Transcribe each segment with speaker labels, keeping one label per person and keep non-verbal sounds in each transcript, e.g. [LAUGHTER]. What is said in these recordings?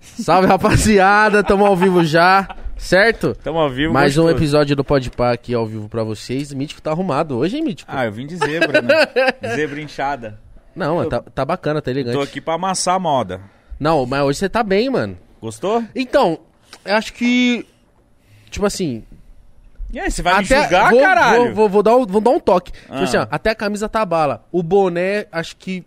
Speaker 1: Salve, rapaziada. Tamo ao vivo já, certo?
Speaker 2: Tamo ao vivo.
Speaker 1: Mais um
Speaker 2: gostoso.
Speaker 1: episódio do Podpah aqui ao vivo pra vocês. Mítico tá arrumado hoje, hein, Mítico?
Speaker 2: Ah, eu vim de zebra, né?
Speaker 1: [LAUGHS]
Speaker 2: zebra inchada.
Speaker 1: Não,
Speaker 2: eu-
Speaker 1: tá, tá bacana, tá elegante.
Speaker 2: Tô aqui pra amassar a moda.
Speaker 1: Não, mas hoje você tá bem, mano.
Speaker 2: Gostou?
Speaker 1: Então, eu acho que... Tipo assim...
Speaker 2: E aí, você vai me
Speaker 1: até
Speaker 2: julgar,
Speaker 1: vou,
Speaker 2: caralho?
Speaker 1: Vou, vou- vou dar um, vou dar um toque. Tipo
Speaker 2: Ah.
Speaker 1: assim, ó, até a camisa tá bala. O boné, acho que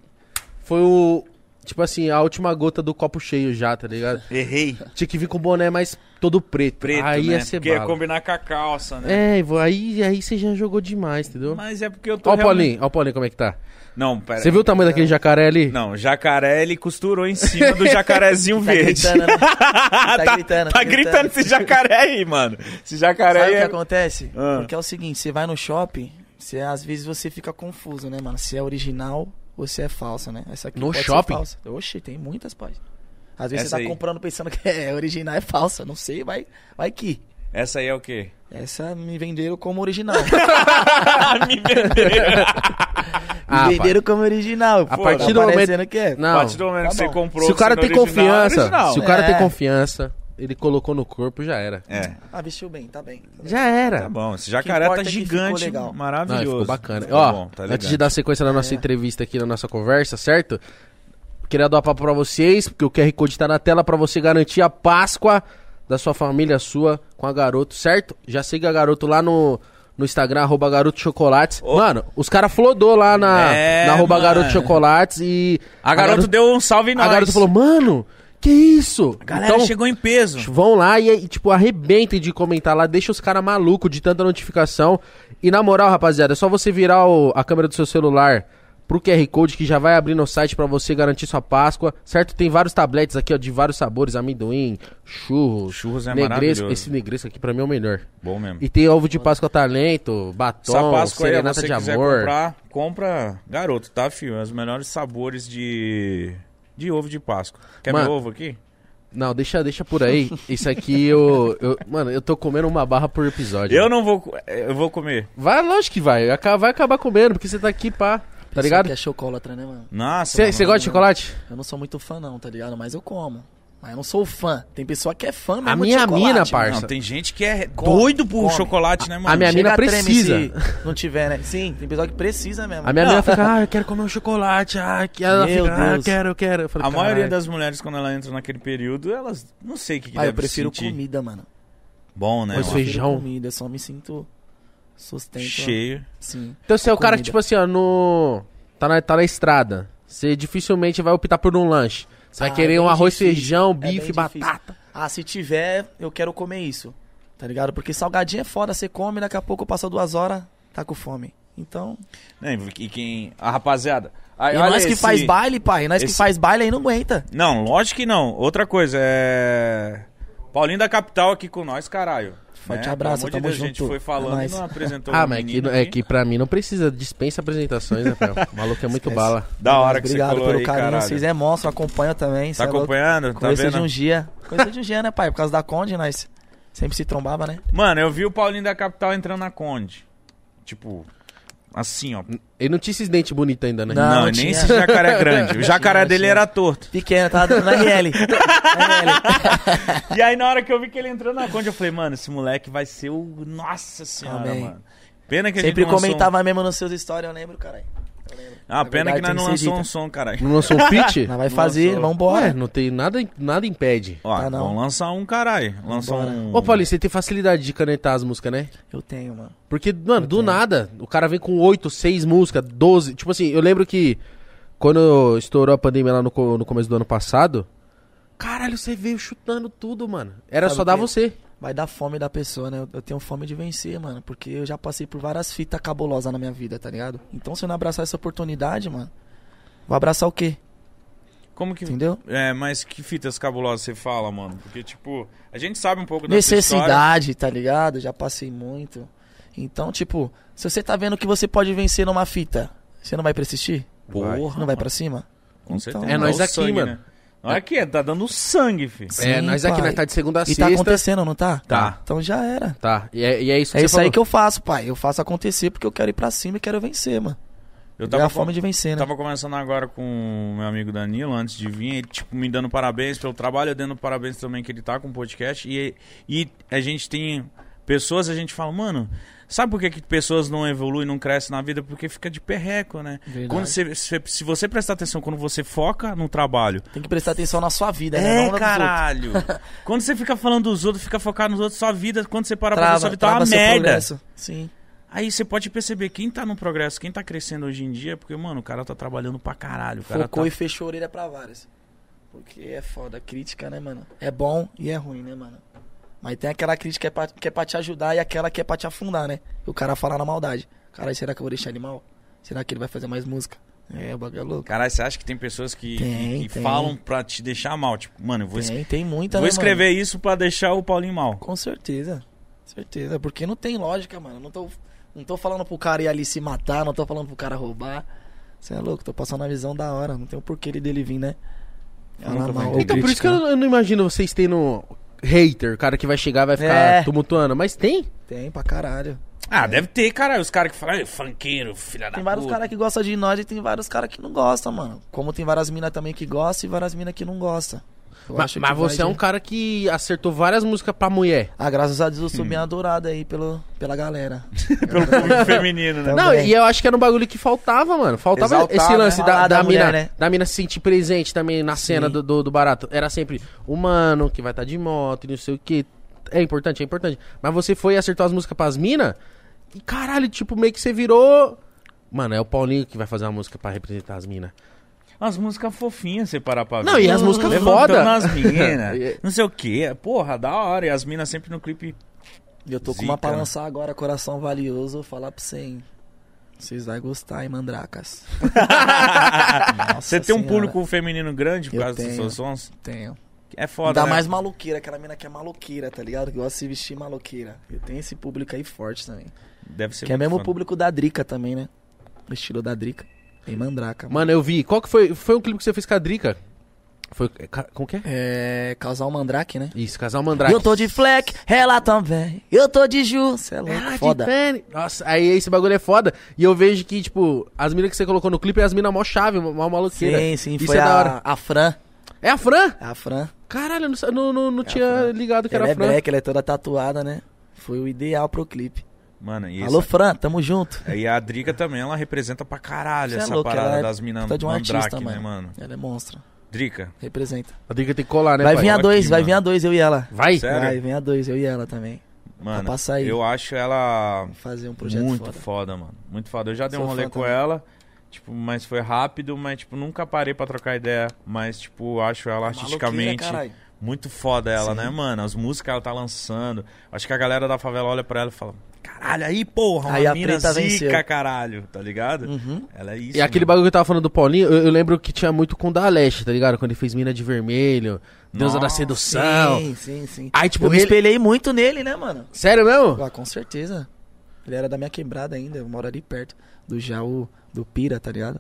Speaker 1: foi o... Tipo assim, a última gota do copo cheio já, tá ligado?
Speaker 2: Errei.
Speaker 1: Tinha que vir com o boné mais todo preto.
Speaker 2: Preto,
Speaker 1: aí
Speaker 2: né?
Speaker 1: ia ser
Speaker 2: porque ia
Speaker 1: bala.
Speaker 2: combinar com a calça, né?
Speaker 1: É, vô, aí, aí você já jogou demais, entendeu? Ó
Speaker 2: Mas é porque eu tô
Speaker 1: o
Speaker 2: realmente-
Speaker 1: Paulinho, ó o Paulinho como é que tá.
Speaker 2: Não, pera.
Speaker 1: Você viu o tamanho daquele jacaré ali?
Speaker 2: Não, jacaré, ele costurou em
Speaker 1: [LAUGHS]
Speaker 2: cima do jacarezinho
Speaker 3: Tá
Speaker 2: verde.
Speaker 3: gritando,
Speaker 2: [LAUGHS]
Speaker 3: né?
Speaker 2: Tá-
Speaker 3: gritando,
Speaker 2: Tá
Speaker 3: tá
Speaker 2: gritando
Speaker 3: gritando.
Speaker 2: esse jacaré aí, mano. Esse jacaré
Speaker 3: Sabe o
Speaker 2: aí
Speaker 3: que
Speaker 2: é...
Speaker 3: acontece?
Speaker 2: Ah.
Speaker 3: Porque é o seguinte, você vai no shopping, você, às vezes você fica confuso, né, mano? Se é original ou se é falsa, né? Essa aqui
Speaker 1: No
Speaker 3: pode ser
Speaker 1: shopping?
Speaker 3: falsa. Oxi, tem muitas páginas. Às vezes
Speaker 2: Essa
Speaker 3: você
Speaker 2: aí.
Speaker 3: tá comprando pensando que é original, é falsa. Não sei, vai, vai que.
Speaker 2: Essa aí é o quê?
Speaker 1: [LAUGHS]
Speaker 2: [LAUGHS]
Speaker 3: Essa me venderam como original.
Speaker 2: Ah, me venderam.
Speaker 3: me
Speaker 1: Ah,
Speaker 3: venderam como original.
Speaker 1: A
Speaker 3: pô,
Speaker 1: partir
Speaker 3: tá
Speaker 1: do momento-
Speaker 3: parecendo que é.
Speaker 1: Não.
Speaker 2: A partir do momento
Speaker 3: Tá
Speaker 2: que você
Speaker 3: bom.
Speaker 2: comprou...
Speaker 1: Se o cara
Speaker 2: sendo
Speaker 1: tem
Speaker 2: original, é
Speaker 1: confiança,
Speaker 2: original.
Speaker 1: se o cara
Speaker 3: É.
Speaker 1: tem confiança, ele colocou no corpo, já era.
Speaker 2: É.
Speaker 3: Ah, vestiu bem, tá bem. tá bem.
Speaker 1: Já
Speaker 2: Tá
Speaker 1: era.
Speaker 2: bom, esse jacaré
Speaker 3: importa
Speaker 2: tá
Speaker 3: é que
Speaker 2: gigante,
Speaker 3: ficou legal.
Speaker 1: Não,
Speaker 2: maravilhoso.
Speaker 1: ficou bacana.
Speaker 2: Tá
Speaker 1: Ó,
Speaker 2: bom, tá
Speaker 1: antes de
Speaker 2: elegante.
Speaker 1: dar sequência na nossa entrevista aqui, na nossa conversa, certo? Queria dar uma papo pra vocês, porque o QR Code tá na tela pra você garantir a Páscoa da sua família sua com a Garoto, certo? Já siga a Garoto lá no, no Instagram, arroba Garoto Chocolates.
Speaker 2: Ô.
Speaker 1: Mano, os caras flodou lá na,
Speaker 2: É,
Speaker 1: na arroba
Speaker 2: mano.
Speaker 1: Garoto Chocolates e...
Speaker 2: A garota deu um salve em nós.
Speaker 1: A garota falou, mano, que isso? Então,
Speaker 2: A galera chegou em peso.
Speaker 1: Vão lá e, e, tipo, arrebentem de comentar lá, deixa os caras malucos de tanta notificação. E na moral, rapaziada, é só você virar o- a câmera do seu celular pro QR Code que já vai abrir no site pra você garantir sua Páscoa, certo? Tem vários tabletes aqui, ó, de vários sabores, amendoim, churros,
Speaker 2: Churros é
Speaker 1: negresco.
Speaker 2: maravilhoso.
Speaker 1: Esse negresco aqui pra mim é o melhor.
Speaker 2: Bom mesmo.
Speaker 1: E tem ovo de Páscoa talento, batom,
Speaker 2: Sapasco aí,
Speaker 1: serenata
Speaker 2: você
Speaker 1: de
Speaker 2: quiser
Speaker 1: amor.
Speaker 2: comprar, compra garoto, tá, filho? É Os melhores sabores de de ovo de Páscoa. Quer
Speaker 1: Mano.
Speaker 2: meu ovo aqui?
Speaker 1: Não, deixa, deixa por aí. Isso aqui eu, eu- Mano, eu tô comendo uma barra por episódio.
Speaker 2: Eu não vou, co- é, eu vou comer.
Speaker 1: Vai, lógico que vai. Aca- Vai acabar comendo, porque você tá aqui, pá. Tá
Speaker 3: Pessoa
Speaker 1: ligado?
Speaker 3: Que é chocolatra, né, mano?
Speaker 2: Nossa. mano.
Speaker 1: Você gosta de chocolate?
Speaker 3: Eu não sou muito fã, não, tá ligado? Mas eu como. Mas eu não sou fã. Tem pessoa que é fã mesmo
Speaker 1: A
Speaker 3: de
Speaker 1: minha
Speaker 3: chocolate,
Speaker 1: mina,
Speaker 3: mano.
Speaker 1: parça.
Speaker 2: Não, tem gente que é
Speaker 3: Come,
Speaker 2: doido por
Speaker 3: come.
Speaker 2: chocolate, né, mano?
Speaker 1: a minha-
Speaker 3: Chega
Speaker 1: mina
Speaker 3: treme
Speaker 1: precisa.
Speaker 3: se não tiver, né? Sim, tem pessoa que precisa mesmo.
Speaker 1: A minha menina fica, ah, eu quero comer um chocolate, ah, que ela
Speaker 3: Meu
Speaker 1: fica, ah, eu
Speaker 3: Deus.
Speaker 1: quero, eu quero. Eu falei,
Speaker 2: A maioria
Speaker 1: "Caralho."
Speaker 2: das mulheres quando ela entra naquele período, elas não sei o que, que
Speaker 3: Ah,
Speaker 2: deve
Speaker 3: eu prefiro
Speaker 2: sentir.
Speaker 3: comida, mano.
Speaker 2: Bom, né?
Speaker 1: Mas fez-
Speaker 2: mano?
Speaker 3: Eu prefiro
Speaker 1: Feijão.
Speaker 3: comida, eu só me sinto sustento.
Speaker 2: Cheio.
Speaker 3: Sim.
Speaker 1: Então você é o cara que,
Speaker 3: comida.
Speaker 1: tipo assim, ó, no... Tá na, tá na estrada, você dificilmente vai optar por um lanche. Você vai
Speaker 3: Ah,
Speaker 1: querer
Speaker 3: é
Speaker 1: um
Speaker 3: bem
Speaker 1: arroz,
Speaker 3: difícil.
Speaker 1: feijão,
Speaker 3: É bem
Speaker 1: bife,
Speaker 3: difícil.
Speaker 1: batata.
Speaker 3: Ah, se tiver, eu quero comer isso. Tá ligado? Porque salgadinho é foda, você come, daqui a pouco passa duas horas, tá com fome. Então.
Speaker 2: Né, E quem, a rapaziada.
Speaker 3: E
Speaker 2: Aí, olha
Speaker 3: nós que
Speaker 2: esse-
Speaker 3: faz baile, pai. Nós
Speaker 2: esse-
Speaker 3: que faz baile aí não aguenta.
Speaker 2: Não, lógico que não. Outra coisa, é. Paulinho da Capital aqui com nós, caralho. Né,
Speaker 3: Forte abraço,
Speaker 2: Pelo amor de
Speaker 3: tamo
Speaker 2: Deus, a gente
Speaker 3: junto.
Speaker 2: foi
Speaker 3: É
Speaker 2: falando e
Speaker 3: nóis. [LAUGHS]
Speaker 2: não apresentou
Speaker 1: Ah,
Speaker 2: o
Speaker 1: mas é que,
Speaker 2: menino
Speaker 1: não- é que pra mim não precisa, dispensa apresentações, Rafael. O maluco é muito
Speaker 3: Esquece.
Speaker 1: bala.
Speaker 2: Da hora que
Speaker 3: Obrigado
Speaker 2: você colou
Speaker 3: pelo
Speaker 2: aí,
Speaker 3: carinho.
Speaker 2: caralho.
Speaker 3: Vocês é monstro, acompanha também. cê
Speaker 2: Tá
Speaker 3: é louco.
Speaker 2: acompanhando? Tá
Speaker 3: Conheci de
Speaker 2: vendo?
Speaker 3: um dia. Conheci de um dia, né, pai? Por causa da Conde, nós sempre se trombava, né?
Speaker 2: Mano, eu vi o Paulinho da Capital entrando na Conde. Tipo, assim, ó.
Speaker 1: Ele não tinha esses dentes bonitos ainda, né?
Speaker 3: Não.
Speaker 2: Não, nem
Speaker 3: tinha.
Speaker 2: esse
Speaker 3: [LAUGHS]
Speaker 2: jacaré grande. O jacaré
Speaker 3: Tinha,
Speaker 2: dele
Speaker 3: tinha.
Speaker 2: era torto.
Speaker 3: Pequeno, tava dando na
Speaker 1: [LAUGHS]
Speaker 3: RL.
Speaker 2: E aí, na hora que eu vi que ele entrou na Conde, eu falei, mano, esse moleque vai ser o. Nossa senhora,
Speaker 3: Amém.
Speaker 2: mano. Pena que a
Speaker 3: Sempre
Speaker 2: gente não lançou um-
Speaker 3: comentava mesmo nos seus stories, eu lembro, caralho. Eu lembro.
Speaker 2: Ah,
Speaker 3: Na
Speaker 2: pena que
Speaker 3: É verdade,
Speaker 2: nós não
Speaker 3: tem que ser
Speaker 2: lançamos um
Speaker 3: dita.
Speaker 2: som, caralho.
Speaker 1: Não
Speaker 3: [LAUGHS]
Speaker 1: lançou um fit?
Speaker 3: Mas vai né? fazer,
Speaker 2: Nossa.
Speaker 3: vambora.
Speaker 1: Ué, não tem nada, nada impede.
Speaker 2: Ó,
Speaker 3: Tá, não.
Speaker 2: vamos lançar um, caralho. Lançar
Speaker 3: Bora.
Speaker 2: um.
Speaker 1: Ô, Paulinho, você tem facilidade de canetar as músicas, né?
Speaker 3: Eu tenho, mano.
Speaker 1: Porque, mano, do nada, o cara vem com 8, 6 músicas, 12. Tipo assim, eu lembro que quando estourou a pandemia lá no, co- no começo do ano passado, caralho, você veio chutando tudo, mano. Era
Speaker 3: Sabe
Speaker 1: só
Speaker 3: o
Speaker 1: dar
Speaker 3: quê?
Speaker 1: você.
Speaker 3: Vai dar fome da pessoa, né? Eu, eu tenho fome de vencer, mano. Porque eu já passei por várias fitas cabulosas na minha vida, tá ligado? Então se eu não abraçar essa oportunidade, mano, vou abraçar o quê?
Speaker 2: Como que.
Speaker 3: Entendeu?
Speaker 2: É, mas que fitas cabulosas você fala, mano? Porque, tipo, a gente sabe um pouco da sua história.
Speaker 3: necessidade, tá ligado? Já passei muito. Então, tipo, se você tá vendo que você pode vencer numa fita, você não vai persistir?
Speaker 2: Porra,
Speaker 3: Você não vai pra cima? então.
Speaker 2: Com certeza.
Speaker 1: É nós
Speaker 2: Dá o
Speaker 1: aqui,
Speaker 2: sangue,
Speaker 1: mano.
Speaker 2: Né? Olha aqui, tá dando sangue, fi.
Speaker 3: Sim,
Speaker 1: é, nós aqui
Speaker 3: pai.
Speaker 1: na tarde de segunda a
Speaker 3: E
Speaker 1: sexta.
Speaker 3: tá acontecendo, não tá?
Speaker 2: Tá.
Speaker 3: Então já era.
Speaker 1: Tá, e é, e é isso que
Speaker 3: É
Speaker 1: você
Speaker 3: isso aí
Speaker 1: falou.
Speaker 3: que eu faço, pai. Eu faço acontecer porque eu quero ir pra cima e quero vencer, mano.
Speaker 2: Eu
Speaker 3: É
Speaker 2: tava,
Speaker 3: a
Speaker 2: com-
Speaker 3: fome de vencer, né?
Speaker 2: tava conversando agora com o meu amigo Danilo antes de vir, ele tipo, me dando parabéns pelo trabalho, eu dando parabéns também que ele tá com o podcast. E, e a gente tem pessoas, a gente fala, mano, sabe por que, que pessoas não evoluem, não crescem na vida? Porque fica de perreco, né?
Speaker 1: Verdade.
Speaker 2: Quando você, se, se você prestar atenção, quando você foca no trabalho,
Speaker 3: Tem que prestar atenção na sua vida, né?
Speaker 2: é,
Speaker 3: Não na dos outros. [LAUGHS]
Speaker 2: caralho. quando você fica falando dos outros, fica focado nos outros, sua vida, quando você para pra ver,
Speaker 3: Trava,
Speaker 2: sua vida tá
Speaker 3: trava
Speaker 2: uma
Speaker 3: seu
Speaker 2: merda.
Speaker 3: progresso. Sim.
Speaker 2: Aí você pode perceber quem tá no progresso, quem tá crescendo hoje em dia, porque, mano, o cara tá trabalhando pra caralho. O cara
Speaker 3: Focou
Speaker 2: tá...
Speaker 3: e fechou a orelha pra várias. Porque é foda. Crítica, né, mano? É bom e é ruim, né, mano? Mas tem aquela crítica que é pra, que é pra te ajudar e aquela que é pra te afundar, né? O cara fala na maldade. Caralho, será que eu vou deixar ele mal? Será que ele vai fazer mais música? É, o bagulho é louco.
Speaker 2: Caralho, você acha que tem pessoas que,
Speaker 3: Tem,
Speaker 2: que- que
Speaker 3: tem.
Speaker 2: falam pra te deixar mal? Tipo, mano, eu vou, es-
Speaker 3: Tem, tem muita,
Speaker 2: vou
Speaker 3: né, mano?
Speaker 2: escrever isso pra deixar o Paulinho mal.
Speaker 3: Com certeza. Certeza. Porque não tem lógica, mano. Não tô, não tô falando pro cara ir ali se matar, não tô falando pro cara roubar. Você é louco, tô passando a visão da hora. Não tem o porquê ele dele vir, né?
Speaker 2: Eu nunca
Speaker 3: Ela
Speaker 2: vou
Speaker 3: mal-
Speaker 2: entender.
Speaker 1: Então, por isso que eu,
Speaker 3: crítica.
Speaker 1: eu não imagino vocês tendo hater, cara que vai chegar e vai ficar
Speaker 3: É.
Speaker 1: tumultuando. Mas tem.
Speaker 3: Tem pra caralho.
Speaker 2: Ah, deve ter, caralho, os caras que falam, "Ai, funkeiro, filha da
Speaker 3: É. Tem vários
Speaker 2: puta."
Speaker 3: caras que gostam de nós e tem vários caras que não gostam, mano. Como tem várias minas também que gostam e várias minas que não gostam. Eu
Speaker 1: Ma- Mas,
Speaker 3: acho que vai né?
Speaker 1: você
Speaker 3: de-
Speaker 1: é um cara que acertou várias músicas pra mulher.
Speaker 3: Ah, graças a Deus eu
Speaker 2: Hum.
Speaker 3: sou bem adorado aí pelo, pela
Speaker 1: [LAUGHS]
Speaker 3: galera.
Speaker 2: Pelo
Speaker 3: [LAUGHS]
Speaker 2: público feminino, né?
Speaker 3: Tá
Speaker 1: Não,
Speaker 3: bem.
Speaker 1: e eu acho que era um bagulho que faltava, mano. Faltava
Speaker 3: Exaltar,
Speaker 1: esse
Speaker 3: né?
Speaker 1: lance da,
Speaker 3: Falar
Speaker 1: da,
Speaker 3: da
Speaker 1: mina,
Speaker 3: mulher, né?
Speaker 1: da mina se sentir presente também na cena
Speaker 3: Sim.
Speaker 1: do, do, do barato. Era sempre o mano que vai estar de moto e não sei o que. É importante, é importante. Mas você foi e acertou as músicas pras minas e caralho, tipo, meio que você virou. Mano, é o Paulinho que vai fazer uma música pra representar as minas.
Speaker 2: As músicas fofinhas, você parar pra ver.
Speaker 1: Não, e as músicas
Speaker 2: Levantando
Speaker 1: foda.
Speaker 2: as
Speaker 3: [LAUGHS]
Speaker 2: meninas,
Speaker 1: E-
Speaker 3: é.
Speaker 2: não sei o que. Porra, da hora. E as minas sempre no clipe.
Speaker 3: E eu tô com uma
Speaker 2: Zica,
Speaker 3: pra
Speaker 2: né?
Speaker 3: lançar agora, coração valioso, vou falar pra você, hein. Vocês vão gostar,
Speaker 2: [LAUGHS]
Speaker 3: hein, mandracas. Nossa
Speaker 2: Você tem um
Speaker 3: Senhora,
Speaker 2: público feminino grande por
Speaker 3: Eu
Speaker 2: causa dos
Speaker 3: tenho.
Speaker 2: seus sons?
Speaker 3: Tenho.
Speaker 2: É foda,
Speaker 3: Ainda
Speaker 2: né?
Speaker 3: mais maloqueira, aquela mina que é maloqueira, tá ligado? Que gosta de se vestir maloqueira. Eu tenho esse público aí forte também.
Speaker 2: Deve ser
Speaker 3: Que é
Speaker 2: muito
Speaker 3: mesmo o
Speaker 2: foda.
Speaker 3: público da Drica também, né? O estilo da Drica. Em mandraca. mano.
Speaker 1: Mano, eu vi. Qual que foi? Foi um clipe que você fez com a Drica? Foi. é, ca- Como que é?
Speaker 3: É. Casal Mandrake, né?
Speaker 1: Isso, Casal Mandrake.
Speaker 3: Eu tô de Fleck, ela também. Eu tô de Ju. Cê é louco,
Speaker 1: Ah, de
Speaker 3: foda.
Speaker 1: pele. Nossa, aí esse bagulho é foda. E eu vejo que, tipo, as minas que você colocou no clipe é as minas mó chave, mó maluqueira.
Speaker 3: Sim, sim,
Speaker 1: Isso
Speaker 3: foi
Speaker 1: é da hora.
Speaker 3: a, a Fran.
Speaker 1: É a Fran?
Speaker 3: A Fran.
Speaker 1: Caralho, eu não, sa- não, não, não
Speaker 3: É a
Speaker 1: tinha
Speaker 3: Fran.
Speaker 1: ligado que
Speaker 3: ela
Speaker 1: era
Speaker 3: é
Speaker 1: a Fran.
Speaker 3: black, ela é toda tatuada, né? Foi o ideal pro clipe.
Speaker 2: Mano, e isso.
Speaker 3: Alô, Fran, tamo junto.
Speaker 2: E a Drica também, ela representa pra caralho
Speaker 3: Cê é
Speaker 2: essa
Speaker 3: louco,
Speaker 2: parada
Speaker 3: ela é
Speaker 2: das minas
Speaker 3: puta de um
Speaker 2: mandrake,
Speaker 3: artista,
Speaker 2: né,
Speaker 3: mano.
Speaker 2: mano?
Speaker 3: Ela é monstra.
Speaker 2: Drica,
Speaker 3: Representa.
Speaker 1: A Drica tem que colar, né,
Speaker 3: vai
Speaker 1: pai?
Speaker 3: vir a
Speaker 2: Olha
Speaker 3: dois,
Speaker 2: aqui,
Speaker 3: vai
Speaker 2: é mano.
Speaker 3: vir a dois, eu e ela.
Speaker 1: Vai?
Speaker 2: Sério?
Speaker 3: Vai, vem a dois, eu e ela também.
Speaker 2: mano,
Speaker 3: passar aí.
Speaker 2: eu acho ela
Speaker 3: Fazer um projeto
Speaker 2: muito foda.
Speaker 3: foda.
Speaker 2: mano. Muito foda. Eu já dei um
Speaker 3: Sou
Speaker 2: rolê
Speaker 3: fã
Speaker 2: com
Speaker 3: também.
Speaker 2: ela, tipo, mas foi rápido, mas, tipo, nunca parei pra trocar ideia. Mas, tipo, acho ela artisticamente
Speaker 3: É Maluqueira, caralho.
Speaker 2: muito foda ela,
Speaker 3: Sim.
Speaker 2: né, mano? As músicas que ela tá lançando. Acho que a galera da favela olha pra ela e fala, caralho, aí, porra, uma
Speaker 3: Aí a
Speaker 2: mina zica,
Speaker 3: preta venceu." Uhum.
Speaker 2: caralho, tá ligado? Ela é isso,
Speaker 1: E aquele
Speaker 2: mano.
Speaker 1: bagulho que eu tava falando do Paulinho, eu, eu lembro que tinha muito com o da Leste, tá ligado? Quando ele fez Mina de Vermelho, Deusa da
Speaker 2: Nossa.
Speaker 1: Sedução.
Speaker 3: Sim, sim, sim.
Speaker 2: Ah,
Speaker 1: Aí, tipo,
Speaker 3: eu me
Speaker 1: ele-
Speaker 3: espelhei muito nele, né, mano?
Speaker 1: Sério mesmo?
Speaker 3: Ah, com certeza. Ele era da minha quebrada ainda, eu moro ali perto do Jaú, do Pira, tá ligado?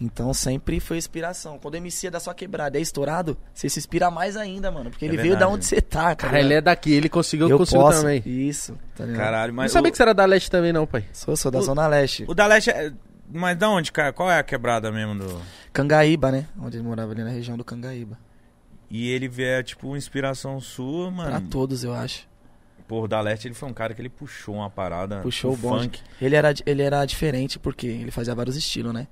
Speaker 3: Então sempre foi inspiração. Quando o MC é da sua quebrada, é estourado, você se inspira mais ainda, mano. Porque
Speaker 2: É
Speaker 3: ele veio da
Speaker 2: verdade.
Speaker 3: onde você tá, cara.
Speaker 1: Cara, ele é daqui, ele conseguiu, eu
Speaker 3: eu
Speaker 1: consigo
Speaker 3: posso.
Speaker 1: também.
Speaker 3: Isso, tá ligado?
Speaker 2: Caralho, mas
Speaker 1: não sabia
Speaker 2: o-
Speaker 1: que você era da Leste também, não, pai.
Speaker 3: Sou, sou da Zona Leste.
Speaker 2: O da Leste. é- Mas da onde, cara? Qual é a quebrada mesmo do.
Speaker 3: Cangaíba, né? Onde ele morava ali na região do Cangaíba.
Speaker 2: E ele vê, tipo, inspiração sua,
Speaker 3: Pra
Speaker 2: mano. tá
Speaker 3: todos, eu acho.
Speaker 2: Porra, o da Leste ele foi um cara que ele puxou uma parada.
Speaker 3: Puxou
Speaker 2: um
Speaker 3: o bonde.
Speaker 2: funk.
Speaker 3: Ele era, ele era diferente porque ele fazia vários estilos, né?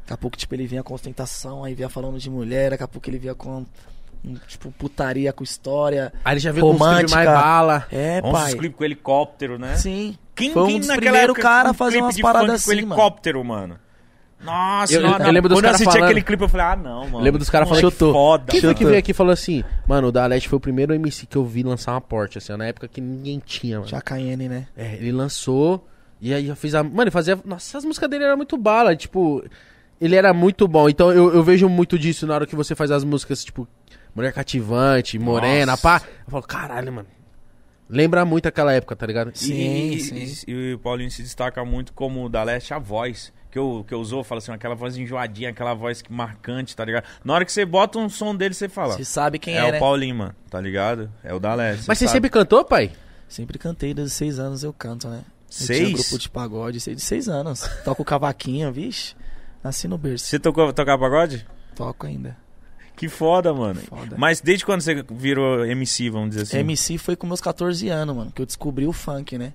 Speaker 3: Daqui a pouco, tipo, ele vinha com ostentação, aí vinha falando de mulher, daqui a pouco ele vinha com, um, tipo, putaria com história.
Speaker 1: Aí ele já veio com os clipes mais
Speaker 3: Romântica.
Speaker 1: bala.
Speaker 3: É,
Speaker 2: Nossa,
Speaker 3: pai.
Speaker 2: os clipes com helicóptero, né?
Speaker 3: Sim.
Speaker 2: Quem,
Speaker 3: Foi um
Speaker 2: quem
Speaker 3: dos
Speaker 2: naquela
Speaker 3: primeiros
Speaker 2: época
Speaker 3: cara
Speaker 2: com
Speaker 3: a fazer
Speaker 2: clipe
Speaker 3: umas
Speaker 2: de
Speaker 3: paradas
Speaker 2: funk
Speaker 3: assim,
Speaker 2: com
Speaker 3: mano.
Speaker 2: helicóptero, mano. Nossa,
Speaker 1: Eu-
Speaker 2: na-
Speaker 1: eu
Speaker 2: na-
Speaker 1: lembro dos
Speaker 2: Quando eu
Speaker 1: caras
Speaker 2: assisti
Speaker 1: falando-
Speaker 2: aquele clipe, eu falei, ah, não, mano.
Speaker 1: Lembro dos caras falando
Speaker 2: Moleque
Speaker 1: chutou.
Speaker 2: Foda,
Speaker 1: Quem foi
Speaker 2: mano.
Speaker 1: que veio aqui e falou assim, mano, o da Leste foi o primeiro MC que eu vi lançar uma porte, assim, ó, na época que ninguém tinha, mano.
Speaker 3: Jacaene, né?
Speaker 1: É, ele lançou e aí eu fiz a. Mano, ele fazia. Nossa, as músicas dele eram muito bala, tipo. Ele era muito bom. Então eu, eu vejo muito disso na hora que você faz as músicas, tipo, Mulher Cativante, Morena,
Speaker 2: Nossa.
Speaker 1: pá. Eu falo, caralho, mano. Lembra muito aquela época, tá ligado?
Speaker 3: Sim,
Speaker 2: e, e-
Speaker 3: sim.
Speaker 2: E, e o Paulinho se destaca muito como o da Leste a voz. Que eu, que eu usou, fala assim, aquela voz enjoadinha, aquela voz que marcante, tá ligado? Na hora que você bota um som dele, você fala.
Speaker 3: Você sabe quem
Speaker 2: é,
Speaker 3: é,
Speaker 2: o
Speaker 3: né?
Speaker 2: Paulinho, mano, tá ligado? É o da Leste.
Speaker 1: Mas você
Speaker 2: sabe?
Speaker 1: sempre cantou, pai?
Speaker 3: Sempre cantei, desde os seis anos eu canto, né? Eu
Speaker 2: Seis?
Speaker 3: tinha grupo de pagode, sei de seis anos. Toco cavaquinho, vixe. Nasci no berço.
Speaker 2: Você tocou, tocava pagode?
Speaker 3: Toco ainda.
Speaker 2: Que foda, mano.
Speaker 3: Foda.
Speaker 2: Mas desde quando você virou MC, vamos dizer assim?
Speaker 3: MC foi com meus 14 anos, mano, que eu descobri o funk, né?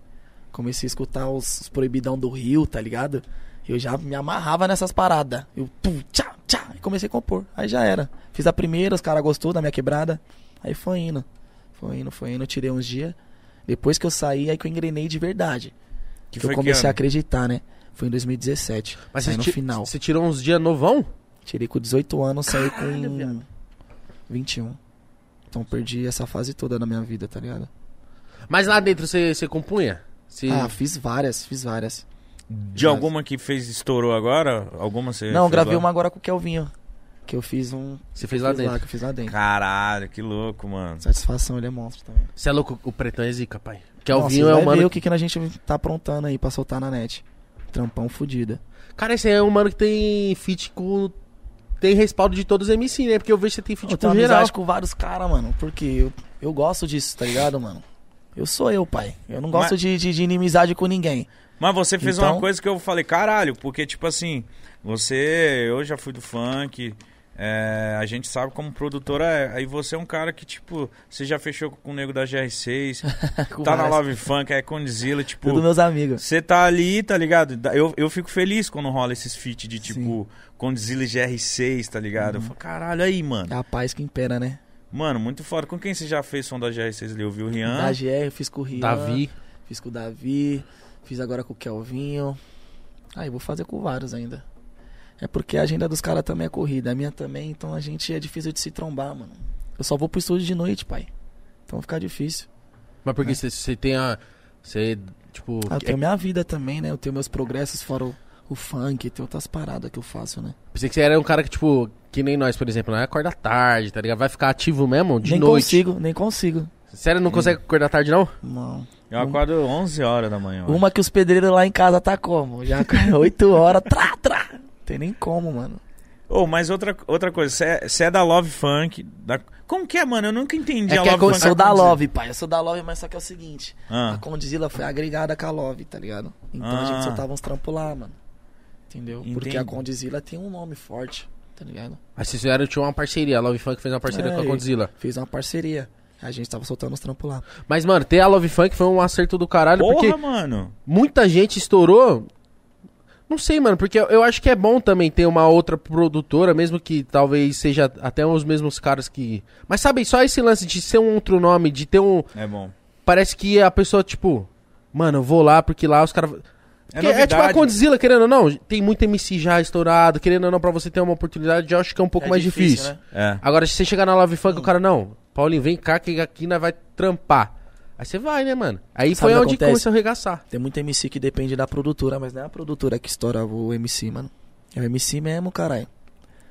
Speaker 3: Comecei a escutar os, os proibidão do Rio, tá ligado? Eu já me amarrava nessas paradas. Eu pum, tchá, tchá, e comecei a compor. Aí já era. Fiz a primeira, os caras gostou da minha quebrada. Aí foi indo. Foi indo, foi indo, eu tirei uns dias. Depois que eu saí, aí que eu engrenei de verdade.
Speaker 2: que
Speaker 3: Que eu
Speaker 2: que
Speaker 3: comecei a
Speaker 2: ano?
Speaker 3: acreditar, né? Foi em 2017.
Speaker 1: Mas
Speaker 3: saí
Speaker 1: você
Speaker 3: no
Speaker 1: ti-
Speaker 3: final.
Speaker 1: Você tirou uns dias novão?
Speaker 3: Tirei com 18 anos, saí com
Speaker 1: viado.
Speaker 3: 21. Então perdi essa fase toda da minha vida, tá ligado?
Speaker 1: Mas lá dentro você, você compunha? Você-
Speaker 3: Ah, fiz várias, fiz várias.
Speaker 2: De alguma que fez estourou agora? Alguma você
Speaker 3: Não,
Speaker 2: fez
Speaker 3: gravei
Speaker 2: É, lá?
Speaker 3: uma agora com o Kelvinho. Que eu fiz um.
Speaker 1: você fez lá
Speaker 3: fiz
Speaker 1: dentro?
Speaker 3: que eu fiz lá dentro.
Speaker 2: Caralho, que louco, mano.
Speaker 3: Satisfação, ele é monstro também.
Speaker 1: Você é louco, o pretão é zica, pai.
Speaker 3: Nossa,
Speaker 1: Kelvinho é
Speaker 3: vai
Speaker 1: o mano.
Speaker 3: ver o que, que a gente tá aprontando aí pra soltar na net. Trampão fudida.
Speaker 1: Cara, esse é um mano que tem feat com. Tem respaldo de todos os MC, né? Porque eu vejo que você tem feat
Speaker 3: Eu
Speaker 1: com
Speaker 3: tenho
Speaker 1: geral.
Speaker 3: tá amizade com vários caras, mano. Porque eu, eu gosto disso, tá ligado, mano? Eu sou eu, pai. Eu não gosto
Speaker 2: Mas-
Speaker 3: de, de, de inimizade com ninguém.
Speaker 2: Mas você fez uma
Speaker 3: Então-
Speaker 2: coisa que eu falei, caralho, porque, tipo assim, você. Eu já fui do funk. é, a gente sabe como produtora é. Aí você é um cara que, tipo, você já fechou com o nego da GR6,
Speaker 3: [LAUGHS] Com
Speaker 2: tá na
Speaker 3: vários-
Speaker 2: Love Funk, é Condzilla, tipo.
Speaker 3: Tudo meus amigos.
Speaker 2: Você tá ali, tá ligado? Da- Eu, eu fico feliz quando rola esses feat de tipo Condzilla e GR6, tá ligado?
Speaker 3: Uhum.
Speaker 2: Eu falo, caralho, aí, mano.
Speaker 3: É a paz que impera, né?
Speaker 2: Mano, muito foda. Com quem você já fez som da GR6 ali? Eu vi o Rian.
Speaker 3: Da GR, eu fiz com o né? Rian.
Speaker 1: Davi.
Speaker 3: Fiz com o Davi, fiz agora com o Kelvinho. Aí vou fazer com vários ainda. É porque a agenda dos caras também é corrida, a minha também, então a gente é difícil de se trombar, mano. Eu só vou pro estúdio de noite, pai. Então fica difícil.
Speaker 1: Mas porque você você tem a. Você, tipo.
Speaker 3: É. Ah, eu
Speaker 1: é-
Speaker 3: tenho minha vida também, né? Eu tenho meus progressos fora o, o funk, tem outras paradas que eu faço, né?
Speaker 1: Pensei que você era um cara que, tipo, que nem nós, por exemplo, não acorda tarde, tá ligado? Vai ficar ativo mesmo de
Speaker 3: nem
Speaker 1: noite.
Speaker 3: consigo, Hum. nem consigo.
Speaker 1: Sério, não consegue acordar tarde, não?
Speaker 3: Não.
Speaker 2: Eu acordo 11 horas da manhã.
Speaker 3: Uma que os pedreiros lá em casa tá como? Já [LAUGHS] 8 horas, trá, trá. Não tem nem como, mano.
Speaker 2: Ô, mas outra, outra coisa, você é- você é da Love Funk. Da... Como que é, mano? Eu nunca entendi
Speaker 3: É
Speaker 2: a
Speaker 3: que
Speaker 2: Love né?
Speaker 3: eu
Speaker 2: Funk.
Speaker 3: sou da Love, pai. Eu sou da Love, mas só que é o seguinte. A
Speaker 2: Ah,
Speaker 3: Condzilla foi agregada com a Love, tá ligado? Então a
Speaker 2: Ah.
Speaker 3: gente soltava uns trampos lá, mano. Entendeu?
Speaker 2: Entendi.
Speaker 3: Porque a Condzilla tem um nome forte, tá ligado?
Speaker 1: Aí vocês fizeram, tinha uma parceria. A Love Funk fez uma parceria
Speaker 3: É,
Speaker 1: com a
Speaker 3: e-
Speaker 1: Godzilla.
Speaker 3: Fez uma parceria. A gente tava soltando uns trampos lá. Um
Speaker 1: Mas, mano, ter a Love Funk foi um acerto do caralho,
Speaker 2: porra,
Speaker 1: porque
Speaker 2: mano.
Speaker 1: muita gente estourou. Não sei, mano, porque eu- eu acho que é bom também ter uma outra produtora, mesmo que talvez seja até os mesmos caras que. Mas sabe, só esse lance de ser um outro nome, de ter um.
Speaker 2: É bom.
Speaker 1: Parece que a pessoa, tipo, mano, eu vou lá porque lá os caras.
Speaker 2: É,
Speaker 1: Porque É, tipo a
Speaker 2: novidade.
Speaker 1: Condzilla, querendo ou não, tem muito MC já estourado, querendo ou não, pra você ter uma oportunidade, eu acho que é um pouco mais difícil.
Speaker 3: né?
Speaker 2: É.
Speaker 1: Agora, se você chegar na Love Funk, o cara, não, Paulinho, vem cá que aqui nós vai trampar. Aí você vai, né, mano? Aí foi
Speaker 3: Sabe o que
Speaker 1: onde
Speaker 3: acontece?
Speaker 1: começou a arregaçar.
Speaker 3: Tem muito MC que depende da produtora, mas não é a produtora que estoura o MC, mano. É o MC mesmo, caralho.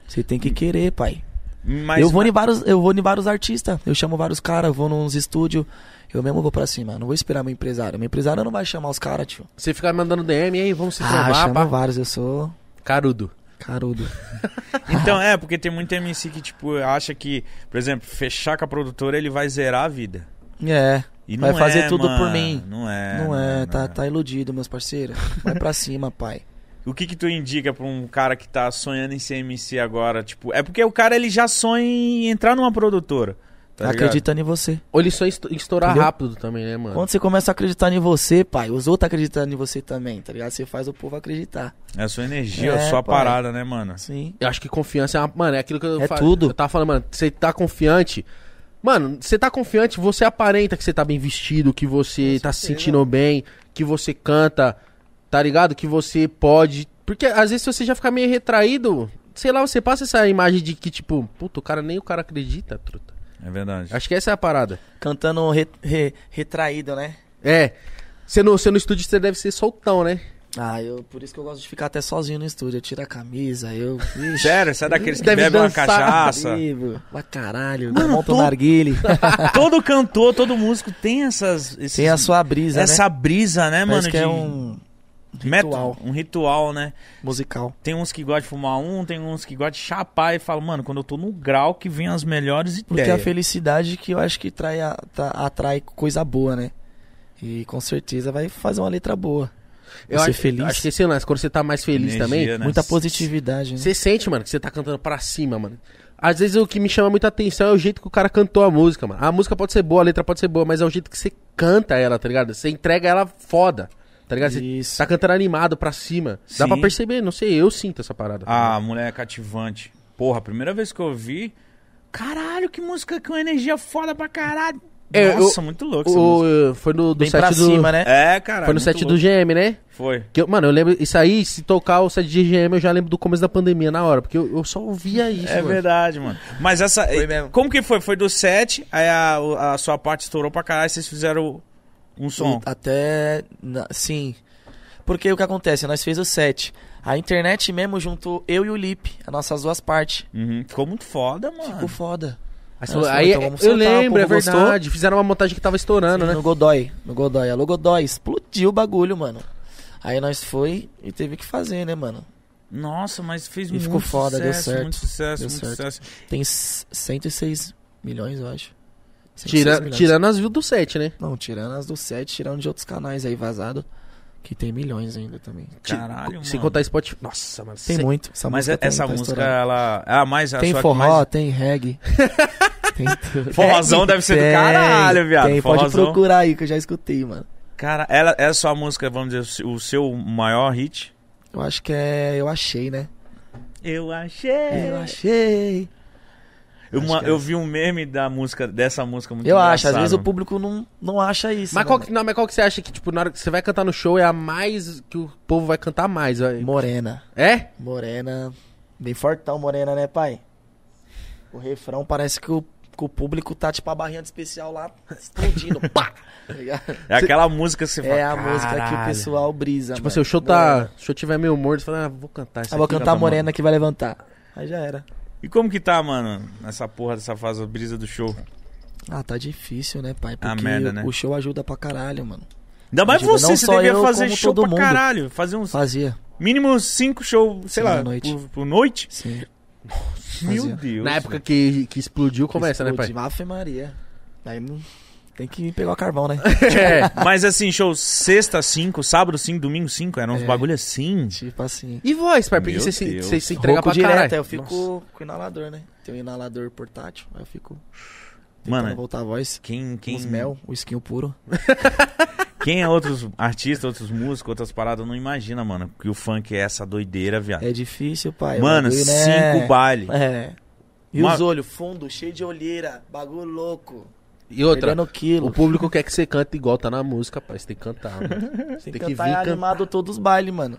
Speaker 3: Você tem que querer, pai.
Speaker 2: Mas,
Speaker 3: eu vou em vários, eu vou em vários artistas, eu chamo vários caras, vou nos estúdios, eu mesmo vou pra cima, não vou esperar meu empresário. Meu empresário não vai chamar os caras, tio.
Speaker 1: Você fica mandando DM, e aí, vamos se
Speaker 3: ah,
Speaker 1: trampar,
Speaker 3: chama
Speaker 1: pá.
Speaker 3: vários, eu sou
Speaker 1: Carudo.
Speaker 3: carudo.
Speaker 2: [LAUGHS] Então, é, porque tem muito MC que, tipo, acha que, por exemplo, fechar com a produtora, ele vai zerar a vida.
Speaker 3: É,
Speaker 2: E
Speaker 3: Vai
Speaker 2: não
Speaker 3: fazer
Speaker 2: é,
Speaker 3: tudo
Speaker 2: mano.
Speaker 3: por mim.
Speaker 2: Não é.
Speaker 3: não é, tá,
Speaker 2: é.
Speaker 3: tá iludido, meus parceiros. Vai pra [LAUGHS] cima, pai.
Speaker 2: O que que tu indica pra um cara que tá sonhando em ser MC agora? Tipo, é porque o cara ele já sonha em entrar numa produtora. Tá ligado?
Speaker 3: Acreditando em você.
Speaker 1: Ou ele só esto- estourar
Speaker 3: Entendeu?
Speaker 1: rápido também, né, mano?
Speaker 3: Quando você começa a acreditar em você, pai, os outros acreditando em você também, tá ligado? Você faz o povo acreditar.
Speaker 2: É a sua energia,
Speaker 3: É,
Speaker 2: a sua
Speaker 3: pai.
Speaker 2: parada, né, mano?
Speaker 3: Sim.
Speaker 1: Eu acho que confiança é uma. Mano, é aquilo que eu
Speaker 3: É
Speaker 1: fa-
Speaker 3: tudo.
Speaker 1: Eu tava falando, mano, você tá confiante. Mano, você tá confiante, você aparenta que você tá bem vestido, que você tá se sentindo bem, que você canta, tá ligado? Que você pode. Porque às vezes se você já fica meio retraído, sei lá, você passa essa imagem de que, tipo, puta, o cara nem o cara acredita, truta.
Speaker 2: É verdade.
Speaker 1: Acho que essa é a parada.
Speaker 3: Cantando re- re- retraído, né?
Speaker 1: É. Você no, você no estúdio você deve ser soltão, né?
Speaker 3: Ah, eu, por isso que eu gosto de ficar até sozinho no estúdio. Eu tiro a camisa,
Speaker 2: [LAUGHS]
Speaker 3: eu. Ixi,
Speaker 2: Sério, você é daqueles que
Speaker 1: Deve
Speaker 2: bebem uma
Speaker 1: dançar.
Speaker 2: cachaça.
Speaker 3: livro, Pra caralho,
Speaker 2: Mano,
Speaker 3: monta um
Speaker 2: tô- [LAUGHS]
Speaker 3: narguile.
Speaker 2: todo cantor, todo músico tem essas. esses-
Speaker 3: Tem a sua brisa,
Speaker 2: essa
Speaker 3: né?
Speaker 2: brisa, né,
Speaker 3: Parece
Speaker 2: mano?
Speaker 3: que
Speaker 2: de
Speaker 3: é um
Speaker 2: metal,
Speaker 3: ritual.
Speaker 2: Um ritual, né?
Speaker 3: musical.
Speaker 2: Tem uns que gostam de fumar um, tem uns que gostam de chapar e falam, mano, quando eu tô no grau que vem as melhores
Speaker 3: Porque
Speaker 1: É.
Speaker 2: ideias.
Speaker 3: a felicidade que eu acho que trai a- tra- atrai coisa boa, né? E com certeza vai fazer uma letra boa.
Speaker 1: Eu
Speaker 3: Você
Speaker 1: acho-
Speaker 3: feliz.
Speaker 1: Acho que esse lance, quando você tá mais feliz
Speaker 2: Energia,
Speaker 1: também,
Speaker 2: né?
Speaker 3: Muita positividade, né?
Speaker 1: Você sente, mano, que você tá cantando pra cima, mano. Às vezes o que me chama muita atenção é o jeito que o cara cantou a música, mano. A música pode ser boa, a letra pode ser boa, mas é o jeito que você canta ela, tá ligado? Você entrega ela foda, tá ligado? Você
Speaker 3: Isso.
Speaker 1: tá cantando animado pra cima. Dá
Speaker 2: Sim.
Speaker 1: pra perceber, não sei, eu sinto essa parada.
Speaker 2: A mulher é cativante. Porra, a primeira vez que eu vi. Caralho, que música com energia foda pra caralho.
Speaker 1: É,
Speaker 2: Nossa,
Speaker 1: eu-
Speaker 2: muito louco essa música.
Speaker 1: o, foi no do
Speaker 3: Bem
Speaker 1: set
Speaker 3: pra
Speaker 1: do.
Speaker 3: cima, né?
Speaker 2: É, cara.
Speaker 1: Foi no
Speaker 2: muito
Speaker 1: set do
Speaker 2: louco.
Speaker 1: GM, né?
Speaker 2: Foi.
Speaker 1: Que eu- mano, eu lembro. Isso aí, se tocar o set de GM, eu já lembro do começo da pandemia na hora, porque eu, eu só ouvia isso.
Speaker 2: É
Speaker 1: mano.
Speaker 2: verdade, mano. Mas essa.
Speaker 3: Foi mesmo.
Speaker 2: Como que foi? Foi do set, aí a, o- a sua parte estourou pra caralho, vocês fizeram um som.
Speaker 3: Até. na- Sim. Porque o que acontece? Nós fez o set. A internet mesmo juntou eu e o Lipe, as nossas duas partes.
Speaker 2: Uhum. Ficou muito foda,
Speaker 1: Ah.
Speaker 2: mano.
Speaker 3: Ficou foda.
Speaker 1: Aí, você
Speaker 3: Nossa,
Speaker 1: falou, aí,
Speaker 3: então vamos
Speaker 1: eu
Speaker 3: soltar, o
Speaker 1: lembro,
Speaker 3: povo
Speaker 1: é
Speaker 3: gostou.
Speaker 1: verdade. Fizeram uma montagem que tava estourando, né?
Speaker 3: No Godoy. No Godoy. Alô, Godoy. Explodiu o bagulho, mano. Aí nós foi e teve que fazer, né, mano?
Speaker 2: Nossa, mas fez
Speaker 3: E
Speaker 2: muito
Speaker 3: ficou foda, deu
Speaker 2: sucesso,
Speaker 3: certo.
Speaker 2: Muito sucesso,
Speaker 3: Deu
Speaker 2: muito
Speaker 3: certo.
Speaker 2: sucesso.
Speaker 3: Tem s- 106 milhões, eu acho. 106
Speaker 1: Tira,
Speaker 3: milhões.
Speaker 1: tirando as views do set, né?
Speaker 3: Não, tirando as do set, tirando de outros canais aí vazado. Que tem milhões ainda também.
Speaker 2: Caralho, mano.
Speaker 1: Se contar Spotify. Nossa, mano.
Speaker 3: Tem
Speaker 1: cê-
Speaker 3: muito. Essa
Speaker 2: Mas
Speaker 3: música
Speaker 2: é-
Speaker 3: tem,
Speaker 2: essa
Speaker 3: tá
Speaker 2: música,
Speaker 3: estourada.
Speaker 2: ela. Ah, mais a
Speaker 3: Tem
Speaker 2: sua que
Speaker 3: forró,
Speaker 2: mais- [LAUGHS]
Speaker 3: tem reggae. tem tudo.
Speaker 2: Forrozão deve ser do caralho, viado.
Speaker 3: Tem, pode
Speaker 2: Forrozão.
Speaker 3: procurar aí que eu já escutei, mano.
Speaker 2: Cara, ela é a sua música, vamos dizer, o seu- o seu maior hit.
Speaker 3: Eu acho que é. Eu achei, né?
Speaker 2: Eu achei.
Speaker 3: Eu achei.
Speaker 2: É. Eu,
Speaker 3: Acho
Speaker 2: uma-
Speaker 3: que é.
Speaker 2: eu vi um meme da música, dessa música muito
Speaker 3: eu acho, às
Speaker 2: engraçado.
Speaker 3: vezes o público não, não acha isso.
Speaker 1: Mas
Speaker 3: né,
Speaker 1: qual, que, não, mas qual que você acha que, tipo, na hora que você vai cantar no show é a mais que o povo vai cantar mais? vai?
Speaker 3: mano? Morena.
Speaker 1: É?
Speaker 3: Morena. Bem fortão, Morena, né, pai? O refrão parece que o, que o público tá tipo a barrinha de especial lá explodindo.
Speaker 1: [LAUGHS]
Speaker 3: pá! Tá ligado?
Speaker 2: É aquela música que você fala.
Speaker 3: É a música que o
Speaker 2: "Caralho".
Speaker 3: pessoal brisa.
Speaker 1: Tipo
Speaker 3: mano.
Speaker 1: assim, o show tá. Se o show tiver meio morto, você fala, ah, vou cantar isso
Speaker 3: Ah, vou
Speaker 1: aqui.
Speaker 3: cantar
Speaker 2: tá
Speaker 3: Morena que vai levantar. Aí já era.
Speaker 2: E como que tá, mano, essa porra dessa fase da brisa do show?
Speaker 3: Ah, tá difícil, né, pai?
Speaker 1: Ah,
Speaker 3: Porque
Speaker 2: merda,
Speaker 3: o,
Speaker 2: né?
Speaker 3: o show ajuda pra caralho, mano.
Speaker 2: Ainda mais
Speaker 3: Ajuda
Speaker 2: você,
Speaker 3: Tipo, não
Speaker 2: você
Speaker 3: só
Speaker 2: devia
Speaker 3: eu,
Speaker 2: fazer
Speaker 3: como
Speaker 2: show
Speaker 3: todo
Speaker 2: pra
Speaker 3: mundo.
Speaker 2: caralho. Fazer uns
Speaker 3: Fazia,
Speaker 2: mínimo cinco shows, sei
Speaker 3: Sim,
Speaker 2: lá,
Speaker 3: à noite.
Speaker 2: Por, por noite.
Speaker 3: sim.
Speaker 2: Meu
Speaker 3: Fazia.
Speaker 2: Deus.
Speaker 1: Na época que, que explodiu, começa, né, pai?
Speaker 3: Explode. Ave Maria. Aí não- tem que pegar o carvão, né?
Speaker 1: [LAUGHS] é.
Speaker 2: Mas assim, show sexta, cinco, sábado, cinco, domingo, cinco. Eram uns
Speaker 3: É.
Speaker 2: bagulho assim.
Speaker 3: tipo assim.
Speaker 1: E voz, pai? Porque
Speaker 2: Meu
Speaker 1: você se,
Speaker 2: Deus.
Speaker 1: você se entrega pra
Speaker 3: direto,
Speaker 1: caralho.
Speaker 3: eu fico com inalador, né? Tem um inalador portátil, aí eu fico tentando
Speaker 2: Mano,
Speaker 3: voltar a voz.
Speaker 2: quem,
Speaker 3: Então Os
Speaker 2: quem,
Speaker 3: mel, o skin puro.
Speaker 2: quem é outros artistas, outros músicos, outras paradas, não imagina, mano. Que o funk é essa doideira, viado.
Speaker 3: É difícil, pai. o
Speaker 2: mano,
Speaker 3: bagulho, né?
Speaker 2: cinco baile.
Speaker 3: É. E
Speaker 2: Mas-
Speaker 3: os olhos, fundo, cheio de olheira. Bagulho louco.
Speaker 1: E outra.
Speaker 3: Perdendo quilo.
Speaker 1: O público quer que você cante igual tá na música, pai. Você tem que cantar,
Speaker 3: [LAUGHS]
Speaker 1: mano.
Speaker 3: Tem
Speaker 1: Tem
Speaker 3: que
Speaker 1: que
Speaker 3: cantar
Speaker 1: vir
Speaker 3: e
Speaker 1: cantar.
Speaker 3: animado todos os bailes, mano.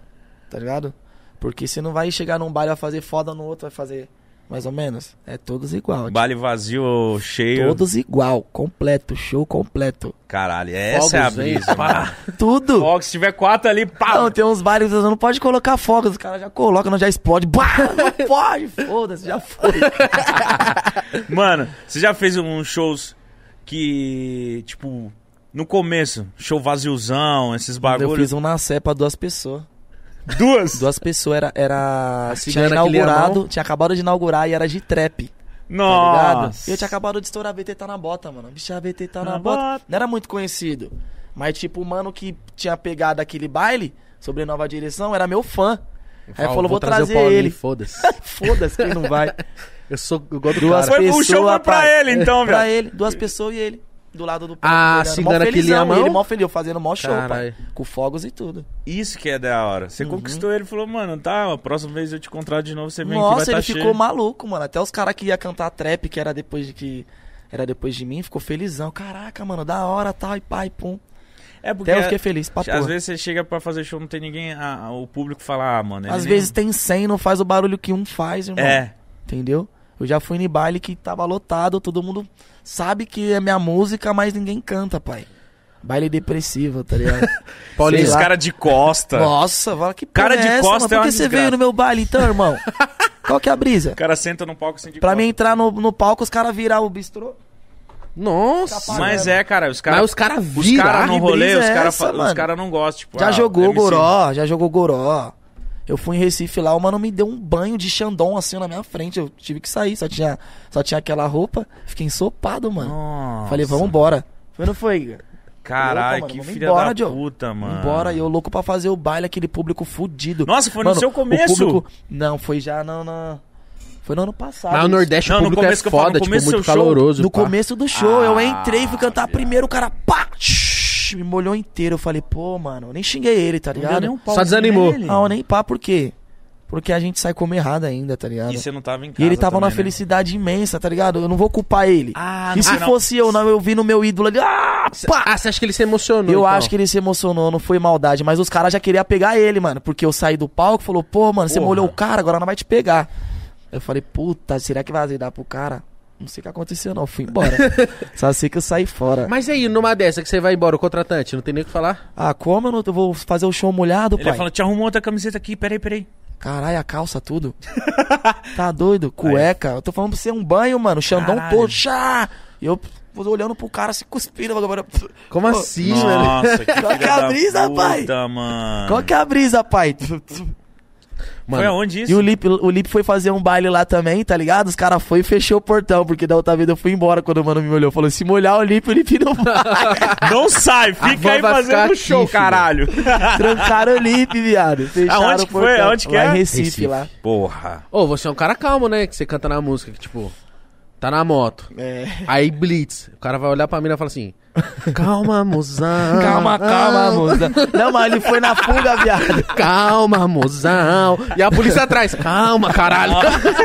Speaker 3: Tá ligado? Porque você não vai chegar num baile vai fazer foda no outro, vai fazer mais ou menos. É todos igual.
Speaker 2: Baile vazio, cheio.
Speaker 3: Todos igual, completo, show completo.
Speaker 2: Caralho, essa é a
Speaker 1: Fogos, hein?
Speaker 2: brisa. mano.
Speaker 3: Tudo!
Speaker 2: Ó, se tiver quatro ali, pá.
Speaker 3: Não, tem uns bailes que você não pode colocar fogos, os caras já colocam, não já explode. Bah, não pode, foda-se, já foi.
Speaker 2: Mano, você já fez uns shows que, tipo, no começo, show vaziozão, esses
Speaker 3: Eu
Speaker 2: bagulhos.
Speaker 3: fiz um na Sé pra duas pessoas.
Speaker 2: Duas?
Speaker 3: Duas pessoas, era. era tinha
Speaker 1: cigana que lia a mão?
Speaker 3: inaugurado, tinha acabado de inaugurar e era de trap. tá ligado?
Speaker 2: Nossa.
Speaker 3: E eu tinha acabado de estourar VT tá na bota, mano. Bicho, a VT tá na,
Speaker 2: Na
Speaker 3: bota.
Speaker 2: bota.
Speaker 3: Não era muito conhecido. Mas, tipo, o mano que tinha pegado aquele baile sobre nova direção era meu fã. Aí
Speaker 1: Ah,
Speaker 3: falou, vou trazer,
Speaker 1: o Paulinho,
Speaker 3: ele. [LAUGHS]
Speaker 1: Foda-se.
Speaker 3: Foda-se, quem não vai.
Speaker 1: Eu sou. Eu gosto do
Speaker 3: Duas
Speaker 1: cara.
Speaker 2: Foi- o show foi pra
Speaker 3: pai.
Speaker 2: ele, então,
Speaker 3: pra
Speaker 2: velho.
Speaker 3: ele, duas pessoas e ele. Do lado do
Speaker 1: Ah,
Speaker 3: olhando,
Speaker 1: cigana
Speaker 3: mó
Speaker 1: que lia
Speaker 3: felizão,
Speaker 1: a mão?
Speaker 3: e Ele mó feliz, eu fazendo mó show,
Speaker 1: Caralho.
Speaker 3: pai. Com fogos e tudo.
Speaker 2: Isso que é da hora.
Speaker 3: Uhum.
Speaker 2: Você conquistou ele e falou, mano, tá, a próxima vez eu te contrato de novo, você vem aqui, vai
Speaker 3: Nossa,
Speaker 2: tá
Speaker 3: ele
Speaker 2: cheio.
Speaker 3: ficou maluco, mano. Até os caras que ia cantar trap, que era depois de que. Era depois de mim, ficou felizão. Caraca, mano, da hora, tal, e pá, e pum.
Speaker 2: É porque...
Speaker 3: Até eu fiquei feliz, pra porra.
Speaker 2: Às vezes você chega pra fazer show, não tem ninguém, a- a- o público fala, ah, mano... ele
Speaker 3: Às
Speaker 2: nem-
Speaker 3: vezes tem 100, não faz o barulho que um faz, irmão.
Speaker 2: É,
Speaker 3: Entendeu? Eu já fui em baile que tava lotado, todo mundo sabe que é minha música, mas ninguém canta, pai. Baile depressivo, tá ligado?
Speaker 2: [LAUGHS]
Speaker 1: Paulinho,
Speaker 3: Sei
Speaker 2: os
Speaker 3: lá.
Speaker 2: caras de costa.
Speaker 3: Nossa, fala que
Speaker 2: Cara
Speaker 3: porra
Speaker 2: de
Speaker 3: é essa,
Speaker 2: costa
Speaker 3: mano?
Speaker 2: é
Speaker 3: Por
Speaker 2: uma
Speaker 3: que você
Speaker 2: desgraça.
Speaker 3: veio no meu baile então, irmão?
Speaker 2: [LAUGHS]
Speaker 3: Qual que é a brisa?
Speaker 2: O cara senta no palco assim de
Speaker 3: Pra
Speaker 2: costa.
Speaker 3: mim é entrar no, no palco, os caras virar o bistrô.
Speaker 1: Nossa.
Speaker 2: Mas é, cara, os
Speaker 1: Mas
Speaker 2: caras...
Speaker 1: os caras
Speaker 2: Os
Speaker 1: viram.
Speaker 2: caras não
Speaker 3: que
Speaker 2: rolê,
Speaker 3: brisa
Speaker 2: os
Speaker 3: é
Speaker 2: caras
Speaker 3: essa,
Speaker 2: cara
Speaker 3: mano?
Speaker 2: não gostam. Tipo,
Speaker 3: Já
Speaker 2: ah,
Speaker 3: jogou
Speaker 2: MC.
Speaker 3: goró, já jogou goró. Eu fui em Recife lá, o mano me deu um banho de Xandão assim na minha frente. Eu tive que sair, só tinha, só tinha aquela roupa. Fiquei ensopado, mano.
Speaker 2: Nossa.
Speaker 3: Falei, vamos embora. Foi não foi, Igor?
Speaker 2: Caralho,
Speaker 3: mano,
Speaker 2: que
Speaker 3: vamos
Speaker 2: filha
Speaker 3: embora,
Speaker 2: da
Speaker 3: Diogo.
Speaker 2: puta, mano.
Speaker 3: Embora, e eu louco pra fazer o baile, aquele público fudido.
Speaker 2: Nossa, foi no
Speaker 3: Mano,
Speaker 2: seu
Speaker 3: o
Speaker 2: começo?
Speaker 3: público- Não, foi já no, no- Foi no ano passado.
Speaker 1: Mas o
Speaker 3: isso.
Speaker 1: Nordeste
Speaker 2: Não,
Speaker 1: o
Speaker 2: no
Speaker 1: público é
Speaker 2: começo que eu falo, no
Speaker 1: foda, tipo,
Speaker 2: começo
Speaker 1: muito
Speaker 2: do show,
Speaker 1: caloroso.
Speaker 3: No
Speaker 1: pá.
Speaker 3: começo do show, eu
Speaker 2: Ah,
Speaker 3: entrei, fui cantar
Speaker 2: viado.
Speaker 3: primeiro, o cara pá, tsh, me molhou inteiro. Eu falei, pô, mano, eu nem xinguei ele,
Speaker 2: Não
Speaker 3: tá
Speaker 2: deu
Speaker 3: ligado?
Speaker 2: nem um pau
Speaker 1: Só desanimou.
Speaker 2: nele.
Speaker 3: Não, nem pá, por quê? Porque a gente sai como errado ainda, tá ligado?
Speaker 2: E você não tava em é casa
Speaker 3: E ele tava
Speaker 2: também, né?
Speaker 3: numa felicidade imensa, tá ligado? Eu não vou culpar ele.
Speaker 2: Ah,
Speaker 3: e
Speaker 2: não,
Speaker 3: se
Speaker 2: não. é
Speaker 3: fosse eu, não, eu vi no meu ídolo ali, ah, pá!
Speaker 1: Ah, você acha que ele se emocionou?
Speaker 3: Eu
Speaker 1: então?
Speaker 3: acho que ele se emocionou, não foi maldade, mas os caras já queriam pegar ele, mano. Porque eu saí do palco e falou, pô, mano, você
Speaker 2: Porra.
Speaker 3: molhou o cara, agora não vai te pegar. Eu falei, puta, será que vai dar pro cara? Não sei o que aconteceu, não.
Speaker 2: [LAUGHS]
Speaker 3: Fui embora. Só sei que eu saí fora.
Speaker 1: Mas aí, numa dessa que você vai embora, o contratante, não tem nem o que falar?
Speaker 3: Ah, como eu não eu vou fazer o show molhado,
Speaker 2: Ele
Speaker 3: pai?
Speaker 2: falou, te arrumou outra camiseta aqui, peraí, peraí.
Speaker 3: Caralho, a
Speaker 2: [LAUGHS]
Speaker 3: calça, tudo. tá doido? Cueca. Eu tô falando pra você um banho, mano. Xandão
Speaker 2: Caralho.
Speaker 3: todo. Chá! E eu pô, olhando pro cara, se cuspindo. agora-
Speaker 1: Como
Speaker 3: Pô,
Speaker 1: assim, mano?
Speaker 3: [LAUGHS]
Speaker 2: Nossa, que
Speaker 3: Qual
Speaker 2: filha
Speaker 3: que é a
Speaker 2: da
Speaker 3: brisa, pai?
Speaker 2: puta, mano.
Speaker 3: Qual que é a brisa, pai?
Speaker 2: Foi
Speaker 1: Mano,
Speaker 2: aonde isso?
Speaker 3: E o Lipe, o Lipe foi fazer um baile lá também, tá ligado? Os caras foi e fechou o portão, porque da outra vez eu fui embora quando o mano me olhou. Falou, se molhar o Lipe, o Lipe
Speaker 2: [LAUGHS]
Speaker 3: não vai.
Speaker 2: Não sai, fica
Speaker 1: van
Speaker 2: aí
Speaker 1: vai ficar
Speaker 2: fazendo
Speaker 1: aqui,
Speaker 2: show,
Speaker 1: filho.
Speaker 2: caralho.
Speaker 3: [LAUGHS] Trancaram o Lipe, viado. Fecharam
Speaker 2: Aonde
Speaker 3: o
Speaker 2: que foi?
Speaker 3: portão.
Speaker 2: Aonde que
Speaker 3: lá
Speaker 2: é?
Speaker 3: Em Recife,
Speaker 1: Recife.
Speaker 3: lá.
Speaker 2: Porra.
Speaker 1: ô, você é um cara calmo, né? Que você canta na música, que tipo, tá na moto.
Speaker 3: É.
Speaker 1: Aí blitz. O cara vai olhar pra mina e fala assim: Calma, [LAUGHS] mozão.
Speaker 3: Calma, calma, moça. Ah, Não, mas ele foi na fuga, viado.
Speaker 1: Calma, mozão. E a polícia atrás: Calma, caralho. [LAUGHS]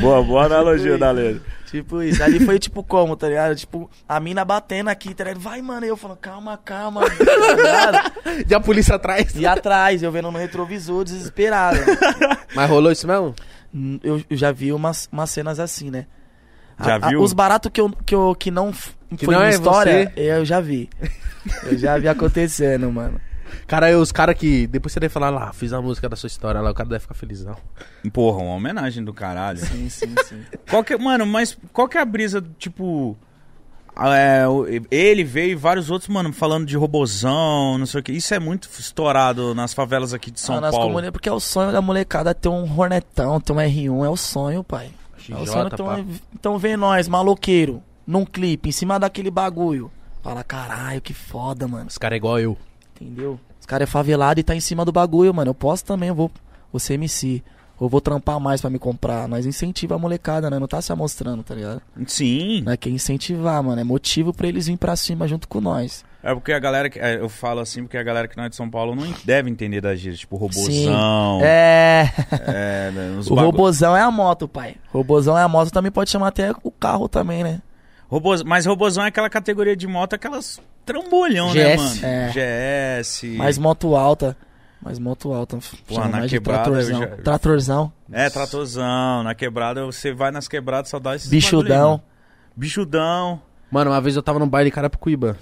Speaker 2: Boa, boa analogia da Leandro.
Speaker 3: Tipo isso. Ali foi tipo como, tá ligado? Tipo, a mina batendo aqui, tá ligado? Vai, mano. E eu falando, calma, calma. Tá ligado?
Speaker 1: E a polícia atrás.
Speaker 3: E atrás, eu vendo no retrovisor, desesperado.
Speaker 1: Mas rolou isso mesmo?
Speaker 3: Hum, Eu, eu já vi umas, umas cenas assim, né?
Speaker 2: Já
Speaker 3: A- a-
Speaker 2: viu?
Speaker 3: os baratos que, eu, que, eu, que não f-
Speaker 1: Que
Speaker 3: foi
Speaker 1: não
Speaker 3: minha
Speaker 1: é
Speaker 3: história, eu já vi. Eu já vi acontecendo, mano.
Speaker 1: Cara, eu- os caras que. Depois você deve falar lá, fiz a música da sua história lá, o cara deve ficar felizão.
Speaker 2: Porra, uma homenagem do caralho.
Speaker 3: Sim, sim, sim.
Speaker 2: Qual que, mano, mas qual que é a brisa, tipo... é, o- ele veio e vários outros, mano, falando de robozão, não sei o que. Isso é muito estourado nas favelas aqui de São
Speaker 3: Ah, nas
Speaker 2: Paulo.
Speaker 3: comuni- porque é o sonho da molecada ter um Hornetão, ter um R1, é o sonho, pai. É o sonho,
Speaker 1: XJ,
Speaker 3: então,
Speaker 1: pá.
Speaker 3: então vem nós, maloqueiro, num clipe, em cima daquele bagulho. Fala, caralho, que foda, mano.
Speaker 1: Os caras é igual eu.
Speaker 3: Entendeu? Os caras é favelado e tá em cima do bagulho, mano. Eu posso também, eu vou, vou ser MC. Ou vou trampar mais pra me comprar. Nós incentiva a molecada, né? Não tá se amostrando, tá ligado?
Speaker 2: Sim.
Speaker 3: Né? Quer incentivar, mano. É motivo pra eles virem pra cima junto com nós.
Speaker 2: É porque a galera que. é, Eu falo assim porque a galera que não é de São Paulo não en- deve entender da gíria, tipo robozão. É.
Speaker 3: É.
Speaker 2: né, uns
Speaker 3: O
Speaker 2: bagu-
Speaker 3: robozão é a moto, pai. Robozão é a moto, também pode chamar até o carro também, né?
Speaker 2: Robôs- Mas robozão é aquela categoria de moto, aquelas trambolhão, né,
Speaker 1: GS.
Speaker 2: mano?
Speaker 3: É.
Speaker 2: GS.
Speaker 3: Mais moto alta. Mais moto alta. Chama
Speaker 2: na
Speaker 3: mais
Speaker 2: quebrada,
Speaker 3: tratorzão.
Speaker 2: eu já-
Speaker 3: Tratorzão.
Speaker 2: É, tratorzão. Na quebrada, você vai nas quebradas, só dá esse.
Speaker 3: Bichudão.
Speaker 2: Bichudão.
Speaker 1: Mano, uma vez eu tava num baile em Carapicuíba.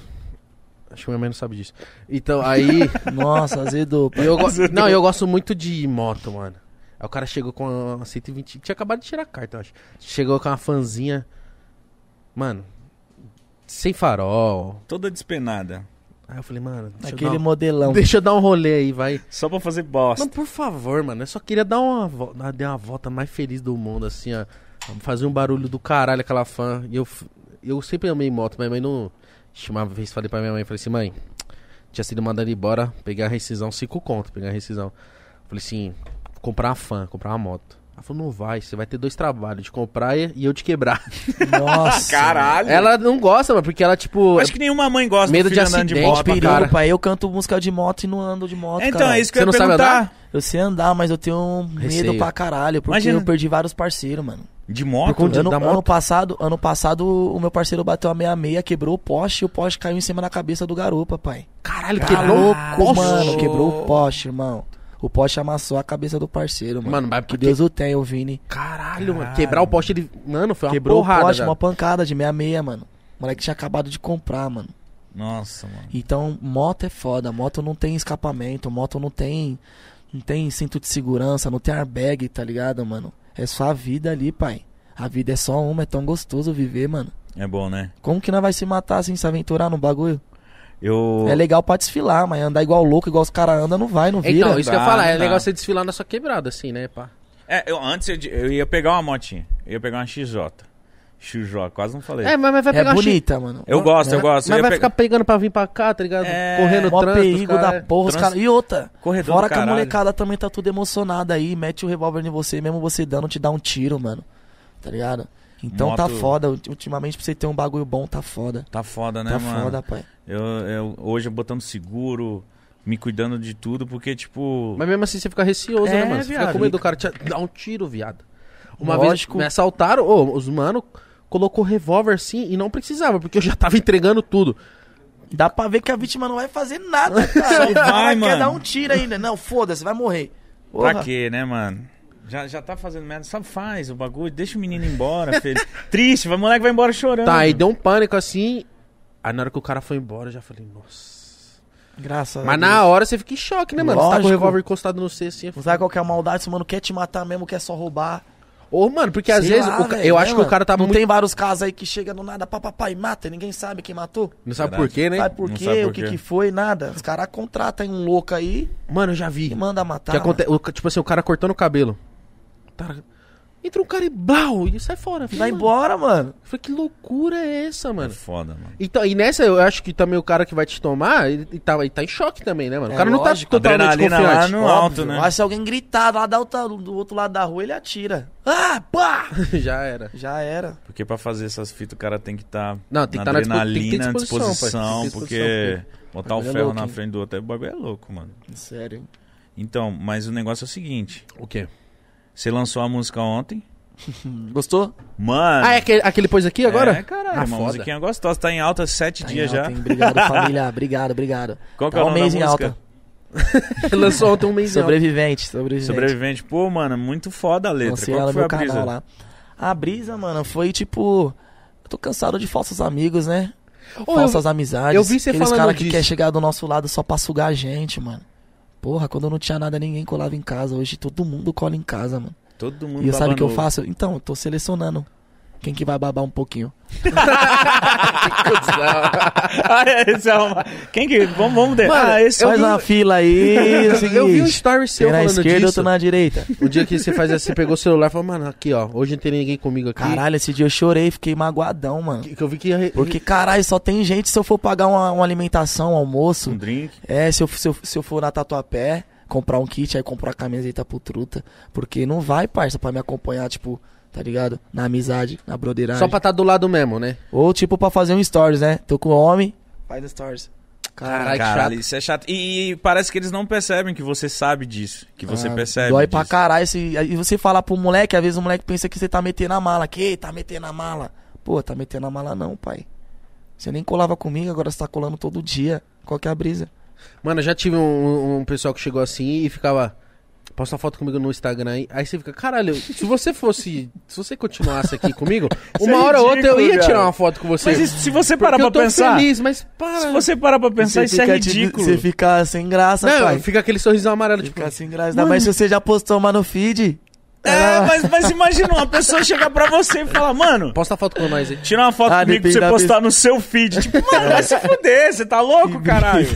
Speaker 1: Acho que minha mãe não sabe disso. Então, aí.
Speaker 3: Nossa, azedou,
Speaker 1: E
Speaker 3: pai.
Speaker 1: eu go- Não, eu gosto muito de moto, mano. Aí o cara chegou com uma 120. Tinha acabado de tirar a carta, eu acho. Chegou com uma fanzinha. Mano, sem farol.
Speaker 2: Toda despenada.
Speaker 1: Aí eu falei, mano, deixa, eu
Speaker 3: Aquele
Speaker 1: dar, um...
Speaker 3: modelão.
Speaker 1: [LAUGHS] deixa eu dar um rolê aí, vai.
Speaker 2: Só pra fazer bosta.
Speaker 1: Mano, por favor, mano. Eu só queria dar uma, vo- dar dar uma volta mais feliz do mundo, assim, ó. Fazer um barulho do caralho aquela fã. E eu, f- eu sempre amei moto. Minha mãe não. Ixi, Uma vez falei pra minha mãe, falei assim, mãe, tinha sido mandado embora, peguei a rescisão, cinco conto, peguei a rescisão. Falei assim, comprar uma fã, comprar uma moto. Ela falou, não vai, você vai ter dois trabalhos, de comprar e e eu de quebrar.
Speaker 3: Nossa.
Speaker 2: [LAUGHS] Caralho.
Speaker 1: Ela não gosta, mano, porque ela, tipo.
Speaker 2: Acho que nenhuma mãe gosta
Speaker 1: Medo
Speaker 2: do
Speaker 1: de
Speaker 2: filho andando de
Speaker 1: acidente,
Speaker 2: moto.
Speaker 1: perigo.
Speaker 3: Perigo,
Speaker 1: cara.
Speaker 3: pai. Eu canto música de moto e não ando de moto,
Speaker 2: Então,
Speaker 3: caralho.
Speaker 2: é isso que
Speaker 1: Você
Speaker 2: eu ia
Speaker 1: não sabe
Speaker 2: perguntar.
Speaker 1: andar?
Speaker 3: Eu sei andar, mas eu tenho um
Speaker 1: Receio.
Speaker 3: medo pra caralho, porque
Speaker 2: Imagina.
Speaker 3: eu perdi vários parceiros, mano.
Speaker 2: De
Speaker 1: Por
Speaker 2: moto?
Speaker 1: conta-
Speaker 3: Ano,
Speaker 1: da moto?
Speaker 3: ano passado, ano passado, o meu parceiro bateu a 66, quebrou o poste e o poste caiu em cima da cabeça do garupa, pai.
Speaker 1: Caralho,
Speaker 3: Que
Speaker 1: quebrou
Speaker 3: louco, mano.
Speaker 1: Mano,
Speaker 3: Quebrou o poste, irmão. O poste amassou a cabeça do parceiro, mano.
Speaker 1: Mano, mas é
Speaker 3: que
Speaker 1: porque-
Speaker 3: Deus o tenha, o Vini.
Speaker 1: Caralho, mano. Quebrar o poste, ele. Mano, foi uma
Speaker 3: Quebrou
Speaker 1: porrada.
Speaker 3: o poste,
Speaker 1: velho.
Speaker 3: uma pancada de 66, mano. O moleque tinha acabado de comprar, mano.
Speaker 2: Nossa, mano.
Speaker 3: Então, moto é foda. Moto não tem escapamento, moto não tem. Não tem cinto de segurança, não tem airbag, tá ligado, mano? É só a vida ali, pai. A vida é só uma, é tão gostoso viver, mano.
Speaker 2: É bom, né?
Speaker 3: Como que nós vai se matar sem se aventurar no bagulho?
Speaker 2: Eu.
Speaker 3: É legal pra desfilar, mas andar igual louco, igual os caras andam, não vai, não vira.
Speaker 1: Então, isso que eu ia
Speaker 2: Dá,
Speaker 1: falar, é
Speaker 2: dá.
Speaker 1: legal você desfilar na sua quebrada, assim, né, pá?
Speaker 2: É, eu, antes eu, di- eu ia pegar uma motinha. Eu ia pegar uma XJ. Chujó, quase não falei.
Speaker 1: É, mas, mas vai
Speaker 3: É
Speaker 1: pegar uma chi-
Speaker 3: bonita, mano.
Speaker 2: eu gosto, eu
Speaker 1: né?
Speaker 2: gosto. Eu
Speaker 1: Mas
Speaker 2: ia
Speaker 1: vai
Speaker 2: pe-
Speaker 1: ficar pegando pra vir pra cá, tá ligado?
Speaker 2: É,
Speaker 1: Correndo
Speaker 3: Mó
Speaker 1: trânsito.
Speaker 3: perigo
Speaker 1: os cara- é
Speaker 3: da porra, os
Speaker 2: Trans-
Speaker 3: caras. E outra.
Speaker 2: Corredor
Speaker 3: Fora
Speaker 2: É do
Speaker 3: que a
Speaker 2: caralho.
Speaker 3: molecada também tá tudo emocionada aí, mete o revólver em você, mesmo você dando, te dá um tiro, mano. Tá ligado? Então tá
Speaker 2: Moto-
Speaker 3: foda. Ulti- Ultimamente, pra você ter um bagulho bom, tá foda.
Speaker 2: Tá foda, né,
Speaker 3: tá
Speaker 2: mano?
Speaker 3: foda, pai.
Speaker 2: Eu, eu- hoje eu botando seguro, me cuidando de tudo, porque, tipo.
Speaker 1: Mas mesmo assim você fica receoso,
Speaker 2: É,
Speaker 1: né, mano? Você fica
Speaker 2: viado.
Speaker 1: com medo do cara te dar um tiro, viado. Uma
Speaker 3: Lógico.
Speaker 1: vez me assaltaram, ô, os mano colocou revólver assim e não precisava, porque eu já tava entregando tudo.
Speaker 3: Dá pra ver que a vítima não vai
Speaker 2: [LAUGHS]
Speaker 3: fazer nada, cara.
Speaker 2: Só
Speaker 3: O cara
Speaker 2: vai,
Speaker 3: quer
Speaker 2: mano. Tá
Speaker 3: dar um tiro ainda. Não, foda-se, vai morrer.
Speaker 2: Pra
Speaker 3: Porra.
Speaker 2: quê, né, mano? Já, já tá fazendo merda. Sabe, faz o bagulho, deixa o menino embora, [LAUGHS] filho. Triste, vai, o moleque vai embora chorando. É
Speaker 1: Tá, aí deu um pânico assim. Aí na hora que o cara foi embora, eu já falei, nossa.
Speaker 3: Graças a
Speaker 1: Mas
Speaker 3: Deus.
Speaker 1: na hora você fica em choque, né, mano? Você tá com o
Speaker 3: Lógico.
Speaker 1: revólver encostado no C assim. eu
Speaker 3: Não
Speaker 1: falo,
Speaker 3: sabe qual que é a maldade, se o mano quer te matar mesmo, quer só roubar.
Speaker 1: Ô, mano, porque às
Speaker 3: Sei
Speaker 1: vezes
Speaker 3: lá,
Speaker 1: o ca-
Speaker 3: velho,
Speaker 1: eu
Speaker 3: né,
Speaker 1: acho que
Speaker 3: mano?
Speaker 1: o cara tá
Speaker 3: Não
Speaker 1: muito.
Speaker 3: tem vários casos aí que chega do nada, papapá, e mata, e ninguém sabe quem matou.
Speaker 1: Não sabe
Speaker 2: Verdade.
Speaker 1: por quê, né?
Speaker 3: Sabe por
Speaker 2: Não
Speaker 3: quê,
Speaker 2: sabe por
Speaker 3: o que
Speaker 2: quê.
Speaker 3: que foi, nada. Os caras contratam um louco aí
Speaker 1: Mano, eu já vi.
Speaker 3: e manda matar.
Speaker 1: que aconte... o ca- Tipo assim, o cara cortando o cabelo. Tá- Entra um cara e blau, e sai fora.
Speaker 3: mano.
Speaker 1: filho,
Speaker 3: Vai
Speaker 1: mano.
Speaker 3: embora, mano.
Speaker 1: Eu falei, que loucura é essa,
Speaker 2: É
Speaker 1: mano?
Speaker 2: foda, mano.
Speaker 1: Então, e nessa eu acho que também o cara que vai te tomar, ele, ele tá, ele tá em choque também, né, mano? O
Speaker 3: É
Speaker 1: cara não
Speaker 3: lógico,
Speaker 1: tá totalmente
Speaker 2: adrenalina lá
Speaker 1: confiante.
Speaker 2: No
Speaker 3: Óbvio.
Speaker 2: alto, né?
Speaker 3: Mas se alguém gritar lá da outra- do outro lado da rua, ele atira. Ah, pá!
Speaker 1: [LAUGHS] Já era.
Speaker 3: Já era.
Speaker 2: Porque pra fazer essas fitas o cara tem que estar tá
Speaker 1: Não, tem que tá na dispo- tem que ter
Speaker 2: adrenalina,
Speaker 1: disposição, pai.
Speaker 2: disposição,
Speaker 1: Tem que ter
Speaker 2: porque botar o
Speaker 3: Bagulho é
Speaker 2: ferro
Speaker 3: louco,
Speaker 2: na
Speaker 3: hein?
Speaker 2: frente do outro é o bagulho é louco, mano.
Speaker 3: Sério.
Speaker 2: Então, mas o negócio é o seguinte:
Speaker 1: O quê?
Speaker 2: você lançou a música ontem.
Speaker 3: Gostou?
Speaker 2: Mano.
Speaker 1: Ah, é aquele, aquele pôs aqui agora?
Speaker 2: É, caralho,
Speaker 1: Ah,
Speaker 2: uma
Speaker 1: foda. [LAUGHS]
Speaker 2: musiquinha gostosa, tá em alta sete
Speaker 3: Tá em
Speaker 2: dias
Speaker 3: alta,
Speaker 2: já.
Speaker 3: hein? Obrigado, [LAUGHS] família. Obrigado, obrigado.
Speaker 2: Qual que
Speaker 3: Tá
Speaker 2: é o
Speaker 3: um
Speaker 2: nome
Speaker 3: mês
Speaker 2: da
Speaker 3: em
Speaker 2: música?
Speaker 3: alta.
Speaker 1: Lançou ontem um mês
Speaker 3: é. Sobrevivente, sobrevivente.
Speaker 2: Sobrevivente. Pô, mano, muito foda a letra.
Speaker 3: Lancei
Speaker 2: Qual
Speaker 3: ela
Speaker 2: que
Speaker 3: no
Speaker 2: foi
Speaker 3: meu
Speaker 2: a brisa?
Speaker 3: canal lá. A brisa, mano, foi tipo. Eu tô cansado de falsos amigos, né?
Speaker 1: Ô, eu,
Speaker 3: Falsas amizades.
Speaker 1: eu vi você
Speaker 3: Aqueles
Speaker 1: falando
Speaker 3: cara que
Speaker 1: disso.
Speaker 3: quer chegar do nosso lado só pra sugar a gente, mano. Porra, quando eu não tinha nada, ninguém colava em casa. Hoje todo mundo cola em casa, mano.
Speaker 2: Todo mundo
Speaker 3: E eu sabe o que eu
Speaker 2: babando
Speaker 3: faço? Então, eu tô selecionando quem que vai babar um pouquinho. né?
Speaker 2: Ah, esse é uma... Quem que. Vamos, vamos de...
Speaker 1: Mano,
Speaker 2: Ah, esse
Speaker 1: Eu
Speaker 3: Faz
Speaker 1: vi- um-
Speaker 3: uma fila
Speaker 1: [LAUGHS] [LAUGHS]
Speaker 3: aí. é
Speaker 1: eu,
Speaker 3: seguinte,
Speaker 1: eu vi um story seu
Speaker 3: tem na
Speaker 1: falando
Speaker 3: esquerda, eu
Speaker 1: disso.
Speaker 3: tô
Speaker 1: [LAUGHS]
Speaker 3: na direita.
Speaker 1: O dia que você faz assim, pegou o celular e falou, mano, aqui ó, hoje não tem ninguém comigo aqui.
Speaker 3: Caralho, esse dia eu chorei, fiquei magoadão, mano.
Speaker 1: Que, que eu vi que ia...
Speaker 3: Porque, caralho, só tem gente se eu for pagar uma, uma alimentação, um almoço.
Speaker 2: um drink.
Speaker 3: É, se eu, se, eu, se eu for na Tatuapé, comprar um kit, aí comprar a camiseta pro truta. Porque não vai, parça, pra me acompanhar, tipo, tá ligado? Na amizade, na broderagem.
Speaker 1: Só pra estar do lado mesmo, né?
Speaker 3: Ou tipo pra fazer um stories, né? Tô com homem, faz um stories. Caralho,
Speaker 1: Caralho, que
Speaker 2: Caralho,
Speaker 1: chato.
Speaker 2: isso é chato. E, e parece que eles não percebem que você sabe disso. Que você
Speaker 3: ah,
Speaker 2: percebe.
Speaker 3: Dói pra
Speaker 2: disso.
Speaker 3: caralho. esse- E você fala pro moleque, às vezes o moleque pensa que você tá metendo a mala. Que tá metendo a mala? Pô, tá metendo a mala não, pai. Você nem colava comigo, agora você tá colando todo dia. Qual que é a brisa?
Speaker 1: Mano, eu já tive um, um pessoal que chegou assim e ficava. Posta uma foto comigo no Instagram aí. Aí você fica, caralho, se você fosse. Se você continuasse aqui comigo,
Speaker 2: [LAUGHS] Isso é
Speaker 1: uma hora ou outra eu
Speaker 2: ridículo,
Speaker 1: ia
Speaker 2: cara.
Speaker 1: tirar uma foto com você.
Speaker 2: Mas isso, se você parar
Speaker 1: Porque
Speaker 2: pra
Speaker 1: eu tô
Speaker 2: pensar.
Speaker 1: feliz, mas para.
Speaker 2: Se você parar pra pensar, isso é
Speaker 3: fica de-
Speaker 2: ridículo.
Speaker 3: né? Você fica sem graça,
Speaker 1: Não,
Speaker 3: pai.
Speaker 1: fica aquele sorrisão amarelo, tipo.
Speaker 2: assim.
Speaker 3: Fica sem graça. Ainda mais se você já postou uma no feed.
Speaker 2: É,
Speaker 3: [LAUGHS]
Speaker 2: mas, mas imagina uma pessoa chegar pra você e falar, mano.
Speaker 1: Posta a foto com nós aí.
Speaker 2: Tira uma foto
Speaker 3: Ah,
Speaker 2: comigo pra
Speaker 3: depende
Speaker 2: você
Speaker 3: da
Speaker 2: postar no seu feed. Tipo, mano, vai se fuder, você tá louco, caralho?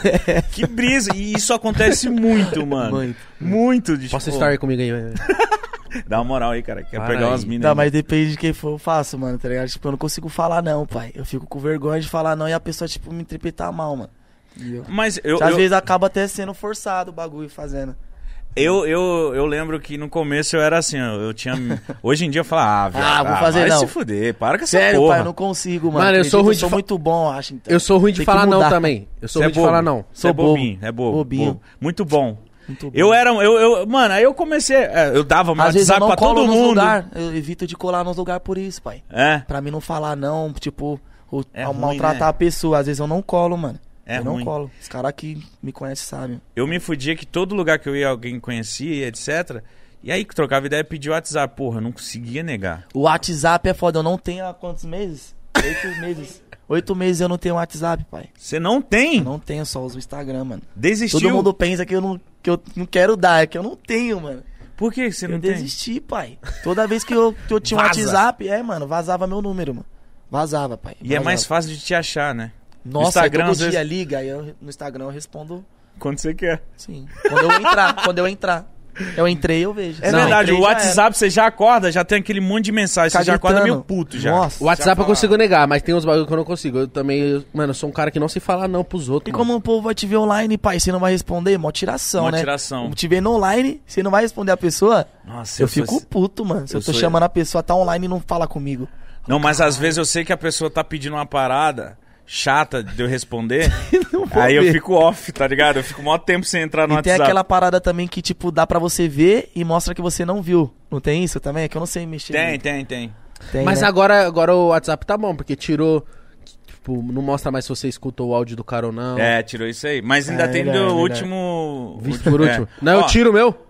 Speaker 2: Que brisa. E isso acontece muito, mano. Muito.
Speaker 3: Muito.
Speaker 2: de, tipo,
Speaker 1: Posta story comigo aí. velho.
Speaker 2: Dá uma moral aí, cara. Quer
Speaker 1: Para
Speaker 2: pegar
Speaker 1: aí.
Speaker 2: umas minas.
Speaker 3: Não, mas depende de quem for, eu faço, mano, tá ligado? Tipo, eu não consigo falar não, pai. Eu fico com vergonha de falar não e a pessoa, tipo, me interpretar mal, mano. E eu-
Speaker 2: Mas eu,
Speaker 3: Às
Speaker 2: eu,
Speaker 3: vezes acaba até sendo forçado o bagulho fazendo.
Speaker 2: eu, eu, eu lembro que no começo eu era assim, eu, eu tinha. Hoje em dia eu falo, ah, velho.
Speaker 3: Ah, vou fazer
Speaker 2: vai
Speaker 3: não.
Speaker 2: se fuder, para com essa
Speaker 3: Sério,
Speaker 2: porra.
Speaker 3: pai, eu não consigo, mano.
Speaker 1: Mano, eu
Speaker 3: Acredita,
Speaker 1: sou ruim de
Speaker 3: sou
Speaker 1: fa-
Speaker 3: muito bom, eu acho. Então.
Speaker 1: Eu sou ruim de
Speaker 3: Tem que
Speaker 1: falar não
Speaker 3: mudar.
Speaker 1: também. Eu sou
Speaker 2: Você
Speaker 1: ruim de
Speaker 2: bobo.
Speaker 1: falar não.
Speaker 2: Você é
Speaker 3: Sou bobo.
Speaker 2: bobinho, é bobo.
Speaker 3: Bobinho.
Speaker 2: bobo. Muito bom.
Speaker 3: Muito bom.
Speaker 2: Eu era. Eu, eu, mano, aí eu comecei. é, Eu dava meu
Speaker 3: Às vezes eu
Speaker 2: WhatsApp pra
Speaker 3: não colo
Speaker 2: todo
Speaker 3: nos
Speaker 2: mundo.
Speaker 3: lugar. Eu evito de colar nos lugar por isso, pai.
Speaker 2: É.
Speaker 3: Pra mim não falar não, tipo, ou
Speaker 2: É
Speaker 3: mal-
Speaker 2: ruim,
Speaker 3: maltratar
Speaker 2: né?
Speaker 3: a pessoa. Às vezes eu não colo, mano.
Speaker 2: É
Speaker 3: eu
Speaker 2: ruim.
Speaker 3: não colo. Os caras que me conhecem sabem.
Speaker 2: Eu me fudia que todo lugar que eu ia, alguém conhecia, etc. E aí que trocava ideia, pedia WhatsApp. Porra, eu não conseguia negar.
Speaker 3: O WhatsApp é foda, eu não tenho há quantos meses? Oito [LAUGHS] meses. Oito meses eu não tenho WhatsApp, pai.
Speaker 2: Você não tem?
Speaker 3: Eu não tenho, só uso o Instagram, mano.
Speaker 2: Desistiu.
Speaker 3: Todo mundo pensa que eu, não, que eu não quero dar, é que eu não tenho, mano.
Speaker 2: Por que você
Speaker 3: Eu
Speaker 2: não tem?
Speaker 3: desisti, pai. Toda vez que eu, que eu tinha um
Speaker 2: Vaza.
Speaker 3: WhatsApp, é, mano, vazava meu número, mano. Vazava, pai.
Speaker 2: E é
Speaker 3: vazava.
Speaker 2: mais fácil de te achar, né?
Speaker 3: Nossa,
Speaker 2: Instagram,
Speaker 3: Instagram, todo
Speaker 2: às
Speaker 3: dia
Speaker 2: vezes-
Speaker 3: liga, aí eu, no Instagram eu respondo
Speaker 2: Quando você quer.
Speaker 3: sim. Quando eu entrar, [LAUGHS] quando eu entrar. Eu entrei, eu vejo.
Speaker 2: É
Speaker 1: Não,
Speaker 2: verdade,
Speaker 3: Entrei,
Speaker 2: o
Speaker 3: já
Speaker 2: WhatsApp você já acorda, já tem aquele monte de mensagem,
Speaker 3: Ficar
Speaker 2: você já acorda
Speaker 3: gritando.
Speaker 2: meio puto já.
Speaker 1: O
Speaker 3: Nossa.
Speaker 1: WhatsApp eu
Speaker 2: falaram.
Speaker 1: consigo negar, mas tem uns bagulho que eu não consigo. Eu também, eu- mano, eu sou um cara que não sei falar não pros outros.
Speaker 3: E
Speaker 1: mano.
Speaker 3: como o povo vai te ver online, pai, você não vai responder? Mó tiração,
Speaker 2: Mó
Speaker 3: né?
Speaker 2: tiração.
Speaker 3: Te vendo online, você não vai responder a pessoa?
Speaker 2: Nossa,
Speaker 3: Eu,
Speaker 2: sou
Speaker 3: fico
Speaker 2: esse-
Speaker 3: puto, mano. Se eu,
Speaker 2: eu
Speaker 3: tô
Speaker 2: sou-
Speaker 3: chamando a pessoa, tá online e não fala comigo.
Speaker 2: Não, mas às vezes eu sei que a pessoa tá pedindo uma parada chata de eu
Speaker 3: [LAUGHS]
Speaker 2: responder, aí eu
Speaker 1: ver.
Speaker 2: fico off, tá ligado? Eu fico mó tempo sem entrar no
Speaker 3: e tem
Speaker 2: WhatsApp.
Speaker 3: aquela parada também que, tipo, dá pra você ver e mostra que você não viu. Não tem isso também? É que eu não sei mexer.
Speaker 2: Tem,
Speaker 3: muito.
Speaker 2: tem, tem.
Speaker 3: tem
Speaker 1: Mas
Speaker 3: né?
Speaker 1: agora, agora o WhatsApp tá bom, porque tirou. Tipo, não mostra mais se você escuta o áudio do cara ou não.
Speaker 2: É, tirou isso aí. Mas ainda
Speaker 3: É,
Speaker 2: tem
Speaker 3: verdade,
Speaker 2: do
Speaker 3: verdade.
Speaker 2: último...
Speaker 1: Visto por
Speaker 2: [LAUGHS] é.
Speaker 1: último. Não,
Speaker 2: Ó,
Speaker 1: eu tiro o meu.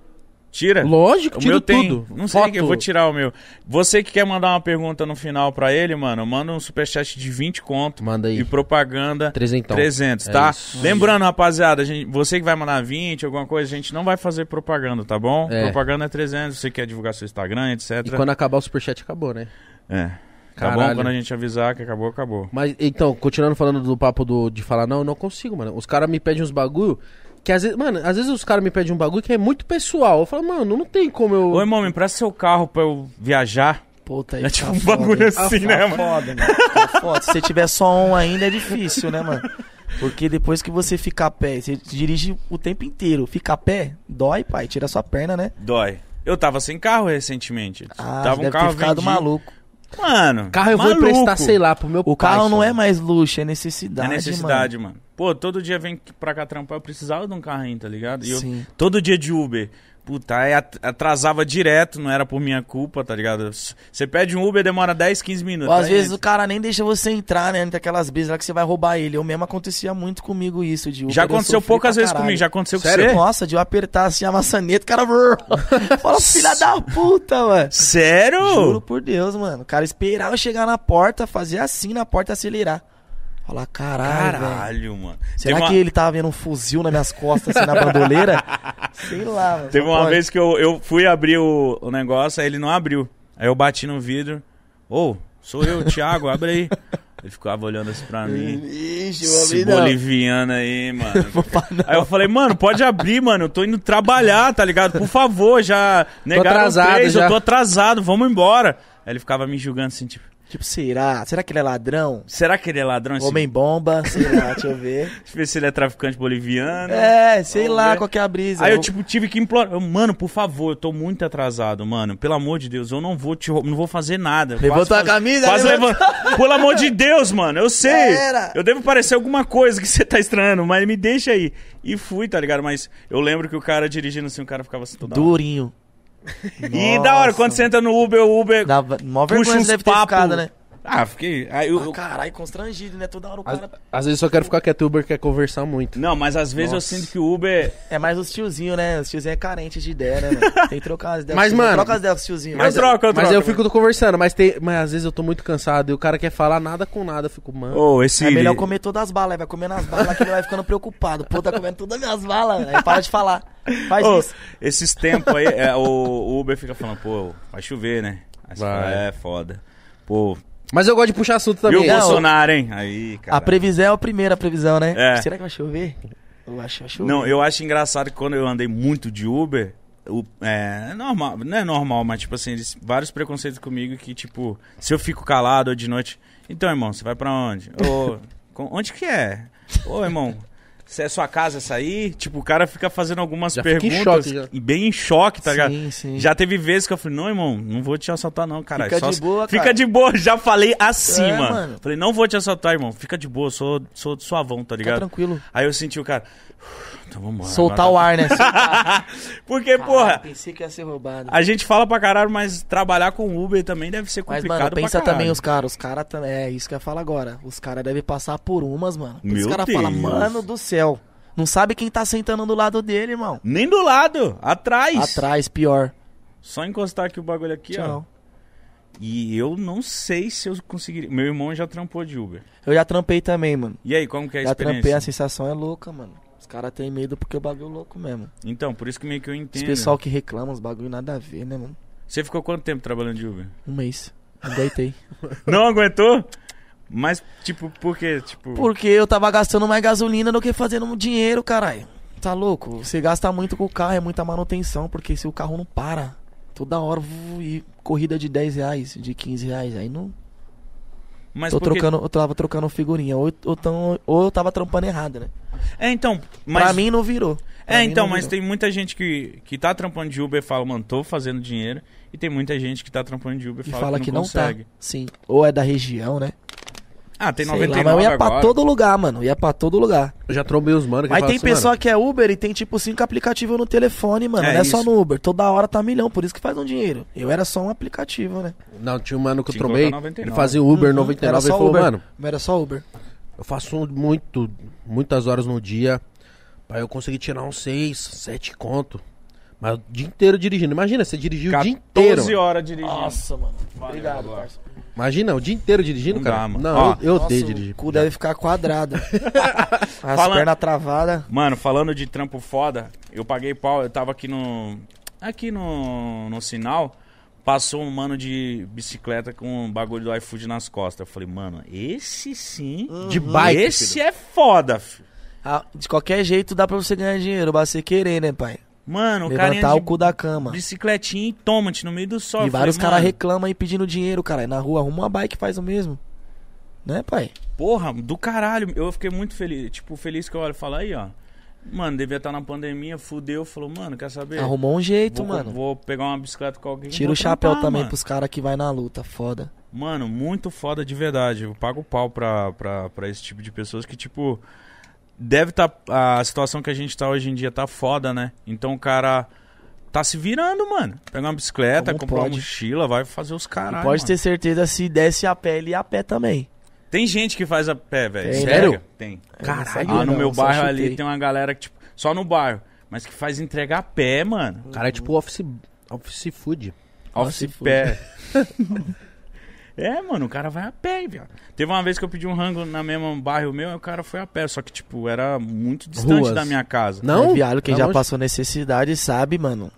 Speaker 2: Tira.
Speaker 1: Lógico,
Speaker 2: O
Speaker 1: tiro
Speaker 2: meu tem.
Speaker 1: tudo.
Speaker 2: Não sei,
Speaker 1: Foto.
Speaker 2: que eu vou tirar o meu. Você que quer mandar uma pergunta no final pra ele, mano, manda um superchat de 20 conto
Speaker 1: Manda aí.
Speaker 2: e propaganda
Speaker 1: Trezentão.
Speaker 2: 300,
Speaker 1: É
Speaker 2: tá?
Speaker 1: isso.
Speaker 2: Lembrando, rapaziada, a gente- você que vai mandar 20, alguma coisa, a gente não vai fazer propaganda, tá bom?
Speaker 1: É.
Speaker 2: Propaganda é 300, você quer divulgar seu Instagram, etc.
Speaker 1: E quando acabar o superchat, acabou, né?
Speaker 2: É. Tá
Speaker 1: Caralho.
Speaker 2: bom? Quando a gente avisar que acabou, acabou.
Speaker 1: Mas, então, continuando falando do papo do, de falar, não, eu não consigo, mano. Os caras me pedem uns bagulho que às vezes, mano, às vezes os caras me pedem um bagulho que é muito pessoal. Eu falo, mano, não tem como eu.
Speaker 2: Ô, irmão, me empresta seu carro pra eu viajar.
Speaker 3: Puta,
Speaker 2: É
Speaker 3: isso
Speaker 2: tipo
Speaker 3: tá
Speaker 2: um
Speaker 3: foda,
Speaker 2: bagulho
Speaker 3: hein?
Speaker 2: assim,
Speaker 3: tá
Speaker 2: né, mano?
Speaker 3: Foda, mano. Tá foda. Se você tiver só um ainda é difícil, né, mano? Porque depois que você fica a pé, você dirige o tempo inteiro. Fica a pé, dói, pai. Tira sua perna, né?
Speaker 2: Dói. Eu tava sem carro recentemente.
Speaker 3: Ah,
Speaker 2: tava
Speaker 3: você
Speaker 2: um
Speaker 3: deve
Speaker 2: carro
Speaker 3: ter ficado
Speaker 2: vendido.
Speaker 3: maluco.
Speaker 2: Mano,
Speaker 1: Carro eu vou
Speaker 2: maluco.
Speaker 1: emprestar, sei lá, pro meu
Speaker 3: O
Speaker 1: pai,
Speaker 3: carro não
Speaker 1: só.
Speaker 3: é mais luxo, é necessidade,
Speaker 2: É
Speaker 3: mano.
Speaker 2: necessidade, mano. Pô, todo dia vem pra cá trampar, eu precisava de um carrinho, tá ligado? E eu,
Speaker 3: Sim.
Speaker 2: todo dia de Uber. Puta, aí at- atrasava direto, não era por minha culpa, tá ligado? S- Você pede um Uber, demora 10, 15
Speaker 3: Ou
Speaker 2: minutos.
Speaker 3: às
Speaker 2: aí
Speaker 3: vezes o
Speaker 2: entra.
Speaker 3: cara nem deixa você entrar, né? Entre aquelas vezes lá que você vai roubar ele. Eu mesmo acontecia muito comigo isso, de Uber,
Speaker 2: Já
Speaker 3: eu
Speaker 2: aconteceu
Speaker 3: sofri
Speaker 2: poucas
Speaker 3: pra
Speaker 2: vezes
Speaker 3: caralho.
Speaker 2: comigo, já aconteceu
Speaker 1: Sério?
Speaker 2: com você? é?
Speaker 3: Nossa, de eu apertar assim a maçaneta, o cara. brrr,
Speaker 2: [LAUGHS]
Speaker 3: Fala, filha da puta, mano.
Speaker 2: Sério?
Speaker 3: Juro por Deus, mano. O cara esperava eu chegar na porta, fazer assim na porta e acelerar. Falar, caralho. velho.
Speaker 2: Caralho, mano.
Speaker 3: Será
Speaker 2: Teve uma-
Speaker 3: que ele tava vendo um fuzil nas minhas costas, assim, na
Speaker 2: [LAUGHS]
Speaker 3: bandoleira? Sei lá, mano.
Speaker 2: Teve
Speaker 3: Só
Speaker 2: uma
Speaker 3: pode.
Speaker 2: vez que eu, eu fui abrir o, o negócio, aí ele não abriu. Aí eu bati no vidro. Ô, sou eu, Thiago, abre aí. Ele ficava olhando assim pra mim.
Speaker 3: Ixi, [LAUGHS] eu
Speaker 2: Esse
Speaker 3: abri, não.
Speaker 2: boliviano aí, mano. aí eu falei, mano, pode abrir, mano. Eu tô indo trabalhar, tá ligado? Por favor, já negaram
Speaker 1: atrasado,
Speaker 2: três,
Speaker 1: já.
Speaker 2: eu tô atrasado, vamos embora. Aí ele ficava me julgando assim, tipo,
Speaker 3: Tipo, será? Será que ele é ladrão?
Speaker 2: será que ele é ladrão? Esse-
Speaker 3: Homem-bomba? Sei lá, deixa eu ver.
Speaker 2: Deixa eu ver se ele é traficante boliviano.
Speaker 3: É, sei
Speaker 2: Vamos
Speaker 3: lá,
Speaker 2: ver.
Speaker 3: qual que é a brisa.
Speaker 2: Aí eu, tipo, tive que implorar. Eu, Mano, por favor, eu tô muito atrasado, mano. Pelo amor de Deus, eu não vou te rou- não vou fazer nada.
Speaker 3: Levantou
Speaker 2: Quase
Speaker 3: a camisa, né,
Speaker 2: Quase
Speaker 3: levantou.
Speaker 2: levanta- Pelo amor de Deus, mano, eu sei.
Speaker 3: Era.
Speaker 2: Eu devo parecer alguma coisa que [LAUGHS] você tá estranhando, mas me deixa aí. E fui, tá ligado? Mas eu lembro que o cara dirigindo assim, o cara ficava assim toda hora.
Speaker 3: Durinho.
Speaker 2: E da hora, quando você entra no Uber, o Uber
Speaker 3: Dá mó
Speaker 2: puxa
Speaker 3: vergonha
Speaker 2: uns
Speaker 3: você deve ter
Speaker 2: papo.
Speaker 3: ficado, né?
Speaker 2: Ah, fiquei... Aí eu- eu-
Speaker 3: Ah, caralho, constrangido, né? Toda hora o
Speaker 1: Às,
Speaker 3: cara...
Speaker 1: às vezes eu só quero ficar quieto, o Uber quer conversar muito.
Speaker 2: Não, mas às vezes
Speaker 1: Nossa.
Speaker 2: eu sinto que o Uber...
Speaker 3: É mais os tiozinhos, né? Os tiozinhos é carente de ideia, né, mano? Tem que trocar as ideias.
Speaker 1: Mas,
Speaker 3: com os tiozinhos.
Speaker 1: mano-
Speaker 3: Troca as ideias com os é- tiozinhos.
Speaker 2: Mas eu troco, eu troco.
Speaker 1: mas eu fico conversando, mas, tem, mas às vezes eu tô muito cansado e o cara quer falar nada com nada. Eu fico, mano.
Speaker 2: Ô, esse...
Speaker 3: É melhor comer todas as balas, aí vai comendo as balas que ele vai ficando preocupado. Pô, tá comendo todas as minhas balas, aí para de falar. Faz
Speaker 2: Ô,
Speaker 3: isso.
Speaker 2: Esses tempos aí, é, o, o Uber fica falando, pô, vai chover, né? Aí você
Speaker 1: Vai.
Speaker 2: fala, é foda. Pô,
Speaker 1: Mas eu gosto de puxar assunto
Speaker 2: e o
Speaker 1: também.
Speaker 3: Não,
Speaker 2: Bolsonaro, hein? Aí, cara.
Speaker 3: A previsão é a primeira previsão, né?
Speaker 2: É.
Speaker 3: Será que vai chover? Eu acho que vai chover.
Speaker 2: Não, eu acho engraçado que quando eu andei muito de Uber, o- é, é normal, não é normal, mas tipo assim, eles, vários preconceitos comigo que, tipo, se eu fico calado ou de noite. Então, irmão, você vai pra onde?
Speaker 3: [LAUGHS]
Speaker 2: Ô, com- onde que é? Ô, irmão. Se é sua casa essa aí, tipo, o cara fica fazendo algumas
Speaker 1: Já fica em
Speaker 2: perguntas
Speaker 1: choque, já.
Speaker 2: e bem em choque, tá ligado?
Speaker 3: Sim, sim.
Speaker 2: Já teve vezes que eu falei, não, irmão, não vou te assaltar, não, cara. é
Speaker 3: Fica de boa,
Speaker 2: Fica
Speaker 3: cara.
Speaker 2: de boa, [LAUGHS] já falei assim,
Speaker 3: É,
Speaker 2: mano.
Speaker 3: mano.
Speaker 2: Falei, não vou te assaltar, irmão. Fica de boa, sou, sou suavão, tá
Speaker 3: Fica
Speaker 2: ligado?
Speaker 3: tranquilo.
Speaker 2: Aí eu senti o cara. Então vamos embora.
Speaker 3: Soltar o ar, né?
Speaker 2: Porque, [LAUGHS] porra,
Speaker 3: Pensei que ia ser roubado.
Speaker 2: a gente fala pra caralho, mas trabalhar com Uber também deve ser
Speaker 3: Mas,
Speaker 2: complicado.
Speaker 3: mano,
Speaker 2: pra
Speaker 3: pensa
Speaker 2: caralho.
Speaker 3: também os caras. Os caras também. É isso que eu ia falar agora. Os caras devem passar por umas, mano. Os
Speaker 2: Meu
Speaker 3: caras falam,
Speaker 2: Deus.
Speaker 3: mano do céu. Não sabe quem tá sentando do lado dele, irmão.
Speaker 2: Nem do lado, atrás.
Speaker 3: Atrás, pior.
Speaker 2: Só encostar aqui o bagulho aqui,
Speaker 3: Tchau.
Speaker 2: ó. E eu não sei se eu conseguiria. Meu irmão já trampou de Uber.
Speaker 3: Eu já trampei também, mano.
Speaker 2: E aí, como que é a
Speaker 3: Já trampei,
Speaker 2: experiência?
Speaker 3: a sensação é louca, mano. Os caras têm medo porque o bagulho é louco mesmo.
Speaker 2: Então, por isso que meio que eu
Speaker 3: Esse
Speaker 2: entendo.
Speaker 3: pessoal que reclama, os bagulho nada a ver, né, mano?
Speaker 2: Você ficou quanto tempo trabalhando de Uber? [LAUGHS]
Speaker 3: Um mês. Me deitei.
Speaker 2: não aguentou? Mas, tipo, por quê? Tipo,
Speaker 3: Porque eu tava gastando mais gasolina do que fazendo dinheiro, caralho. Tá louco? Você gasta muito com o carro, é muita manutenção, porque se o carro não para, toda hora vu, e corrida de 10 reais, de 15 reais, aí não.
Speaker 2: Mas
Speaker 3: tô
Speaker 2: porque-
Speaker 3: trocando, eu tava trocando figurinha, ou, eu- ou, tão- ou eu tava trampando errado, né?
Speaker 2: É, então. Mas...
Speaker 3: Pra mim não virou. Pra
Speaker 2: É,
Speaker 3: mim
Speaker 2: então,
Speaker 3: não
Speaker 2: mas
Speaker 3: virou.
Speaker 2: tem muita gente que, que tá trampando de Uber e fala, mano, tô fazendo dinheiro. E tem muita gente que tá trampando de Uber
Speaker 3: E fala que não, tá.
Speaker 2: consegue.
Speaker 3: Sim. Ou é da região, né?
Speaker 2: Ah, tem
Speaker 3: Sei lá,
Speaker 2: 99
Speaker 3: mas eu ia
Speaker 2: agora.
Speaker 3: pra todo lugar, mano. Ia pra todo lugar.
Speaker 1: Eu já trombei os mano que
Speaker 3: Mas
Speaker 1: fala
Speaker 3: tem
Speaker 1: assim,
Speaker 3: pessoa
Speaker 1: mano,
Speaker 3: que é Uber e tem tipo cinco aplicativos no telefone, mano.
Speaker 2: É
Speaker 3: não é só
Speaker 2: isso.
Speaker 3: no Uber. Toda hora tá milhão, por isso que faz um dinheiro. Eu era só um aplicativo, né?
Speaker 1: Não, tinha um mano que eu
Speaker 2: Tinha que
Speaker 1: trombei,
Speaker 2: colocar 99.
Speaker 1: ele fazia o Uber
Speaker 3: Uhum,
Speaker 1: 99
Speaker 3: era
Speaker 1: e
Speaker 3: só
Speaker 1: falou,
Speaker 3: Uber.
Speaker 1: mano,
Speaker 3: Mas Era só Uber.
Speaker 1: eu faço muito, muitas horas no dia pra eu conseguir tirar uns 6, 7 conto. Mas o dia inteiro dirigindo. Imagina, você dirigiu o dia inteiro.
Speaker 2: 14 horas dirigindo.
Speaker 3: Nossa, mano. Obrigado,
Speaker 2: Eduardo.
Speaker 3: parça.
Speaker 1: Imagina, o dia inteiro dirigindo,
Speaker 2: Não
Speaker 1: cara.
Speaker 2: dá, mano.
Speaker 1: Não,
Speaker 2: Ó,
Speaker 1: eu, eu
Speaker 3: Nossa,
Speaker 1: odeio
Speaker 3: O
Speaker 1: dirigir.
Speaker 3: cu deve
Speaker 1: [LAUGHS]
Speaker 3: ficar quadrado. As
Speaker 2: Fala-
Speaker 3: pernas travadas.
Speaker 2: Mano, falando de trampo foda, eu paguei pau, eu tava aqui no. Aqui no, no sinal, passou um mano de bicicleta com um bagulho do iFood nas costas. Eu falei, mano, esse sim.
Speaker 1: De
Speaker 3: Uhum.
Speaker 1: bike,
Speaker 2: Esse
Speaker 1: filho.
Speaker 2: é foda, filho.
Speaker 3: Ah, de qualquer jeito dá pra você ganhar dinheiro, basta você querer, né, pai?
Speaker 2: Mano, o É um carinha
Speaker 3: Levantar
Speaker 2: de
Speaker 3: o cu da cama.
Speaker 2: bicicletinha e toma-te no meio do sol.
Speaker 3: E
Speaker 2: Eu falei,
Speaker 3: vários caras
Speaker 2: mano,
Speaker 3: reclamam aí pedindo dinheiro, cara. E Na rua arruma uma bike e faz o mesmo. Né, pai?
Speaker 2: Porra, do caralho. Eu fiquei muito feliz. Tipo, feliz que eu olho e falo, aí, ó. Mano, devia estar na pandemia, fudeu. Falou, mano, quer saber?
Speaker 3: Arrumou um jeito,
Speaker 2: vou,
Speaker 3: mano.
Speaker 2: Vou pegar uma bicicleta com alguém. e
Speaker 3: Tira
Speaker 2: vou
Speaker 3: o chapéu
Speaker 2: trampar,
Speaker 3: também
Speaker 2: mano.
Speaker 3: pros caras que vai na luta, foda.
Speaker 2: Mano, muito foda de verdade. Eu pago pau pra, pra, pra esse tipo de pessoas que, tipo, deve tá. A situação que a gente tá hoje em dia tá foda, né? Então o cara tá se virando, mano. Pegar uma bicicleta,
Speaker 3: Como
Speaker 2: comprar uma
Speaker 3: pode?
Speaker 2: mochila, vai fazer os
Speaker 3: E
Speaker 2: caralho.
Speaker 3: pode
Speaker 2: mano.
Speaker 3: ter certeza se desce a pé, ele ia a pé também.
Speaker 2: Tem gente que faz a pé, velho.
Speaker 3: Tem, É,
Speaker 1: Sério?
Speaker 2: Entrega? Tem.
Speaker 3: Eu não sabia,
Speaker 2: Ah, no
Speaker 3: não,
Speaker 2: meu
Speaker 3: Tá só
Speaker 2: bairro ali
Speaker 3: chutei.
Speaker 2: tem uma galera que, tipo, só no bairro, mas que faz entregar a pé, mano.
Speaker 1: O cara é tipo office, office food.
Speaker 3: Nossa,
Speaker 2: Office
Speaker 3: se
Speaker 2: pé. [LAUGHS] é, mano, o cara vai a pé, velho. Teve uma vez que eu pedi um rango na mesma bairro meu, e o cara foi a pé, só que, tipo, era muito distante
Speaker 1: Ruas.
Speaker 2: da minha casa.
Speaker 1: Não?
Speaker 3: É viado, quem
Speaker 1: Tá
Speaker 3: já
Speaker 1: longe.
Speaker 3: passou necessidade sabe, mano.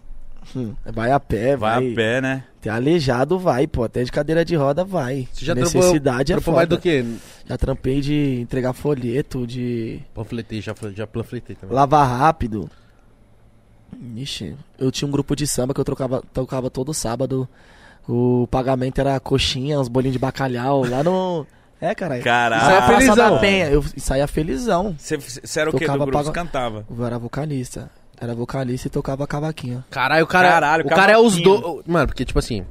Speaker 3: Hum, vai a pé, vai.
Speaker 2: Vai a pé, né?
Speaker 3: Até aleijado vai, pô. Até de cadeira de roda vai.
Speaker 1: Você já trampou-
Speaker 3: necessidade
Speaker 1: trampou
Speaker 3: é
Speaker 1: mais
Speaker 3: foda.
Speaker 1: do que
Speaker 3: Já trampei de entregar folheto, de
Speaker 1: panfletei, já, já panfletei também.
Speaker 3: lavar rápido. Ixi, eu tinha um grupo de samba que eu trocava, tocava todo sábado. O pagamento era coxinha, uns bolinhos de bacalhau lá no. [LAUGHS] É, caralho.
Speaker 2: Caralho.
Speaker 1: Isso é
Speaker 3: Praça
Speaker 1: felizão.
Speaker 3: da Penha. Eu saía felizão.
Speaker 2: Você você era o quê? Do
Speaker 3: Tocava
Speaker 2: grupo? Você
Speaker 3: paga-
Speaker 2: cantava.
Speaker 3: Eu era vocalista. Era vocalista e tocava cavaquinho.
Speaker 1: Caralho, o cara,
Speaker 2: Caralho,
Speaker 1: o cara é os
Speaker 2: cavaquinho.
Speaker 1: dois. Mano, porque, tipo assim,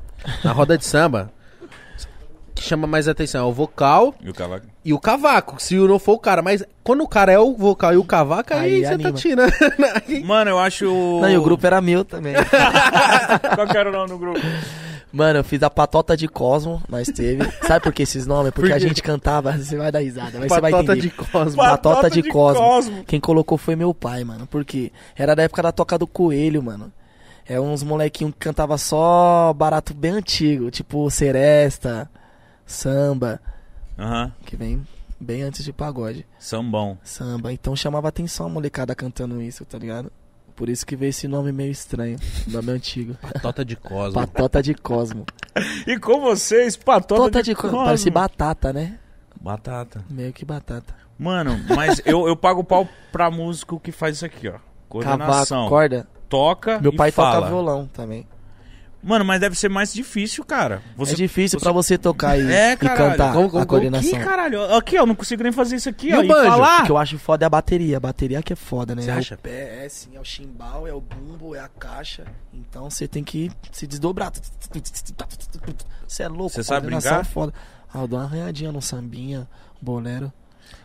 Speaker 1: na roda de samba, o que chama mais atenção é o vocal
Speaker 2: E o cavaco.
Speaker 1: e o cavaco. Se não for o cara, mas quando o cara é o vocal e o cavaco, aí,
Speaker 3: Aí
Speaker 1: você
Speaker 3: anima.
Speaker 1: tá tirando. [LAUGHS] Aí-
Speaker 2: Mano, eu acho.
Speaker 3: [LAUGHS] Não, e o grupo era meu
Speaker 2: [LAUGHS]
Speaker 3: também. [LAUGHS]
Speaker 2: Qual que era o nome do grupo?
Speaker 3: Mano, eu fiz a patota de Cosmo, nós teve. Sabe por que esses nomes? Porque
Speaker 1: Por
Speaker 3: a
Speaker 1: quê?
Speaker 3: gente cantava, [LAUGHS] você vai dar risada, mas você vai
Speaker 1: Patota
Speaker 3: entender.
Speaker 1: de Cosmo.
Speaker 3: [LAUGHS] Patota, de, Cosmo.
Speaker 2: Cosmo.
Speaker 3: Quem colocou foi meu pai, mano. Porque era da época da Toca do Coelho, mano. É uns molequinhos que cantava só barato bem antigo, tipo seresta, samba,
Speaker 2: Aham.
Speaker 3: que vem bem antes de pagode.
Speaker 2: Sambão.
Speaker 3: Samba. Então chamava atenção a molecada cantando isso, tá ligado? Por isso que veio esse nome meio estranho,
Speaker 2: [LAUGHS]
Speaker 3: nome antigo.
Speaker 1: Patota de Cosmo.
Speaker 3: Patota de Cosmo.
Speaker 2: E com vocês, patota,
Speaker 3: Patota de Cosmo. Parece batata, né?
Speaker 2: Batata.
Speaker 3: Meio que batata.
Speaker 2: Mano, mas eu, eu pago pau pra músico que faz isso aqui, ó.
Speaker 3: Cavaco,
Speaker 2: Coordenação.
Speaker 3: corda.
Speaker 2: toca
Speaker 3: Meu
Speaker 2: e
Speaker 3: pai
Speaker 2: fala.
Speaker 3: toca violão também.
Speaker 2: Mano, mas deve ser mais difícil, cara. Você...
Speaker 3: é difícil pra você tocar e,
Speaker 2: É,
Speaker 3: e
Speaker 2: caralho.
Speaker 3: cantar
Speaker 1: Como- como-
Speaker 3: a coordenação.
Speaker 2: Ih, caralho. Aqui, ó, eu não consigo nem fazer isso aqui,
Speaker 1: E
Speaker 2: ó.
Speaker 1: o banjo?
Speaker 2: Ah.
Speaker 3: O que eu acho foda é a bateria. A bateria que é foda, né?
Speaker 1: Você
Speaker 3: é
Speaker 1: acha?
Speaker 3: o pé, é sim, é o chimbal, é o bumbo, é a caixa. Então você tem que se desdobrar. Você é louco,
Speaker 2: Você sabe
Speaker 3: coordenação
Speaker 2: brincar?
Speaker 3: é foda. Ah, eu dou uma arranhadinha no sambinha, bolero,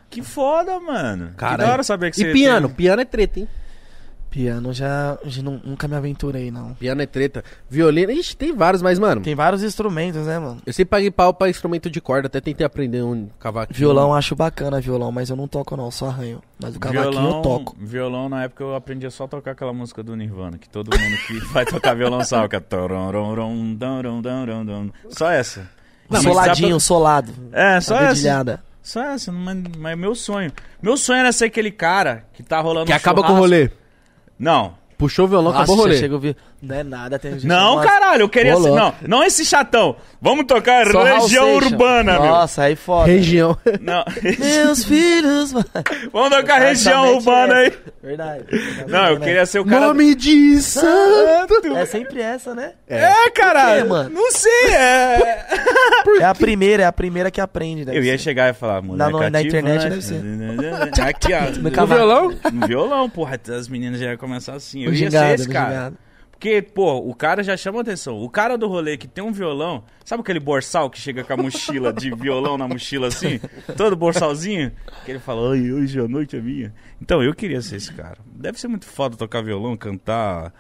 Speaker 2: Que foda, mano.
Speaker 1: Caralho.
Speaker 2: Que da hora saber que você
Speaker 1: E piano,
Speaker 2: tem-
Speaker 1: piano é treta, hein?
Speaker 3: piano. Já, já nu- nunca me aventurei, não.
Speaker 1: Piano é treta. Violino, ixi, tem vários, mas, mano,
Speaker 3: Tem vários instrumentos, né, mano?
Speaker 1: eu sempre paguei pau pra instrumento de corda, até tentei aprender um cavaco.
Speaker 3: Violão eu acho bacana, violão, mas eu não toco não, só arranho. Mas o cavaquinho
Speaker 2: Violão,
Speaker 3: eu toco.
Speaker 2: violão, na época eu aprendi a só tocar aquela música do Nirvana, que todo mundo que [LAUGHS] vai tocar violão sabe. que é tororom, dororom, dororom, dororom. Só essa.
Speaker 1: Não, mas
Speaker 3: Soladinho, solado.
Speaker 2: É, só essa.
Speaker 3: Dedilhada.
Speaker 2: Só essa, mas, mas é meu sonho. Meu sonho era ser aquele cara que tá rolando
Speaker 1: Que
Speaker 2: um
Speaker 1: acaba com o
Speaker 2: churrasco.
Speaker 1: rolê.
Speaker 2: Não.
Speaker 1: Puxou o violão,
Speaker 3: Nossa,
Speaker 1: acabou o rolê.
Speaker 3: chega o vi- Não é nada, tem gente.
Speaker 2: Não,
Speaker 3: Nossa,
Speaker 2: caralho, eu queria.
Speaker 3: Ô,
Speaker 2: ser-
Speaker 3: louco.
Speaker 2: não, não esse chatão. Vamos tocar
Speaker 3: só Raul
Speaker 2: região
Speaker 3: Seixas.
Speaker 2: urbana, meu.
Speaker 3: Nossa, aí foda.
Speaker 1: Região.
Speaker 2: Não. [LAUGHS]
Speaker 3: Meus filhos, mano.
Speaker 2: Vamos tocar região
Speaker 3: Exatamente é
Speaker 2: urbana
Speaker 3: essa.
Speaker 2: aí.
Speaker 3: Verdade.
Speaker 2: Não, eu queria ser o cara.
Speaker 1: Nome de santo.
Speaker 3: É sempre essa, né?
Speaker 2: É, caralho.
Speaker 3: mano?
Speaker 2: Não sei, é.
Speaker 3: É a primeira, é a primeira que aprende, né?
Speaker 2: Eu ia chegar e falar, mano.
Speaker 3: Na- na internet deve ser.
Speaker 2: [LAUGHS] Aqui, ó.
Speaker 3: No
Speaker 1: O
Speaker 3: cavalo.
Speaker 1: violão?
Speaker 2: No violão, porra. As meninas já iam começar assim. Eu
Speaker 3: No
Speaker 2: ia
Speaker 3: gingado,
Speaker 2: ser esse
Speaker 3: no
Speaker 2: cara.
Speaker 3: gingado.
Speaker 2: Porque, pô, o cara já chama atenção. O cara do rolê que tem um violão, sabe aquele borsal que chega com a mochila de violão na mochila assim? Todo borsalzinho? Que ele fala, "Ai, hoje a noite é minha. Então, eu queria ser esse cara. Deve ser muito foda tocar violão, cantar.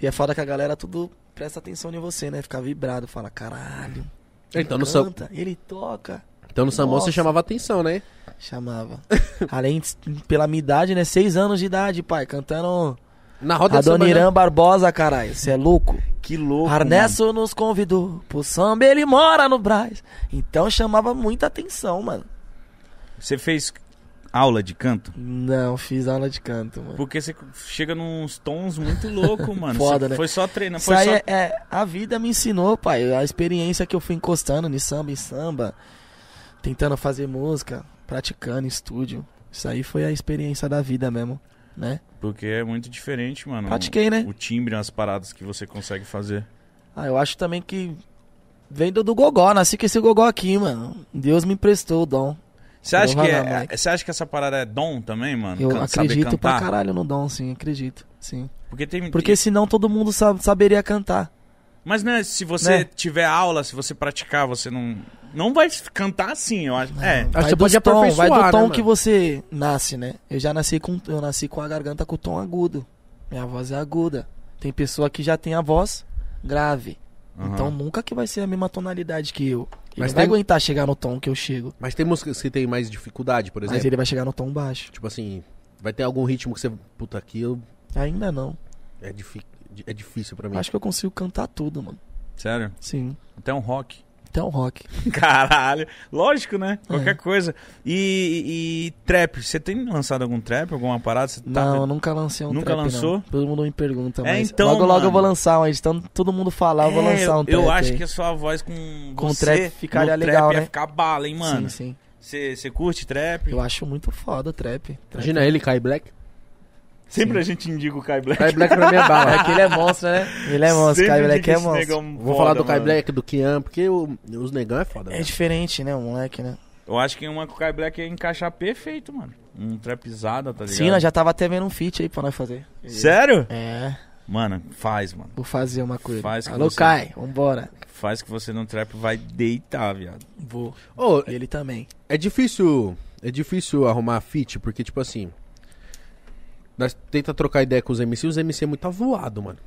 Speaker 3: E é foda que a galera tudo presta atenção em você, né? Fica vibrado, fala, caralho.
Speaker 1: Então no,
Speaker 3: ele
Speaker 1: sam...
Speaker 3: canta, ele toca.
Speaker 1: então no Samon você
Speaker 3: um Nossa.
Speaker 1: chamava atenção, né?
Speaker 3: Chamava. [LAUGHS] Além, de- pela minha idade, né? Seis anos de idade, pai. Cantando
Speaker 1: Na roda de samba, né?
Speaker 3: Adoniran Barbosa, caralho. Você é louco?
Speaker 2: Que louco.
Speaker 3: Arnesto nos convidou pro samba, ele mora no Brás. Então chamava muita atenção, mano.
Speaker 2: mano. Você fez aula de canto?
Speaker 3: Não, fiz aula de canto, mano.
Speaker 2: Porque você chega nos tons muito loucos, mano.
Speaker 3: Foda,
Speaker 2: Você-
Speaker 3: né?
Speaker 2: Foi só treinar,
Speaker 3: Isso
Speaker 2: foi
Speaker 3: aí
Speaker 2: só...
Speaker 3: é, é- a vida me ensinou, pai. A experiência que eu fui encostando em samba, em samba, tentando fazer música, praticando em estúdio. Isso aí foi a experiência da vida mesmo, né?
Speaker 2: Porque é muito diferente, mano.
Speaker 3: Pratiquei, né?
Speaker 2: O timbre, as paradas que você consegue fazer.
Speaker 3: Ah, eu acho também que vem do, do gogó, nasci com esse gogó aqui, mano. Deus me emprestou o dom.
Speaker 2: Você acha,
Speaker 3: Porra,
Speaker 2: que
Speaker 3: não,
Speaker 2: é,
Speaker 3: moleque.
Speaker 2: você acha que essa parada é dom também, mano?
Speaker 3: Eu
Speaker 2: Can- saber
Speaker 3: acredito pra
Speaker 2: cantar?
Speaker 3: caralho no dom, sim, acredito, sim.
Speaker 2: Porque tem...
Speaker 3: Porque senão todo mundo sa- saberia cantar.
Speaker 2: Mas, né, se você
Speaker 3: Né?
Speaker 2: tiver aula, se você praticar, você não... Não vai cantar assim, eu acho. É.
Speaker 1: Acho que você
Speaker 3: dos
Speaker 1: pode
Speaker 3: tom,
Speaker 1: aperfeiçoar,
Speaker 3: vai do
Speaker 1: né,
Speaker 3: tom
Speaker 1: mano?
Speaker 3: que você nasce, né? Eu já nasci com eu nasci com a garganta com o tom agudo. Minha voz é aguda. Tem pessoa que já tem a voz grave. Então
Speaker 2: Aham.
Speaker 3: nunca que vai ser a mesma tonalidade que eu. Ele
Speaker 1: Mas
Speaker 3: não vai
Speaker 1: tem-
Speaker 3: aguentar chegar no tom que eu chego,
Speaker 1: Mas tem músicas que tem mais dificuldade, por exemplo.
Speaker 3: mas ele vai chegar no tom baixo.
Speaker 1: Tipo assim, vai ter algum ritmo que você. Puta, aqui eu...
Speaker 3: Ainda não.
Speaker 1: é, difi... é difícil pra mim.
Speaker 3: Acho que eu consigo cantar tudo, mano.
Speaker 2: Sério?
Speaker 3: Sim.
Speaker 2: Até um rock. [LAUGHS]
Speaker 3: Até o rock.
Speaker 2: Caralho. Lógico, né? Qualquer
Speaker 3: É.
Speaker 2: coisa. E, e trap? Você tem lançado algum trap, alguma parada? Você tá-
Speaker 3: não, eu nunca lancei um
Speaker 2: Nunca
Speaker 3: trap, não.
Speaker 2: lançou?
Speaker 3: Todo mundo me pergunta,
Speaker 2: É,
Speaker 3: mas
Speaker 2: então,
Speaker 3: logo logo eu vou
Speaker 2: mano.
Speaker 3: lançar, mas então todo mundo falar, eu vou
Speaker 2: É,
Speaker 3: lançar um
Speaker 2: eu-
Speaker 3: trap.
Speaker 2: Eu acho
Speaker 3: aí.
Speaker 2: que a sua voz com,
Speaker 3: Com
Speaker 2: você,
Speaker 3: trap ficaria
Speaker 2: no trap
Speaker 3: legal,
Speaker 2: ia
Speaker 3: né?
Speaker 2: ficar bala, hein, mano?
Speaker 3: Sim, sim.
Speaker 2: Você curte trap?
Speaker 3: Eu acho muito foda o trap. trap
Speaker 1: Imagina ele, Kai Black.
Speaker 2: Sempre a gente indica o Kai Black.
Speaker 1: Kai Black pra mim é bala.
Speaker 3: [LAUGHS] É que ele é monstro, né? Ele é monstro,
Speaker 2: Sempre
Speaker 3: Kai Black
Speaker 2: indica
Speaker 3: é
Speaker 2: esse
Speaker 3: monstro.
Speaker 2: negão
Speaker 1: Vou
Speaker 2: foda,
Speaker 1: falar do Kai
Speaker 2: mano.
Speaker 1: Black, do Kian, porque o- os negão é foda.
Speaker 3: É
Speaker 1: velho.
Speaker 3: diferente, né, o moleque, né?
Speaker 2: Eu acho que uma com o Kai Black ia encaixar perfeito, mano. Um trapizada, tá ligado?
Speaker 3: Sim, nós já tava até vendo um feat aí pra nós fazer.
Speaker 2: Sério?
Speaker 3: É,
Speaker 2: Mano, faz, mano.
Speaker 3: vou fazer uma coisa.
Speaker 2: Faz que
Speaker 3: Alô,
Speaker 2: você-
Speaker 3: Kai, vambora.
Speaker 2: Faz que você no trap vai deitar, viado.
Speaker 3: Vou.
Speaker 1: Ô,
Speaker 3: E ele também.
Speaker 1: é difícil. É difícil arrumar fit, porque, tipo assim. Nós tenta trocar ideia com os MC, os MC é muito avoado, mano.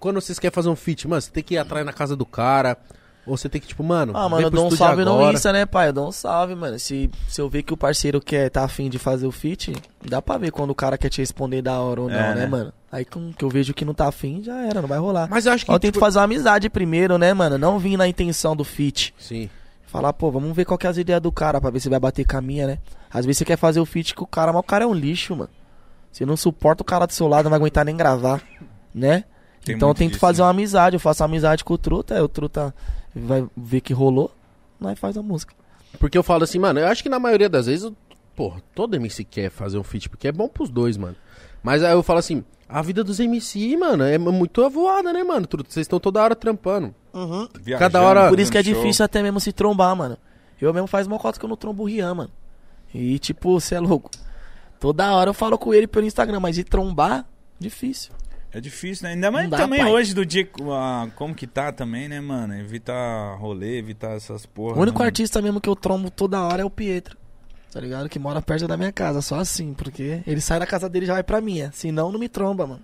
Speaker 1: Quando vocês querem fazer um fit, mano, você tem que ir atrás na casa do cara. Ou você tem que, tipo, mano.
Speaker 3: Ah,
Speaker 1: vem
Speaker 3: mano, eu
Speaker 1: pro
Speaker 3: dou um
Speaker 1: estúdio
Speaker 3: salve no
Speaker 1: agora.
Speaker 3: Insta, né, pai? Eu dou um salve, mano. Se, se eu ver que o parceiro quer, tá afim de fazer o feat, dá pra ver quando o cara quer te responder da hora ou não,
Speaker 2: É,
Speaker 3: né,
Speaker 2: né?
Speaker 3: mano? Aí com, que eu vejo que não tá afim, já era, não vai rolar.
Speaker 1: Mas tipo eu acho que.
Speaker 3: é Ó, eu tento fazer uma amizade primeiro, né, mano? Não vim na intenção do feat.
Speaker 1: Sim.
Speaker 3: Falar, pô, vamos ver qual que é as ideias do cara pra ver se vai bater com a minha, né? Às vezes você quer fazer o feat com o cara, mas o cara é um lixo, mano. Você não suporta o cara do seu lado, não vai aguentar nem gravar, né?
Speaker 2: Tem
Speaker 3: então eu
Speaker 2: muito
Speaker 3: tento
Speaker 2: disso,
Speaker 3: fazer
Speaker 2: né?
Speaker 3: uma amizade, eu faço uma amizade com o Truta, aí o Truta vai ver que rolou, nós faz a música.
Speaker 1: Porque eu falo assim, mano, eu acho que na maioria das vezes, eu- porra, todo MC quer fazer um feat, porque é bom pros dois, mano. Mas aí eu falo assim, a vida dos MC, mano, é muito avoada, né, mano? Truta? Vocês estão toda hora trampando.
Speaker 2: Viajando,
Speaker 1: hora-
Speaker 3: Por isso que é
Speaker 2: fazendo Tá show.
Speaker 3: difícil até mesmo se trombar, mano. Eu mesmo faz uma cota que eu não trombo o Rian, mano. E tipo, você é louco. Toda hora eu falo com ele pelo Instagram, mas de trombar, difícil.
Speaker 2: É difícil, né? Ainda mais
Speaker 3: Não dá,
Speaker 2: também
Speaker 3: pai.
Speaker 2: hoje do dia, co- ah, como que tá também, né, mano? Evitar rolê, evitar essas porra.
Speaker 3: O único
Speaker 2: né?
Speaker 3: artista mesmo que eu trombo toda hora é o Pietro. Tá ligado? Que mora perto da minha casa, só assim, porque ele sai da casa dele e já vai pra minha. Senão não me tromba, mano.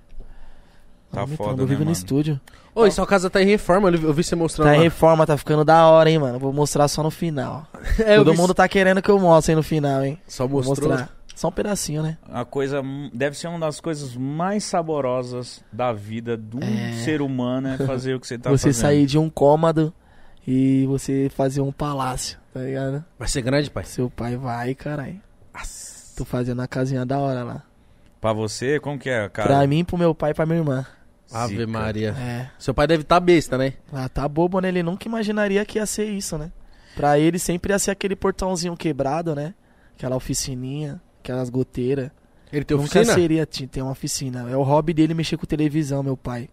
Speaker 2: Tá
Speaker 3: não me
Speaker 2: foda, né,
Speaker 3: tromba, eu vivo no
Speaker 2: mano?
Speaker 3: estúdio.
Speaker 1: Oi, sua casa tá em reforma, eu vi- eu vi você mostrando
Speaker 3: Tá em
Speaker 1: lá.
Speaker 3: reforma, tá ficando da hora, hein, mano. Vou mostrar só no final.
Speaker 1: É, eu
Speaker 3: Todo
Speaker 1: vi-
Speaker 3: mundo tá querendo que eu mostre aí no final, hein.
Speaker 1: Só
Speaker 3: Vou
Speaker 1: mostrou.
Speaker 3: mostrar. Só um pedacinho, né?
Speaker 2: A coisa. Deve ser uma das coisas mais saborosas da vida de um
Speaker 3: É.
Speaker 2: ser humano é fazer o que você tá
Speaker 3: você
Speaker 2: fazendo.
Speaker 3: sair de um cômodo e você fazer um palácio, tá ligado?
Speaker 1: Vai ser grande, pai.
Speaker 3: Seu pai vai, caralho. Tô fazendo a casinha da hora lá.
Speaker 2: Pra você, como que é, cara?
Speaker 3: Pra mim, pro meu pai e pra minha irmã.
Speaker 1: Ave
Speaker 2: Zica.
Speaker 1: Maria.
Speaker 3: É.
Speaker 1: Seu pai deve estar besta, né?
Speaker 3: Ah, tá bobo, né? Ele nunca imaginaria que ia ser isso, né? Pra ele sempre ia ser aquele portãozinho quebrado, né? Aquela oficininha, aquelas goteiras.
Speaker 1: Ele tem
Speaker 3: nunca
Speaker 1: oficina?
Speaker 3: seria ti- ter uma oficina. É o hobby dele mexer com televisão, meu pai.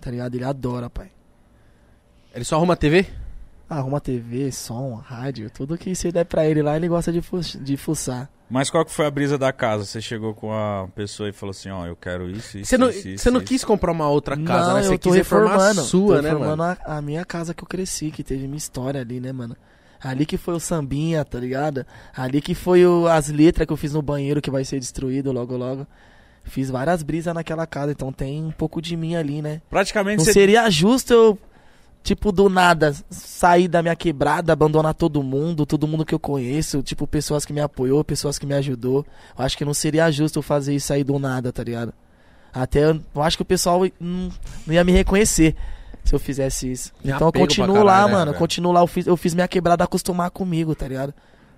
Speaker 3: Tá ligado? Ele adora, pai.
Speaker 1: Ele só arruma TV?
Speaker 3: Arruma TV, som, rádio, tudo que você der pra ele lá, ele gosta de, fu de fuçar.
Speaker 2: Mas qual que foi a brisa da casa? Você chegou com a pessoa e falou assim, ó, eu quero isso, isso,
Speaker 1: Você não,
Speaker 2: isso, isso,
Speaker 1: você não
Speaker 2: isso.
Speaker 1: quis comprar uma outra casa,
Speaker 3: Não,
Speaker 1: né? Você
Speaker 3: eu tô
Speaker 1: quis reformar a
Speaker 3: reformando,
Speaker 1: sua,
Speaker 3: tô
Speaker 1: né,
Speaker 3: reformando
Speaker 1: mano?
Speaker 3: A, a minha casa que eu cresci, que teve minha história ali, né, mano? Ali que foi o sambinha, tá ligado? Ali que foi o- as letras que eu fiz no banheiro que vai ser destruído logo logo. Fiz várias brisas naquela casa, então tem um pouco de mim ali, né?
Speaker 2: Praticamente
Speaker 3: Não
Speaker 2: você...
Speaker 3: seria justo eu, tipo, do nada, sair da minha quebrada, abandonar todo mundo, todo mundo que eu conheço, tipo, pessoas que me apoiou, pessoas que me ajudou. Eu acho que não seria justo eu fazer isso aí do nada, tá ligado? Até eu, eu acho que o pessoal hum, não ia me reconhecer se eu fizesse isso.
Speaker 1: Tem
Speaker 3: então eu
Speaker 1: apego pra
Speaker 3: continuo
Speaker 1: caralho,
Speaker 3: lá,
Speaker 1: né,
Speaker 3: mano.
Speaker 1: velho?
Speaker 3: Continuo lá, eu fiz, eu fiz minha quebrada acostumar comigo, tá ligado?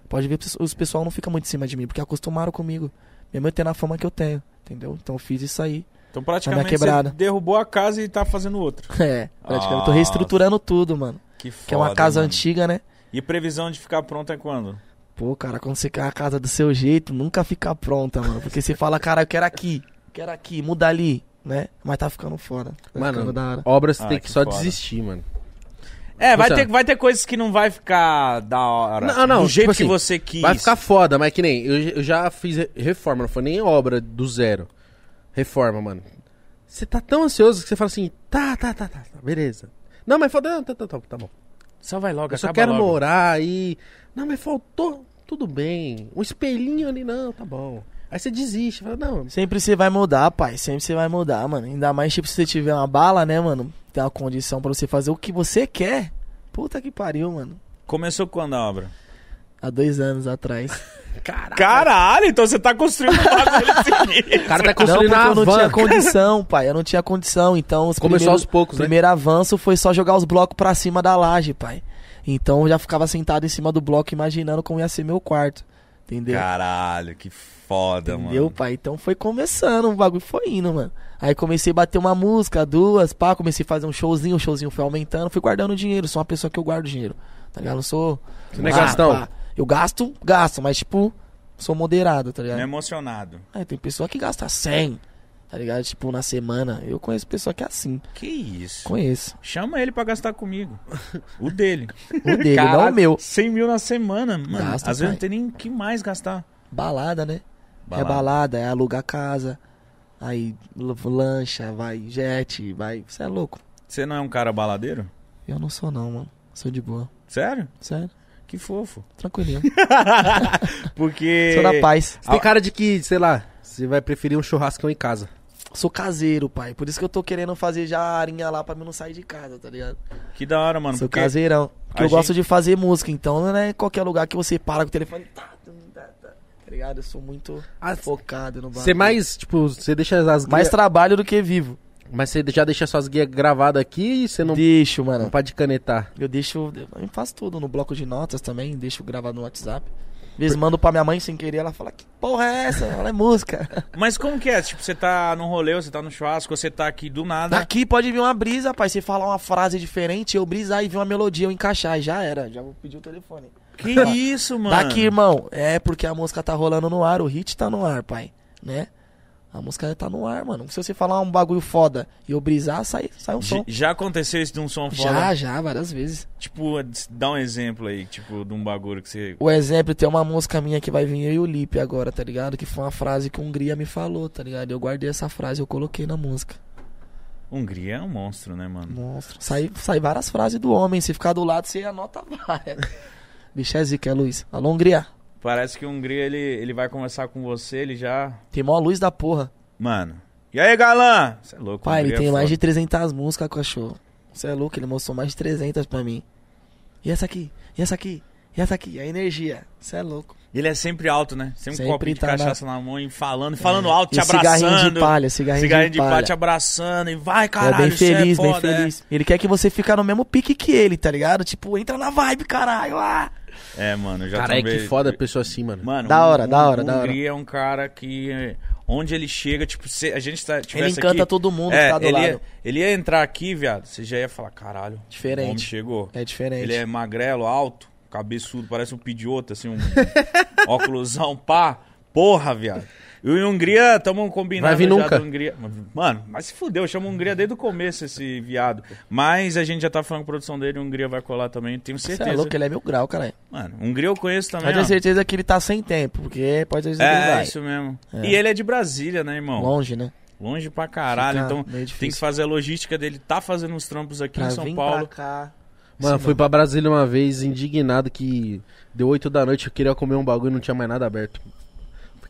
Speaker 3: Pode ver, os pessoal não fica muito em cima de mim, porque acostumaram comigo. Mesmo eu tendo a fama que eu tenho, entendeu? Então eu fiz isso aí.
Speaker 2: Então praticamente você
Speaker 3: quebrada.
Speaker 2: derrubou a casa e tá fazendo outra.
Speaker 3: [LAUGHS] É, praticamente. Eu tô
Speaker 2: Nossa.
Speaker 3: reestruturando tudo, mano.
Speaker 2: Que Ah, foda,
Speaker 3: Que é uma casa
Speaker 2: mano.
Speaker 3: antiga, né?
Speaker 2: E previsão de ficar pronta é quando?
Speaker 3: Pô, cara, quando você quer a casa do seu jeito, nunca fica pronta, mano. Porque você fala, cara, eu quero aqui, quero aqui, muda ali, né? Mas tá ficando fora. Tá
Speaker 1: Mano,
Speaker 3: ficando da hora.
Speaker 1: Obras
Speaker 2: Ah,
Speaker 1: tem que,
Speaker 2: que
Speaker 1: só
Speaker 2: foda.
Speaker 1: desistir, mano.
Speaker 2: É, vai
Speaker 1: Você-
Speaker 2: ter, vai ter coisas que não vai ficar da hora.
Speaker 1: Não, não,
Speaker 2: Do
Speaker 1: tipo
Speaker 2: jeito
Speaker 1: assim,
Speaker 2: que você quis.
Speaker 1: Vai ficar foda, mas que nem. Eu, eu já fiz re- reforma, não foi nem obra do zero. Reforma, mano. Você tá tão ansioso que você fala assim: tá, tá, tá, tá, tá, beleza. Não, mas falta. Não, tá, tá, tá, tá bom.
Speaker 2: Só vai logo,
Speaker 1: Eu só
Speaker 2: acaba
Speaker 1: quero
Speaker 2: logo.
Speaker 1: morar aí. Não, mas faltou. Tudo bem. Um espelhinho ali, não, tá bom. Aí você desiste. Fala, não,
Speaker 3: Sempre você vai mudar, pai. Sempre você vai mudar, mano. Ainda mais, tipo, se você tiver uma bala, né, mano? Tem uma condição pra você fazer o que você quer. Puta que pariu, mano.
Speaker 2: Começou quando a obra?
Speaker 3: Há dois anos atrás.
Speaker 1: caralho.
Speaker 2: [LAUGHS] Caralho, então você tá construindo um bagulho assim. sinistro.
Speaker 1: O cara tá
Speaker 3: Não,
Speaker 1: construindo
Speaker 3: porque
Speaker 1: a
Speaker 3: eu não
Speaker 1: van.
Speaker 3: tinha condição, pai. Eu não tinha condição. Então, os
Speaker 1: Começou
Speaker 3: primeiros-
Speaker 1: aos poucos, né?
Speaker 3: primeiro avanço foi só jogar os blocos pra cima da laje, pai. Então eu já ficava sentado em cima do bloco imaginando como ia ser meu quarto. Entendeu?
Speaker 2: Caralho, que foda,
Speaker 3: entendeu,
Speaker 2: mano.
Speaker 3: pai? Então foi começando, o bagulho foi indo, mano. Aí comecei a bater uma música, duas, pá, comecei a fazer um showzinho, o showzinho foi aumentando, fui guardando dinheiro, sou uma pessoa que eu guardo dinheiro. Tá ligado? Não sou.
Speaker 1: Você não é
Speaker 3: Ah,
Speaker 1: gastão?
Speaker 3: pá. Eu gasto, gasto, mas tipo, sou moderado, tá ligado?
Speaker 2: Tô emocionado.
Speaker 3: É, tem pessoa que gasta 100, tá ligado? Tipo, na semana. Eu conheço pessoa que é assim.
Speaker 2: Que isso?
Speaker 3: Conheço.
Speaker 2: Chama ele pra gastar comigo. O
Speaker 3: [LAUGHS]
Speaker 2: dele.
Speaker 3: O dele, não é
Speaker 2: Caralho,
Speaker 3: o meu.
Speaker 2: 100 mil na semana, mano.
Speaker 3: Gasta,
Speaker 2: Às vezes não tem
Speaker 3: pai.
Speaker 2: nem o que mais gastar.
Speaker 3: Balada, né? É balada, é alugar casa. Aí l- lancha, vai jet, vai. Você é louco?
Speaker 2: Você não é um cara baladeiro?
Speaker 3: Eu não sou, não, mano. Sou de boa.
Speaker 2: Sério?
Speaker 3: Sério?
Speaker 2: Que
Speaker 3: [LAUGHS]
Speaker 2: fofo. [LAUGHS]
Speaker 3: Tranquilinho.
Speaker 2: Porque.
Speaker 3: Sou na paz.
Speaker 1: Você tem cara de que, sei lá, você vai preferir um churrascão em casa.
Speaker 3: Sou caseiro, pai. Por isso que eu tô querendo fazer já a arinha lá pra mim não sair de casa, tá ligado?
Speaker 2: Que da hora, mano.
Speaker 3: Sou
Speaker 2: Porque
Speaker 3: caseirão. Porque
Speaker 2: a
Speaker 3: eu
Speaker 2: gente-
Speaker 3: gosto de fazer música, então não é qualquer lugar que você para com o telefone. Tá, tá, tá, tá ligado? Eu sou muito
Speaker 1: Ah,
Speaker 3: focado no bagulho.
Speaker 1: Você mais, tipo, você deixa as
Speaker 3: Mais
Speaker 1: guias.
Speaker 3: trabalho do que vivo.
Speaker 1: Mas você já deixa suas guias gravadas aqui e você não,
Speaker 3: Deixo,
Speaker 1: não
Speaker 3: mano.
Speaker 1: pode canetar.
Speaker 3: Eu deixo. Eu faço tudo no bloco de notas também, deixo gravado no WhatsApp. Às vezes mando pra minha mãe sem querer, ela fala, que porra é essa? Ela é [LAUGHS] música.
Speaker 2: Mas como que é? Tipo, você tá num rolê, você tá no churrasco, você tá aqui do nada.
Speaker 3: Daqui pode vir uma brisa, pai. Se falar uma frase diferente, eu brisar e vir uma melodia, eu encaixar. e Já era, já vou pedir o telefone.
Speaker 2: Que isso, mano.
Speaker 3: Daqui, irmão. É porque a música tá rolando no ar, o hit tá no ar, pai. Né? A música tá no ar, mano. Se você falar um bagulho foda e eu brisar, sai, sai um
Speaker 2: J-
Speaker 3: som.
Speaker 2: Já aconteceu isso de um som
Speaker 3: Já,
Speaker 2: foda?
Speaker 3: já, várias vezes.
Speaker 2: Tipo, dá um exemplo aí, tipo, de um bagulho que você.
Speaker 3: O exemplo, tem uma música minha que vai vir eu e o Lipe agora, tá ligado? Que foi uma frase que o Hungria me falou, tá ligado? Eu guardei essa frase, eu coloquei na música.
Speaker 2: Hungria é um monstro, né, mano?
Speaker 3: Monstro. Sai, sai várias frases do homem. Se ficar do lado, você anota [LAUGHS] várias. Bicho é zica, é luz. Alô, Hungria.
Speaker 2: Parece que o Hungria, ele, ele vai conversar com você, ele já.
Speaker 3: Tem mó luz da porra.
Speaker 2: Mano. E aí, galã? Você é louco,
Speaker 3: Pai, ele
Speaker 2: Hungria é
Speaker 3: tem mais de
Speaker 2: foda.
Speaker 3: 300 músicas, cachorro. Você é louco, ele mostrou mais de 300 pra mim. E essa aqui? E essa aqui? E essa aqui? A energia. Você é louco.
Speaker 2: Ele é sempre alto, né? Sempre,
Speaker 3: Sempre
Speaker 2: com um copinho de
Speaker 3: tá na- É.
Speaker 2: cachaça na... mão e falando, e falando alto, te
Speaker 3: E Cigarrinho
Speaker 2: abraçando.
Speaker 3: de palha, cigarrinho,
Speaker 2: Cigarrinho de palha,
Speaker 3: palha.
Speaker 2: te abraçando e vai,
Speaker 3: É
Speaker 2: caralho,
Speaker 3: bem
Speaker 2: você
Speaker 3: feliz,
Speaker 2: é
Speaker 3: bem
Speaker 2: foda, é.
Speaker 3: feliz. Ele quer que você fique no mesmo pique que ele, tá ligado? Tipo, entra na vibe, caralho. Ah!
Speaker 2: É, mano, eu já
Speaker 1: Caralho,
Speaker 2: também-
Speaker 1: que foda a pessoa assim, mano.
Speaker 2: Mano,
Speaker 3: Da
Speaker 2: o-
Speaker 3: hora, da
Speaker 2: o-
Speaker 3: hora,
Speaker 2: o
Speaker 3: da hora.
Speaker 2: Hungria é um cara que. onde ele chega, tipo, se a gente tá, tivesse
Speaker 3: Ele encanta
Speaker 2: aqui,
Speaker 3: todo mundo
Speaker 2: é,
Speaker 3: que tá do
Speaker 2: ele,
Speaker 3: lado.
Speaker 2: Ia, ele ia entrar aqui, viado, você já ia falar, caralho, o homem
Speaker 3: Diferente.
Speaker 2: chegou.
Speaker 3: É diferente.
Speaker 2: Ele é magrelo, alto, cabeçudo, parece um pidiota, assim, um [LAUGHS] óculosão, pá. Porra, viado. E o Hungria, tamo combinando
Speaker 1: Vai vir
Speaker 2: já
Speaker 1: nunca.
Speaker 2: do Hungria. Mano, mas se fudeu, chama o Hungria desde o começo, esse viado. Mas a gente já tá falando com a produção dele, o Hungria vai colar também, tenho
Speaker 3: Você
Speaker 2: certeza.
Speaker 3: é louco, ele é mil grau, cara.
Speaker 2: Mano, Hungria eu conheço também.
Speaker 3: Mas tenho
Speaker 2: ó.
Speaker 3: certeza que ele tá sem tempo, porque pode ser que ele
Speaker 2: É,
Speaker 3: vai.
Speaker 2: isso mesmo.
Speaker 3: É.
Speaker 2: E ele é de Brasília, né, irmão?
Speaker 3: Longe, né?
Speaker 2: Longe pra caralho.
Speaker 3: Fica
Speaker 2: então
Speaker 3: meio
Speaker 2: tem que
Speaker 3: difícil.
Speaker 2: fazer a logística dele. Tá fazendo uns trampos aqui
Speaker 3: Pra
Speaker 2: em São
Speaker 3: vir
Speaker 2: Paulo.
Speaker 3: pra cá.
Speaker 1: Mano,
Speaker 3: Sim,
Speaker 1: fui pra Brasília uma vez indignado que deu 8 da noite, eu queria comer um bagulho e não tinha mais nada aberto.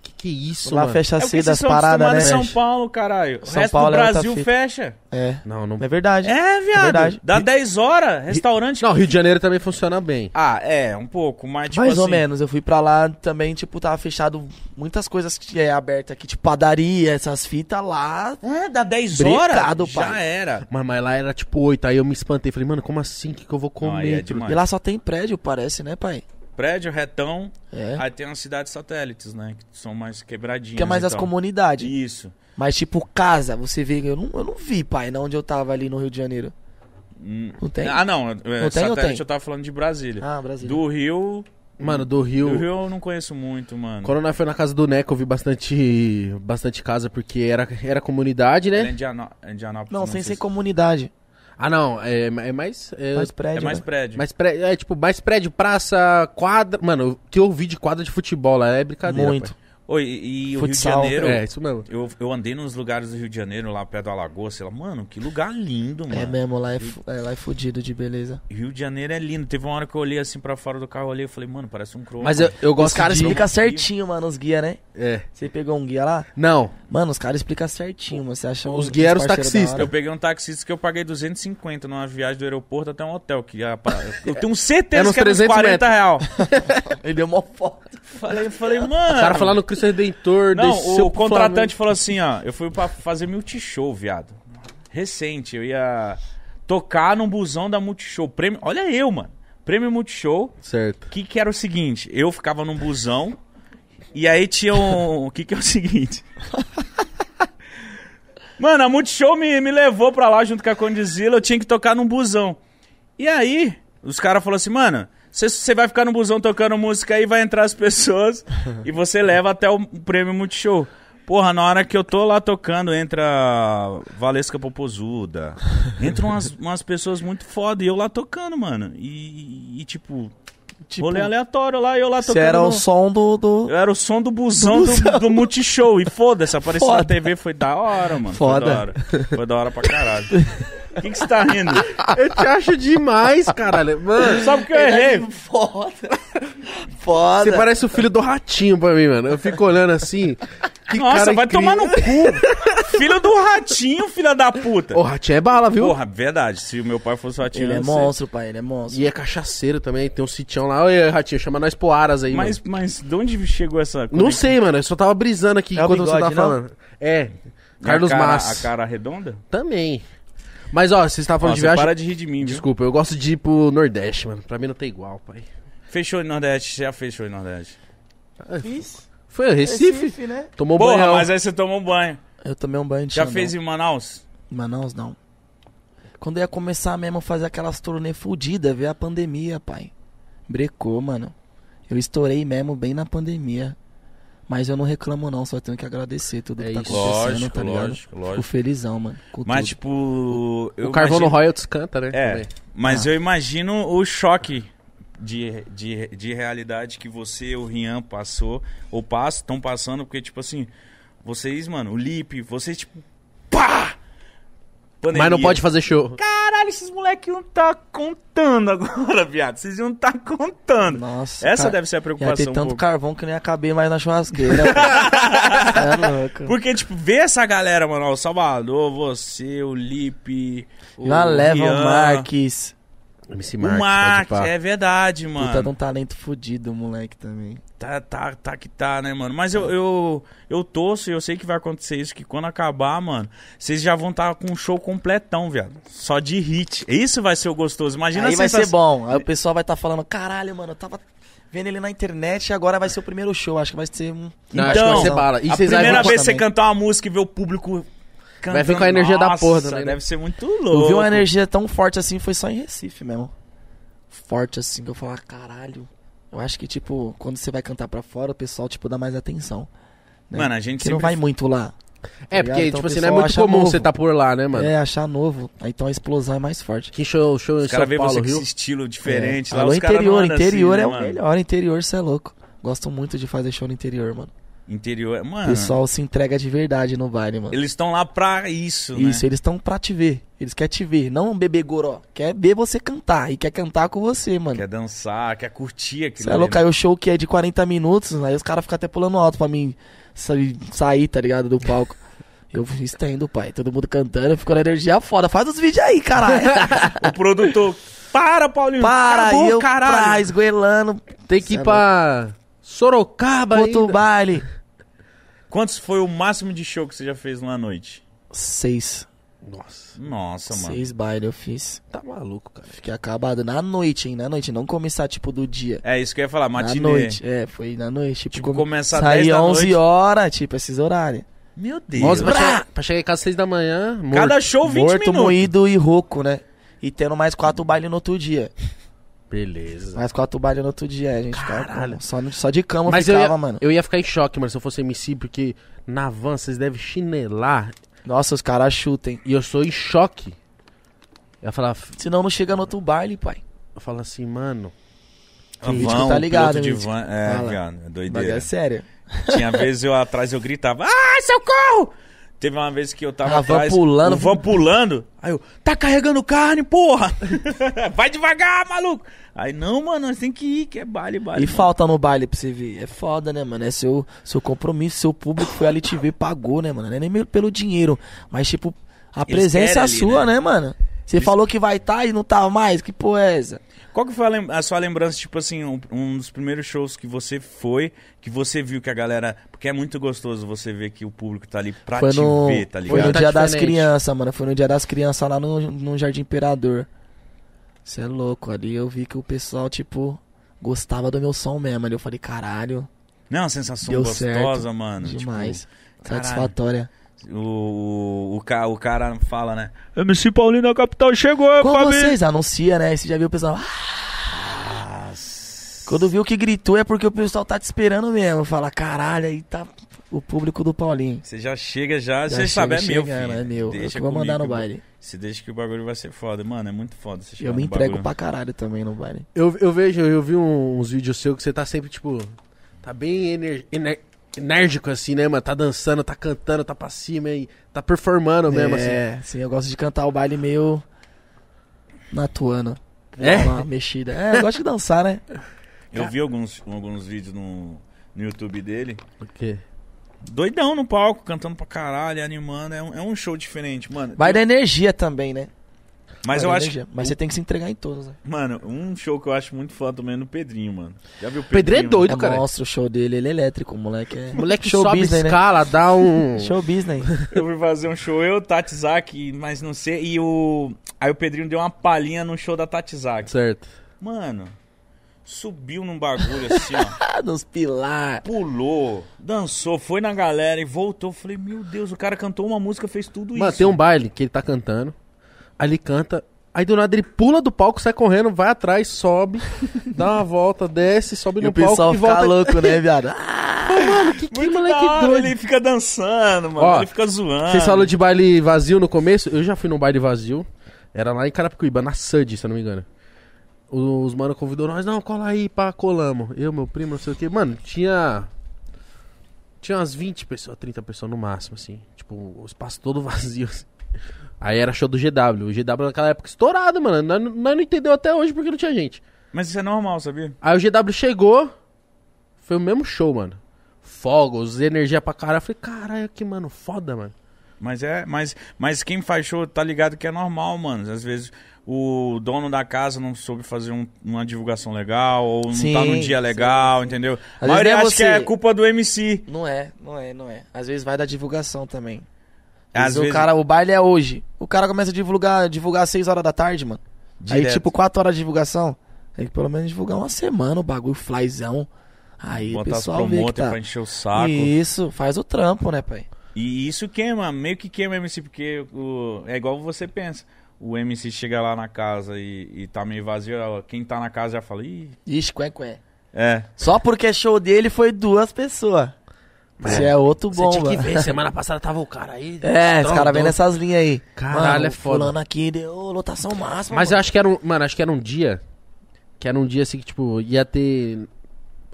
Speaker 1: Que que é isso,
Speaker 3: Lá
Speaker 1: mano?
Speaker 3: fecha
Speaker 2: o que
Speaker 3: cedo
Speaker 2: vocês
Speaker 3: as
Speaker 2: são
Speaker 3: paradas, né?
Speaker 2: acostumados em São Paulo, caralho. O
Speaker 3: São
Speaker 2: resto
Speaker 3: Paulo
Speaker 2: do
Speaker 3: é outra
Speaker 2: Brasil
Speaker 3: fita.
Speaker 2: fecha.
Speaker 3: É.
Speaker 1: Não, não.
Speaker 3: É verdade.
Speaker 2: É, viado.
Speaker 3: verdade.
Speaker 2: Dá 10 horas, restaurante.
Speaker 1: Não, Rio de Janeiro também funciona bem.
Speaker 2: Ah, é, um pouco, mas tipo
Speaker 3: Mais ou
Speaker 2: assim,
Speaker 3: menos, eu fui pra lá também, tipo, tava fechado muitas coisas que é aberta aqui, tipo padaria, essas fitas lá.
Speaker 2: É, dá 10
Speaker 3: Brincado,
Speaker 2: horas, já
Speaker 3: pai.
Speaker 2: era.
Speaker 1: Mas, mas lá era tipo 8, aí eu me espantei. Falei, mano, como assim? O que, que eu vou
Speaker 2: Não, aí é
Speaker 1: comer?
Speaker 2: demais.
Speaker 3: E lá só tem prédio, parece, né, pai?
Speaker 2: Prédio retão,
Speaker 3: É.
Speaker 2: aí tem as cidades satélites, né, que são mais quebradinhas
Speaker 3: Que é mais
Speaker 2: e
Speaker 3: as
Speaker 2: tal.
Speaker 3: comunidades.
Speaker 2: Isso.
Speaker 3: Mas, tipo, casa, você vê. Eu não, eu não vi, pai, não, onde eu tava ali no Rio de Janeiro.
Speaker 2: Hum.
Speaker 3: Não tem?
Speaker 2: Ah, não, é,
Speaker 3: tem ou
Speaker 2: satélite
Speaker 3: tem?
Speaker 2: eu tava falando de Brasília.
Speaker 3: Ah, Brasil.
Speaker 2: Do Rio,
Speaker 1: mano, do Rio.
Speaker 2: do Rio eu não conheço muito, mano.
Speaker 1: Quando nós foi na casa do Neco, eu vi bastante, bastante casa, porque era, era comunidade,
Speaker 2: Era
Speaker 1: né?
Speaker 2: Indianó- Indianópolis,
Speaker 3: é? Não, sem
Speaker 2: sei
Speaker 3: ser
Speaker 2: se-
Speaker 3: comunidade.
Speaker 1: Ah, não, é, é mais. É,
Speaker 3: Mais
Speaker 2: É
Speaker 3: prédio.
Speaker 2: mais
Speaker 3: né?
Speaker 2: prédio.
Speaker 1: mais prédio, é tipo, mais prédio, praça, quadra. Mano, o que eu vi de quadra de futebol lá é brincadeira.
Speaker 3: Muito.
Speaker 2: Oi, e, e o Rio de
Speaker 3: Futsal.
Speaker 2: Janeiro...
Speaker 1: pai. É, isso mesmo.
Speaker 2: Eu, eu andei nos lugares do Rio de Janeiro, lá perto da Lagoa, sei lá. Mano, que lugar lindo, mano.
Speaker 3: É mesmo, lá é, fu- é, lá é fudido de beleza.
Speaker 2: Rio de Janeiro é lindo. Teve uma hora que eu olhei assim pra fora do carro, olhei e falei, mano, parece um cromo.
Speaker 1: Mas eu, eu
Speaker 3: Os
Speaker 1: gosto
Speaker 3: caras
Speaker 1: de...
Speaker 3: explicam certinho, mano, os guia, né?
Speaker 1: É.
Speaker 3: Você pegou um guia lá?
Speaker 1: Não,
Speaker 3: Mano, os caras explicam certinho, mano. Você acha
Speaker 1: Os
Speaker 3: uns
Speaker 1: guia eram os
Speaker 3: parceiros da
Speaker 1: taxistas.
Speaker 2: Eu
Speaker 3: hora.
Speaker 2: peguei um taxista que eu paguei 250 numa viagem do aeroporto até um hotel. Que ia pra- Eu tenho um certeza
Speaker 1: Era uns
Speaker 2: que era uns
Speaker 1: 300
Speaker 2: 40 real.
Speaker 3: [LAUGHS] Ele deu uma foto.
Speaker 2: falei, falei, mano.
Speaker 1: [LAUGHS] o cara foi lá no Cristo Redentor,
Speaker 2: Não,
Speaker 1: desceu
Speaker 2: o
Speaker 1: pro
Speaker 2: contratante falou assim, ó. Eu fui pra fazer Multishow, viado. Recente, eu ia tocar num busão da Multishow. Prêmio... Olha eu, mano. Prêmio Multishow.
Speaker 1: Flamengo. Certo.
Speaker 2: O que, que era o seguinte? Eu ficava num busão e aí tinha um. O que, que é o seguinte? [LAUGHS] Mano, a Multishow me, me levou pra lá junto com a Condizila, eu tinha que tocar num busão. E aí, os caras falaram assim, mano, você vai ficar no busão tocando música aí, vai entrar as pessoas e você leva até o prêmio Multishow. Porra, na hora que eu tô lá tocando, entra Valesca Popozuda, entram umas, umas pessoas muito foda e eu lá tocando, mano. E, e, tipo,
Speaker 3: Tipo,
Speaker 2: rolê aleatório lá, eu lá
Speaker 3: você
Speaker 2: tocando.
Speaker 3: era o
Speaker 2: no-
Speaker 3: som do. do...
Speaker 2: Eu era o som do busão
Speaker 3: Do
Speaker 2: do,
Speaker 3: busão.
Speaker 2: do Multishow. E foda-se, apareceu na
Speaker 3: Foda.
Speaker 2: TV, foi da hora, mano. Foi
Speaker 3: Foda.
Speaker 2: da hora, foi da hora pra caralho. O que que você tá rindo?
Speaker 1: Ah, Eu te acho demais, caralho. [LAUGHS] Mano,
Speaker 2: Sabe o que eu errei?
Speaker 3: [LAUGHS] um Foda. Foda.
Speaker 1: você parece o filho do ratinho pra mim, mano. Eu fico olhando assim. Que
Speaker 2: Nossa,
Speaker 1: cara
Speaker 2: vai
Speaker 1: incrível.
Speaker 2: tomar no cu. Filho do ratinho, filha da puta.
Speaker 1: Ô, ratinho é bala, viu?
Speaker 2: Porra, verdade. Se o meu pai fosse ratinho,
Speaker 3: Ele
Speaker 2: eu
Speaker 3: é
Speaker 2: não sei.
Speaker 3: monstro, pai, ele é monstro.
Speaker 1: E é cachaceiro também, tem um sitião lá. Oi, ratinho, chama nós pro Aras aí,
Speaker 2: Mas,
Speaker 1: mano.
Speaker 2: mas de onde chegou essa
Speaker 1: Não sei, mano. Eu só tava brisando aqui
Speaker 3: É o
Speaker 1: enquanto você
Speaker 3: bigode,
Speaker 1: tava
Speaker 3: não?
Speaker 1: falando. É.
Speaker 2: A
Speaker 1: Carlos
Speaker 2: cara-
Speaker 1: Mas.
Speaker 2: A cara redonda?
Speaker 1: Também. Mas, ó, vocês estavam
Speaker 2: Ó,
Speaker 1: falando de
Speaker 2: você
Speaker 1: viagem.
Speaker 2: para de rir de mim, viu?
Speaker 1: Desculpa, eu gosto de ir pro Nordeste, mano. Pra mim não tem igual, pai.
Speaker 2: Fechou em Nordeste, já fechou em Nordeste.
Speaker 3: é
Speaker 1: Foi o Recife?
Speaker 3: né?
Speaker 1: Tomou
Speaker 2: Porra,
Speaker 1: banho.
Speaker 2: mas aí você tomou um banho.
Speaker 3: Eu tomei um banho de
Speaker 2: Já
Speaker 3: Xandão.
Speaker 2: fez em Manaus?
Speaker 3: Em Manaus, não. Quando eu ia começar mesmo a fazer aquelas turnê fodidas, veio a pandemia, pai. Brecou, mano. Eu estourei mesmo bem na pandemia. Mas eu não reclamo, não. Só tenho que agradecer tudo
Speaker 1: É
Speaker 3: que tá
Speaker 1: isso.
Speaker 3: acontecendo,
Speaker 2: Lógico,
Speaker 3: tá ligado?
Speaker 2: lógico, lógico.
Speaker 3: Fico felizão, mano. com
Speaker 2: Mas,
Speaker 3: tudo.
Speaker 2: tipo. eu
Speaker 1: O Carvão no
Speaker 2: imagino-
Speaker 1: Royalties canta, né?
Speaker 2: É,
Speaker 1: também.
Speaker 2: mas
Speaker 3: Ah.
Speaker 2: eu imagino o choque de, de, de realidade que você, o Rian, passou, ou passa, estão passando, porque, tipo assim, vocês, mano, o Lipe, vocês, tipo. Pá! Pandemia.
Speaker 1: Mas não pode fazer show.
Speaker 2: Caralho, esses moleques não tá contando agora, [LAUGHS] viado. Vocês não tá contando.
Speaker 3: Nossa.
Speaker 2: Essa
Speaker 3: cara,
Speaker 2: deve ser a
Speaker 3: Ia
Speaker 2: preocupação.
Speaker 3: ter
Speaker 2: um
Speaker 3: tanto
Speaker 2: pouco.
Speaker 3: carvão que nem acabei mais
Speaker 2: [LAUGHS]
Speaker 3: na churrasqueira. cara. Cê é louco.
Speaker 2: Porque, tipo, ver essa galera, mano, ó, o Salvador, você, o Lipe, o
Speaker 3: Já leva
Speaker 2: Rian,
Speaker 3: o Marques.
Speaker 1: MC
Speaker 2: O
Speaker 1: Marques, pode
Speaker 2: Mark,
Speaker 1: pá.
Speaker 2: é verdade,
Speaker 3: Puta
Speaker 2: mano.
Speaker 3: de um talento fodido, moleque, também.
Speaker 2: Tá, tá, tá que tá, né, mano? Mas eu, eu, eu torço e eu sei que vai acontecer isso, que quando acabar, mano, vocês já vão estar com um show completão, viado. Só de hit. Isso vai ser o gostoso. Imagina
Speaker 3: Aí
Speaker 2: a
Speaker 3: vai
Speaker 2: sensação-
Speaker 3: ser bom. Aí o pessoal vai estar falando, caralho, mano, eu tava vendo ele na internet e agora vai ser o primeiro show. Acho que vai ser um...
Speaker 1: Não,
Speaker 2: acho que vai ser
Speaker 1: bala. E
Speaker 2: Então, a
Speaker 1: vocês
Speaker 2: primeira
Speaker 1: acham-
Speaker 2: vez que você
Speaker 3: Também.
Speaker 2: cantar uma música e ver o público cantando.
Speaker 1: Vai vir com a energia da
Speaker 2: Nossa,
Speaker 1: porra também, né?
Speaker 2: Deve ser muito
Speaker 3: Eu
Speaker 2: louco.
Speaker 3: vi uma energia tão forte assim, foi só em Recife mesmo. Forte assim, que eu falava, caralho. Eu acho que, tipo, quando você vai cantar pra fora, o pessoal, tipo, dá mais atenção. né?
Speaker 2: Mano, a gente
Speaker 3: Que não
Speaker 2: sempre...
Speaker 3: vai muito lá.
Speaker 1: É, porque,
Speaker 3: Tá ligado? Então
Speaker 1: tipo
Speaker 3: o
Speaker 1: assim, não é
Speaker 3: pessoal
Speaker 1: muito
Speaker 3: acha
Speaker 1: comum
Speaker 3: novo.
Speaker 1: você tá por lá, né, mano?
Speaker 3: É, achar novo. Aí, Então a explosão é mais forte.
Speaker 1: Que show, show em
Speaker 2: Os caras
Speaker 1: São
Speaker 2: veem você
Speaker 1: Paulo,
Speaker 2: com
Speaker 1: Rio.
Speaker 2: esse estilo diferente.
Speaker 3: é.
Speaker 2: Lá
Speaker 3: Alô,
Speaker 2: os caras não
Speaker 3: interior,
Speaker 2: andam assim,
Speaker 3: interior
Speaker 2: né,
Speaker 3: é o
Speaker 2: mano?
Speaker 3: melhor. Interior, você é louco. Gosto muito de fazer show no interior, mano.
Speaker 2: Interior é...
Speaker 3: O
Speaker 2: Mano,
Speaker 3: pessoal se entrega de verdade no baile, mano.
Speaker 2: eles estão lá pra isso, né?
Speaker 3: Isso, eles estão pra te ver. Eles querem te ver, não beber goró. Quer ver você cantar e quer cantar com você, mano.
Speaker 2: Quer dançar, quer curtir aquilo.
Speaker 3: Você é louco,
Speaker 2: ali, né?
Speaker 3: aí o show que é de 40 minutos, aí os caras ficam até pulando alto pra mim sair, sair, tá ligado, do palco. [LAUGHS] Eu estendo, pai. Todo mundo cantando, ficou na energia foda. Faz os vídeos
Speaker 2: [LAUGHS]
Speaker 3: aí, caralho.
Speaker 2: né? O produtor... Para, Paulinho!
Speaker 3: Para,
Speaker 2: acabou,
Speaker 3: e eu
Speaker 2: caralho!
Speaker 3: pra, esgoelando,
Speaker 1: Tem que ir
Speaker 3: Cê é
Speaker 1: pra Sorocaba
Speaker 3: outro
Speaker 1: ainda.
Speaker 3: baile.
Speaker 2: Quantos foi o máximo de show que você já fez numa noite?
Speaker 3: Seis.
Speaker 1: Nossa,
Speaker 2: Nossa, mano.
Speaker 3: Seis bailes eu fiz.
Speaker 1: tá maluco, cara.
Speaker 3: Fiquei acabado. Na noite, hein? Na noite. Não começar, tipo, do dia.
Speaker 2: É isso que eu ia falar, matinê.
Speaker 3: Na noite. É, foi na noite. Tipo,
Speaker 2: Tipo,
Speaker 3: come-
Speaker 2: começar
Speaker 3: Saí
Speaker 2: 10 da
Speaker 3: 11
Speaker 2: noite.
Speaker 3: horas, tipo, esses horários.
Speaker 2: Meu
Speaker 1: Nossa,
Speaker 2: Deus.
Speaker 1: pra
Speaker 3: Brá!
Speaker 1: chegar, pra chegar em casa às seis da manhã, morto.
Speaker 2: Cada show 20
Speaker 3: Morto,
Speaker 2: minutos.
Speaker 3: moído e rouco, né? E tendo mais quatro bailes no outro dia.
Speaker 1: Beleza.
Speaker 3: Mais quatro bailes no outro dia. A gente ficava
Speaker 1: Caralho.
Speaker 3: como? só, no- só de cama
Speaker 1: Mas eu
Speaker 3: ficava,
Speaker 1: ia,
Speaker 3: mano.
Speaker 1: eu ia ficar em choque, mano, se eu fosse MC, porque na van vocês devem chinelar
Speaker 3: Nossa, os caras chutem.
Speaker 1: e eu sou em choque. Eu ia falar,
Speaker 3: Senão não chega no outro baile, pai.
Speaker 1: eu falo assim, mano,
Speaker 2: Vão,
Speaker 3: Mítico
Speaker 2: um
Speaker 3: tá ligado,
Speaker 2: piloto de
Speaker 3: Mítico.
Speaker 2: van. É,
Speaker 3: Fala.
Speaker 2: viado, é
Speaker 3: O bagulho
Speaker 2: doideira.
Speaker 3: é sério.
Speaker 2: Tinha vezes eu atrás, eu gritava, ai, socorro! Teve uma vez que eu tava
Speaker 3: A van
Speaker 2: atrás,
Speaker 3: pulando.
Speaker 2: o van pulando, aí eu, tá carregando carne, porra! [LAUGHS] Vai devagar, maluco! Aí, não, mano, nós tem que ir, que é baile, baile.
Speaker 3: E
Speaker 2: mano.
Speaker 3: falta no baile pra você ver. É foda, né, mano? É seu, seu compromisso, seu público foi ali te ver, pagou, né, mano? Não é nem meio pelo dinheiro, mas tipo, a presença
Speaker 2: querem
Speaker 3: é
Speaker 2: ali,
Speaker 3: sua,
Speaker 2: né?
Speaker 3: né, mano? Você falou que vai estar e não tá mais, que porra é essa?
Speaker 2: Qual que foi a, lem- a sua lembrança, tipo assim, um, um dos primeiros shows que você foi, que você viu que a galera... Porque é muito gostoso você ver que o público tá ali pra
Speaker 3: Foi
Speaker 2: te
Speaker 3: no,
Speaker 2: ver, tá
Speaker 3: foi no
Speaker 2: ligado?
Speaker 1: Tá
Speaker 3: dia das
Speaker 1: diferente.
Speaker 3: crianças, mano. Foi no dia das crianças lá no, no Jardim Imperador. Você é louco, ali eu vi que o pessoal, tipo, gostava do meu som mesmo. Ali eu falei, caralho,
Speaker 2: Não, é sensação
Speaker 3: Deu
Speaker 2: gostosa,
Speaker 3: certo.
Speaker 2: mano. tipo,
Speaker 3: demais.
Speaker 2: caralho.
Speaker 3: Satisfatória.
Speaker 2: O, o, o, ca- o cara fala, né? MC Paulinho da capital chegou,
Speaker 3: Como
Speaker 2: Fabi!
Speaker 3: vocês anuncia, né? Você já viu o pessoal. "Ah!" Quando viu que gritou é porque o pessoal tá te esperando mesmo. Fala, caralho, aí tá o público do Paulinho.
Speaker 2: Você já chega, já,
Speaker 3: Já
Speaker 2: você sabe, é
Speaker 3: chega
Speaker 2: meu,
Speaker 3: chegando,
Speaker 2: filho.
Speaker 3: É meu.
Speaker 2: Deixa
Speaker 3: eu que vou mandar no
Speaker 2: comigo,
Speaker 3: baile.
Speaker 2: Se deixa que o bagulho vai ser foda. Mano, é muito foda você
Speaker 3: E
Speaker 2: chegar
Speaker 3: eu me
Speaker 2: no
Speaker 3: entrego
Speaker 2: bagulho.
Speaker 3: pra caralho também no baile.
Speaker 1: eu, eu vejo, eu vi um, uns vídeos seus que você tá sempre, tipo, tá bem ener, ener- enérgico assim, né, mano? Tá dançando, tá cantando, tá pra cima e tá performando mesmo, assim.
Speaker 3: é, sim, eu gosto de cantar o baile meio. natuando.
Speaker 1: É?
Speaker 3: Dá Uma mexida. É, eu gosto de dançar, né?
Speaker 2: Eu vi alguns, alguns vídeos no, no YouTube dele.
Speaker 1: O quê?
Speaker 2: Doidão no palco, cantando pra caralho, animando. É um, é um show diferente, mano.
Speaker 3: Vai da energia também, né?
Speaker 2: Mas
Speaker 3: Vai
Speaker 2: eu
Speaker 3: da
Speaker 2: acho.
Speaker 3: energia. Mas você tem que se entregar em todos, né?
Speaker 2: Mano, um show que eu acho muito foda também é no Pedrinho, mano. Já viu o
Speaker 1: Pedrinho é doido,
Speaker 3: É
Speaker 1: cara.
Speaker 3: monstro o show dele, ele é elétrico, o moleque é.
Speaker 1: O moleque sobe
Speaker 3: business, né?
Speaker 1: escala, dá [LAUGHS] um.
Speaker 3: Show business.
Speaker 2: [LAUGHS] Eu fui fazer um show, eu, Tati Zaki, mas não sei. E o. Aí o Pedrinho deu uma palhinha no show da Tati Zaki.
Speaker 1: Certo.
Speaker 2: Mano, subiu num bagulho assim,
Speaker 1: [LAUGHS]
Speaker 2: ó.
Speaker 3: [LAUGHS] Ah, nos pilar.
Speaker 2: Pulou, dançou, foi na galera e voltou. Falei, meu Deus, o cara cantou uma música, fez tudo
Speaker 1: Mano,
Speaker 2: isso.
Speaker 1: tem um baile que ele tá cantando. Aí ele canta. Aí do nada ele pula do palco, sai correndo, vai atrás, sobe, [LAUGHS] dá uma volta, desce, sobe
Speaker 3: E
Speaker 1: no
Speaker 3: o
Speaker 1: palco
Speaker 3: pessoal
Speaker 1: e
Speaker 3: fica
Speaker 1: volta.
Speaker 3: louco, né, viado? [LAUGHS] Ah,
Speaker 1: Pô, mano, que, que
Speaker 2: Muito
Speaker 1: moleque
Speaker 2: da hora,
Speaker 1: doido.
Speaker 2: Ele fica dançando, mano.
Speaker 1: Ó,
Speaker 2: ele fica zoando.
Speaker 1: Vocês falaram de baile vazio no começo? Eu já fui num baile vazio. Era lá em Carapicuíba, na Sud, se eu não me engano. Os mano convidou nós, não, cola aí, pá, colamos. Eu, meu primo, não sei o que. Mano, tinha. Tinha umas 20 pessoas, 30 pessoas no máximo, assim. Tipo, o espaço todo [LAUGHS] vazio. assim. Aí era show do GW. O GW naquela época estourado, mano. Nós, não- nós não entendeu até hoje porque não tinha gente.
Speaker 2: Mas isso é normal, sabia?
Speaker 1: Aí o GW chegou. Foi o mesmo show, mano. Fogos, energia pra caralho. Eu falei, caralho, que mano, foda, mano.
Speaker 2: Mas é, mas, mas quem faz show tá ligado que é normal, mano. Às vezes o dono da casa não soube fazer um- uma divulgação legal, ou não
Speaker 3: Sim,
Speaker 2: tá num dia
Speaker 3: sim,
Speaker 2: legal, entendeu? A
Speaker 3: vezes
Speaker 2: maioria
Speaker 3: nem é
Speaker 2: acha que
Speaker 3: você.
Speaker 2: é culpa do MC.
Speaker 3: Não é, não é, não é. Às vezes vai da divulgação também. Às,
Speaker 2: Às
Speaker 3: vezes,
Speaker 2: vezes,
Speaker 3: o cara, o baile é hoje. O cara começa a divulgar, divulgar às 6 horas da tarde, mano. Aí,
Speaker 2: Direto.
Speaker 3: tipo, 4 horas de divulgação. Tem que pelo menos divulgar uma semana o bagulho, flyzão. Aí o
Speaker 2: botar os
Speaker 3: pessoal vê que
Speaker 2: promoters
Speaker 3: tá.
Speaker 2: pra encher o saco. E...
Speaker 3: Isso, faz o trampo, né, pai?
Speaker 2: isso queima, meio que queima o MC, porque o- é igual você pensa. O MC chega lá na casa e, e tá meio vazio, ó, quem tá na casa já fala, ih,
Speaker 3: Ixi, quê, quê.
Speaker 2: é.
Speaker 3: Só porque show dele foi duas pessoas. Isso é outro bom,
Speaker 1: Você tinha que
Speaker 3: mano.
Speaker 1: ver, semana passada tava o cara aí.
Speaker 3: [LAUGHS] É, os
Speaker 1: Então,
Speaker 3: caras vêm
Speaker 1: então-
Speaker 3: nessas linhas aí.
Speaker 1: Caralho,
Speaker 3: Mano,
Speaker 1: é foda.
Speaker 3: Fulano aqui deu lotação máxima.
Speaker 1: Mas eu
Speaker 3: mano.
Speaker 1: acho que era um. Mano, acho que era um dia. Que era um dia assim que, tipo, ia ter.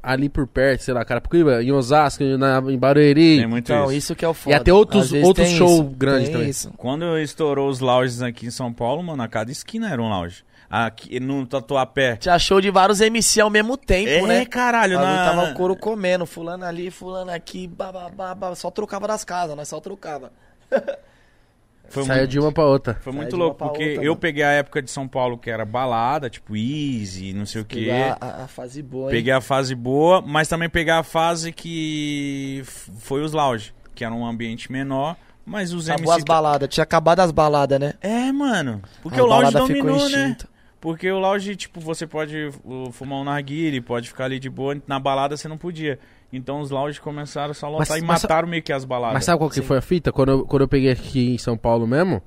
Speaker 1: Ali por perto, sei lá, cara, porque em Osasco, na, em Barueri.
Speaker 2: Tem muito
Speaker 3: Então,
Speaker 2: isso.
Speaker 3: isso que é o foda.
Speaker 1: Ia ter outros-
Speaker 3: Às vezes
Speaker 1: outros
Speaker 3: tem
Speaker 1: show
Speaker 3: isso,
Speaker 1: grande
Speaker 3: tem
Speaker 1: também.
Speaker 3: Isso.
Speaker 2: Quando estourou os lounges aqui em São Paulo, mano, a cada esquina era um lounge. Aqui no Tatuapé.
Speaker 3: Tinha show de vários MC ao mesmo tempo,
Speaker 2: É,
Speaker 3: né?
Speaker 2: caralho,
Speaker 3: O bagulho
Speaker 2: na...
Speaker 3: tava o couro comendo, fulano ali, fulano aqui, bababá, babá, só trocava das casas, nós só trocava.
Speaker 2: Foi
Speaker 1: Saiu
Speaker 2: muito,
Speaker 1: de uma pra outra.
Speaker 2: foi
Speaker 3: Saiu
Speaker 2: muito
Speaker 3: de
Speaker 2: louco,
Speaker 3: uma pra
Speaker 2: porque
Speaker 3: outra, né?
Speaker 2: eu
Speaker 3: mano.
Speaker 2: peguei a época de São Paulo que era balada, tipo easy, não sei o quê.
Speaker 3: Pegar A, a fase boa, hein?
Speaker 2: Peguei a fase boa, mas também peguei a fase que f- foi os lounge, que era um ambiente menor, mas os
Speaker 3: Acabou as
Speaker 2: MC...
Speaker 3: baladas, tinha acabado as baladas, né?
Speaker 2: É, mano, porque
Speaker 3: As
Speaker 2: o lounge
Speaker 3: baladas ficou
Speaker 2: dominou, né?
Speaker 3: extinto.
Speaker 2: Porque o lounge, tipo, você pode uh, fumar um narguile, pode ficar ali de boa, na balada você não podia. Então os lounges começaram só a lotar
Speaker 1: Mas-
Speaker 2: e
Speaker 1: mas-
Speaker 2: mataram meio que as baladas.
Speaker 1: Mas sabe qual que foi a fita? Quando eu, quando eu peguei aqui em São Paulo mesmo,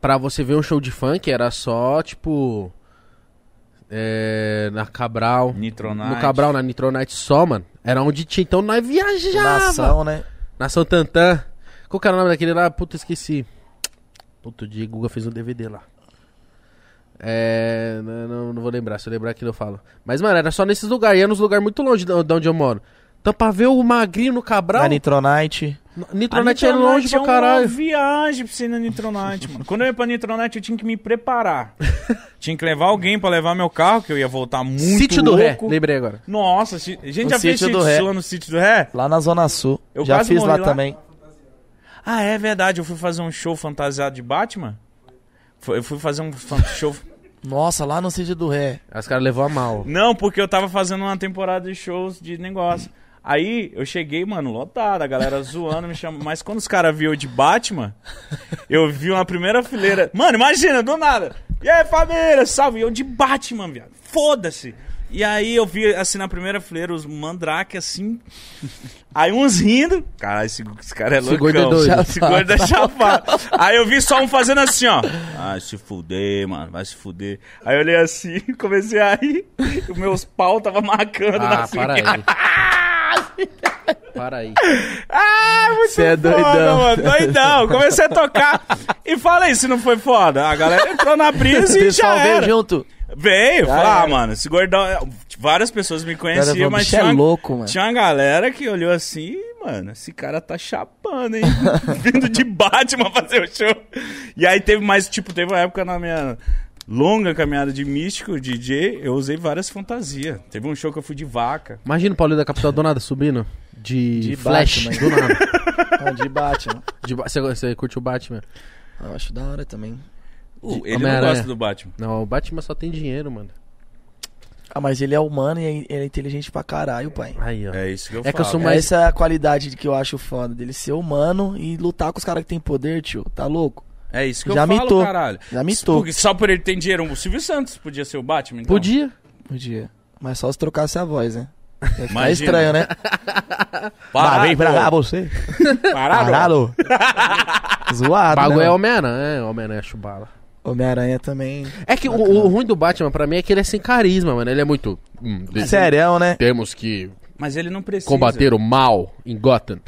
Speaker 1: pra você ver um show de funk era só, tipo. É, na Cabral.
Speaker 2: Nitronite.
Speaker 1: No Cabral, na Nitronite só, mano. Era onde tinha. Então nós viajava.
Speaker 3: Nação, né?
Speaker 1: Nação Tantan. Qual que era o nome daquele lá? Puta, esqueci. Outro dia, Guga fez um DVD lá. É. Não, não- não vou lembrar. Se eu lembrar aqui, eu falo. Mas, mano, era só nesses lugares. E era nos lugares muito longe de de onde eu moro. Então, pra ver o Magrinho no Cabral.
Speaker 3: Na Nitronite.
Speaker 2: A
Speaker 1: Nitronete é longe pra
Speaker 2: É uma
Speaker 1: caralho.
Speaker 2: viagem pra você ir na Nitronite, mano. Quando eu ia pra Nitronite, eu tinha que
Speaker 1: [LAUGHS]
Speaker 2: me preparar. tinha que levar alguém pra levar meu carro, que eu ia voltar muito
Speaker 1: Sítio do
Speaker 2: louco.
Speaker 1: Ré, lembrei agora.
Speaker 2: Nossa, ci- a gente
Speaker 3: O
Speaker 2: já fez
Speaker 3: Sítio do
Speaker 2: sítio
Speaker 3: Ré.
Speaker 2: sua no Sítio do Ré?
Speaker 3: Lá na Zona Sul.
Speaker 2: Eu
Speaker 3: Já
Speaker 2: quase
Speaker 3: fiz
Speaker 2: morri
Speaker 3: lá,
Speaker 2: lá.
Speaker 3: também.
Speaker 2: Ah, é verdade. Eu fui fazer um show fantasiado de Batman. Foi- Eu fui fazer um fan- show...
Speaker 3: Nossa, lá no Sítio do Ré.
Speaker 1: Aí Os caras levou a
Speaker 2: [LAUGHS]
Speaker 1: mal.
Speaker 2: Não, porque eu tava fazendo uma temporada de shows de negócio. Aí eu cheguei, mano, lotado, a galera zoando, me chamando. Mas quando os caras viram eu de Batman, eu vi uma primeira fileira. Mano, imagina, do nada. E aí, família, salve. Eu de Batman, viado. Foda-se. E aí eu vi, assim, na primeira fileira, os mandrake, assim. Aí uns rindo. Caralho, esse, esse cara é
Speaker 1: Esse
Speaker 2: loucão.
Speaker 1: gordo é doido.
Speaker 2: Esse [LAUGHS] gordo é chapado. Aí eu vi só um fazendo assim, ó. Ai, se fuder, mano, vai se fuder. Aí eu olhei assim, [LAUGHS] comecei a rir. Os meus pau tava marcando
Speaker 1: Ah,
Speaker 2: na
Speaker 1: para
Speaker 2: frente.
Speaker 1: aí. para aí.
Speaker 2: Ah, muito
Speaker 3: Cê é
Speaker 2: foda,
Speaker 3: doidão.
Speaker 2: mano. Doidão. Comecei a tocar. E fala aí, se não foi foda. A galera entrou na brisa e já
Speaker 3: Pessoal veio
Speaker 2: era.
Speaker 3: junto.
Speaker 2: Veio,
Speaker 3: Já
Speaker 2: falar, ah,
Speaker 3: era.
Speaker 2: mano, esse gordão. Várias pessoas me
Speaker 3: Cara,
Speaker 2: conheciam,
Speaker 3: falou,
Speaker 2: mas
Speaker 3: "Bicho
Speaker 2: tinha,
Speaker 3: é
Speaker 2: uma-
Speaker 3: louco, mano."
Speaker 2: tinha uma galera que olhou assim, "Ih, mano, esse cara tá chapando, hein? [LAUGHS] Vindo de Batman fazer o show. E aí teve mais, tipo, teve uma época na minha longa caminhada de místico, DJ, eu usei várias fantasias. Teve um show que eu fui de vaca.
Speaker 1: Imagina o Paulinho da Capital do nada subindo. De,
Speaker 3: De
Speaker 1: Flash,
Speaker 3: Batman.
Speaker 1: do nada.
Speaker 3: Onde bate, mano.
Speaker 1: De ba- Você você curte o Batman?
Speaker 3: Eu acho da hora também.
Speaker 2: Uh, ele não
Speaker 1: Homem-Aranha.
Speaker 2: gosta do Batman.
Speaker 1: Não, o Batman só tem dinheiro, mano.
Speaker 3: Ah, mas ele é humano e é- ele é inteligente pra caralho, pai.
Speaker 1: Aí, ó.
Speaker 2: É isso que eu
Speaker 1: É
Speaker 2: falo.
Speaker 1: que eu sou mais-
Speaker 3: Mas essa é a qualidade que eu acho foda dele ser humano e lutar com os caras que tem poder, tio. Tá louco?
Speaker 2: É isso que
Speaker 3: Já
Speaker 2: eu falo,
Speaker 3: mitou.
Speaker 2: caralho.
Speaker 3: Já mitou.
Speaker 2: Porque só por ele ter dinheiro, o Silvio Santos podia ser o Batman. Então.
Speaker 1: Podia.
Speaker 3: Podia. Mas só se trocasse a voz, né? Ia ficar
Speaker 2: Imagina.
Speaker 3: estranho, né? Ah,
Speaker 2: Parado.
Speaker 3: você.
Speaker 2: [LAUGHS] Parado.
Speaker 3: Parado.
Speaker 1: O
Speaker 3: Zoado.
Speaker 1: bagulho
Speaker 3: né,
Speaker 1: é
Speaker 3: mano?
Speaker 1: Homem-Aranha, é, Homem-Aranha chubala.
Speaker 3: Homem-Aranha também.
Speaker 1: É que o, o ruim do Batman pra mim é que ele é sem carisma, mano. Ele é muito. hum, de-
Speaker 3: Serião, né?
Speaker 1: Temos que
Speaker 2: Mas ele não precisa.
Speaker 1: combater o mal em Gotham.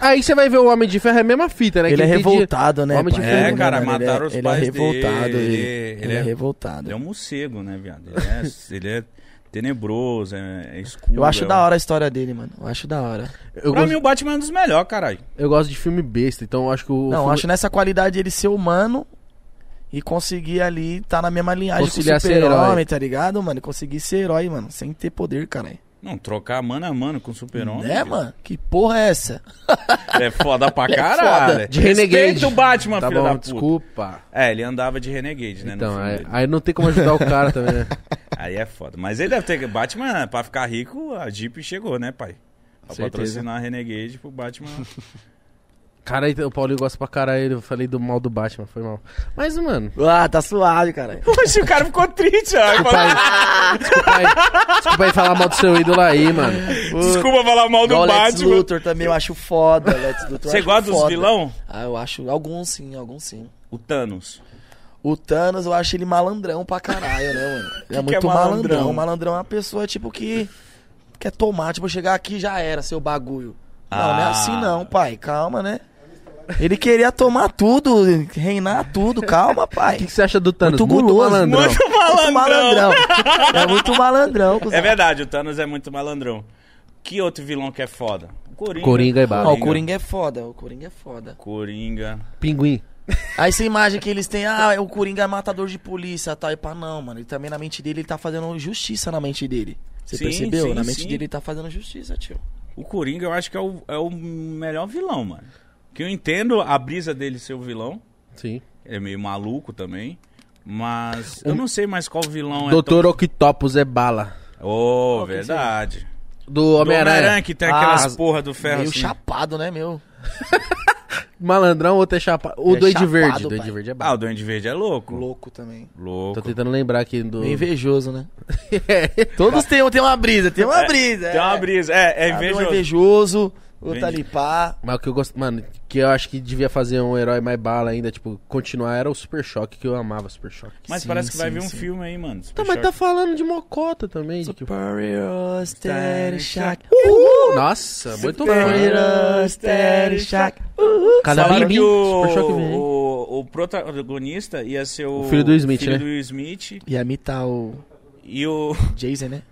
Speaker 1: Aí você vai ver o Homem de Ferro, é a mesma fita, né?
Speaker 3: Ele
Speaker 1: Que
Speaker 3: é
Speaker 1: tem dia-
Speaker 3: revoltado, né?
Speaker 1: Homem de
Speaker 3: pai?
Speaker 1: Ferro,
Speaker 2: É, cara,
Speaker 3: mano, ele é-
Speaker 2: mataram os
Speaker 3: ele
Speaker 2: pais
Speaker 3: é revoltado.
Speaker 2: dele, ele
Speaker 3: Ele, ele
Speaker 2: é-
Speaker 3: é
Speaker 2: Ele
Speaker 3: revoltado.
Speaker 2: é um morcego, né, viado? Ele é, ele é tenebroso, é, é escuro.
Speaker 3: Eu acho
Speaker 2: é-
Speaker 3: da hora a história dele, mano. Eu acho da hora.
Speaker 1: Eu,
Speaker 2: Pra
Speaker 1: gosto,
Speaker 2: mim, o Batman é um dos melhores, caralho.
Speaker 1: eu gosto de filme besta, então eu acho que o.
Speaker 3: Não,
Speaker 1: filme...
Speaker 3: acho nessa qualidade ele ser humano e conseguir ali tá na mesma linhagem que o
Speaker 1: Conciliar ser herói.
Speaker 3: super-homem, tá ligado, mano? E Conseguir ser herói, mano, sem ter poder, cara.
Speaker 2: Não, trocar mano a mano com super-homem.
Speaker 3: Né, mano? Que porra é essa?
Speaker 2: É foda pra
Speaker 3: Ele é
Speaker 2: caralho.
Speaker 3: foda.
Speaker 1: De Renegade.
Speaker 2: Respeita o Batman,
Speaker 1: tá
Speaker 2: filho é da
Speaker 1: bom,
Speaker 2: puta.
Speaker 1: desculpa.
Speaker 2: É, ele andava de Renegade, né? no
Speaker 1: Então,
Speaker 2: filme
Speaker 1: aí,
Speaker 2: dele.
Speaker 1: aí não tem como ajudar o cara também, né?
Speaker 2: Aí é foda. Mas ele deve ter. Batman, pra ficar rico, a Jeep chegou, né, pai? Pra
Speaker 1: Certeza.
Speaker 2: patrocinar a Renegade pro Batman.
Speaker 1: Cara, aí o Paulinho gosta pra caralho. Eu falei do mal do Batman, foi mal. Mas, mano.
Speaker 3: Ah, tá suave, cara.
Speaker 2: Poxa, o cara ficou triste, ó. Ele
Speaker 1: Pai,
Speaker 2: falou,
Speaker 1: desculpa aí. Desculpa aí falar mal do seu ídolo aí, mano.
Speaker 2: Desculpa falar mal do
Speaker 3: Igual o Lex
Speaker 2: Batman.
Speaker 3: Luthor também eu acho foda. Lex Luthor eu
Speaker 2: Você
Speaker 3: acho
Speaker 2: gosta dos
Speaker 3: foda.
Speaker 2: vilão?
Speaker 3: Ah, eu acho. Alguns sim, alguns sim.
Speaker 2: O Thanos.
Speaker 3: O Thanos, eu acho ele malandrão pra caralho, né, mano? Ele é
Speaker 2: que
Speaker 3: muito
Speaker 2: é malandrão?
Speaker 3: malandrão. Malandrão é uma pessoa, tipo, que quer tomar. Tipo, chegar aqui já era, seu bagulho. Não, não é
Speaker 2: Ah.
Speaker 3: assim não, pai. Calma, né? Ele queria tomar tudo, reinar tudo. Calma,
Speaker 1: O que,
Speaker 3: pai.
Speaker 1: que você acha do Thanos?
Speaker 3: Muito guloso.
Speaker 1: malandrão.
Speaker 2: [LAUGHS] Muito
Speaker 3: Muito
Speaker 2: malandrão.
Speaker 3: malandrão. É muito malandrão.
Speaker 2: É
Speaker 3: cuzão.
Speaker 2: verdade, o Thanos é muito malandrão. Que outro vilão que é foda? O Coringa.
Speaker 1: Coringa e
Speaker 3: Ó,
Speaker 1: bala.
Speaker 3: o Coringa é foda, o Coringa é foda.
Speaker 2: Coringa.
Speaker 1: Pinguim.
Speaker 3: Aí essa imagem que eles têm, ah, o Coringa é matador de polícia, tal, e pá, não, mano. Ele também na mente dele, ele tá fazendo justiça na mente dele. Você
Speaker 2: Sim,
Speaker 3: percebeu?
Speaker 2: sim,
Speaker 3: na mente
Speaker 2: sim.
Speaker 3: dele ele tá fazendo justiça, tio.
Speaker 2: O Coringa eu acho que é o, é o melhor vilão, mano. Que eu entendo a brisa dele ser o vilão.
Speaker 1: Sim.
Speaker 2: Ele é meio maluco também. Mas eu não sei mais qual vilão
Speaker 1: Doutor Octopus é bala.
Speaker 2: é. tão- Oh, verdade.
Speaker 1: Do
Speaker 2: Do Homem-Aranha
Speaker 1: Homem-Aranha.
Speaker 2: que tem aquelas
Speaker 1: Ah,
Speaker 2: porra do ferro
Speaker 3: Meio
Speaker 2: assim.
Speaker 3: chapado, né, meu?
Speaker 1: Malandrão, outro é chapa. O
Speaker 3: É
Speaker 1: Duende
Speaker 3: chapado,
Speaker 1: Verde. O Duende
Speaker 3: pai.
Speaker 1: Verde é
Speaker 2: Ah,
Speaker 1: bala.
Speaker 2: o Duende Verde é louco. Louco.
Speaker 3: Louco também.
Speaker 1: Tô tentando lembrar aqui do.
Speaker 3: Meio invejoso, né?
Speaker 1: [LAUGHS] É,
Speaker 3: Todos têm, tem uma brisa, tem uma
Speaker 2: É,
Speaker 3: brisa.
Speaker 2: Tem uma brisa. É, é
Speaker 3: Sabe, um é
Speaker 2: invejoso.
Speaker 3: invejoso, outro
Speaker 2: Entendi.
Speaker 3: ali pá.
Speaker 1: Mas o que eu gosto, mano, que eu acho que devia fazer um herói mais bala ainda, tipo, continuar, era o Super Choque, que eu amava Super Choque.
Speaker 2: Mas
Speaker 3: Sim,
Speaker 2: parece que vai
Speaker 3: sim,
Speaker 2: vir um
Speaker 3: sim.
Speaker 2: filme aí, mano.
Speaker 1: Tá, mas tá falando de mocota também. tipo, de que-
Speaker 3: Superior Stereo Shack.
Speaker 1: Nossa, muito bom.
Speaker 3: Superior Stereo Shack. Uhul.
Speaker 1: Cada
Speaker 2: Falaram que
Speaker 1: bimbim,
Speaker 2: o,
Speaker 1: Super Choque vem.
Speaker 2: o, o protagonista ia ser o,
Speaker 1: O filho do Smith,
Speaker 2: filho
Speaker 1: né?
Speaker 2: do Smith
Speaker 3: Ia imitar o
Speaker 2: e, o, [LAUGHS]
Speaker 3: Jason, né?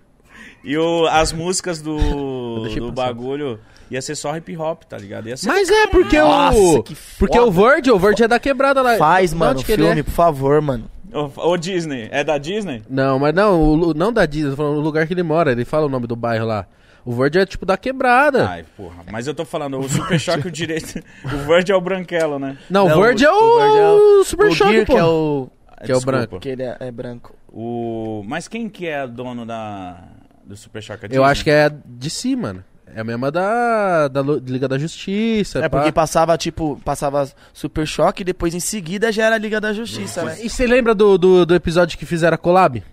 Speaker 2: e o, as
Speaker 1: [LAUGHS]
Speaker 2: músicas do,
Speaker 1: deixei
Speaker 2: do
Speaker 1: passar.
Speaker 2: bagulho ia ser só hip hop, tá ligado? Ia ser
Speaker 1: Mas é, porque
Speaker 3: Nossa,
Speaker 1: o.
Speaker 3: que foda.
Speaker 1: Porque o Verde, o Verde é da quebrada lá.
Speaker 3: Faz,
Speaker 1: De
Speaker 3: mano, o
Speaker 1: onde que ele é?
Speaker 3: filme, por favor, mano.
Speaker 2: O, Disney, é da Disney?
Speaker 1: Não, mas não, o lu- não da Disney, eu tô falando o lugar que ele mora, ele fala o nome do bairro lá. O Verde é tipo da
Speaker 3: Ah,
Speaker 1: quebrada.
Speaker 2: Ai, porra. Mas eu tô falando, o Super Choque o direito. O Verde é o branquelo, né?
Speaker 1: não,
Speaker 3: Não,
Speaker 1: o Verde
Speaker 3: o-
Speaker 1: é o,
Speaker 3: o Verde é o-
Speaker 1: o Super
Speaker 3: o
Speaker 1: Choque,
Speaker 3: Gear,
Speaker 1: pô.
Speaker 3: que é o.
Speaker 1: Que é o
Speaker 2: Desculpa.
Speaker 1: branco.
Speaker 3: Que ele é, é branco.
Speaker 2: O... Mas quem que é dono da... do Super Choque?
Speaker 1: Eu acho que é de si, mano. É a mesma da, da Lu- Liga da Justiça.
Speaker 3: É
Speaker 1: pá.
Speaker 3: porque passava, tipo, passava Super Choque e depois em seguida já era a Liga da Justiça, né?
Speaker 1: E você lembra do, do, do episódio que fizeram a collab?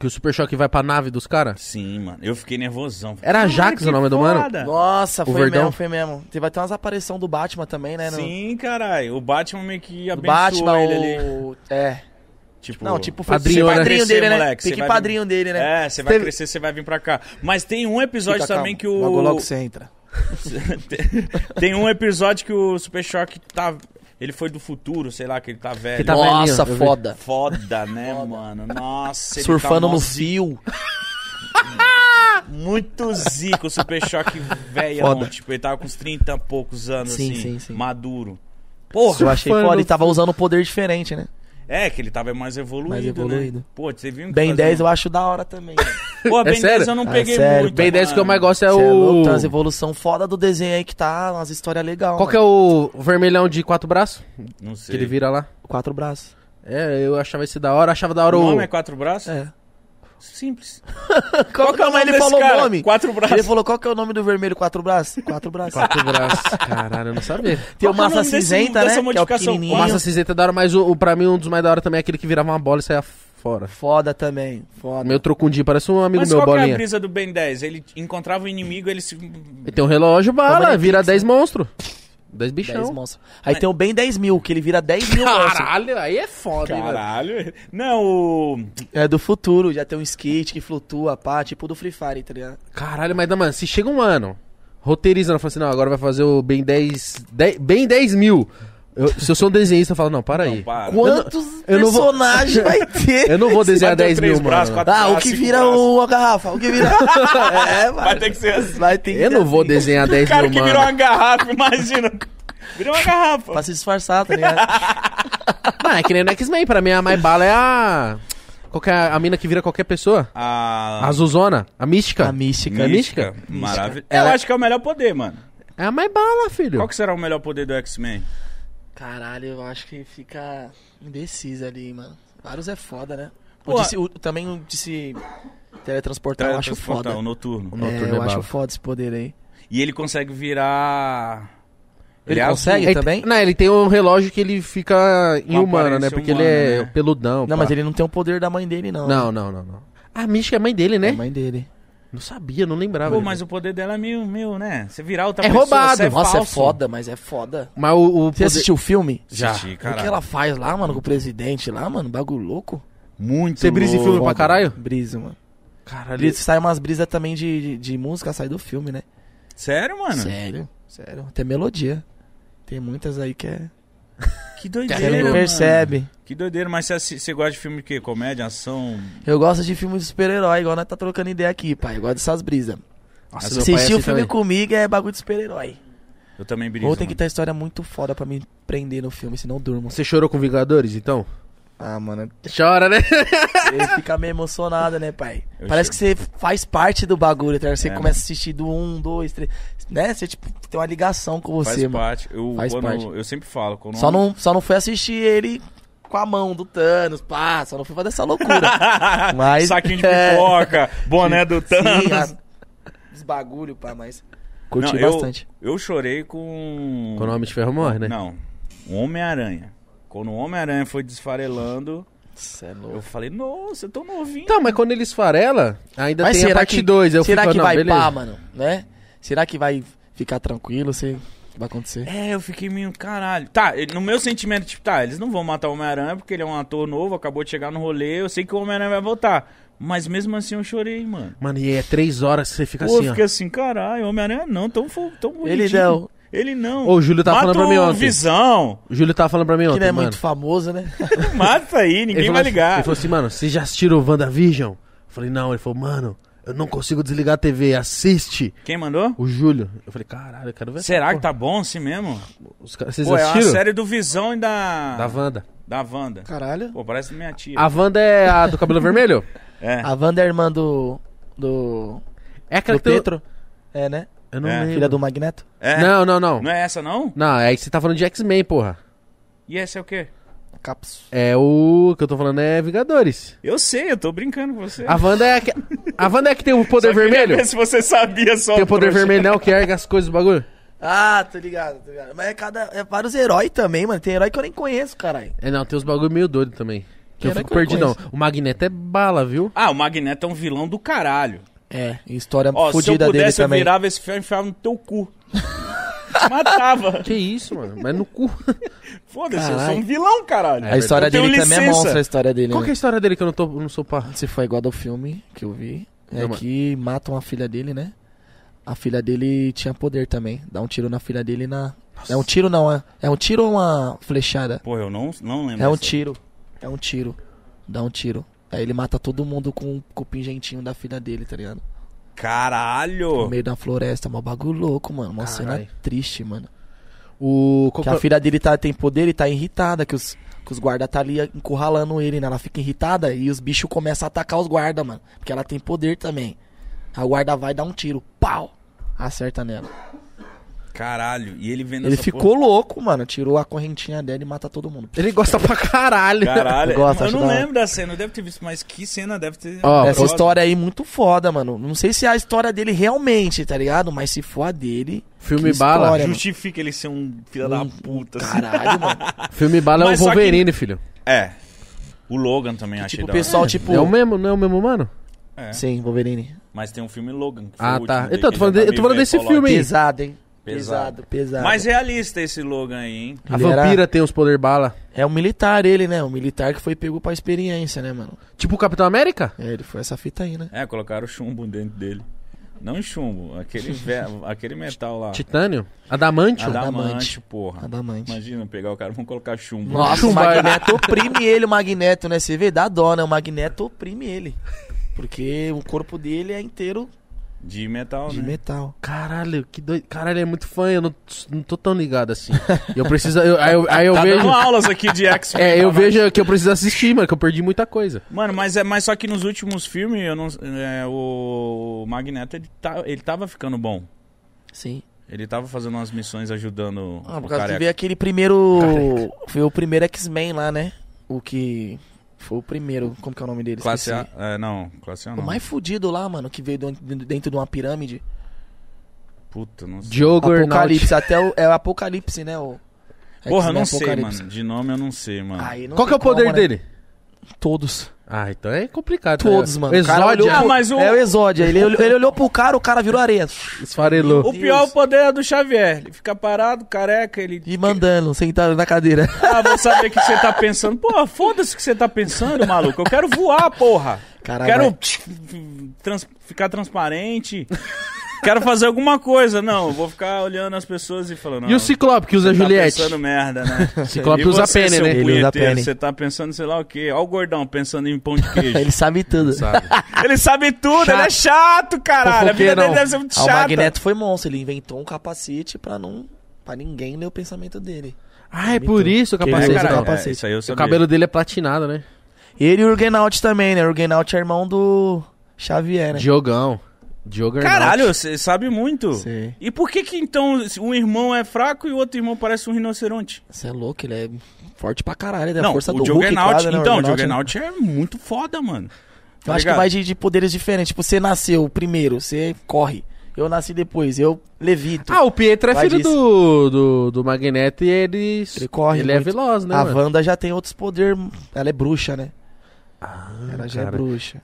Speaker 1: Que o Super Choque vai pra nave dos caras?
Speaker 2: Sim, mano. Eu fiquei nervosão.
Speaker 1: Era Jax
Speaker 2: que
Speaker 1: o nome do mano?
Speaker 2: foda.
Speaker 3: Nossa, foi
Speaker 1: Verdão?
Speaker 3: mesmo, foi mesmo. Teve até umas aparição do Batman também, né? No,
Speaker 2: Sim, caralho. O Batman meio que
Speaker 3: do
Speaker 2: abençoou
Speaker 3: Batman,
Speaker 2: ele ali.
Speaker 3: o... É.
Speaker 2: Tipo,
Speaker 3: Não, tipo, foi
Speaker 1: Padrinho,
Speaker 3: ser
Speaker 1: né?
Speaker 3: padrinho
Speaker 2: Crescer,
Speaker 3: dele, né?
Speaker 2: moleque, você
Speaker 3: Pique
Speaker 2: vai
Speaker 3: padrinho dele, né?
Speaker 2: É, você vai
Speaker 1: Teve-
Speaker 2: crescer, você vai vir pra cá. Mas tem um episódio
Speaker 3: Fica
Speaker 2: também
Speaker 3: calmo,
Speaker 2: que o.
Speaker 3: Logo, logo você entra.
Speaker 2: [LAUGHS] tem um episódio que o Super Choque tá. Ele foi do futuro, sei lá, que ele tá velho.
Speaker 1: Que tá
Speaker 3: Nossa,
Speaker 1: velhinho, eu vi.
Speaker 3: foda.
Speaker 2: Foda, né, mano? Nossa, ele
Speaker 3: Surfando
Speaker 2: tá
Speaker 3: no
Speaker 2: mó-
Speaker 3: [LAUGHS] fio.
Speaker 2: muito zico, o Super Choque velho.
Speaker 3: Foda.
Speaker 2: Tipo, ele tava com uns 30 e poucos anos,
Speaker 3: Sim,
Speaker 2: assim,
Speaker 3: sim, sim.
Speaker 2: maduro.
Speaker 3: Eu
Speaker 2: Porra!
Speaker 3: achei
Speaker 1: Surfando
Speaker 3: foda.
Speaker 1: no
Speaker 3: Ele tava usando um poder diferente, né?
Speaker 2: É, que ele tava mais evoluído,
Speaker 3: Mais
Speaker 2: né?
Speaker 3: evoluído.
Speaker 2: Pô, você viu que um-
Speaker 3: Ben
Speaker 2: fazia-
Speaker 3: 10 eu acho da hora também. né?
Speaker 2: Pô,
Speaker 1: É
Speaker 2: Ben 10 eu
Speaker 1: sério?
Speaker 2: não
Speaker 3: É
Speaker 2: peguei
Speaker 3: sério.
Speaker 2: muito,
Speaker 1: Bem 10 que eu
Speaker 2: mano.
Speaker 1: mais gosto é
Speaker 3: Cê
Speaker 1: o.
Speaker 3: louco, tem umas evolução foda do desenho aí que tá umas histórias legais.
Speaker 1: Qual que é o vermelhão de quatro braços?
Speaker 2: Não
Speaker 1: Que
Speaker 2: sei.
Speaker 1: ele vira lá.
Speaker 3: Quatro braços.
Speaker 1: É, eu achava esse da hora, achava da hora
Speaker 2: O
Speaker 1: o.
Speaker 2: nome é quatro braços?
Speaker 3: É.
Speaker 2: Simples.
Speaker 3: Qual, que é o nome? Ele
Speaker 2: desse
Speaker 3: falou o
Speaker 2: cara?
Speaker 3: nome.
Speaker 2: Quatro braços.
Speaker 3: Ele falou qual que é o nome do vermelho quatro braços? Quatro braços.
Speaker 1: Quatro [LAUGHS] braços. Caralho, eu não sabia.
Speaker 3: Tem
Speaker 2: Qual
Speaker 3: o
Speaker 2: que é o
Speaker 3: massa
Speaker 2: nome desse-
Speaker 3: cinzenta,
Speaker 2: dessa
Speaker 3: né? Que é o
Speaker 2: modificação?
Speaker 1: O
Speaker 3: pequenininho.
Speaker 1: Massa Cinzenta é da hora, mas o, o, pra mim um dos mais da hora também é aquele que virava uma bola e saia fora.
Speaker 3: Foda também. Foda.
Speaker 1: Meu trocundinho, parece um amigo
Speaker 2: Mas
Speaker 1: meu,
Speaker 2: qual que é
Speaker 1: bolinha.
Speaker 2: a brisa do Ben 10? Ele encontrava o inimigo, ele se...
Speaker 1: E tem um relógio
Speaker 3: Como
Speaker 1: bala,
Speaker 3: ele
Speaker 1: vira
Speaker 3: fixa.
Speaker 1: 10 monstros. 10
Speaker 3: Dez
Speaker 1: bichão.
Speaker 3: monstros. Aí tem o Ben 10 mil, que ele vira 10 mil monstros.
Speaker 1: Caralho, aí é foda, hein, mano.
Speaker 2: Caralho. Não, o...
Speaker 3: É do futuro, já tem um skate que flutua, pá, tipo do Free Fire, tá ligado?
Speaker 1: Caralho, mas, não, mano, se chega um ano roteirizando, fala assim, não, agora vai fazer o bem 10, 10 bem 10 mil. Eu- se eu sou um desenhista, eu falo, não, para aí.
Speaker 2: para.
Speaker 3: Quantos
Speaker 1: eu não vou-
Speaker 3: personagens
Speaker 1: [LAUGHS]
Speaker 3: vai ter?
Speaker 1: Eu não vou desenhar
Speaker 2: Vai ter
Speaker 1: 10
Speaker 2: três
Speaker 1: mil,
Speaker 2: braços,
Speaker 1: mano.
Speaker 2: quatro
Speaker 3: Ah, o
Speaker 2: braços,
Speaker 3: que
Speaker 2: cinco
Speaker 3: vira
Speaker 2: braços.
Speaker 3: o, a garrafa, o que vira... é, mano.
Speaker 2: Vai ter que ser assim.
Speaker 3: Vai ter que
Speaker 1: Eu
Speaker 3: ser
Speaker 1: não vou
Speaker 3: assim.
Speaker 1: desenhar 10
Speaker 2: O cara
Speaker 1: mil,
Speaker 2: que
Speaker 1: mano.
Speaker 2: virou uma garrafa, imagina. Virou uma garrafa.
Speaker 3: Pra se disfarçar, tá ligado?
Speaker 1: Ah, Não, é que nem no X-Men, pra mim a mais bala é a... Qualquer, a mina que vira qualquer pessoa.
Speaker 2: A.
Speaker 1: A Zuzona, a mística.
Speaker 3: A mística. né?
Speaker 1: É
Speaker 2: Mística.
Speaker 1: mística?
Speaker 2: Ah, Maravilha.
Speaker 1: Ela-
Speaker 2: Eu acho que é o melhor poder, mano.
Speaker 1: É a mais bala, filho.
Speaker 2: Qual que será o melhor poder do X-Men?
Speaker 3: Caralho, eu acho que fica indeciso ali, mano. Vários é foda, né?
Speaker 2: Pô,
Speaker 3: O de se, o, também o de se teletransportar eu acho foda.
Speaker 2: Teletransportar, O noturno.
Speaker 1: No-
Speaker 3: É,
Speaker 1: Noturno é
Speaker 3: eu acho
Speaker 1: bala.
Speaker 3: foda esse poder aí.
Speaker 2: E ele consegue virar.
Speaker 3: Ele
Speaker 2: é
Speaker 3: consegue?
Speaker 1: Ele
Speaker 3: também?
Speaker 1: tem- Não, ele tem um relógio que ele fica
Speaker 2: Uma
Speaker 1: inhumano, né?
Speaker 2: aparência
Speaker 1: Porque
Speaker 2: humana,
Speaker 1: ele é
Speaker 2: né?
Speaker 1: peludão. pá.
Speaker 3: não, mas ele não tem o poder da mãe dele, não.
Speaker 1: Não, não, não, não. A Mística é mãe dele, né?
Speaker 3: né? É a mãe dele.
Speaker 1: Não sabia, não lembrava.
Speaker 2: Pô,
Speaker 1: né?
Speaker 2: mas o poder dela é meio, meio né? Você virar outra
Speaker 1: É
Speaker 2: pessoa,
Speaker 1: roubado.
Speaker 2: você é
Speaker 3: Nossa,
Speaker 2: falso.
Speaker 3: é foda, mas é foda.
Speaker 1: Mas o, o
Speaker 3: Você
Speaker 1: poder-
Speaker 3: assistiu o filme?
Speaker 1: Já.
Speaker 2: Assisti,
Speaker 3: O que
Speaker 2: cara.
Speaker 3: ela faz lá, mano, com o presidente lá, mano? Bagulho louco.
Speaker 2: Muito
Speaker 1: Você brisa em
Speaker 2: louco.
Speaker 1: filme pra caralho?
Speaker 3: Brisa, mano.
Speaker 1: Caralho.
Speaker 3: Ali sai umas brisas também de, de, de música, sai do filme, né?
Speaker 2: Sério, mano?
Speaker 3: Sério, sério. Até melodia. Tem muitas aí que é.
Speaker 2: Que
Speaker 3: Você
Speaker 2: doideira,
Speaker 3: não
Speaker 2: mano.
Speaker 3: percebe.
Speaker 2: Que doideira, mas você, assi- você gosta de filme de quê? Comédia, ação?
Speaker 3: Eu gosto de filme de super-herói, igual nós tá trocando ideia aqui, pai. Eu gosto dessas brisas.
Speaker 2: Ah,
Speaker 1: Nossa, meu pai é
Speaker 3: Assistir o
Speaker 1: assim
Speaker 3: filme
Speaker 1: também.
Speaker 3: comigo é bagulho de super-herói.
Speaker 2: Eu também briso.
Speaker 3: Ou tem que
Speaker 2: mano.
Speaker 3: ter história muito foda pra me prender no filme, senão eu durmo.
Speaker 1: Você chorou com Vingadores, então?
Speaker 3: Ah, mano,
Speaker 1: Chora, né?
Speaker 3: você fica meio emocionado, né, pai?
Speaker 2: Eu
Speaker 3: Parece que você faz parte do bagulho, tá? Você
Speaker 2: É,
Speaker 3: começa a assistir do 1, 2, 3. Né? Você, tipo, tem uma ligação com
Speaker 2: Faz
Speaker 3: você, mano.
Speaker 2: parte. Eu,
Speaker 3: Faz
Speaker 2: quando-
Speaker 3: parte.
Speaker 2: eu sempre falo. Quando
Speaker 3: Só não, só não foi assistir ele com a mão do Thanos, pá. Só não fui fazer essa loucura.
Speaker 2: [LAUGHS]
Speaker 3: Mas-
Speaker 2: Saquinho de
Speaker 3: [LAUGHS] É.
Speaker 2: pipoca, boné do Thanos.
Speaker 3: Sim, as- os bagulho, pá, mas. Curti
Speaker 2: Não, eu-
Speaker 3: bastante.
Speaker 2: Eu chorei com...
Speaker 1: Quando o Homem de Ferro morre, né?
Speaker 2: Não. O Homem-Aranha. Quando o Homem-Aranha foi desfarelando,
Speaker 3: Você é
Speaker 2: eu falei, nossa, eu tô novinho.
Speaker 1: Então, mas quando ele esfarela, ainda
Speaker 3: Mas
Speaker 1: tem a
Speaker 3: será
Speaker 1: parte
Speaker 3: que-
Speaker 1: 2. Eu
Speaker 3: Será
Speaker 1: fico,
Speaker 3: que
Speaker 1: não,
Speaker 3: vai
Speaker 1: beleza.
Speaker 3: pá, mano? Né? Será que vai ficar tranquilo? Se vai acontecer?
Speaker 2: É, eu fiquei meio caralho. Tá, ele- no meu sentimento, tipo, tá, eles não vão matar o Homem-Aranha porque ele é um ator novo, acabou de chegar no rolê, eu sei que o Homem-Aranha vai voltar. Mas mesmo assim eu chorei, mano.
Speaker 1: Mano, e é três horas que você fica
Speaker 2: Pô, eu
Speaker 1: assim, ó.
Speaker 2: fiquei assim, caralho, o Homem-Aranha não, tão, fo- tão bonitinho.
Speaker 3: Ele não.
Speaker 2: Ele não.
Speaker 1: Ô, o Júlio tava
Speaker 2: Mata
Speaker 1: falando pra mim
Speaker 2: o
Speaker 1: ontem.
Speaker 2: Visão.
Speaker 1: [LAUGHS] O Júlio tava falando pra mim
Speaker 3: Que não
Speaker 1: ontem,
Speaker 3: é
Speaker 1: mano.
Speaker 3: muito famoso, né?
Speaker 2: Mata aí,
Speaker 1: Ele
Speaker 2: ninguém
Speaker 1: falou
Speaker 2: vai
Speaker 1: assim- Ele
Speaker 2: ligar.
Speaker 1: falou assim, mano, vocês já assistiram o WandaVision? Eu falei, não. Ele falou, mano, eu não consigo desligar a TV, assiste.
Speaker 2: Quem mandou?
Speaker 1: O Júlio. Eu falei, caralho, eu quero ver. essa
Speaker 2: Será que
Speaker 1: porra.
Speaker 2: tá bom assim mesmo?
Speaker 1: Os caras, vocês
Speaker 2: Pô, é a
Speaker 1: assistiram?
Speaker 2: série do Visão e da.
Speaker 1: Da Wanda.
Speaker 2: Da Wanda.
Speaker 3: Caralho.
Speaker 2: Pô, parece minha tia.
Speaker 1: A Wanda é a do cabelo [LAUGHS] vermelho?
Speaker 2: É.
Speaker 3: A Wanda é irmã do. do.
Speaker 1: É aquela
Speaker 3: do
Speaker 1: que tem-
Speaker 3: Petro? É, né?
Speaker 1: Eu não
Speaker 2: É.
Speaker 1: lembro.
Speaker 3: Filha do Magneto?
Speaker 2: É.
Speaker 1: Não, não, não.
Speaker 2: Não é essa, não?
Speaker 1: Não, é que você tá falando de X-Men, porra.
Speaker 2: E essa é o quê?
Speaker 3: Caps.
Speaker 1: É o que eu tô falando é Vingadores.
Speaker 2: Eu sei, eu tô brincando com você.
Speaker 1: A Wanda é a que, a Wanda é a que tem o poder
Speaker 2: Só queria
Speaker 1: vermelho?
Speaker 2: ver se você sabia só.
Speaker 1: Tem o poder
Speaker 2: trouxa.
Speaker 1: vermelho não, que erga as coisas do bagulho?
Speaker 3: Ah, tô ligado, tô ligado. Mas é cada. É vários heróis também, mano. Tem herói que eu nem conheço, caralho.
Speaker 1: É, não, tem os bagulho meio doido também. Que eu
Speaker 3: Era
Speaker 1: fico
Speaker 3: que eu
Speaker 1: perdidão. O Magneto é bala, viu?
Speaker 2: Ah, o Magneto é um vilão do caralho.
Speaker 3: É, e história
Speaker 2: Ó, se
Speaker 3: fodida
Speaker 2: eu
Speaker 3: dele
Speaker 2: pudesse, eu
Speaker 3: também.
Speaker 2: virava esse ferro e enfiava no teu cu. [LAUGHS] Matava.
Speaker 1: Que é isso, mano? Mas no
Speaker 3: [LAUGHS]
Speaker 1: cu.
Speaker 2: Foda-se, eu sou
Speaker 3: Caralho.
Speaker 2: um vilão, caralho.
Speaker 3: A história
Speaker 2: Eu tenho
Speaker 3: dele também é
Speaker 2: licença.
Speaker 3: monstro, a história dele.
Speaker 1: Qual que é a
Speaker 3: né?
Speaker 1: história dele que eu não, tô, não sou pá?
Speaker 3: Se foi igual do filme que eu vi, é
Speaker 1: Não, mas-
Speaker 3: que matam a filha dele, né? A filha dele tinha poder também. Dá um tiro na filha dele e na. É um tiro não, é. É um tiro ou uma flechada?
Speaker 2: Pô, eu não, não lembro.
Speaker 3: É um
Speaker 2: dessa.
Speaker 3: tiro. É um tiro. Dá um tiro. Aí ele mata todo mundo com, com o pingentinho da filha dele, tá ligado? No
Speaker 2: Caralho.
Speaker 3: meio da floresta, mó bagulho louco, mano. Uma cena
Speaker 1: Caralho.
Speaker 3: triste, mano.
Speaker 1: O. qual
Speaker 3: Que
Speaker 1: que
Speaker 3: a
Speaker 1: é-
Speaker 3: filha dele tá, tem poder e tá irritada, que os, que os guardas tá ali encurralando ele, né? Ela fica irritada e os bichos começam a atacar os guardas, mano. Porque ela tem poder também. A guarda vai dar um tiro, pau! Acerta nela.
Speaker 2: Caralho. E ele vendo
Speaker 3: ele
Speaker 2: essa
Speaker 3: ficou louco, mano. Tirou a correntinha dela e mata todo mundo.
Speaker 1: Ele gosta pra caralho.
Speaker 2: porra. Caralho.
Speaker 3: Eu gosto,
Speaker 2: eu
Speaker 3: acho
Speaker 2: não
Speaker 3: da hora.
Speaker 2: lembro da cena. Eu devo ter visto, mas que cena deve ter.
Speaker 1: Ó,
Speaker 3: Essa
Speaker 1: eu-
Speaker 3: história aí muito foda, mano. Não sei se é a história dele realmente, tá ligado? Mas se for a dele.
Speaker 1: [LAUGHS] Filme
Speaker 3: que
Speaker 1: bala.
Speaker 3: história, mano.
Speaker 2: Justifica ele ser um filho da
Speaker 3: Um-
Speaker 2: puta. assim. [LAUGHS]
Speaker 3: Caralho, mano.
Speaker 1: Filme bala é o
Speaker 2: Mas só que-
Speaker 1: Wolverine, filho.
Speaker 2: É. O Logan também achei
Speaker 3: tipo, o
Speaker 2: da hora.
Speaker 3: pessoal, tipo.
Speaker 1: É o mesmo, não é o mesmo, mano?
Speaker 2: É.
Speaker 3: Sim, Wolverine.
Speaker 2: Mas tem um filme Logan. Que foi
Speaker 1: Ah,
Speaker 2: o
Speaker 1: tá.
Speaker 2: último dele,
Speaker 1: Então,
Speaker 2: que
Speaker 1: eu tô falando
Speaker 2: já
Speaker 1: de-
Speaker 2: tá
Speaker 1: eu tô falando
Speaker 2: meio
Speaker 1: desse
Speaker 2: velóide.
Speaker 1: filme. Sim.
Speaker 3: Pesado, hein?
Speaker 2: Pesado.
Speaker 3: Pesado, pesado.
Speaker 2: Mas realista esse Logan aí, hein?
Speaker 1: A
Speaker 3: Ele era-
Speaker 1: vampira tem os poder bala.
Speaker 3: É um militar ele, né? Um militar que foi pego pra experiência, né, mano?
Speaker 1: Tipo o Capitão América?
Speaker 3: É, ele foi essa fita aí, né?
Speaker 2: É, colocaram chumbo dentro dele. Não chumbo,
Speaker 3: [LAUGHS]
Speaker 2: aquele, ve- aquele metal lá.
Speaker 1: Titânio? Adamantio?
Speaker 2: Ah. Adamante, porra.
Speaker 3: Adamante.
Speaker 2: Imagina pegar o cara, vamos colocar chumbo.
Speaker 3: Nossa, o
Speaker 1: Chumbar.
Speaker 3: Magneto oprime ele, o Magneto, né? Você vê, dá dó, né? O Magneto oprime ele. Porque o corpo dele é inteiro
Speaker 2: De metal,
Speaker 3: de
Speaker 2: né?
Speaker 3: metal.
Speaker 1: Caralho, que doido. Caralho, é muito fã, eu não, não tô tão ligado assim. Eu preciso. eu- aí eu, aí eu
Speaker 2: Tá
Speaker 1: vejo.
Speaker 2: dando aulas
Speaker 1: [LAUGHS]
Speaker 2: aqui de x
Speaker 1: É, eu vejo que eu preciso assistir, mano, que eu perdi muita coisa.
Speaker 2: Mano, mas, é, mas só que nos últimos filmes, eu não, é, o Magneto, ele, tá, ele tava ficando bom.
Speaker 3: Sim.
Speaker 2: Ele tava fazendo umas missões ajudando
Speaker 3: Ah,
Speaker 2: o
Speaker 3: por causa que
Speaker 2: careca.
Speaker 3: veio aquele primeiro.
Speaker 1: Careca.
Speaker 3: Foi o primeiro X-Men lá, né? O que. Foi o primeiro. Como que é o nome dele?
Speaker 2: Classe A.
Speaker 3: Esqueci.
Speaker 2: É, não, classe A
Speaker 3: O
Speaker 2: não.
Speaker 3: mais fudido lá, mano, que veio dentro dentro de uma pirâmide.
Speaker 2: Puta, não sei.
Speaker 1: Diogo Arnaldo.
Speaker 3: Apocalipse, até o. É o Apocalipse, né? O
Speaker 2: Porra, eu
Speaker 3: X-Men
Speaker 2: não sei,
Speaker 3: Apocalipse.
Speaker 2: mano. De nome eu não sei, mano.
Speaker 3: Aí não
Speaker 1: Qual que é
Speaker 3: tem
Speaker 1: o poder
Speaker 3: como, né?
Speaker 1: dele?
Speaker 3: Todos.
Speaker 1: Ah, então é complicado. né?
Speaker 3: Todos, mano. O cara
Speaker 1: Exólio
Speaker 3: olhou
Speaker 2: Ah,
Speaker 3: pro-
Speaker 2: mas o-
Speaker 3: É o Exódia. Ele, olhou- ele olhou pro cara, o cara virou areia.
Speaker 1: esfarelou.
Speaker 2: O pior poder é do Xavier. Ele fica parado, careca, ele.
Speaker 3: E mandando, sentado na cadeira.
Speaker 2: Ah, vou saber o que você tá pensando. Porra, foda-se o que você tá pensando, maluco. Eu quero voar, porra.
Speaker 3: Caralho,
Speaker 2: quero
Speaker 3: Tá, vai.
Speaker 2: trans- ficar transparente. [LAUGHS] quero fazer alguma coisa. Não, eu vou ficar olhando as pessoas e falando.
Speaker 1: E
Speaker 2: "Não,
Speaker 1: o Ciclope que usa
Speaker 2: você tá
Speaker 1: Juliette?
Speaker 2: pensando merda, né?
Speaker 1: [LAUGHS] Ciclope
Speaker 2: E
Speaker 1: usa
Speaker 2: você,
Speaker 1: pene,
Speaker 2: seu
Speaker 1: né? Ele
Speaker 3: usa
Speaker 2: punheteiro,
Speaker 3: pene.
Speaker 2: Você tá pensando, sei lá o quê. Ó o gordão pensando em pão de queijo.
Speaker 3: Ele sabe tudo.
Speaker 1: Sabe?
Speaker 2: Ele sabe tudo,
Speaker 1: Chato.
Speaker 2: ele é chato, caralho. A vida dele
Speaker 1: Fofoqueirão.
Speaker 2: deve ser muito
Speaker 3: Ah, o
Speaker 2: chata.
Speaker 3: Magneto foi monstro. Ele inventou um capacete pra não... Pra ninguém ler o pensamento dele.
Speaker 1: Ah, é por isso o
Speaker 2: É,
Speaker 1: capacete.
Speaker 3: usa
Speaker 2: cara,
Speaker 1: não.
Speaker 3: capacete.
Speaker 2: é, isso aí eu
Speaker 1: O
Speaker 2: sabia.
Speaker 1: cabelo dele é platinado, né?
Speaker 3: Ele e o Urgenaut também, né? O Urgenaut é irmão do Xavier, né?
Speaker 1: Diogão. Diogo Arnaldo.
Speaker 2: Caralho, você sabe muito.
Speaker 3: Sei.
Speaker 2: E por que que então um irmão é fraco e o outro irmão parece um rinoceronte?
Speaker 3: Você é louco, ele é forte pra caralho. Ele é a
Speaker 2: não,
Speaker 3: força
Speaker 2: o
Speaker 3: do Hulk,
Speaker 2: Juggernaut,
Speaker 3: quase, né?
Speaker 2: então, o
Speaker 3: Juggernaut, né?
Speaker 2: Juggernaut é muito foda, mano.
Speaker 3: Eu acho que
Speaker 2: ligado?
Speaker 3: vai de, de poderes diferentes. Tipo, você nasceu primeiro, você corre. Eu nasci depois, eu levito.
Speaker 1: Ah, o Pietro é
Speaker 3: Vai
Speaker 1: filho
Speaker 3: disso.
Speaker 1: do, do, do Magneto e ele.
Speaker 3: Ele corre
Speaker 1: Ele é
Speaker 3: muito.
Speaker 1: veloz, né?
Speaker 3: a
Speaker 1: mano?
Speaker 3: Wanda já tem outros poderes. Ela é bruxa, né?
Speaker 2: Ah,
Speaker 3: ela já
Speaker 1: cara.
Speaker 3: é bruxa.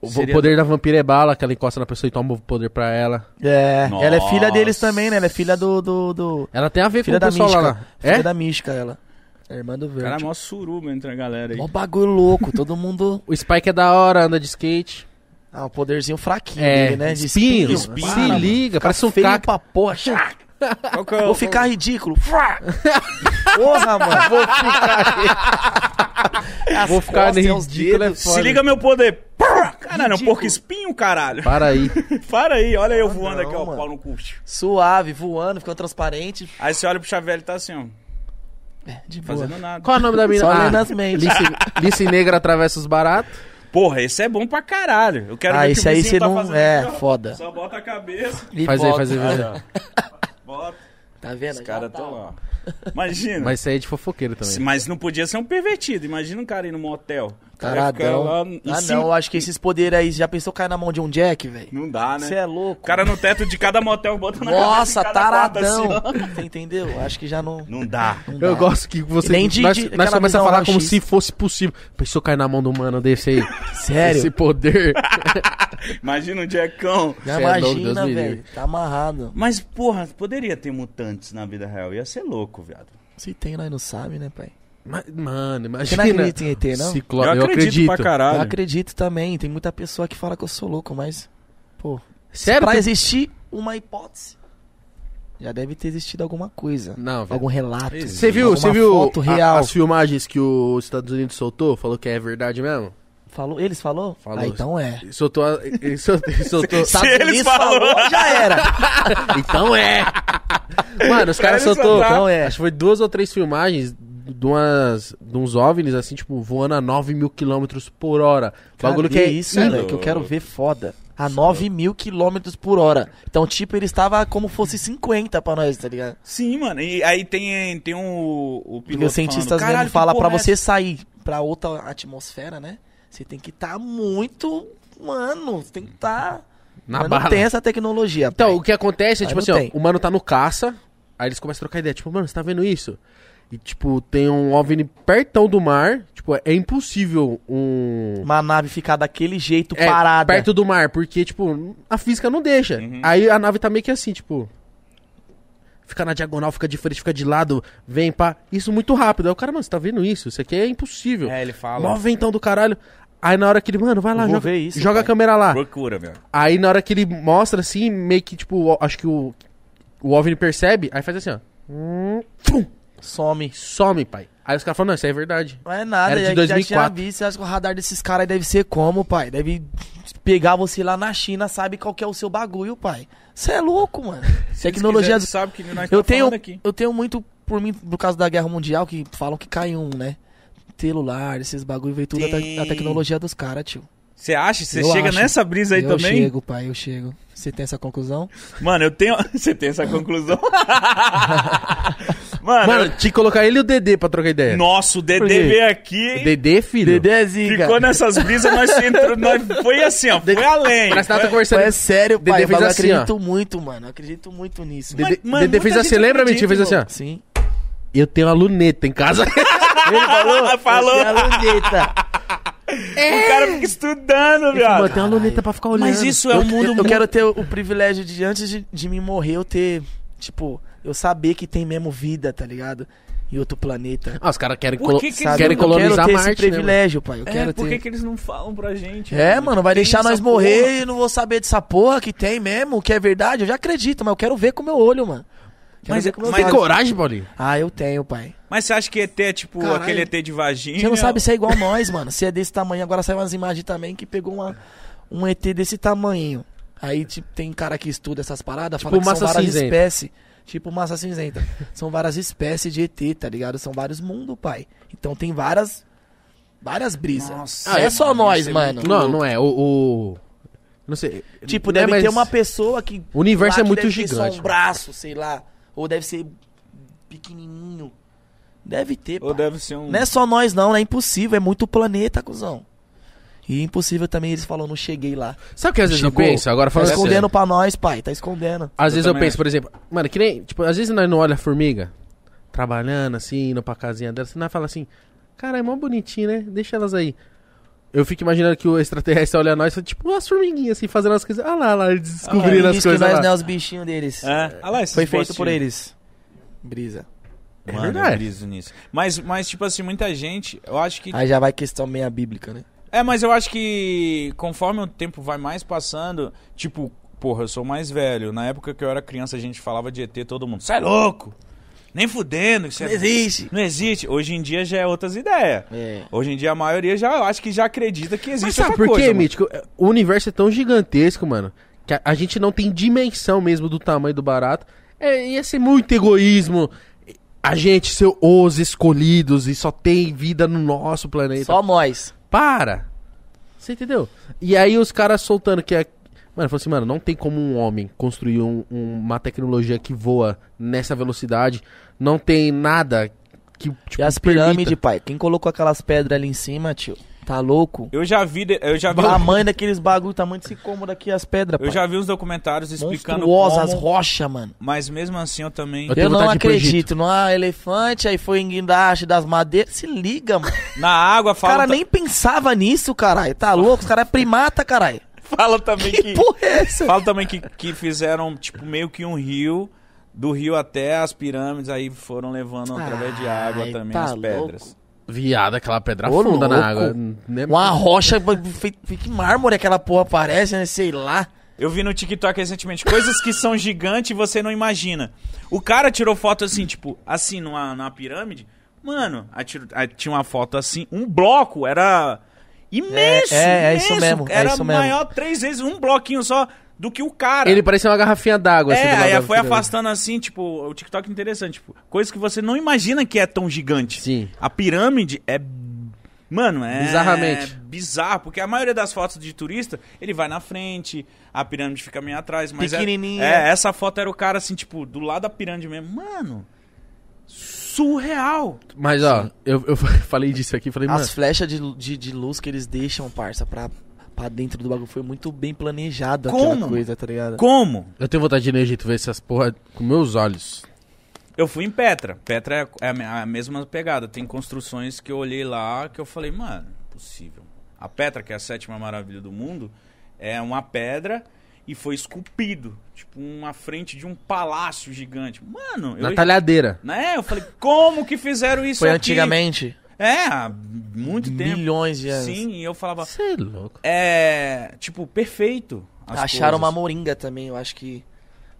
Speaker 1: O
Speaker 2: Seria-
Speaker 1: poder da vampira é bala, que ela encosta na pessoa e toma o poder pra ela.
Speaker 3: É, ela é
Speaker 2: Nossa.
Speaker 3: filha deles também, né? Ela é filha do. do, do-
Speaker 1: Ela tem a ver
Speaker 3: filha
Speaker 1: com
Speaker 3: da
Speaker 1: o pessoal
Speaker 3: mística.
Speaker 1: lá. lá.
Speaker 3: Filha
Speaker 1: É?
Speaker 3: da mística, ela. É irmã do
Speaker 2: O
Speaker 3: verde.
Speaker 2: cara é mó suruba entre a galera aí.
Speaker 3: Mó bagulho louco, todo mundo.
Speaker 1: O Spike é da hora, anda de skate.
Speaker 3: Ah, um poderzinho fraquinho
Speaker 1: É,
Speaker 3: dele, né? De
Speaker 1: espinho.
Speaker 2: espinho,
Speaker 1: Se
Speaker 2: para, mano.
Speaker 1: liga, parece um
Speaker 3: feio
Speaker 1: caco.
Speaker 3: pra porra. chá.
Speaker 2: Qual que é o-
Speaker 3: Vou ficar ridículo. Frá. Porra, mano. Vou ficar.
Speaker 1: Vou ficar nem ridículo, é foda.
Speaker 2: Se liga meu poder. Pá! Caralho, é um porco espinho, caralho. [LAUGHS]
Speaker 1: Para aí.
Speaker 2: Para aí, olha eu voando
Speaker 3: não,
Speaker 2: aqui, ó, o
Speaker 3: mano.
Speaker 2: pau no cu.
Speaker 3: Suave, voando, ficou transparente.
Speaker 2: Aí você olha pro Xavier, ele tá assim, ó,
Speaker 3: É, de boa.
Speaker 2: fazendo nada.
Speaker 1: Qual é o nome da mina?
Speaker 3: Só lendo as mentes.
Speaker 1: Lice, Lice Negra atravessa os baratos.
Speaker 2: Porra, esse é bom pra caralho. Eu quero
Speaker 3: Ah,
Speaker 2: ver o que
Speaker 3: esse
Speaker 2: o
Speaker 3: aí
Speaker 2: vizinho
Speaker 3: você
Speaker 2: tá
Speaker 3: não-
Speaker 2: fazendo
Speaker 3: é,
Speaker 2: aqui, ó.
Speaker 3: foda.
Speaker 2: Só bota a cabeça,
Speaker 3: E
Speaker 1: Faz aí,
Speaker 3: volta.
Speaker 1: faz aí, faz aí.
Speaker 2: bota.
Speaker 3: Tá vendo?
Speaker 2: Os caras tão lá. Imagina.
Speaker 1: Mas isso aí é de fofoqueiro também.
Speaker 2: Se- Mas não podia ser um pervertido. Imagina um cara ir num motel. O cara ia ficar
Speaker 3: Taradão.
Speaker 2: lá
Speaker 3: Ah,
Speaker 2: em cima-
Speaker 3: não, eu acho que esses poderes aí, já pensou cair na mão de um Jack, velho?
Speaker 2: Não dá, né?
Speaker 3: Você é louco.
Speaker 2: O cara no teto de cada motel bota na cabeça
Speaker 3: Nossa,
Speaker 2: de cada porta,
Speaker 3: taradão.
Speaker 2: assim, ó.
Speaker 3: [LAUGHS] Você entendeu? Acho que já não.
Speaker 2: não dá.
Speaker 3: não
Speaker 1: Eu
Speaker 3: dá.
Speaker 1: gosto que você.
Speaker 3: Nem de-
Speaker 1: nós
Speaker 3: de-
Speaker 1: nós
Speaker 3: aquela
Speaker 1: começa a
Speaker 3: visão
Speaker 1: falar
Speaker 3: raio
Speaker 1: como
Speaker 3: X.
Speaker 1: se fosse possível. Pensou cair na mão do mano desse aí.
Speaker 3: Sério?
Speaker 1: Esse poder.
Speaker 2: Imagina o Jackão.
Speaker 3: Já
Speaker 1: Cê é louco, Deus
Speaker 3: imagina,
Speaker 1: me
Speaker 3: velho.
Speaker 1: livre.
Speaker 3: Tá amarrado.
Speaker 2: Mas, porra, poderia ter mutantes na vida real. Ia ser louco, viado.
Speaker 3: Se tem, nós não sabe, né, pai?
Speaker 1: Ma- Mano,
Speaker 3: Você
Speaker 1: imagina.
Speaker 3: não acredita em ET, não?
Speaker 1: Ciclo- Eu, acredito.
Speaker 2: pra
Speaker 3: Eu
Speaker 2: caralho.
Speaker 3: acredito também. Tem muita pessoa que fala que eu sou louco, mas. Pô.
Speaker 1: Sério?
Speaker 3: Pra
Speaker 1: Tu-
Speaker 3: existir uma hipótese, já deve ter existido alguma coisa.
Speaker 1: Não, velho.
Speaker 3: Algum relato.
Speaker 1: Você viu,
Speaker 3: alguma
Speaker 1: você viu
Speaker 3: foto
Speaker 1: a-
Speaker 3: real.
Speaker 1: as filmagens que os Estados Unidos soltou? Falou que é verdade mesmo?
Speaker 3: Falou? Eles falou?
Speaker 1: Falou.
Speaker 3: Ah, então é.
Speaker 1: Soltou. A, [LAUGHS] ele soltou, ele soltou-
Speaker 2: Se eles falou-
Speaker 3: já era. [LAUGHS]
Speaker 1: Então é! Mano, os caras
Speaker 2: Eles
Speaker 1: soltou.
Speaker 2: soltaram.
Speaker 1: Então é. Acho que foi duas ou três filmagens de, umas, de uns OVNIs, assim, tipo, voando a 9 mil quilômetros por hora. Bagulho que é
Speaker 3: isso,
Speaker 1: in-
Speaker 3: velho, que eu quero ver foda. A 9 mil quilômetros por hora. Então, tipo, ele estava como fosse 50 pra nós, tá ligado?
Speaker 2: Sim, mano. E aí tem, tem um, o
Speaker 3: Porque
Speaker 2: piloto
Speaker 3: os cientistas
Speaker 2: falando, "Caralho,
Speaker 3: mesmo
Speaker 2: que
Speaker 3: falam pra
Speaker 2: porra é
Speaker 3: você sair pra outra atmosfera, né? Você tem que estar muito. Mano, você tem que estar.
Speaker 1: Na
Speaker 3: Mas
Speaker 1: bala.
Speaker 3: não tem essa tecnologia.
Speaker 1: Então,
Speaker 3: pai.
Speaker 1: o que acontece é,
Speaker 3: Aí
Speaker 1: tipo
Speaker 3: não
Speaker 1: assim, ó,
Speaker 3: tem.
Speaker 1: o mano tá no caça, aí eles começam a trocar ideia, tipo, mano, você tá vendo isso? E, tipo, tem um OVNI pertão do mar, tipo, é impossível um...
Speaker 3: uma nave ficar daquele jeito
Speaker 1: É,
Speaker 3: parada.
Speaker 1: Perto do mar, porque, tipo, a física não deixa.
Speaker 2: Uhum.
Speaker 1: Aí a nave tá meio que assim, tipo... Fica na diagonal, fica de frente, fica de lado, vem pá. Isso muito rápido. Aí o cara, mano, você tá vendo isso? Isso aqui é impossível.
Speaker 2: É, ele fala.
Speaker 1: Mó ventão do caralho. Aí na hora que ele, mano, vai lá,
Speaker 3: Eu vou
Speaker 1: joga,
Speaker 3: ver isso,
Speaker 1: joga a
Speaker 3: pai.
Speaker 1: câmera lá.
Speaker 2: Procura, velho.
Speaker 1: Aí na hora que ele mostra assim, meio que tipo, o- acho que o, o OVNI percebe, aí faz assim, ó. Hum, fum,
Speaker 3: Some.
Speaker 1: some, pai. Aí os caras falam, não, isso aí é verdade.
Speaker 3: Não é
Speaker 1: Era
Speaker 3: nada,
Speaker 1: de
Speaker 3: já- já tinha
Speaker 1: 2004.
Speaker 3: visto. Você acha que o radar desses caras aí deve ser como, pai? Deve pegar você lá na China, sabe qual que é o seu bagulho, pai. Você é
Speaker 1: [LAUGHS]
Speaker 3: louco, mano.
Speaker 2: Se
Speaker 3: é Tecnologia
Speaker 2: quiser,
Speaker 3: do...
Speaker 2: sabe que nós
Speaker 3: Eu
Speaker 2: tá
Speaker 3: tenho,
Speaker 2: falando aqui.
Speaker 3: eu tenho muito, por mim, por causa da Guerra Mundial, que falam que caiu um, né? Celular, esses bagulho, veio tudo a, te-
Speaker 2: Tem.
Speaker 3: a tecnologia dos caras, tio.
Speaker 2: Você acha? Você
Speaker 3: Eu
Speaker 2: chega
Speaker 3: acho.
Speaker 2: nessa brisa aí
Speaker 3: eu
Speaker 2: também?
Speaker 3: chego, pai, eu chego. Você tem essa conclusão?
Speaker 2: Mano, eu tenho. [LAUGHS] Você tem essa
Speaker 3: [LAUGHS]
Speaker 2: conclusão? Mano,
Speaker 1: Mano, tinha que colocar ele e o Dedê pra trocar ideia.
Speaker 2: nosso o
Speaker 1: Por
Speaker 2: Dedê
Speaker 1: quê?
Speaker 2: veio aqui.
Speaker 1: Dedê, filho?
Speaker 3: é zica.
Speaker 2: Ficou nessas brisas, nós entrou. Nós foi assim, ó.
Speaker 3: [LAUGHS]
Speaker 2: Foi além.
Speaker 1: Parece que ela tá
Speaker 2: Foi-
Speaker 1: conversando.
Speaker 3: Mas é sério,
Speaker 1: Dedê
Speaker 3: pai.
Speaker 1: fez
Speaker 3: bagulho, Eu
Speaker 1: assim, ó.
Speaker 3: acredito muito, mano. Eu acredito muito nisso.
Speaker 1: Dedê,
Speaker 2: Mas, mano,
Speaker 1: Dedê
Speaker 2: muita
Speaker 1: fez assim,
Speaker 2: gente
Speaker 1: lembra, Mentira?
Speaker 2: acredita,
Speaker 1: Fez assim, ó.
Speaker 2: mano.
Speaker 3: Sim.
Speaker 1: Eu tenho uma luneta em [LAUGHS] casa.
Speaker 3: Ele
Speaker 2: [LAUGHS]
Speaker 3: falou.
Speaker 2: Falou.
Speaker 3: "Você é a luneta."
Speaker 2: O cara fica estudando,
Speaker 1: Mano, eu
Speaker 2: viado.
Speaker 1: tenho uma luneta pra ficar olhando.
Speaker 2: Mas isso é um mundo
Speaker 3: Eu quero ter o, o privilégio de, antes de, de me morrer, eu ter, tipo, eu saber que tem mesmo vida, tá ligado? Em outro planeta.
Speaker 1: Ah, os caras querem,
Speaker 2: Por
Speaker 1: colo-
Speaker 2: que que
Speaker 1: sabe,
Speaker 2: eles
Speaker 1: querem
Speaker 2: não-
Speaker 1: colonizar
Speaker 3: eu quero ter esse
Speaker 1: Marte, né, mano?
Speaker 3: privilégio, pai. Eu
Speaker 2: É,
Speaker 3: quero
Speaker 2: por
Speaker 3: ter.
Speaker 2: que, que eles não falam pra gente?
Speaker 3: É, mano, vai
Speaker 2: Tem
Speaker 3: deixar
Speaker 2: essa
Speaker 3: nós
Speaker 2: porra.
Speaker 3: morrer e não vou saber dessa porra que tem mesmo, que é verdade. Eu já acredito, mas eu quero ver com o meu olho, mano. Quero
Speaker 2: Mas-
Speaker 3: ver com o meu
Speaker 1: Você tem
Speaker 2: mas-
Speaker 3: olho.
Speaker 1: coragem, Paulinho?
Speaker 3: Ah, eu tenho, pai.
Speaker 2: Mas você acha que ET é tipo
Speaker 1: Caralho.
Speaker 2: aquele ET de vagina?
Speaker 3: Você não sabe se é igual nós, mano. Se é desse tamanho, agora saiu umas imagens também que pegou uma, um ET desse tamanho. Aí tipo, tem cara que estuda essas paradas, fala que
Speaker 1: Tipo massa
Speaker 3: são várias
Speaker 1: cinzenta.
Speaker 3: espécies. Tipo massa cinzenta. são várias espécies de ET, tá ligado? São vários mundos, pai. Então tem várias. Várias brisas.
Speaker 2: Nossa,
Speaker 3: não é só
Speaker 2: mano,
Speaker 3: nós,
Speaker 2: isso é
Speaker 3: mano.
Speaker 1: Não, não é. O. o- Não sei.
Speaker 3: Tipo,
Speaker 1: Né,
Speaker 3: deve
Speaker 1: mas
Speaker 3: ter uma pessoa que.
Speaker 1: O universo
Speaker 3: lá
Speaker 1: é
Speaker 3: que
Speaker 1: muito
Speaker 3: deve ter
Speaker 1: gigante.
Speaker 3: Só um
Speaker 1: mano.
Speaker 3: braço, sei lá. Ou deve ser pequenininho. Deve ter,
Speaker 2: Ou
Speaker 3: pai.
Speaker 2: deve ser um.
Speaker 3: Não é só nós, não, né? É impossível, é muito planeta, cuzão. E impossível também, eles falam, não cheguei lá.
Speaker 1: Sabe o que às vezes eu
Speaker 3: Chegou.
Speaker 1: penso? Agora
Speaker 3: Tá
Speaker 1: falando sério.
Speaker 3: escondendo pra nós, pai, tá escondendo.
Speaker 1: Às
Speaker 2: Eu
Speaker 1: vezes eu
Speaker 2: também é.
Speaker 1: penso,
Speaker 2: acho.
Speaker 1: por exemplo, mano, que nem, tipo, às vezes nós não olha a formiga trabalhando assim, indo pra casinha dela, você não fala assim, cara, é mó bonitinho, né? Deixa elas aí. Eu fico imaginando que o extraterrestre olha nós, tipo, umas formiguinhas assim, fazendo as coisas. Ah lá, lá, eles descobrindo
Speaker 3: Ele
Speaker 1: as
Speaker 3: diz que
Speaker 1: coisas.
Speaker 3: nós
Speaker 1: lá.
Speaker 3: não é os bichinhos deles.
Speaker 2: É. Olha lá, esses
Speaker 3: Foi feito por
Speaker 2: postinhos.
Speaker 3: eles. Brisa.
Speaker 1: É
Speaker 2: Mano, eu
Speaker 1: verdade.
Speaker 2: briso nisso. Mas, mas, tipo assim, muita gente, eu acho que.
Speaker 3: Aí já vai questão meia bíblica, né?
Speaker 2: É, mas eu acho que conforme o tempo vai mais passando, tipo, porra, eu sou mais velho. Na época que eu era criança, a gente falava de ET, todo mundo, sai louco! Nem fudendo, que isso é-
Speaker 3: existe.
Speaker 2: Não existe. Hoje em dia já é outras ideias.
Speaker 3: É.
Speaker 2: Hoje em dia a maioria já eu acho que já acredita que existe
Speaker 1: Mas sabe
Speaker 2: outra
Speaker 1: por
Speaker 2: coisa.
Speaker 1: quê,
Speaker 2: mano.
Speaker 1: Mítico? O universo é tão gigantesco, mano, que a, a gente não tem dimensão mesmo do tamanho do barato. É, ia ser muito egoísmo a gente ser os escolhidos e só tem vida no nosso planeta.
Speaker 3: Só nós.
Speaker 1: Para! Você entendeu? E aí os caras soltando que é. Mano, falou assim, mano, não tem como um homem construir um- um- uma tecnologia que voa nessa velocidade. Não tem nada que. Tipo,
Speaker 3: e as
Speaker 1: permita.
Speaker 3: pirâmides, pai. Quem colocou aquelas pedras ali em cima, tio? Tá louco?
Speaker 2: Eu já vi, de- eu já vi,
Speaker 3: A mãe daqueles bagulho, tamanho desse cômodo aqui, as pedras, pai.
Speaker 2: eu já vi os documentários explicando
Speaker 3: Monstruosas, as
Speaker 2: como,
Speaker 3: rochas, mano.
Speaker 2: mas mesmo assim eu também
Speaker 1: Eu
Speaker 3: Eu,
Speaker 1: tenho
Speaker 3: não
Speaker 1: vontade de ir pro
Speaker 3: acredito. Não há elefante, aí foi em guindaste das madeiras. Se liga, mano.
Speaker 2: na água
Speaker 3: O
Speaker 2: fala
Speaker 3: cara
Speaker 2: ta-
Speaker 3: nem pensava nisso, caralho. Tá louco? Os caras é primata, [LAUGHS] caralho.
Speaker 2: [LAUGHS] fala também que,
Speaker 3: Que porra é essa?
Speaker 2: Fala também que, que fizeram, tipo, meio que um rio. Do rio até as pirâmides, aí foram levando através de água
Speaker 3: Ai,
Speaker 2: também
Speaker 3: tá
Speaker 2: as
Speaker 3: louco.
Speaker 2: pedras.
Speaker 1: Viado, aquela pedra
Speaker 3: Ô,
Speaker 1: funda na
Speaker 3: louco.
Speaker 1: água. Né?
Speaker 3: [LAUGHS] Uma rocha, fe- fe- que mármore aquela porra parece, né? Sei lá.
Speaker 2: Eu vi no TikTok recentemente coisas que são gigantes e você não imagina. O cara tirou foto assim, tipo, assim, numa, numa pirâmide. Mano, aí tirou- aí tinha uma foto assim, um bloco, era imenso.
Speaker 3: É, é, é
Speaker 2: imenso,
Speaker 3: isso mesmo, é
Speaker 2: Era
Speaker 3: isso mesmo.
Speaker 2: maior três vezes, um bloquinho só do que o cara.
Speaker 1: Ele parecia uma garrafinha d'água. assim, do
Speaker 2: É,
Speaker 1: lado
Speaker 2: aí
Speaker 1: da
Speaker 2: foi
Speaker 1: pirâmide.
Speaker 2: afastando assim, tipo, o TikTok é interessante, tipo, coisa que você não imagina que é tão gigante.
Speaker 1: Sim.
Speaker 2: A pirâmide é. Mano, é.
Speaker 1: Bizarramente.
Speaker 2: Bizarro, porque a maioria das fotos de turista, ele vai na frente, a pirâmide fica meio atrás, mas. é-
Speaker 3: Pequenininha.
Speaker 2: É, essa foto era o cara assim, tipo, do lado da pirâmide mesmo. Mano, surreal.
Speaker 1: Mas, ó, eu, [LAUGHS] eu falei disso aqui, falei, mano.
Speaker 3: As flechas de, lu- de, de luz que eles deixam, parça, pra, pra dentro do bagulho. Foi muito bem planejado
Speaker 2: Como?
Speaker 3: aquela coisa, tá ligado?
Speaker 2: Como?
Speaker 1: Eu tenho vontade de ir no Egito ver essas porra com meus olhos.
Speaker 2: Eu fui em Petra. Petra é a me- a mesma pegada. Tem construções que eu olhei lá que eu falei, mano, impossível. A Petra, que é a sétima maravilha do mundo, é uma pedra e foi esculpido. Tipo, uma frente de um palácio gigante. Mano, eu.
Speaker 1: Na talhadeira.
Speaker 2: Né? Eu falei, como que fizeram isso
Speaker 3: Foi
Speaker 2: aqui?
Speaker 3: antigamente?
Speaker 2: É, há muito tempo.
Speaker 3: Milhões de anos.
Speaker 2: Sim, e eu falava,
Speaker 1: Você é louco.
Speaker 2: é. Tipo, perfeito. as
Speaker 3: Acharam uma
Speaker 2: coisas.
Speaker 3: moringa também, eu acho que.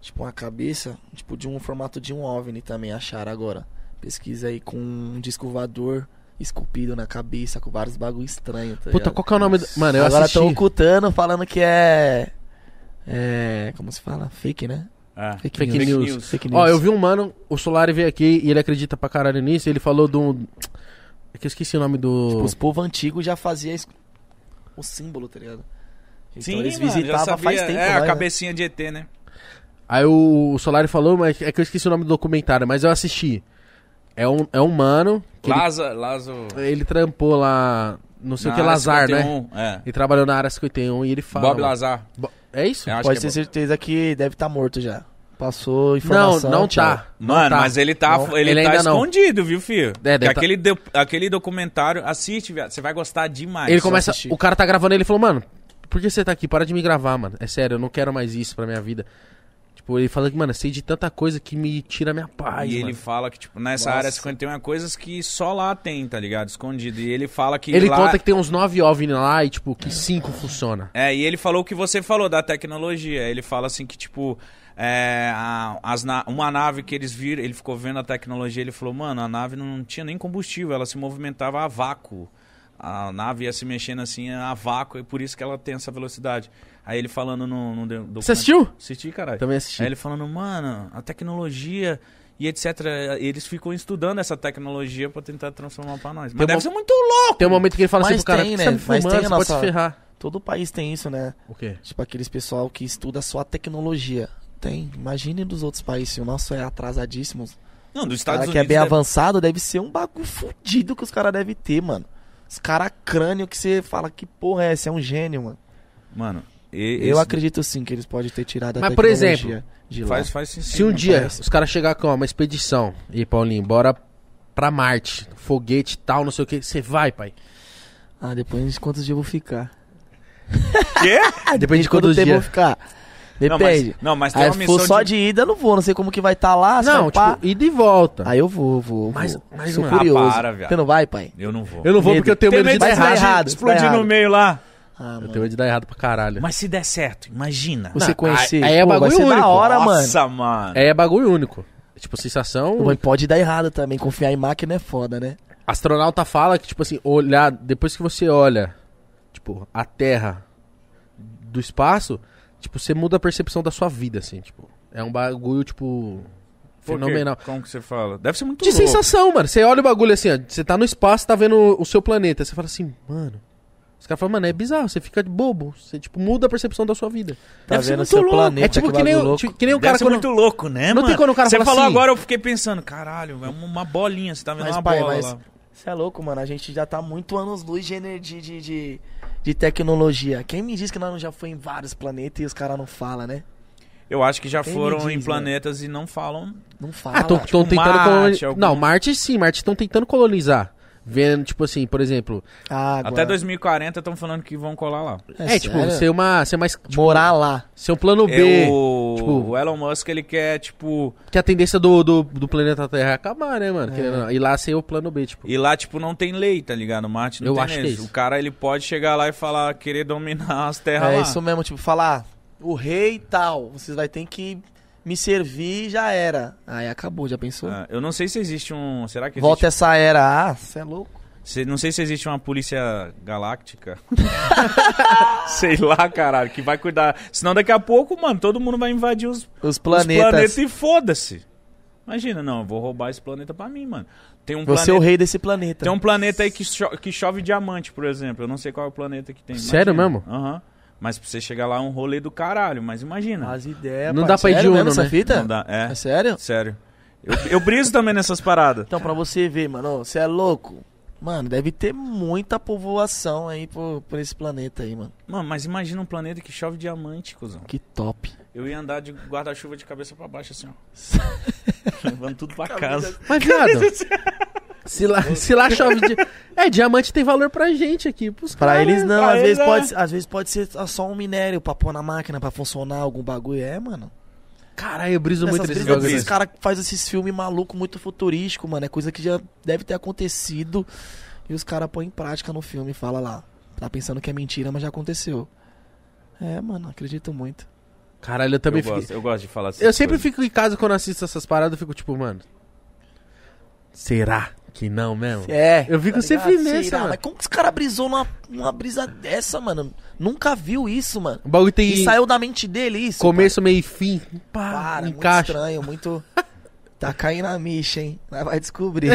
Speaker 3: Tipo, uma cabeça, tipo, de um formato de um OVNI também, acharam agora. Pesquisa aí com um disco voador esculpido na cabeça, com vários bagulho estranho, tá
Speaker 1: Puta,
Speaker 3: ligado?
Speaker 1: qual que é o nome do... Mano, eu
Speaker 3: Agora
Speaker 1: assisti...
Speaker 3: estão ocultando, falando que é. É. Como se fala? Fake, né?
Speaker 2: É.
Speaker 3: Fake,
Speaker 1: Fake news.
Speaker 3: Fake news.
Speaker 1: Ó, eu vi um mano, o Solari veio aqui e ele acredita pra caralho nisso. Ele falou de um. É que eu esqueci o nome do.
Speaker 3: Tipo, os povos antigos já faziam es- o símbolo, tá ligado? Então
Speaker 2: Sim,
Speaker 3: eles
Speaker 2: mano, já
Speaker 3: visitavam
Speaker 2: sabia.
Speaker 3: faz tempo,
Speaker 2: É,
Speaker 3: lá,
Speaker 2: a
Speaker 3: né?
Speaker 2: cabecinha de ET, né?
Speaker 1: Aí o, o Solari falou, mas é que eu esqueci o nome do documentário, mas eu assisti. É um, é um mano. Que ele-
Speaker 2: Laza, Lazo...
Speaker 3: É.
Speaker 1: ele, trampou lá. Não sei o
Speaker 2: na
Speaker 1: que,
Speaker 2: área
Speaker 1: Lazar, né?
Speaker 2: 51, É.
Speaker 1: Ele trabalhou na área 51 e ele fala.
Speaker 2: Bob
Speaker 1: mano.
Speaker 2: Lazar.
Speaker 1: Bo- É isso?
Speaker 2: Eu acho
Speaker 3: Pode
Speaker 2: que é
Speaker 3: ter
Speaker 2: Bob.
Speaker 3: certeza que deve estar morto já. Passou
Speaker 1: não,
Speaker 3: informação.
Speaker 1: não tá. não
Speaker 2: Mano,
Speaker 1: tá.
Speaker 2: mas ele tá,
Speaker 3: Não,
Speaker 2: ele
Speaker 1: ele
Speaker 2: tá
Speaker 1: ainda não.
Speaker 2: escondido, viu, filho?
Speaker 1: É, deve
Speaker 2: Porque
Speaker 1: tá-
Speaker 2: aquele, do- aquele documentário, assiste, viado, você vai gostar demais.
Speaker 1: Ele
Speaker 2: Só
Speaker 1: começa.
Speaker 2: assistir.
Speaker 1: O cara tá gravando ele e falou, mano, por que você tá aqui? Para de me gravar, mano. É sério, eu não quero mais isso pra minha vida. Tipo, ele fala que, mano, eu sei de tanta coisa que me tira a minha paz.
Speaker 2: e
Speaker 1: mano.
Speaker 2: ele fala que, tipo, nessa
Speaker 3: Nossa.
Speaker 2: área 51 é coisas que só lá tem, tá ligado? Escondido. E ele fala que
Speaker 1: Ele
Speaker 2: lá...
Speaker 1: conta que tem uns nove OVNI lá e, tipo, que cinco funciona.
Speaker 2: É, e ele falou o que você falou da tecnologia. Ele fala assim que, tipo, é, a- as na- uma nave que eles viram, ele ficou vendo a tecnologia, ele falou, mano, a nave não tinha nem combustível, ela se movimentava a vácuo. A nave ia se mexendo assim a vácuo, e por isso que ela tem essa velocidade. Aí ele falando no, no do-
Speaker 1: Você assistiu?
Speaker 2: Assisti, caralho.
Speaker 1: Também assisti.
Speaker 2: Aí ele falando, mano, a tecnologia e etc. Eles ficam estudando essa tecnologia pra tentar transformar pra nós. Mas
Speaker 1: Tem
Speaker 2: deve
Speaker 1: uma-
Speaker 2: ser muito louco!
Speaker 1: Tem um momento que ele fala
Speaker 3: Mas
Speaker 1: assim pro cara,
Speaker 3: tem,
Speaker 1: "Por que você
Speaker 3: né?
Speaker 1: tá me
Speaker 3: Mas
Speaker 1: filmando,
Speaker 3: tem a
Speaker 1: você
Speaker 3: nossa-
Speaker 1: pode se ferrar.
Speaker 3: Todo país tem isso, né?
Speaker 1: O quê?
Speaker 3: Tipo, aqueles pessoal que estuda só a tecnologia. Tem. Imagine dos outros países. Se o nosso é atrasadíssimo. O
Speaker 2: Não, dos Estados
Speaker 3: cara que é
Speaker 2: Unidos.
Speaker 3: bem
Speaker 2: deve-
Speaker 3: avançado deve ser um bagulho fudido que os caras devem ter, mano. Os caras crânio que você fala que porra é essa? É um gênio, mano.
Speaker 2: Mano, e-
Speaker 3: Eu
Speaker 2: esse-
Speaker 3: acredito sim que eles podem ter tirado a
Speaker 1: Mas, por
Speaker 3: tecnologia de lá.
Speaker 2: Faz, faz sentido.
Speaker 1: Se um dia
Speaker 3: parece.
Speaker 1: os caras chegar com ó, uma expedição e, Paulinho, bora pra Marte, foguete e tal, não sei o que, você vai, pai.
Speaker 3: Ah, depois de quantos dias eu vou ficar.
Speaker 2: Quê?
Speaker 1: Depende de
Speaker 3: Quanto
Speaker 1: quantos
Speaker 3: tempo eu vou
Speaker 1: dias.
Speaker 3: ficar?
Speaker 2: Não, mas,
Speaker 3: Depende.
Speaker 2: não, mas tem
Speaker 3: Aí
Speaker 2: uma
Speaker 3: se
Speaker 2: missão
Speaker 3: for só
Speaker 2: de...
Speaker 3: de... ida, eu não vou. Não sei como que vai estar lá. se
Speaker 1: Não,
Speaker 3: vai pá. Ah,
Speaker 1: tipo, ida e volta.
Speaker 3: Aí eu vou, vou, vou.
Speaker 1: Mas- mas, é.
Speaker 3: Sou
Speaker 1: mano,
Speaker 3: curioso.
Speaker 2: ah, para, viado.
Speaker 3: Você não vai, pai?
Speaker 2: Eu não vou.
Speaker 1: Eu não vou
Speaker 3: Medo.
Speaker 1: porque eu tenho medo de dar
Speaker 3: Tem medo de
Speaker 1: errado.
Speaker 3: dar errado,
Speaker 2: explodir
Speaker 3: tá
Speaker 2: no
Speaker 3: errado.
Speaker 2: meio lá.
Speaker 3: Ah,
Speaker 1: Eu tenho medo de dar errado pra caralho.
Speaker 2: Mas se der certo, imagina.
Speaker 3: Você
Speaker 1: Não,
Speaker 3: conhecer.
Speaker 1: aí- aí é
Speaker 3: pô, vai
Speaker 1: bagulho
Speaker 3: ser da
Speaker 1: único.
Speaker 3: hora, mano.
Speaker 2: Nossa, mano.
Speaker 1: É bagulho único. Tipo, sensação.
Speaker 3: Mas pode dar errado também. Confiar em máquina é foda, né?
Speaker 1: Astronauta fala que, tipo assim, olhar. Depois que você olha, tipo, a Terra do espaço, tipo, você muda a percepção da sua vida, assim, tipo. É um bagulho, tipo.
Speaker 2: Por quê?
Speaker 1: Fenomenal.
Speaker 2: Como que você fala? Deve ser muito
Speaker 1: De
Speaker 2: louco.
Speaker 1: sensação, mano. Você olha o bagulho assim, ó. Você tá no espaço, tá vendo o seu planeta. Você fala assim, mano. Os caras falam, mano, é bizarro, você fica de bobo. Você, tipo, muda a percepção da sua vida.
Speaker 3: Tá
Speaker 2: Deve ser
Speaker 3: vendo
Speaker 2: muito
Speaker 3: seu
Speaker 2: louco.
Speaker 3: planeta,
Speaker 1: é tipo que,
Speaker 3: bagulho
Speaker 1: nem, o-
Speaker 3: louco.
Speaker 1: tipo, que nem o
Speaker 2: Deve
Speaker 1: cara
Speaker 2: ser
Speaker 1: quando.
Speaker 2: muito louco, né,
Speaker 1: Não
Speaker 2: mano?
Speaker 1: tem quando o cara
Speaker 2: Você
Speaker 1: fala
Speaker 2: falou
Speaker 1: assim-
Speaker 2: agora, eu fiquei pensando, caralho, é uma bolinha, você tá vendo
Speaker 3: Mas,
Speaker 2: uma
Speaker 3: pai,
Speaker 2: bola
Speaker 3: mas-
Speaker 2: lá.
Speaker 3: Você é louco, mano. A gente já tá muito anos-luz de, ener- de, de, de, de tecnologia. Quem me diz que nós não já foi em vários planetas e os caras não falam, né?
Speaker 2: Eu acho que já
Speaker 3: Quem me
Speaker 2: foram
Speaker 3: diz,
Speaker 2: em
Speaker 3: né?
Speaker 2: planetas e não falam.
Speaker 3: Não fala.
Speaker 1: Ah, tão
Speaker 3: tipo,
Speaker 1: tão tentando
Speaker 2: Marte,
Speaker 1: colonizar.
Speaker 2: algum-
Speaker 1: Não, Marte sim, Marte estão tentando colonizar. Vendo, tipo assim, por exemplo.
Speaker 3: água.
Speaker 2: Até 2040 estão falando que vão colar lá.
Speaker 1: É, tipo,
Speaker 3: Ah, Tá sério?
Speaker 1: ser uma. Ser mais. Tipo,
Speaker 3: Morar lá.
Speaker 1: ser um plano
Speaker 2: É,
Speaker 1: B.
Speaker 2: o...
Speaker 1: tipo-
Speaker 2: o Elon Musk, ele quer, tipo,
Speaker 1: Que é a tendência do, do, do planeta Terra é acabar, né, mano? Querendo ou não. E lá ser o plano B, tipo.
Speaker 2: E lá, tipo, não tem lei, tá ligado? Marte não
Speaker 1: Eu
Speaker 2: tem
Speaker 1: acho que
Speaker 2: lei.
Speaker 1: é isso.
Speaker 2: O cara, ele pode chegar lá e falar, querer dominar as terras
Speaker 3: É
Speaker 2: lá.
Speaker 3: isso mesmo, tipo, falar, o rei tal, vocês vai ter que me servir e já era. Aí acabou, já pensou?
Speaker 2: Ah, Eu não sei se existe um... Será que
Speaker 3: Volta essa era, ah, você é louco.
Speaker 2: existe... se- Não sei se existe uma polícia galáctica. [LAUGHS] sei lá, caralho, que vai cuidar. Senão daqui a pouco, mano, todo mundo vai invadir os, os
Speaker 3: Os
Speaker 2: planetas.
Speaker 3: planetas.
Speaker 2: e foda-se. Imagina, não, eu vou roubar esse planeta pra mim, mano. Tem um
Speaker 3: Você é o
Speaker 2: planeta...
Speaker 3: rei desse planeta.
Speaker 2: Tem um planeta aí que, cho- que chove diamante, por exemplo. Eu não sei qual é o planeta que tem.
Speaker 1: Sério
Speaker 2: imagina.
Speaker 1: mesmo?
Speaker 2: Aham. Mas pra você chegar lá é um rolê do caralho, mas imagina.
Speaker 3: As ideias,
Speaker 1: Não
Speaker 3: pai.
Speaker 1: dá pra ir de
Speaker 3: Sério
Speaker 1: Uno,
Speaker 3: mesmo
Speaker 1: né?
Speaker 3: essa fita?
Speaker 2: Não dá. É,
Speaker 3: É sério?
Speaker 2: sério. Eu, eu briso também nessas paradas.
Speaker 3: Então, pra você ver, mano, você é louco. Mano, deve ter muita povoação aí por, por esse planeta aí, mano.
Speaker 2: Mano, mas imagina um planeta que chove diamante, cuzão.
Speaker 3: Que top.
Speaker 2: Eu ia andar de guarda-chuva de cabeça pra baixo, assim, ó.
Speaker 1: [LAUGHS]
Speaker 2: Levando tudo pra casa.
Speaker 1: Mas, viado.
Speaker 3: [LAUGHS]
Speaker 1: se, lá, se lá chove. Di... É, diamante tem valor pra gente aqui. Pros
Speaker 3: Pra
Speaker 1: caras,
Speaker 3: eles
Speaker 1: né?
Speaker 3: não,
Speaker 2: pra
Speaker 3: às,
Speaker 2: eles
Speaker 3: vezes
Speaker 2: é-
Speaker 3: pode, às vezes pode ser só um minério pra pôr na máquina, pra funcionar algum bagulho. É, mano.
Speaker 1: Caralho, eu briso muito né?
Speaker 3: Essas
Speaker 1: nesses
Speaker 3: brisas,
Speaker 1: bagulhos.
Speaker 3: esses caras que fazem esses filmes malucos muito futurístico, mano. É coisa que já deve ter acontecido. E os caras põem em prática no filme e fala lá. Tá pensando que é mentira, mas já aconteceu. É, mano, acredito muito.
Speaker 1: Caralho, eu
Speaker 2: Eu,
Speaker 1: também fiquei.
Speaker 2: gosto, eu gosto de falar assim.
Speaker 1: Eu sempre fico em casa quando assisto essas paradas, eu fico tipo, mano. Será? Que não mesmo?
Speaker 3: É.
Speaker 1: Eu vi que
Speaker 3: tá
Speaker 1: você
Speaker 3: ligado?
Speaker 1: finesse,
Speaker 3: Será?
Speaker 1: mano.
Speaker 3: Mas como que os caras brisou numa, numa brisa dessa, mano? Nunca viu isso, mano.
Speaker 1: O bagulho tem
Speaker 3: é E, saiu da mente dele isso.
Speaker 1: começo, meio e fim. Pá,
Speaker 3: cara. Para, muito
Speaker 1: encaixa.
Speaker 3: estranho, muito. Tá caindo a micha, hein? Nós Vai [LAUGHS] descobrir.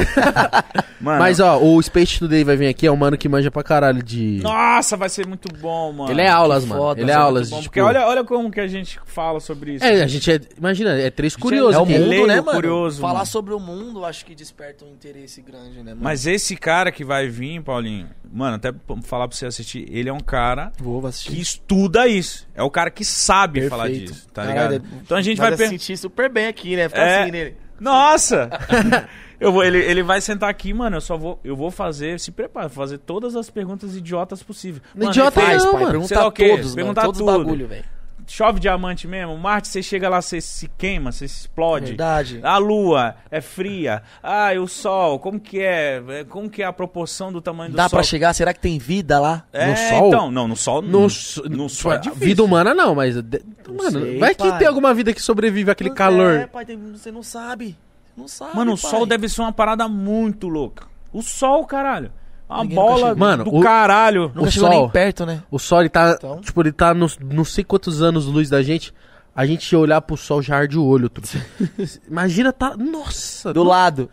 Speaker 2: Mano,
Speaker 1: Mas, ó, o Space Today vai vir aqui, é um mano que manja pra caralho de...
Speaker 2: nossa, vai ser muito bom, mano.
Speaker 1: Ele é aulas,
Speaker 3: que
Speaker 1: mano.
Speaker 3: foda,
Speaker 1: Ele é
Speaker 3: isso é
Speaker 1: aulas.
Speaker 2: Bom,
Speaker 1: de,
Speaker 2: porque
Speaker 1: tipo-
Speaker 2: olha, olha como que a gente fala sobre isso.
Speaker 1: É, a gente é... Imagina, é três
Speaker 2: é-
Speaker 1: curiosos
Speaker 2: é o
Speaker 1: aqui.
Speaker 2: mundo. leigo curioso,
Speaker 3: Falar
Speaker 2: mano.
Speaker 3: sobre o mundo, acho que desperta um interesse grande, né, mano?
Speaker 2: Mas esse cara que vai vir, Paulinho, mano, até p- falar pra você assistir, ele é um cara
Speaker 3: Vou
Speaker 2: que
Speaker 3: assistir.
Speaker 2: estuda isso. É o cara que sabe
Speaker 3: Perfeito.
Speaker 2: falar disso, tá
Speaker 3: Caralho,
Speaker 2: ligado?
Speaker 1: é
Speaker 2: Então a gente
Speaker 3: Nós
Speaker 2: vai
Speaker 3: ia
Speaker 2: pensar.
Speaker 3: sentir super bem aqui, né? Ficar
Speaker 2: É.
Speaker 3: assim nele.
Speaker 2: Nossa! [LAUGHS] eu vou, ele, ele vai sentar aqui, mano. Eu só vou. Eu vou fazer. Se prepara, vou fazer todas as perguntas idiotas possíveis.
Speaker 1: Não
Speaker 2: Mano,
Speaker 1: idiota
Speaker 2: ele faz-
Speaker 1: não,
Speaker 3: pai,
Speaker 1: mano.
Speaker 2: Sei lá
Speaker 3: pergunta
Speaker 2: o quê,
Speaker 3: todos, mano.
Speaker 2: perguntar
Speaker 3: Todos os
Speaker 2: tudo.
Speaker 3: bagulho, velho.
Speaker 2: Chove diamante mesmo. Marte, você chega lá, você se queima, você se explode.
Speaker 3: Verdade.
Speaker 2: A lua é fria. Ah, e o sol, como que é? É, Como que é a proporção do tamanho do
Speaker 3: Dá
Speaker 2: sol?
Speaker 3: pra chegar? Será que tem vida lá?
Speaker 2: É,
Speaker 1: No sol?
Speaker 2: Então, não, no sol
Speaker 1: No,
Speaker 2: não.
Speaker 1: s-
Speaker 2: no sol é
Speaker 1: a
Speaker 2: difícil.
Speaker 1: vida humana não, mas... de- mano,
Speaker 3: sei,
Speaker 1: vai que
Speaker 3: pai.
Speaker 1: tem alguma vida que sobrevive àquele
Speaker 3: Mas É,
Speaker 1: calor.
Speaker 3: pai, tem- você não sabe. Não sabe.
Speaker 2: Mano, o
Speaker 3: pai.
Speaker 2: sol deve ser uma parada muito louca. O sol, caralho. Uma
Speaker 3: Ninguém nunca
Speaker 2: bola
Speaker 3: chegou.
Speaker 2: do
Speaker 1: Mano, o-
Speaker 2: caralho.
Speaker 1: o
Speaker 3: Nunca chegou
Speaker 1: sol.
Speaker 3: nem perto, né?
Speaker 1: O sol, ele tá...
Speaker 3: Então.
Speaker 1: Tipo, ele tá nos não sei quantos anos luz da gente. A gente olhar pro sol já arde o olho, tudo. [LAUGHS] Imagina, tá... Nossa!
Speaker 3: Do
Speaker 1: não-
Speaker 3: lado.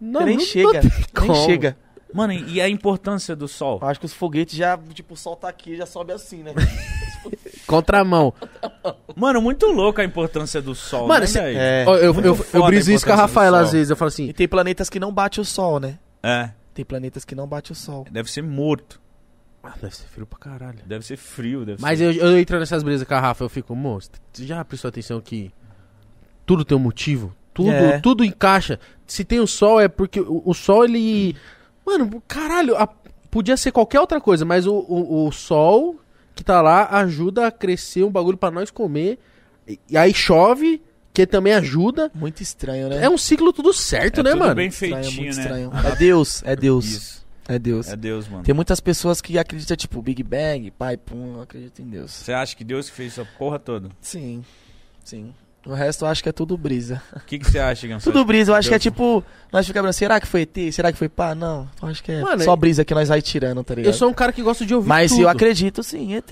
Speaker 1: não-
Speaker 3: nem
Speaker 1: não-
Speaker 3: chega.
Speaker 1: não tem
Speaker 3: nem
Speaker 1: como.
Speaker 3: chega.
Speaker 2: Mano, e a importância do sol?
Speaker 3: Eu acho que os foguetes já, tipo, o sol tá aqui já sobe assim, né?
Speaker 1: Contramão.
Speaker 2: Mano, muito louca a importância do sol.
Speaker 1: Mano,
Speaker 2: né,
Speaker 1: cê-
Speaker 2: velho?
Speaker 3: é.
Speaker 1: Ó, eu, eu,
Speaker 2: muito
Speaker 1: eu,
Speaker 2: foda a
Speaker 1: briso isso com a
Speaker 2: importância do
Speaker 1: Rafaela
Speaker 2: sol.
Speaker 1: às vezes. Eu falo assim,
Speaker 3: E tem planetas que não bate o sol, né?
Speaker 2: É,
Speaker 3: Tem planetas que não bate o sol.
Speaker 2: deve ser morto.
Speaker 1: ah, deve ser frio pra caralho.
Speaker 2: Deve ser frio, deve
Speaker 1: Mas é
Speaker 2: ser...
Speaker 1: eu, eu entro nessas brisas com a Rafa, eu fico, moço, você já prestou atenção que tudo tem um motivo? Tudo,
Speaker 3: É.
Speaker 1: tudo encaixa. Se tem o sol, é porque o, o sol, ele. Mano, caralho, a- podia ser qualquer outra coisa, mas o, o, o sol que tá lá ajuda a crescer um bagulho pra nós comer. E, e aí chove, que também ajuda.
Speaker 3: Muito estranho, né?
Speaker 1: É um ciclo tudo certo,
Speaker 2: É
Speaker 1: né,
Speaker 2: tudo
Speaker 1: mano?
Speaker 2: bem
Speaker 3: estranho,
Speaker 2: feitinho,
Speaker 3: muito
Speaker 2: né?
Speaker 3: estranho. É Deus, é Deus.
Speaker 2: Isso.
Speaker 3: É Deus.
Speaker 2: É Deus, mano.
Speaker 3: Tem muitas pessoas que acreditam, tipo, Big Bang, pai, pum, eu acredito em Deus.
Speaker 2: Você acha que Deus que fez essa porra toda?
Speaker 3: Sim, sim. O resto eu acho que é tudo brisa.
Speaker 2: O que, que você acha, Gans?
Speaker 3: Tudo brisa, eu acho que é
Speaker 2: Deus.
Speaker 3: tipo. Nós ficamos, será que foi ET? Será que foi pá? Não, eu acho que é
Speaker 1: Mano,
Speaker 3: só
Speaker 1: eu-
Speaker 3: brisa que nós vai tirando, tá
Speaker 1: Eu
Speaker 3: ligado?
Speaker 1: sou um cara que gosta de ouvir
Speaker 3: Mas
Speaker 1: tudo.
Speaker 3: eu acredito sim, ET.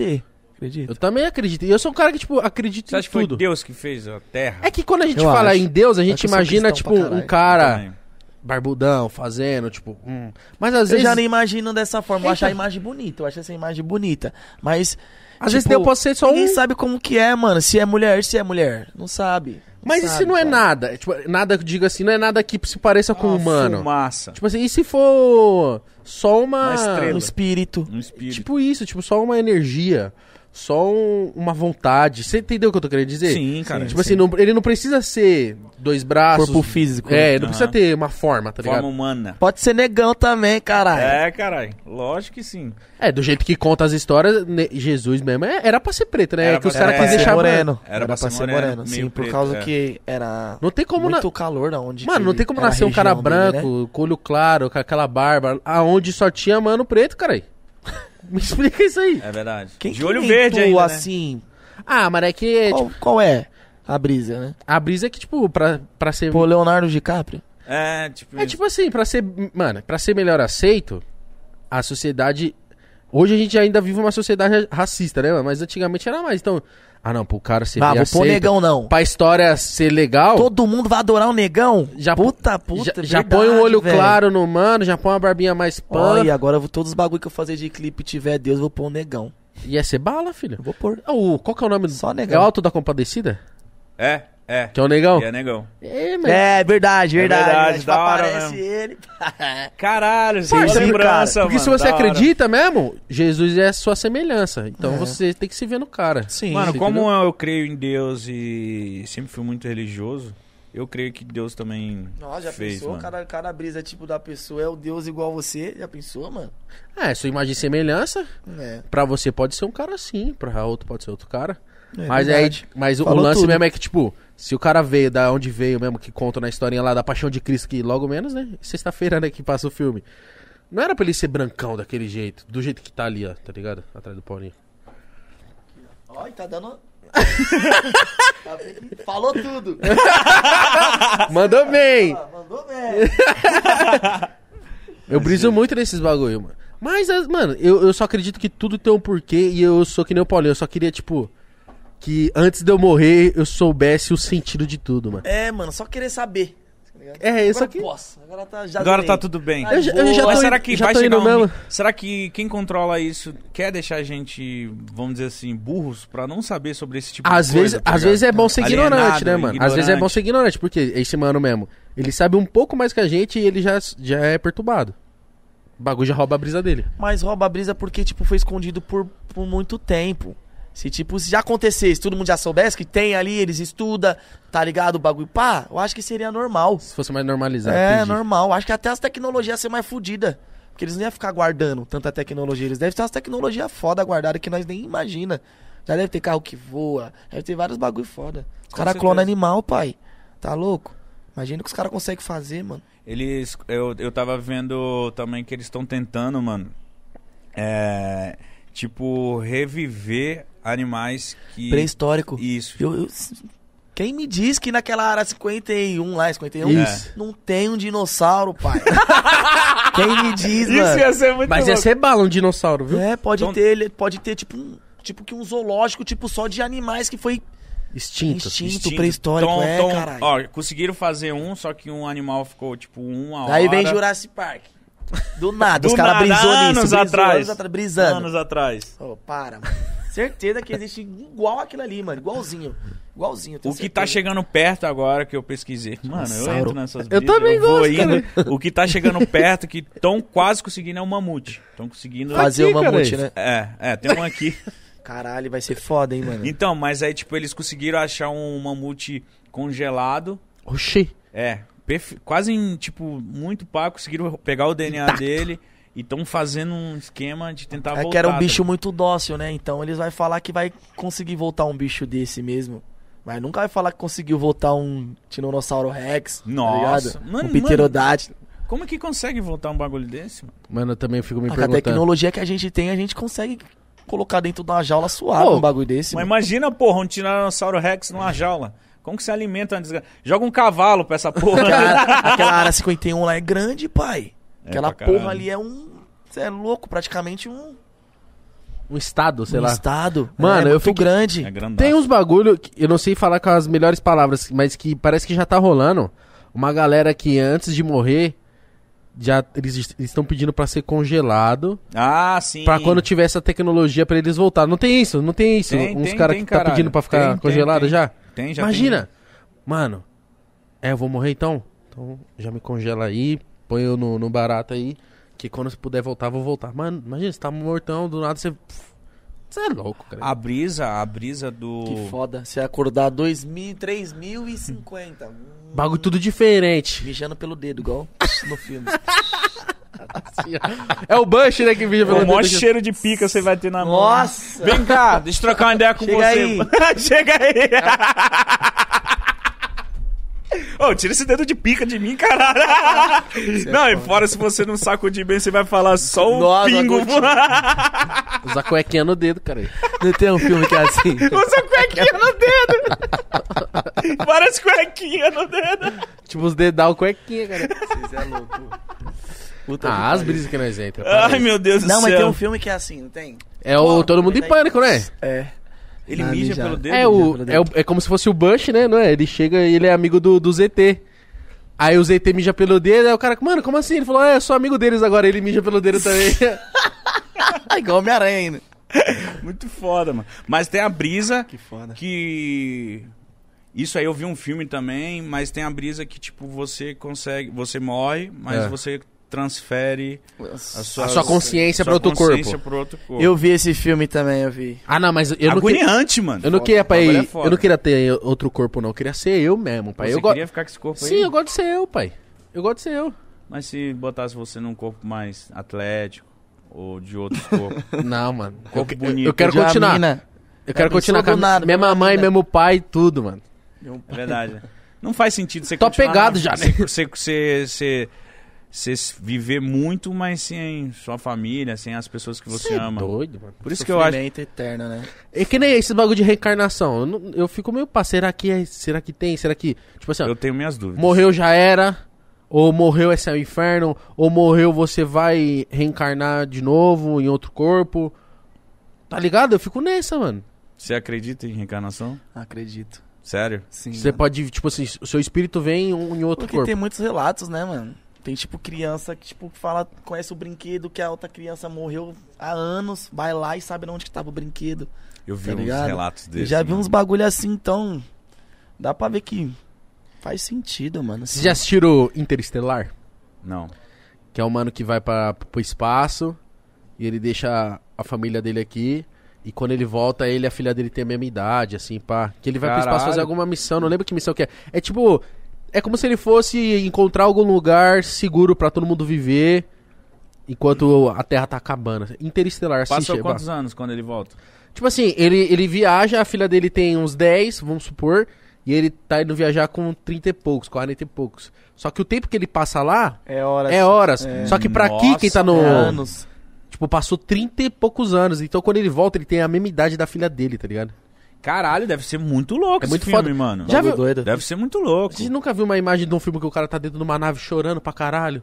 Speaker 3: Acredito.
Speaker 1: Eu também acredito. E eu sou um cara que, tipo, acredito
Speaker 2: Você
Speaker 1: em
Speaker 2: acha que foi
Speaker 1: tudo.
Speaker 2: Deus que fez a terra?
Speaker 1: É que quando a gente
Speaker 3: Eu
Speaker 1: fala
Speaker 3: acho.
Speaker 1: em Deus, a gente
Speaker 3: que eu sou
Speaker 1: imagina, tipo,
Speaker 3: cristão pra caralho.
Speaker 1: um cara
Speaker 2: Também.
Speaker 1: barbudão, fazendo, tipo. hum. Mas às
Speaker 3: Eu
Speaker 1: vezes.
Speaker 3: já nem imagino dessa forma. Eu acho a
Speaker 1: Eita.
Speaker 3: imagem bonita, eu acho essa imagem bonita. Mas.
Speaker 1: Às vezes eu posso ser só
Speaker 3: tipo, Ninguém
Speaker 1: um.
Speaker 3: sabe como que é, mano. Se é mulher, se é mulher. Não sabe.
Speaker 1: Mas e se
Speaker 3: sabe,
Speaker 1: não é
Speaker 3: cara.
Speaker 1: nada? É, Tipo, nada que eu diga assim, não é nada que se pareça com um
Speaker 2: Uma
Speaker 1: humano.
Speaker 2: Fumaça.
Speaker 1: Tipo assim, e se for só uma.
Speaker 2: Uma
Speaker 3: Um
Speaker 2: estrela.
Speaker 3: espírito.
Speaker 2: Um espírito.
Speaker 1: Tipo isso, tipo, só uma energia. Só um- uma vontade. Você entendeu o que eu tô querendo dizer?
Speaker 2: sim, cara.
Speaker 1: Tipo assim, não- ele não precisa ser dois braços.
Speaker 3: Corpo físico. né? Ah.
Speaker 1: É, não
Speaker 2: Aham.
Speaker 1: precisa ter uma forma, tá
Speaker 2: forma
Speaker 1: ligado?
Speaker 2: humana.
Speaker 3: Pode ser negão também, caralho.
Speaker 2: É, caralho. Lógico que sim.
Speaker 1: É, do jeito que conta as histórias, né, Jesus mesmo é- era pra ser preto, né?
Speaker 2: Era
Speaker 1: É que os
Speaker 2: pra ser-
Speaker 1: caras
Speaker 2: era pra
Speaker 1: quis
Speaker 2: ser
Speaker 1: deixar branco.
Speaker 3: moreno.
Speaker 2: Era pra ser moreno, meio
Speaker 3: sim, por
Speaker 2: preto,
Speaker 3: causa
Speaker 2: é.
Speaker 3: que era
Speaker 1: Não tem como. na-
Speaker 3: muito calor da onde.
Speaker 1: Mano,
Speaker 3: que
Speaker 1: não tem como
Speaker 3: era a
Speaker 1: nascer um cara
Speaker 3: região dele, né?
Speaker 1: branco, com olho claro, com aquela barba, aonde só tinha mano preto, caralho. [LAUGHS] Me explica isso aí.
Speaker 2: É verdade.
Speaker 3: Quem
Speaker 2: De
Speaker 3: que
Speaker 2: olho
Speaker 3: inventou,
Speaker 2: verde ainda, né?
Speaker 3: assim.
Speaker 1: Ah, mas é que tipo,
Speaker 3: Qual, qual é a brisa, né?
Speaker 1: a brisa é que, tipo, pra, pra ser.
Speaker 3: Pô, Leonardo DiCaprio.
Speaker 2: É, tipo
Speaker 1: É
Speaker 2: isso.
Speaker 1: tipo assim, pra ser. Mano, pra ser melhor aceito, a sociedade. Hoje a gente ainda vive uma sociedade racista, né, mano? Mas antigamente era mais. Então. Ah, não, pro cara ser
Speaker 3: Ah,
Speaker 1: bem
Speaker 3: vou pôr
Speaker 1: aceito,
Speaker 3: negão não.
Speaker 1: Pra história ser legal.
Speaker 3: Todo mundo vai adorar o negão?
Speaker 1: Já
Speaker 3: puta, puta.
Speaker 1: já, já
Speaker 3: verdade,
Speaker 1: põe um olho
Speaker 3: velho.
Speaker 1: claro no mano, já põe uma barbinha mais
Speaker 3: Ó, e
Speaker 1: pan.
Speaker 3: agora eu vou- todos os bagulho que eu fazer de clipe tiver Deus, eu vou pôr um negão.
Speaker 1: Ia ser bala, é filho.
Speaker 3: Eu vou pôr.
Speaker 1: O, qual que é o nome do.
Speaker 3: Só
Speaker 1: É o
Speaker 3: negão.
Speaker 1: Alto da Compadecida?
Speaker 2: É, é.
Speaker 1: Que é o negão?
Speaker 2: E é negão.
Speaker 1: É, mas.
Speaker 3: É, verdade, verdade.
Speaker 2: verdade,
Speaker 3: tipo,
Speaker 2: da hora
Speaker 3: aparece
Speaker 2: mesmo.
Speaker 3: ele. [LAUGHS]
Speaker 2: Caralho, você
Speaker 1: Parça,
Speaker 2: lembrança,
Speaker 1: Porque
Speaker 2: mano.
Speaker 1: se você
Speaker 2: da hora.
Speaker 1: acredita mesmo, Jesus é a sua semelhança. Então
Speaker 3: É.
Speaker 1: você tem que se ver no cara.
Speaker 3: Sim.
Speaker 2: Mano,
Speaker 1: Você
Speaker 2: como
Speaker 1: entendeu?
Speaker 2: eu creio em Deus e sempre fui muito religioso, eu creio que Deus também
Speaker 3: Nossa, já
Speaker 2: fez,
Speaker 3: pensou?
Speaker 2: mano.
Speaker 3: Cada, cada brisa tipo da pessoa é o Deus igual você. Já pensou, mano?
Speaker 1: É, sua imagem e semelhança,
Speaker 3: É.
Speaker 1: pra você pode ser um cara assim, pra outro pode ser outro cara.
Speaker 3: É
Speaker 1: mas aí,
Speaker 3: verdade.
Speaker 1: mas o- o
Speaker 3: Falou
Speaker 1: lance
Speaker 3: tudo.
Speaker 1: mesmo é que, tipo, se o cara veio da onde veio mesmo, que conta na historinha lá da Paixão de Cristo, que logo menos, né? Sexta-feira, né, que passa o filme. Não era pra ele ser brancão daquele jeito, do jeito que tá ali, ó, tá ligado? Atrás do Paulinho.
Speaker 3: Olha, tá dando. [LAUGHS] Tá bem- Falou tudo.
Speaker 1: Mandou bem!
Speaker 3: Ah,
Speaker 1: [LAUGHS]
Speaker 3: Mandou bem.
Speaker 1: Eu
Speaker 3: é.
Speaker 1: briso muito nesses bagulho, mano. Mas, as- mano, eu, eu só acredito que tudo tem um porquê e eu sou que nem o Paulinho. Eu só queria, tipo, que antes de eu morrer eu soubesse o sentido de tudo, mano.
Speaker 3: É, mano, só querer saber. tá ligado?
Speaker 1: É,
Speaker 3: Agora
Speaker 1: isso
Speaker 3: eu
Speaker 1: aqui.
Speaker 3: posso. Agora tá, já
Speaker 2: Agora
Speaker 3: doei.
Speaker 2: tá tudo bem.
Speaker 3: Ai,
Speaker 1: Eu, já- eu já tô,
Speaker 2: Mas
Speaker 1: indo-
Speaker 2: será que
Speaker 1: já
Speaker 2: vai
Speaker 1: tô
Speaker 2: chegar
Speaker 1: indo
Speaker 2: um...
Speaker 1: mesmo.
Speaker 2: ni- Será que quem controla isso quer deixar a gente, vamos dizer assim, burros pra não saber sobre esse tipo
Speaker 1: Às
Speaker 2: de coisa?
Speaker 1: vezes,
Speaker 2: tá
Speaker 1: às
Speaker 2: ligado?
Speaker 1: vezes é bom ser
Speaker 2: Alienado,
Speaker 1: ignorante, né, mano? Às vezes é bom
Speaker 2: ignorante.
Speaker 1: ser ignorante, porque esse mano mesmo, ele sabe um pouco mais que a gente e ele já, já é perturbado. O bagulho já rouba a brisa dele.
Speaker 3: Mas rouba a brisa porque, tipo, foi escondido por, por muito tempo. Se, tipo, se já acontecesse, todo mundo já soubesse que tem ali, eles estudam, tá ligado? O bagulho, pá, eu acho que seria normal.
Speaker 1: Se fosse mais normalizado.
Speaker 3: É,
Speaker 1: entendi.
Speaker 3: normal. Acho que até as tecnologias iam ser mais fodidas. Porque eles não iam ficar guardando tanta tecnologia. Eles devem ter umas tecnologias foda guardadas que nós nem imagina. Já deve ter carro que voa, deve ter vários bagulho foda. Os
Speaker 2: Com
Speaker 3: caras
Speaker 2: certeza.
Speaker 3: clonam animal, pai. Tá louco? Imagina o que os caras conseguem fazer, mano.
Speaker 2: Eles. Eu, eu tava vendo também que eles estão tentando, mano. É. Tipo, reviver animais que.
Speaker 3: Pré-histórico.
Speaker 2: Isso.
Speaker 3: Eu- eu- Quem me diz que naquela área 51 lá, 51,
Speaker 1: Isso.
Speaker 3: não tem um dinossauro, pai? [LAUGHS] Quem me diz, mano?
Speaker 2: ser muito
Speaker 1: Mas ia ser bala um dinossauro, viu?
Speaker 3: É, pode
Speaker 2: é, Então-
Speaker 3: ter, ele- pode ter tipo um, tipo que um zoológico, tipo só de animais que foi
Speaker 1: Extinto.
Speaker 3: Extinto. pré-histórico, é, caralho.
Speaker 2: Ó, conseguiram fazer um, só que um animal ficou, tipo, um a
Speaker 3: Aí
Speaker 2: hora.
Speaker 3: vem Jurassic Park. Do nada,
Speaker 2: [LAUGHS] Do
Speaker 3: os caras
Speaker 2: nada,
Speaker 3: brisou
Speaker 2: anos
Speaker 3: nisso. brisou,
Speaker 2: atrás.
Speaker 3: Anos atrás, brisando.
Speaker 2: Anos atrás.
Speaker 3: Ô, para, mano. Certeza que existe igual aquilo ali, mano. Igualzinho. Igualzinho.
Speaker 2: O
Speaker 3: tenho
Speaker 2: que tá
Speaker 3: certeza.
Speaker 2: chegando perto agora que eu pesquisei. Mano, eu
Speaker 3: Dinossauro.
Speaker 2: entro nessas
Speaker 1: Eu
Speaker 2: brisas,
Speaker 1: também
Speaker 2: vou
Speaker 1: gosto,
Speaker 2: indo. O que tá chegando perto, que estão quase conseguindo, é o mamute. Estão conseguindo.
Speaker 3: Fazer
Speaker 1: Aqui,
Speaker 3: o mamute,
Speaker 1: cara,
Speaker 3: né?
Speaker 2: É, é, tem um aqui.
Speaker 3: Caralho, vai ser foda, hein, mano.
Speaker 2: Então, mas aí, tipo, eles conseguiram achar um mamute congelado.
Speaker 1: Oxi.
Speaker 2: É, perfe- quase em, tipo, muito pá, conseguiram pegar o DNA dele e estão fazendo um esquema de tentar
Speaker 3: É
Speaker 2: voltar.
Speaker 3: que era um
Speaker 2: tá
Speaker 3: bicho muito dócil, né? Então eles vai falar que vai conseguir voltar um bicho desse mesmo. Mas nunca vai falar que conseguiu voltar um Tiranossauro Rex.
Speaker 2: Nossa.
Speaker 3: Tá ligado?
Speaker 2: Mano,
Speaker 3: um Pterodátilo.
Speaker 2: Como é que consegue voltar um bagulho desse? Mano?
Speaker 1: Mano, eu também fico me
Speaker 3: Com a
Speaker 1: perguntando.
Speaker 3: Ah, tecnologia que a gente tem, a gente consegue colocar dentro de uma jaula suave
Speaker 1: Ô,
Speaker 3: um bagulho desse.
Speaker 2: Mas
Speaker 3: mano.
Speaker 2: imagina, porra, um Tiranossauro Rex numa jaula. Como que se alimenta uma desgraça? Joga um cavalo pra essa porra. né?
Speaker 3: Aquela, aquela área 51 lá é grande, pai.
Speaker 2: É
Speaker 3: Aquela
Speaker 2: pra caralho.
Speaker 3: porra ali é um. Você é louco, praticamente um,
Speaker 1: Um estado, sei
Speaker 3: um
Speaker 1: lá.
Speaker 3: estado.
Speaker 1: Mano,
Speaker 3: é
Speaker 1: eu
Speaker 3: muito
Speaker 1: fiquei-
Speaker 3: grande.
Speaker 2: é grandão.
Speaker 3: um
Speaker 1: Tem uns bagulho, que eu não sei falar com as melhores palavras, mas que parece que já tá rolando. Uma galera que antes de morrer, já eles estão pedindo pra ser congelado,
Speaker 2: Ah, sim.
Speaker 1: Pra quando tiver essa tecnologia pra eles voltar. Não tem isso, não tem isso.
Speaker 2: Tem,
Speaker 1: uns
Speaker 2: tem,
Speaker 1: caras
Speaker 2: tem,
Speaker 1: que tá
Speaker 2: caralho.
Speaker 1: pedindo pra ficar
Speaker 2: Tem, tem,
Speaker 1: congelado
Speaker 2: tem.
Speaker 1: já.
Speaker 2: Tem, já
Speaker 1: Imagina. Mano, é, eu vou morrer então? Então já me congela aí, põe eu no, no barato aí, que quando você puder voltar, eu vou voltar. Mano, imagina, você tá mortão, do nada você... Você é louco,
Speaker 2: tem.
Speaker 1: cara.
Speaker 2: A brisa, a brisa do...
Speaker 3: Que foda. Você acordar 2000, 3050. Hum.
Speaker 1: Bagulho tudo diferente.
Speaker 3: [LAUGHS] Mijando pelo dedo, igual no filme.
Speaker 1: [LAUGHS] é o Bush, né, que vive
Speaker 2: O maior cheiro de pica você vai ter na mão. né?
Speaker 3: Nossa!
Speaker 2: Vem cá, deixa eu trocar uma ideia com
Speaker 3: Chega
Speaker 2: você. [LAUGHS] Chega aí. Ô, tira esse dedo de pica de mim, caralho. não, e fora se você não sacudir bem, você vai falar só o
Speaker 3: é Nossa,
Speaker 2: pingo. [LAUGHS]
Speaker 1: Usar cuequinha no dedo, cara.
Speaker 3: Não tem um filme que é assim. [LAUGHS]
Speaker 2: Usa cuequinha no dedo. Várias cuequinhas no dedo.
Speaker 1: Tipo, os dedal cuequinha, cara.
Speaker 3: Vocês é louco. Puta que
Speaker 1: Ah, as
Speaker 3: pariu.
Speaker 1: brisas que nós entra.
Speaker 2: Ai,
Speaker 1: parece.
Speaker 2: meu Deus do
Speaker 3: Não, mas
Speaker 2: céu.
Speaker 3: tem um filme que é assim, não tem?
Speaker 1: É o Todo Mundo em Pânico, né?
Speaker 3: É.
Speaker 2: Ele
Speaker 3: Ah,
Speaker 2: mija
Speaker 3: mijar.
Speaker 2: pelo dedo.
Speaker 1: É, o, é, o- é como se fosse o Bush, né? Não é? Ele chega e ele é amigo do, do ZT. Aí o ZT mija pelo dedo, aí o cara, mano, como assim? Ele falou, é, eu sou amigo deles agora, ele mija pelo dedo
Speaker 2: [LAUGHS]
Speaker 1: também.
Speaker 3: Ah, igual Homem-Aranha ainda.
Speaker 2: Muito foda, mano. Mas tem a brisa
Speaker 3: Que foda.
Speaker 2: que isso aí eu vi um filme também, mas tem a brisa que tipo você consegue, você morre, mas
Speaker 1: É.
Speaker 2: você transfere a sua,
Speaker 1: A sua consciência
Speaker 2: sua
Speaker 1: pra outro
Speaker 2: consciência
Speaker 1: corpo.
Speaker 2: pra outro corpo.
Speaker 3: Eu vi esse filme também, eu vi.
Speaker 1: ah, não, mas eu não, que-
Speaker 2: Agoniante, mano.
Speaker 1: eu não queria, pai,
Speaker 2: Agora é foda.
Speaker 1: eu não queria ter outro corpo, não. Eu queria ser eu mesmo, pai.
Speaker 2: Você
Speaker 1: eu go-
Speaker 2: queria ficar com esse corpo
Speaker 1: Sim,
Speaker 2: aí?
Speaker 1: eu gosto de ser eu, pai. Eu gosto de ser
Speaker 2: [LAUGHS]
Speaker 1: eu.
Speaker 2: Mas se botasse você num corpo mais atlético ou de outros corpos.
Speaker 1: Não, mano. [LAUGHS] Eu,
Speaker 2: Corpo
Speaker 1: que-
Speaker 2: bonito.
Speaker 1: eu quero
Speaker 3: De uma
Speaker 1: continuar.
Speaker 3: mina.
Speaker 1: Eu quero
Speaker 3: Já
Speaker 1: continuar com
Speaker 3: pensou
Speaker 1: a
Speaker 3: do nada,
Speaker 1: mesma
Speaker 3: mesma
Speaker 1: mãe,
Speaker 3: mina.
Speaker 1: mesmo pai, tudo, mano.
Speaker 2: é verdade. né? [LAUGHS] Não faz sentido você
Speaker 1: Tô
Speaker 2: continuar [LAUGHS]
Speaker 1: pegado
Speaker 2: na-
Speaker 1: já, né?
Speaker 2: Você, você, você, você s- viver muito, mas sem sua família, sem as pessoas que você
Speaker 1: Cê é
Speaker 2: ama.
Speaker 1: doido, mano.
Speaker 2: Por isso que eu acho.
Speaker 3: Sofrimento eterno, né?
Speaker 1: É que nem esse bagulho de reencarnação. Eu, não- eu fico meio, pá, será que, é- será que tem? Será que. Tipo assim, ó,
Speaker 2: Eu tenho minhas dúvidas.
Speaker 1: morreu já era. Ou morreu é céu e inferno. Ou morreu você vai reencarnar de novo em outro corpo. Tá ligado? Eu fico nessa, mano.
Speaker 3: Tá
Speaker 2: Você acredita em reencarnação?
Speaker 3: Acredito.
Speaker 2: Sério?
Speaker 3: Sim. né?
Speaker 1: Você
Speaker 3: mano.
Speaker 1: pode, tipo assim, o seu espírito vem em um- em outro
Speaker 3: Porque
Speaker 1: corpo.
Speaker 3: tem muitos relatos, né, mano? Tem tipo criança que tipo fala, conhece o brinquedo que a outra criança morreu há anos, vai lá e sabe onde que tava o brinquedo.
Speaker 2: Eu vi
Speaker 3: Tá
Speaker 2: uns
Speaker 3: ligado?
Speaker 2: relatos
Speaker 3: Eu
Speaker 2: desses.
Speaker 3: já vi
Speaker 2: mano.
Speaker 3: uns bagulho assim, então dá pra ver que faz sentido, mano. assim.
Speaker 1: Vocês já assistiram Interestelar?
Speaker 2: Não.
Speaker 1: Que é o mano que vai pra, pro espaço e ele deixa a família dele aqui. E quando ele volta, ele e a filha dele tem a mesma idade, assim, pá. Que ele vai pro espaço
Speaker 2: Caralho.
Speaker 1: fazer alguma missão, não lembro que missão que é. É tipo. É como se ele fosse encontrar algum lugar seguro pra todo mundo viver enquanto a Terra tá acabando. Interestelar, assiste.
Speaker 2: Passou
Speaker 1: é
Speaker 2: quantos anos quando ele volta?
Speaker 1: Tipo assim, ele, ele viaja, a filha dele tem uns 10, vamos supor, e ele tá indo viajar com 30 e poucos, 40 e poucos. Só que o tempo que ele passa lá
Speaker 3: É hora.
Speaker 1: é horas. Só que pra aqui, quem tá no.
Speaker 2: Nossa,
Speaker 3: É anos.
Speaker 1: Tipo, passou 30 e poucos anos. Então quando ele volta, ele tem a mesma idade da filha dele, tá ligado?
Speaker 2: Caralho, deve ser muito
Speaker 1: É
Speaker 2: louco esse
Speaker 1: muito
Speaker 2: filme,
Speaker 1: foda.
Speaker 2: mano.
Speaker 1: Já
Speaker 3: Bagulho
Speaker 1: viu-
Speaker 3: doido.
Speaker 2: Deve ser muito louco.
Speaker 1: Vocês nunca viu uma imagem de um filme que o cara tá dentro de uma nave chorando pra caralho?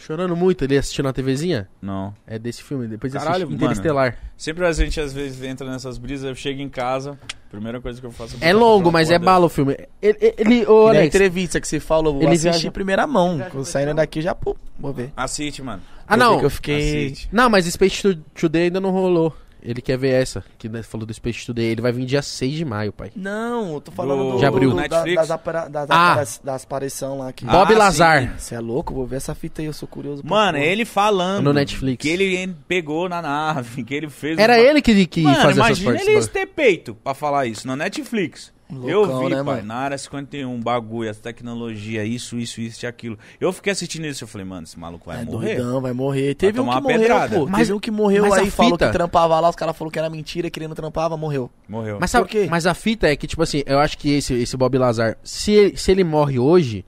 Speaker 1: Chorando muito, ele assistindo na TVzinha?
Speaker 2: Não.
Speaker 1: É desse filme, depois
Speaker 2: Caralho,
Speaker 1: assiste
Speaker 2: mano.
Speaker 1: Interestelar.
Speaker 2: Sempre a gente às vezes entra nessas brisas, eu chego em casa, primeira coisa que eu faço
Speaker 1: É longo, mas é
Speaker 2: balão.
Speaker 1: bala o filme. Ele, ele, ô,
Speaker 2: é
Speaker 3: E na
Speaker 1: Alex.
Speaker 3: entrevista que você falou, eu
Speaker 1: Ele
Speaker 3: assisti
Speaker 1: viaja-
Speaker 3: em primeira mão. Eu Saindo daqui já, pô, vou ver.
Speaker 2: Assiste, mano.
Speaker 1: Ah,
Speaker 3: Eu vi
Speaker 1: não.
Speaker 3: que Eu fiquei.
Speaker 2: Assiste.
Speaker 1: Não, mas Space To- Today ainda não rolou. Ele quer ver essa, que né, falou do Space Today. Ele vai vir dia 6 de maio, pai.
Speaker 3: Não, eu tô falando
Speaker 2: Do-
Speaker 3: do,
Speaker 1: De abril.
Speaker 3: do- da-
Speaker 2: Netflix?
Speaker 3: das, apara, das,
Speaker 1: Ah.
Speaker 3: apara- das aparição lá que.
Speaker 2: Ah,
Speaker 1: Bob
Speaker 2: sim.
Speaker 1: Lazar.
Speaker 3: Você é louco? Vou ver essa fita aí, eu sou curioso. pra
Speaker 2: Mano,
Speaker 3: porra.
Speaker 2: ele falando
Speaker 1: No Netflix.
Speaker 2: que ele pegou na nave, que ele fez.
Speaker 1: Era
Speaker 2: uma-
Speaker 1: ele que, que
Speaker 2: Mano,
Speaker 1: fazia essas
Speaker 2: imagina
Speaker 1: partes.
Speaker 2: ele
Speaker 1: mano.
Speaker 2: ter peito pra falar isso na Netflix.
Speaker 3: Loucão,
Speaker 2: eu vi,
Speaker 3: né,
Speaker 2: pai,
Speaker 3: mano?
Speaker 2: na área 51, bagulho, as tecnologia, isso, isso, isso e aquilo. Eu fiquei assistindo isso, eu falei, mano, esse maluco vai
Speaker 3: é
Speaker 2: morrer.
Speaker 3: doidão, vai morrer. Teve um
Speaker 2: tomar
Speaker 3: que
Speaker 2: uma
Speaker 3: morreu,
Speaker 2: pedrada.
Speaker 3: pô.
Speaker 1: Mas-
Speaker 3: Teve um que morreu
Speaker 1: mas a
Speaker 3: aí, falou
Speaker 1: fita-
Speaker 3: que trampava lá, os caras falaram que era mentira, que ele não trampava, morreu.
Speaker 2: Morreu.
Speaker 1: Mas, sabe,
Speaker 3: Por quê?
Speaker 1: mas a fita é que, tipo assim, eu acho que esse, esse Bob Lazar, se ele, se ele morre hoje,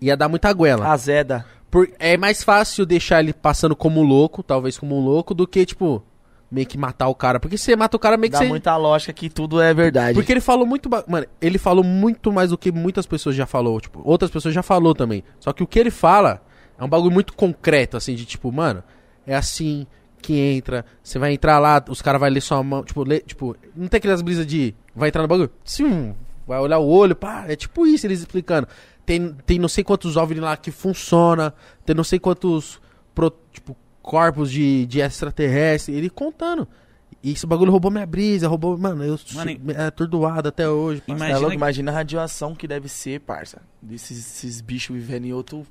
Speaker 1: ia dar muita
Speaker 3: Ah.
Speaker 1: guela.
Speaker 3: Azeda.
Speaker 1: Por- é mais fácil deixar ele passando como louco, talvez como um louco, do que, tipo, meio que matar o cara. Porque se você mata o cara, meio que
Speaker 3: Dá
Speaker 1: você...
Speaker 3: muita lógica que tudo é verdade.
Speaker 1: Porque ele falou muito. ba- Mano, ele falou muito mais do que muitas pessoas já falou. Tipo, outras pessoas já falou também. Só que o que ele fala é um bagulho muito concreto, assim, de tipo, mano, é assim que entra. Você vai entrar lá, os caras vão ler sua mão. Tipo, lê- tipo, não tem aquelas brisas de. Vai entrar no bagulho? Sim, vai olhar o olho, pá. É tipo isso, eles explicando. Tem, tem não sei quantos OVNI lá que funciona, tem não sei quantos. pro- tipo, corpos de, de extraterrestre. Ele contando. E esse bagulho roubou minha brisa, roubou. Mano, eu sou
Speaker 2: Mano,
Speaker 1: é, atordoado até hoje. pá.
Speaker 3: Imagina,
Speaker 2: imagina, que-
Speaker 3: é imagina a radiação que deve ser, parça. Desses esses bichos vivendo em outro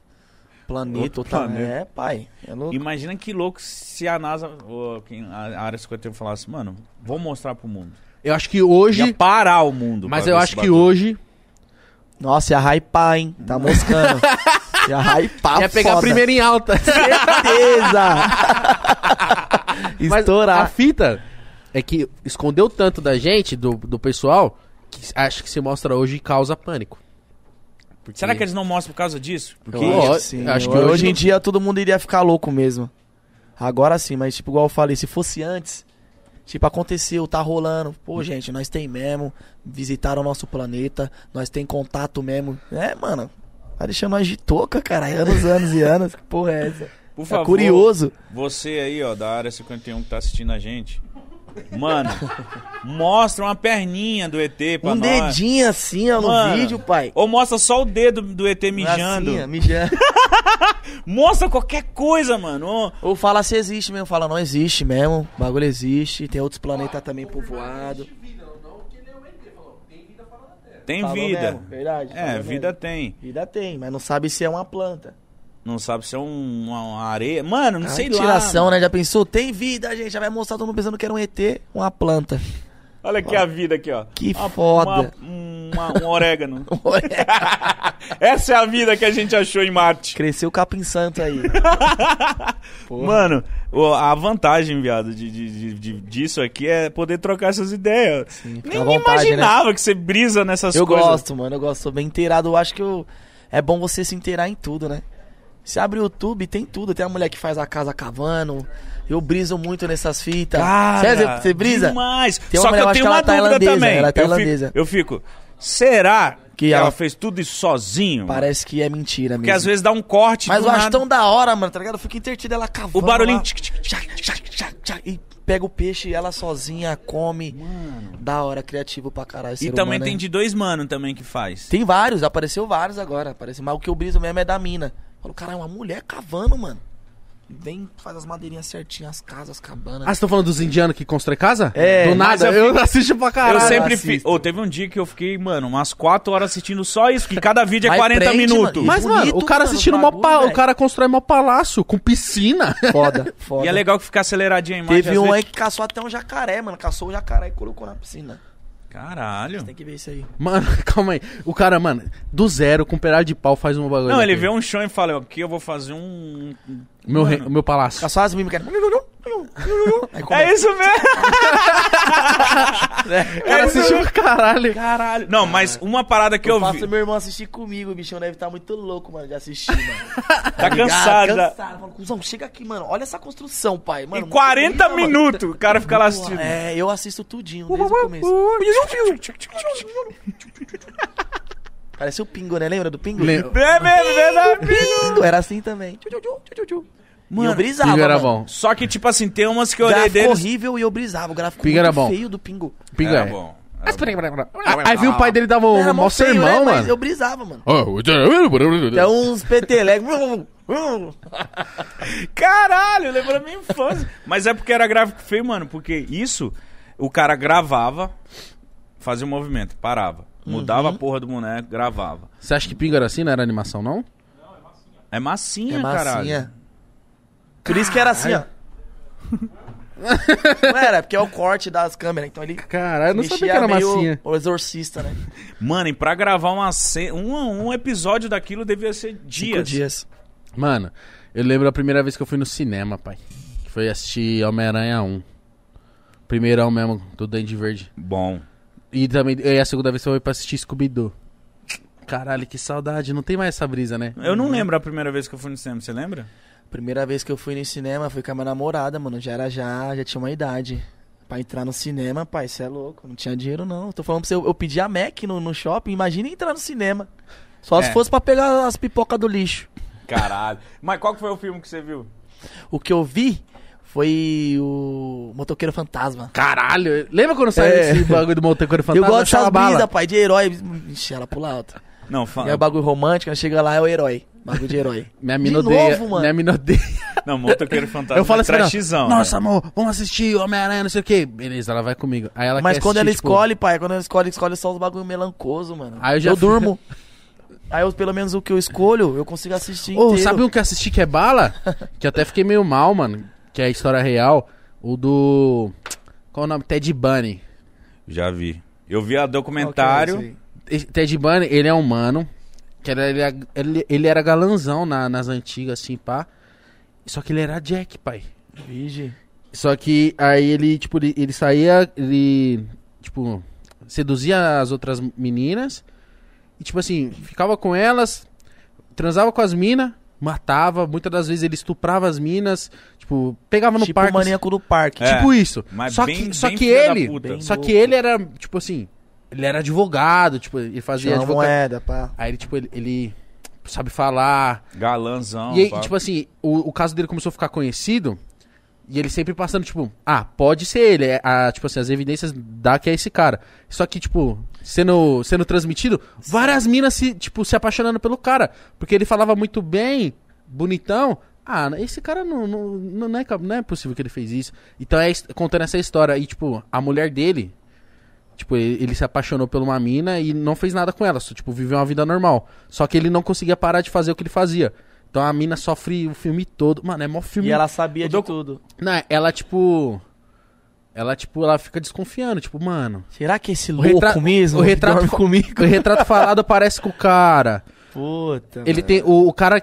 Speaker 3: planeta.
Speaker 2: Outro
Speaker 3: outra-
Speaker 2: planeta.
Speaker 3: É, pai. É louco.
Speaker 2: imagina que louco se a NASA, ou quem, a área 51 falasse, mano, vou mostrar pro mundo.
Speaker 1: Eu acho que hoje.
Speaker 2: Ia parar o mundo.
Speaker 1: Mas
Speaker 2: pra
Speaker 1: eu
Speaker 2: ver
Speaker 1: acho
Speaker 2: esse
Speaker 1: que
Speaker 2: bagulho.
Speaker 1: hoje.
Speaker 3: Nossa, ia hypar, hein? Tá moscando. ia hypar,
Speaker 1: ia pegar
Speaker 3: Tá foda. [LAUGHS]
Speaker 1: primeiro em alta.
Speaker 3: Certeza!
Speaker 1: Mas a
Speaker 3: Estourar.
Speaker 1: fita é que escondeu tanto da gente, do, do pessoal, que acho que se mostra hoje e causa pânico. Porque-
Speaker 2: Será que eles não mostram por causa disso? Porque
Speaker 1: Eu acho que sim. Eu acho que
Speaker 3: hoje em
Speaker 1: não-
Speaker 3: dia todo mundo iria ficar louco mesmo. Agora sim, mas tipo, igual eu falei, se fosse antes, tipo, aconteceu, tá rolando. Pô, gente, nós tem mesmo, visitaram o nosso planeta, nós tem contato mesmo. É, mano, tá deixando nós de touca, cara, anos, anos e anos. Que porra é essa?
Speaker 2: por
Speaker 3: Tá curioso.
Speaker 2: Você aí, ó, da área 51 que tá assistindo a gente. Mano, mostra uma perninha do ET pra
Speaker 3: Um
Speaker 2: nós.
Speaker 3: dedinho assim, ó, no
Speaker 2: Mano,
Speaker 3: vídeo, pai.
Speaker 2: Ou mostra só o dedo do ET mijando.
Speaker 3: Assim, ó,
Speaker 1: [LAUGHS]
Speaker 3: mijando.
Speaker 2: Mostra qualquer coisa, mano. Ô,
Speaker 3: Ou fala se existe mesmo, fala não existe mesmo, o bagulho existe, tem outros planetas também povoado.
Speaker 2: Tem
Speaker 3: Falou
Speaker 2: vida.
Speaker 3: mesmo, verdade.
Speaker 2: É,
Speaker 3: falou
Speaker 2: vida
Speaker 3: mesmo.
Speaker 2: tem.
Speaker 3: Vida tem, mas não sabe se é uma planta.
Speaker 2: Não sabe se é um- uma, uma areia. Mano, não
Speaker 3: É
Speaker 2: sei
Speaker 3: uma tiração,
Speaker 2: lá.
Speaker 3: né? Já pensou? Tem vida, gente. Já vai mostrar todo mundo pensando que era um ET, uma planta.
Speaker 2: mano.
Speaker 3: [LAUGHS]
Speaker 2: Olha aqui a vida aqui, ó.
Speaker 3: Que
Speaker 2: Uma-
Speaker 3: foda.
Speaker 2: uma- uma- um orégano. Essa é a vida que a gente achou em Marte.
Speaker 3: Cresceu o capim santo [LAUGHS] aí.
Speaker 2: Mano, o- a vantagem, viado, de, de, de- de- disso aqui é poder trocar essas ideias.
Speaker 3: fica
Speaker 2: Nem
Speaker 3: à vontade, né?
Speaker 2: imaginava que você brisa nessas
Speaker 3: Eu
Speaker 2: coisas.
Speaker 3: gosto, mano. Eu gosto. Sou bem inteirado. Eu acho que eu... é bom você se inteirar em tudo, né? Se abre o YouTube, tem tudo. Tem a mulher que faz a casa cavando. Eu briso muito nessas fitas.
Speaker 2: Cara,
Speaker 3: Cê- você brisa?
Speaker 2: Demais.
Speaker 3: Tem uma
Speaker 2: Só que
Speaker 3: mulher,
Speaker 2: eu
Speaker 3: acho
Speaker 2: tenho
Speaker 3: que
Speaker 2: uma
Speaker 3: ela é
Speaker 2: dúvida
Speaker 3: tailandesa,
Speaker 2: também.
Speaker 3: ela é
Speaker 2: Eu fico-
Speaker 3: tailandesa.
Speaker 2: Eu fico, será que, ela...
Speaker 3: ela-
Speaker 2: fez tudo isso sozinho?
Speaker 3: Parece que é mentira mesmo.
Speaker 2: Porque às vezes dá um corte
Speaker 3: Mas
Speaker 2: do
Speaker 3: eu acho
Speaker 2: nada.
Speaker 3: tão da hora, mano, tá ligado? Eu fico entretido ela cavando.
Speaker 2: O barulhinho,
Speaker 3: lá.
Speaker 2: tic, tic, tic,
Speaker 3: Tchac, tchac, tchac, tchac, e pega o peixe e ela sozinha come. Da hora, criativo pra caralho.
Speaker 2: E
Speaker 3: ser
Speaker 2: também
Speaker 3: humano,
Speaker 2: tem
Speaker 3: né?
Speaker 2: de dois mano também que faz.
Speaker 3: Tem vários, apareceu vários agora. Aparece, mas o que eu briso mesmo é da mina. Eu Falo, caralho, uma mulher cavando, mano. Vem, faz as madeirinhas certinhas, as casas, as [LAUGHS] cabanas.
Speaker 1: Ah, vocês estão falando dos indianos que constroem casa?
Speaker 3: É,
Speaker 1: Do
Speaker 2: mas
Speaker 1: nada,
Speaker 2: eu
Speaker 1: eu, assisto pra caralho.
Speaker 2: eu sempre fiz.
Speaker 3: assisto.
Speaker 2: Ô, teve um dia que eu fiquei, mano, umas 4 horas assistindo só isso, que cada vídeo é
Speaker 3: Mas
Speaker 2: 40
Speaker 3: prende,
Speaker 2: minutos.
Speaker 3: mano.
Speaker 1: Mas, mano, o
Speaker 3: Bonito,
Speaker 1: cara
Speaker 3: mano,
Speaker 1: assistindo
Speaker 3: os
Speaker 1: mó
Speaker 3: bagulho,
Speaker 1: pa... o
Speaker 3: velho.
Speaker 1: cara constrói mó palácio com piscina. [LAUGHS]
Speaker 3: Foda, foda.
Speaker 2: E é legal que fica aceleradinho a imagem.
Speaker 3: Teve
Speaker 2: às
Speaker 3: um aí
Speaker 2: vezes.
Speaker 3: que caçou até um jacaré, mano. Caçou o jacaré e colocou na piscina.
Speaker 2: Caralho.
Speaker 3: Tem que ver isso aí.
Speaker 1: Mano, calma aí. O cara, mano, do zero, com um pedaço de pau, faz um bagulho.
Speaker 2: Não, ele
Speaker 1: daquele.
Speaker 2: vê um chão e fala, aqui eu vou fazer um. um-
Speaker 1: Meu, re-
Speaker 2: Mano.
Speaker 1: meu palácio.
Speaker 3: Caçou as é- mímicas. Aí come-
Speaker 2: É isso mesmo!
Speaker 1: O cara
Speaker 2: um
Speaker 1: assistiu pra caralho.
Speaker 2: Caralho. [LAUGHS] Não, mas uma parada que
Speaker 3: eu,
Speaker 2: eu, vi.
Speaker 3: faço meu irmão assistir comigo, o bichão deve estar muito louco, mano, de assistir, mano.
Speaker 2: Tá
Speaker 3: ligado?
Speaker 2: cansado.
Speaker 3: Cansado. Fala, cuzão, chega aqui, mano. Olha essa construção, pai. Mano,
Speaker 2: Em
Speaker 3: muito
Speaker 2: 40
Speaker 3: bonita, mano.
Speaker 2: minutos o cara fica lá assistindo.
Speaker 3: É, eu assisto tudinho, desde o começo. Parecia o Pingo, né? Lembra do Pingo?
Speaker 1: Lem-
Speaker 2: Vê, vê, vê, vê.
Speaker 3: Pingo! Era assim também. Tchu, tchu, tchu, tchu, tchu. e eu
Speaker 2: Mano,
Speaker 3: brisava,
Speaker 1: Pingo era
Speaker 3: mano.
Speaker 1: bom.
Speaker 2: só que, tipo assim, tem umas que eu olhei
Speaker 3: Gráfico
Speaker 2: deles.
Speaker 3: horrível e eu brisava. O gráfico
Speaker 1: Pingo
Speaker 3: muito
Speaker 1: era bom.
Speaker 3: feio do Pingo.
Speaker 1: Pinga
Speaker 2: Era
Speaker 1: é.
Speaker 2: bom.
Speaker 1: Ah, Aí viu o pai dele dava um mó
Speaker 3: feio, né?
Speaker 1: sermão,
Speaker 3: Mas eu
Speaker 1: mano.
Speaker 3: brisava, mano. É
Speaker 1: Então,
Speaker 3: uns
Speaker 1: [LAUGHS]
Speaker 3: petelecos.
Speaker 2: Caralho, lembrou minha infância. Mas é porque era gráfico feio, mano. Porque isso, o cara gravava, fazia um movimento, parava.
Speaker 1: Uhum.
Speaker 2: Mudava a porra do boneco, gravava.
Speaker 1: Você acha que Pinga era assim? Não era animação, não?
Speaker 2: É massinha,
Speaker 3: É
Speaker 2: caralho.
Speaker 3: massinha. Por isso que era assim, ó. Não era, porque é o corte das câmeras. Então ele.
Speaker 1: Caralho, eu não sabia
Speaker 3: mexia
Speaker 1: que era
Speaker 3: meio
Speaker 1: massinha.
Speaker 3: O exorcista, né?
Speaker 2: Mano, e pra gravar uma ce- um, um episódio daquilo devia ser dias.
Speaker 3: Cinco dias.
Speaker 1: Mano, eu lembro a primeira vez que eu fui no cinema, pai. Que foi assistir Homem-Aranha 1. Primeirão mesmo, do Dende Verde.
Speaker 2: Bom.
Speaker 1: E também, e a segunda vez foi pra assistir Scooby-Doo. Caralho, que saudade. Não tem mais essa brisa, né?
Speaker 2: Eu não lembro a primeira vez que eu fui no cinema, você lembra?
Speaker 3: Primeira vez que eu fui no cinema foi com a minha namorada, mano. Já era já, já tinha uma idade. Pra entrar no cinema, pai, você é louco. Não tinha dinheiro, não. Tô falando pra você, eu, eu pedi a Mac no, no shopping. Imagina entrar no cinema. Só
Speaker 2: É.
Speaker 3: se fosse pra pegar as pipocas do lixo.
Speaker 2: Caralho. Mas qual que foi o filme que você viu?
Speaker 3: O que eu vi foi o Motoqueiro Fantasma.
Speaker 1: Caralho, lembra quando saiu
Speaker 3: É.
Speaker 1: esse bagulho do Montecore
Speaker 3: eu
Speaker 1: Fantasma?
Speaker 3: gosto dessas
Speaker 1: Achava bala.
Speaker 3: brisas, pai, de herói. Ixi, ela pula alto.
Speaker 2: Não, fa...
Speaker 3: E é o bagulho romântico, ela chega lá, é o herói. Bagulho
Speaker 2: [LAUGHS]
Speaker 3: de herói.
Speaker 1: Minha mina
Speaker 3: de
Speaker 1: odeia.
Speaker 3: novo, mano.
Speaker 1: Minha mina odeia.
Speaker 2: não Motoqueiro Fantasma.
Speaker 1: eu falo
Speaker 2: é
Speaker 1: assim,
Speaker 2: trashzão,
Speaker 1: não, nossa,
Speaker 2: né?
Speaker 1: amor, vamos assistir Homem-Aranha, não sei o quê. Beleza, ela vai comigo. Aí ela
Speaker 3: Mas
Speaker 1: quer
Speaker 3: quando ela
Speaker 1: assistir, tipo,
Speaker 3: escolhe, pai, quando ela escolhe, escolhe só os bagulho melancoso, mano.
Speaker 1: Aí eu já fui-
Speaker 3: durmo.
Speaker 1: [LAUGHS]
Speaker 3: Aí eu, pelo menos o que eu escolho, eu consigo assistir
Speaker 1: Ô,
Speaker 3: inteiro.
Speaker 1: sabe um que eu assisti que é bala? que eu até fiquei meio mal, mano. Que é a história real. O do. Qual é o nome? Ted Bunny.
Speaker 2: Já vi. Eu vi a
Speaker 3: Qual que é esse
Speaker 2: documentário.
Speaker 3: aí?
Speaker 1: Esse Ted Bunny, ele é humano. Que era, ele, ele- ele era galanzão na- nas antigas, assim, pá. Só que ele era Jack, pai.
Speaker 3: Vigi.
Speaker 1: Só que aí ele, tipo, ele, ele saía, ele, tipo, seduzia as outras meninas. E, tipo assim, ficava com elas, transava com as minas, matava. Muitas das vezes ele estuprava as minas, tipo, pegava no
Speaker 3: tipo
Speaker 1: parque.
Speaker 3: o maníaco do parque.
Speaker 2: É.
Speaker 1: Tipo isso.
Speaker 2: Mas
Speaker 1: só
Speaker 2: bem-
Speaker 1: que, só
Speaker 2: bem
Speaker 1: que
Speaker 2: filha da
Speaker 1: ele,
Speaker 2: puta.
Speaker 1: só
Speaker 3: Bem
Speaker 1: que ele era, tipo assim, ele era advogado, tipo, ele fazia
Speaker 3: Tinha
Speaker 2: um
Speaker 3: uma
Speaker 1: advogado.
Speaker 3: moeda, pá.
Speaker 1: Aí ele, tipo, ele, ele sabe falar,
Speaker 2: Galanzão.
Speaker 1: e aí,
Speaker 2: pá.
Speaker 1: tipo assim, o, o caso dele começou a ficar conhecido. E ele sempre passando, tipo, ah, pode ser ele. é, ah, tipo assim, as evidências dá que é esse cara. Só que, tipo, sendo, sendo transmitido, várias minas se, tipo, se apaixonando pelo cara. Porque ele falava muito bem, bonitão. Ah, esse cara não, não, não, não é, cap- não é possível que ele fez isso. Então é his- contando essa história. E, tipo, a mulher dele, Tipo, ele, ele se apaixonou por uma mina e não fez nada com ela, só, tipo, viveu uma vida normal. Só que ele não conseguia parar de fazer o que ele fazia. Então a mina sofre o filme todo. Mano, é mó filme.
Speaker 3: E ela sabia
Speaker 1: O docu-
Speaker 3: de tudo.
Speaker 1: Não, ela, tipo. Ela, tipo, ela fica desconfiando, tipo, mano.
Speaker 3: Será que esse
Speaker 1: O
Speaker 3: louco
Speaker 1: retra-
Speaker 3: mesmo
Speaker 1: o retrato- [LAUGHS]
Speaker 3: dorme comigo?
Speaker 1: O retrato falado parece com o cara.
Speaker 3: Puta,
Speaker 1: Ele
Speaker 3: mano.
Speaker 1: tem. O, o cara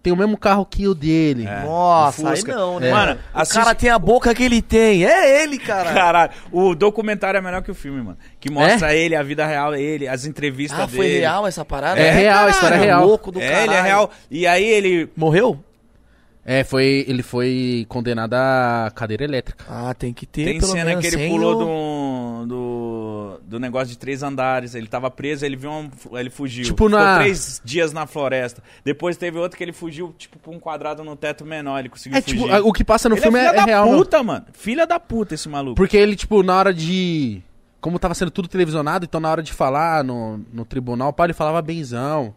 Speaker 1: tem o mesmo carro que o dele.
Speaker 2: É.
Speaker 4: Nossa, aí
Speaker 2: Fusca.
Speaker 4: não,
Speaker 1: assim, É.
Speaker 4: né?
Speaker 2: Mano,
Speaker 4: o
Speaker 2: assiste-
Speaker 4: cara tem a boca que ele tem. É ele,
Speaker 1: tá-
Speaker 4: cara.
Speaker 2: Caralho, o documentário é melhor que o filme, mano. Que mostra
Speaker 1: É?
Speaker 2: ele, a vida real dele, as entrevistas
Speaker 3: Ah,
Speaker 2: dele.
Speaker 3: foi real essa parada?
Speaker 1: É, real, a história é real.
Speaker 4: louco do
Speaker 2: É, ele é
Speaker 4: caralho.
Speaker 2: real. E aí ele.
Speaker 4: Morreu?
Speaker 1: É, foi, ele foi condenado à cadeira elétrica.
Speaker 4: Ah, tem que ter,
Speaker 2: Tem
Speaker 4: pelo
Speaker 2: cena
Speaker 4: menos.
Speaker 2: que ele
Speaker 1: assim,
Speaker 4: sem
Speaker 2: pulou
Speaker 1: um
Speaker 4: o-
Speaker 2: do, um, do. do negócio de três andares. Ele tava preso, ele viu um. Ele fugiu.
Speaker 1: Tipo
Speaker 2: Ficou
Speaker 1: na-
Speaker 2: três dias na floresta. Depois teve outro que ele fugiu, tipo, pra um quadrado no teto menor. Ele conseguiu
Speaker 1: É,
Speaker 2: fugir.
Speaker 1: tipo, a- o que passa no
Speaker 2: Ele
Speaker 1: filme
Speaker 2: é
Speaker 1: é,
Speaker 2: filha da
Speaker 1: é real. mano.
Speaker 2: puta, mano. Filha da puta esse maluco.
Speaker 1: Porque ele, tipo, na hora de. Como tava sendo tudo televisionado, então na hora de falar no, no tribunal, pá, ele falava benzão.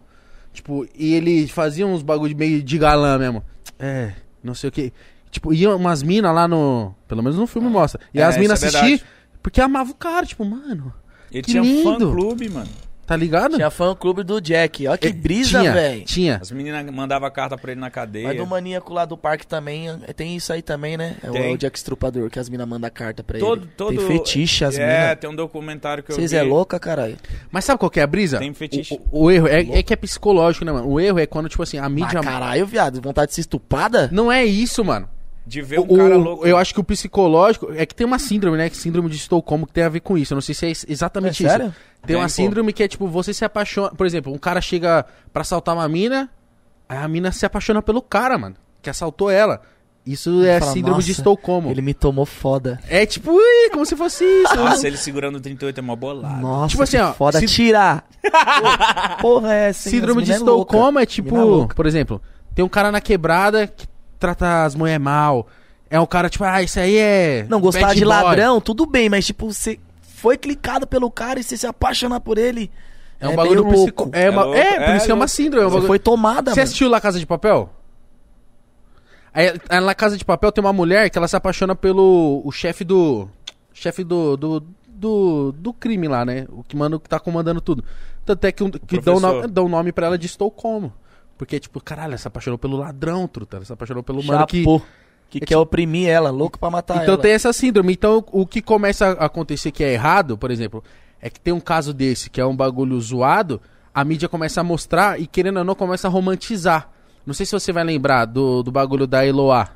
Speaker 1: Tipo, e ele fazia uns bagulho meio de galã mesmo. É, não sei o que. Tipo, ia umas minas lá no. Pelo menos no filme mostra. E
Speaker 2: É,
Speaker 1: as minas
Speaker 2: isso é
Speaker 1: assistir,
Speaker 2: verdade.
Speaker 1: porque amava o cara, tipo, mano.
Speaker 2: Ele
Speaker 1: Que
Speaker 2: tinha um
Speaker 1: lindo.
Speaker 2: fã clube, mano.
Speaker 1: Tá ligado?
Speaker 4: Tinha
Speaker 1: Tinha,
Speaker 4: fã clube do Jack. Olha que brisa,
Speaker 1: tinha,
Speaker 4: velho.
Speaker 1: tinha.
Speaker 2: As meninas mandavam carta pra ele na cadeia.
Speaker 3: Mas do maníaco lá do parque também, é, tem isso aí também, né? É o,
Speaker 2: Tem.
Speaker 3: é o Jack Strupador, que as minas mandam carta pra
Speaker 2: Todo,
Speaker 3: ele.
Speaker 2: todo...
Speaker 3: Tem fetiche as
Speaker 2: É,
Speaker 3: minas.
Speaker 2: tem um documentário que eu
Speaker 3: Vocês
Speaker 2: vi.
Speaker 3: é louca, caralho?
Speaker 1: Mas sabe qual que é a brisa?
Speaker 2: Tem fetiche.
Speaker 1: O, o- o
Speaker 2: Tá
Speaker 1: erro é, é que é psicológico, né, mano? O erro é quando, tipo assim, a mídia.
Speaker 3: Ah, caralho, viado, vontade de ser estupada?
Speaker 1: não é isso, mano.
Speaker 2: De ver um
Speaker 1: O-
Speaker 2: cara
Speaker 1: o-
Speaker 2: louco.
Speaker 1: Eu acho que o psicológico. É que tem uma síndrome, né? Que síndrome de Estocolmo que tem a ver com isso. Eu não sei se é ex- exatamente
Speaker 3: É
Speaker 1: isso.
Speaker 3: sério?
Speaker 1: Tem uma
Speaker 2: Tem, pô.
Speaker 1: síndrome que é tipo, você se apaixona. Por exemplo, um cara chega pra assaltar uma mina, aí a mina se apaixona pelo cara, mano, que assaltou ela. Isso é
Speaker 3: fala,
Speaker 1: síndrome de
Speaker 3: "Nossa,
Speaker 1: Estocolmo.
Speaker 3: Ele me tomou foda.
Speaker 1: É tipo, ui, como se
Speaker 2: [LAUGHS]
Speaker 1: fosse isso.
Speaker 2: Nossa, ele segurando o 38 é mó bolado.
Speaker 3: Nossa,
Speaker 1: Tipo assim,
Speaker 3: que
Speaker 1: ó,
Speaker 3: foda.
Speaker 1: sínd- [LAUGHS]
Speaker 3: Tirar! Porra, é assim.
Speaker 1: síndrome
Speaker 3: as
Speaker 1: de
Speaker 3: mina é louca.
Speaker 1: Estocolmo é
Speaker 3: Mina
Speaker 1: tipo,
Speaker 3: louca.
Speaker 1: por exemplo, tem um cara na quebrada que trata as mulheres mal. É um cara tipo, ah, isso aí é.
Speaker 3: Não, gostar
Speaker 1: bad
Speaker 3: de
Speaker 1: boy.
Speaker 3: ladrão, tudo bem, mas tipo, você foi clicado pelo cara e você se apaixonar por ele.
Speaker 1: É um bagulho
Speaker 3: meio
Speaker 1: psico-
Speaker 3: louco.
Speaker 1: É, uma-
Speaker 2: É louco,
Speaker 1: é, por
Speaker 2: é
Speaker 1: isso que é uma
Speaker 2: louco.
Speaker 1: síndrome. É um
Speaker 3: Você
Speaker 1: bagulho...
Speaker 3: foi tomada,
Speaker 1: Você
Speaker 3: mano.
Speaker 1: assistiu lá Casa de Papel? Aí, aí na Casa de Papel tem uma mulher que ela se apaixona pelo o chefe do chefe do, do do do crime lá, né? O que mano que tá comandando tudo. Tanto é que, um- que dão
Speaker 2: professor.
Speaker 1: nome, dão nome para ela de Estocolmo. Porque tipo, caralho, ela se apaixonou pelo ladrão, truta, ela se apaixonou pelo mano que
Speaker 3: Chapô, É que quer oprimir ela, louco pra matar
Speaker 1: então
Speaker 3: ela.
Speaker 1: tem essa síndrome. Então o que começa a acontecer que é errado, por exemplo, é que tem um caso desse, que é um bagulho zoado, a mídia começa a mostrar e querendo ou não começa a romantizar. Não sei se você vai lembrar do, do bagulho da Eloá.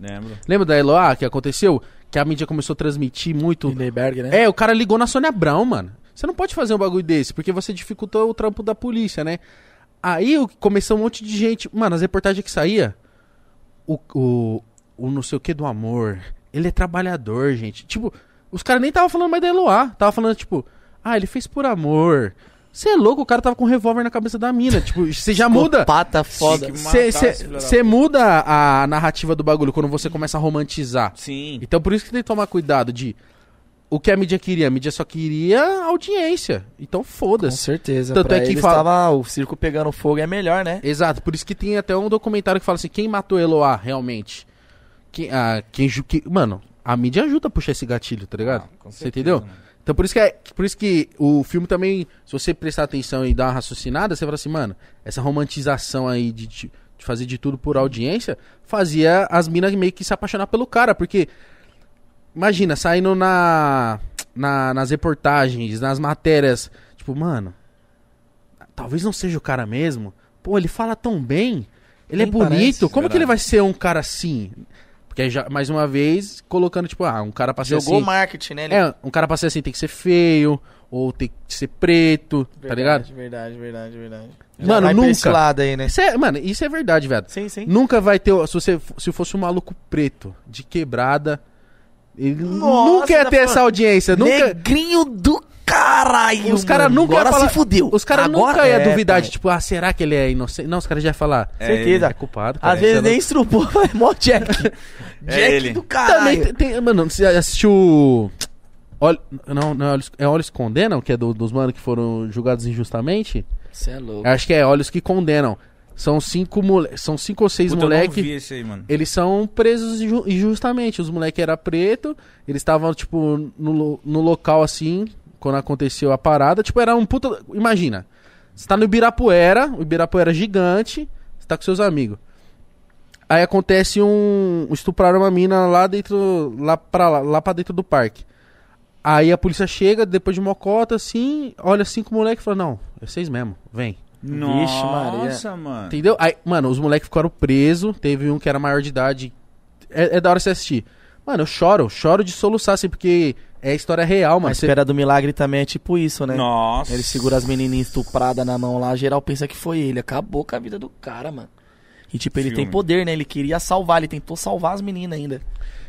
Speaker 2: Lembro.
Speaker 1: Lembra da Eloá que aconteceu? Que a mídia começou a transmitir muito.
Speaker 3: Lindenberg, né?
Speaker 1: É, o cara ligou na Sônia Abrão, mano. Você não pode fazer um bagulho desse, porque você dificultou o trampo da polícia, né? Aí o- começou um monte de gente. Mano, as reportagens que saía. O, o, o não sei o que do amor. Ele é trabalhador, gente. Tipo, os caras nem tava falando mais da Eloá. Tava falando, tipo, ah, ele fez por amor. Você é louco, o cara tava com um revólver na cabeça da mina. Tipo, você
Speaker 3: [LAUGHS]
Speaker 1: já muda.
Speaker 3: Pata foda.
Speaker 2: Sim, que- matar esse filho da
Speaker 1: Você muda a narrativa do bagulho quando você começa a romantizar.
Speaker 2: Sim.
Speaker 1: Então por isso que tem que tomar cuidado de o que a mídia queria. A mídia só queria audiência. Então
Speaker 3: Com
Speaker 1: foda-se.
Speaker 3: certeza.
Speaker 1: Tanto
Speaker 3: pra
Speaker 1: é que
Speaker 3: eles
Speaker 1: fala-
Speaker 3: tava o circo pegando fogo é melhor, né?
Speaker 1: Exato, por isso que tem até um documentário que fala assim, quem matou Eloá realmente? Quem, ah, quem, ju- que- mano, a mídia ajuda a puxar esse gatilho, tá ligado?
Speaker 2: Ah, com
Speaker 1: Você
Speaker 2: certeza,
Speaker 1: entendeu?
Speaker 2: mano.
Speaker 1: Então por isso, que é- por isso que o filme também, se você prestar atenção e dar uma raciocinada, você fala assim, mano, essa romantização aí de, de de fazer de tudo por audiência, fazia as minas meio que se apaixonar pelo cara, porque imagina, saindo na, na- nas reportagens, nas matérias, tipo, mano, talvez não seja o cara mesmo. Pô, ele fala tão bem, ele é
Speaker 3: Nem
Speaker 1: bonito,
Speaker 3: parece.
Speaker 1: como que
Speaker 2: Verdade.
Speaker 1: ele vai ser um cara assim? Porque aí já, mais uma vez, colocando, tipo, ah, um cara pra ser
Speaker 3: Jogou
Speaker 1: assim.
Speaker 3: marketing, né? Ele-
Speaker 1: É, um cara pra ser assim tem que ser feio, ou tem que ser preto, tá ligado?
Speaker 3: Verdade, verdade, verdade. Já
Speaker 1: Mano,
Speaker 3: vai pra esse
Speaker 1: nunca.
Speaker 3: lado aí, né?
Speaker 1: Isso é, mano, isso é verdade, velho.
Speaker 3: Sim, sim.
Speaker 1: Nunca vai ter. Se, você, se fosse um maluco preto, de quebrada. Ele
Speaker 3: Nossa,
Speaker 1: nunca ia
Speaker 3: tá
Speaker 1: ter
Speaker 3: falando-
Speaker 1: essa audiência. Nunca,
Speaker 3: Negrinho do caralho,
Speaker 1: os caras
Speaker 3: mano.
Speaker 1: nunca
Speaker 3: Agora
Speaker 1: ia falar-
Speaker 3: se fudeu.
Speaker 1: Os caras
Speaker 3: Agora-
Speaker 1: nunca iam
Speaker 3: É,
Speaker 1: duvidar de,
Speaker 3: pai.
Speaker 1: tipo, ah, será que ele é inocente? Não, os caras já iam falar.
Speaker 2: É
Speaker 3: Certeza.
Speaker 1: É culpado. cara,
Speaker 3: Às vezes
Speaker 1: isso é
Speaker 3: nem estrupou, [LAUGHS] vai mó Jack. Jack
Speaker 2: ele.
Speaker 3: do
Speaker 1: louco." Também
Speaker 3: caralho.
Speaker 1: tem, tem- Mano, você assistiu. Olha, não, não é Olhos, é Olhos que Condenam, que é do- dos manos que foram julgados injustamente?
Speaker 3: Você é louco.
Speaker 1: Acho que é Olhos que Condenam. São cinco, mole... São cinco ou seis
Speaker 2: Puta, eu não vi
Speaker 1: moleques.
Speaker 2: esse aí, mano.
Speaker 1: Eles são presos inju- injustamente. Os moleques eram preto, eles estavam, tipo, no, lo- no local assim, quando aconteceu a parada. Tipo, era um puta. Imagina. Você tá no Ibirapuera, o Ibirapuera é gigante, você tá com seus amigos. Aí acontece um. Estupraram uma mina lá dentro. Lá pra, lá, lá pra dentro do parque. assim Aí a polícia chega, depois de mocota, assim, olha cinco moleques e fala: Não, é vocês mesmo, vem.
Speaker 3: Vixe, Maria.
Speaker 2: Nossa, mano.
Speaker 1: Entendeu? Aí, mano, os moleques ficaram presos. Teve um que era maior de idade. É, é da hora você assistir. Mano, eu choro, choro de soluçar, assim, porque é história real, mano.
Speaker 3: Mas
Speaker 1: Cê-
Speaker 3: Espera do Milagre também é tipo isso, né?
Speaker 2: Nossa.
Speaker 3: Ele segura as menininhas estupradas na mão lá, geral pensa que foi ele. Acabou com a vida do cara, mano. E tipo, ele
Speaker 2: Filme.
Speaker 3: tem poder, né? Ele queria salvar, ele tentou salvar as meninas ainda.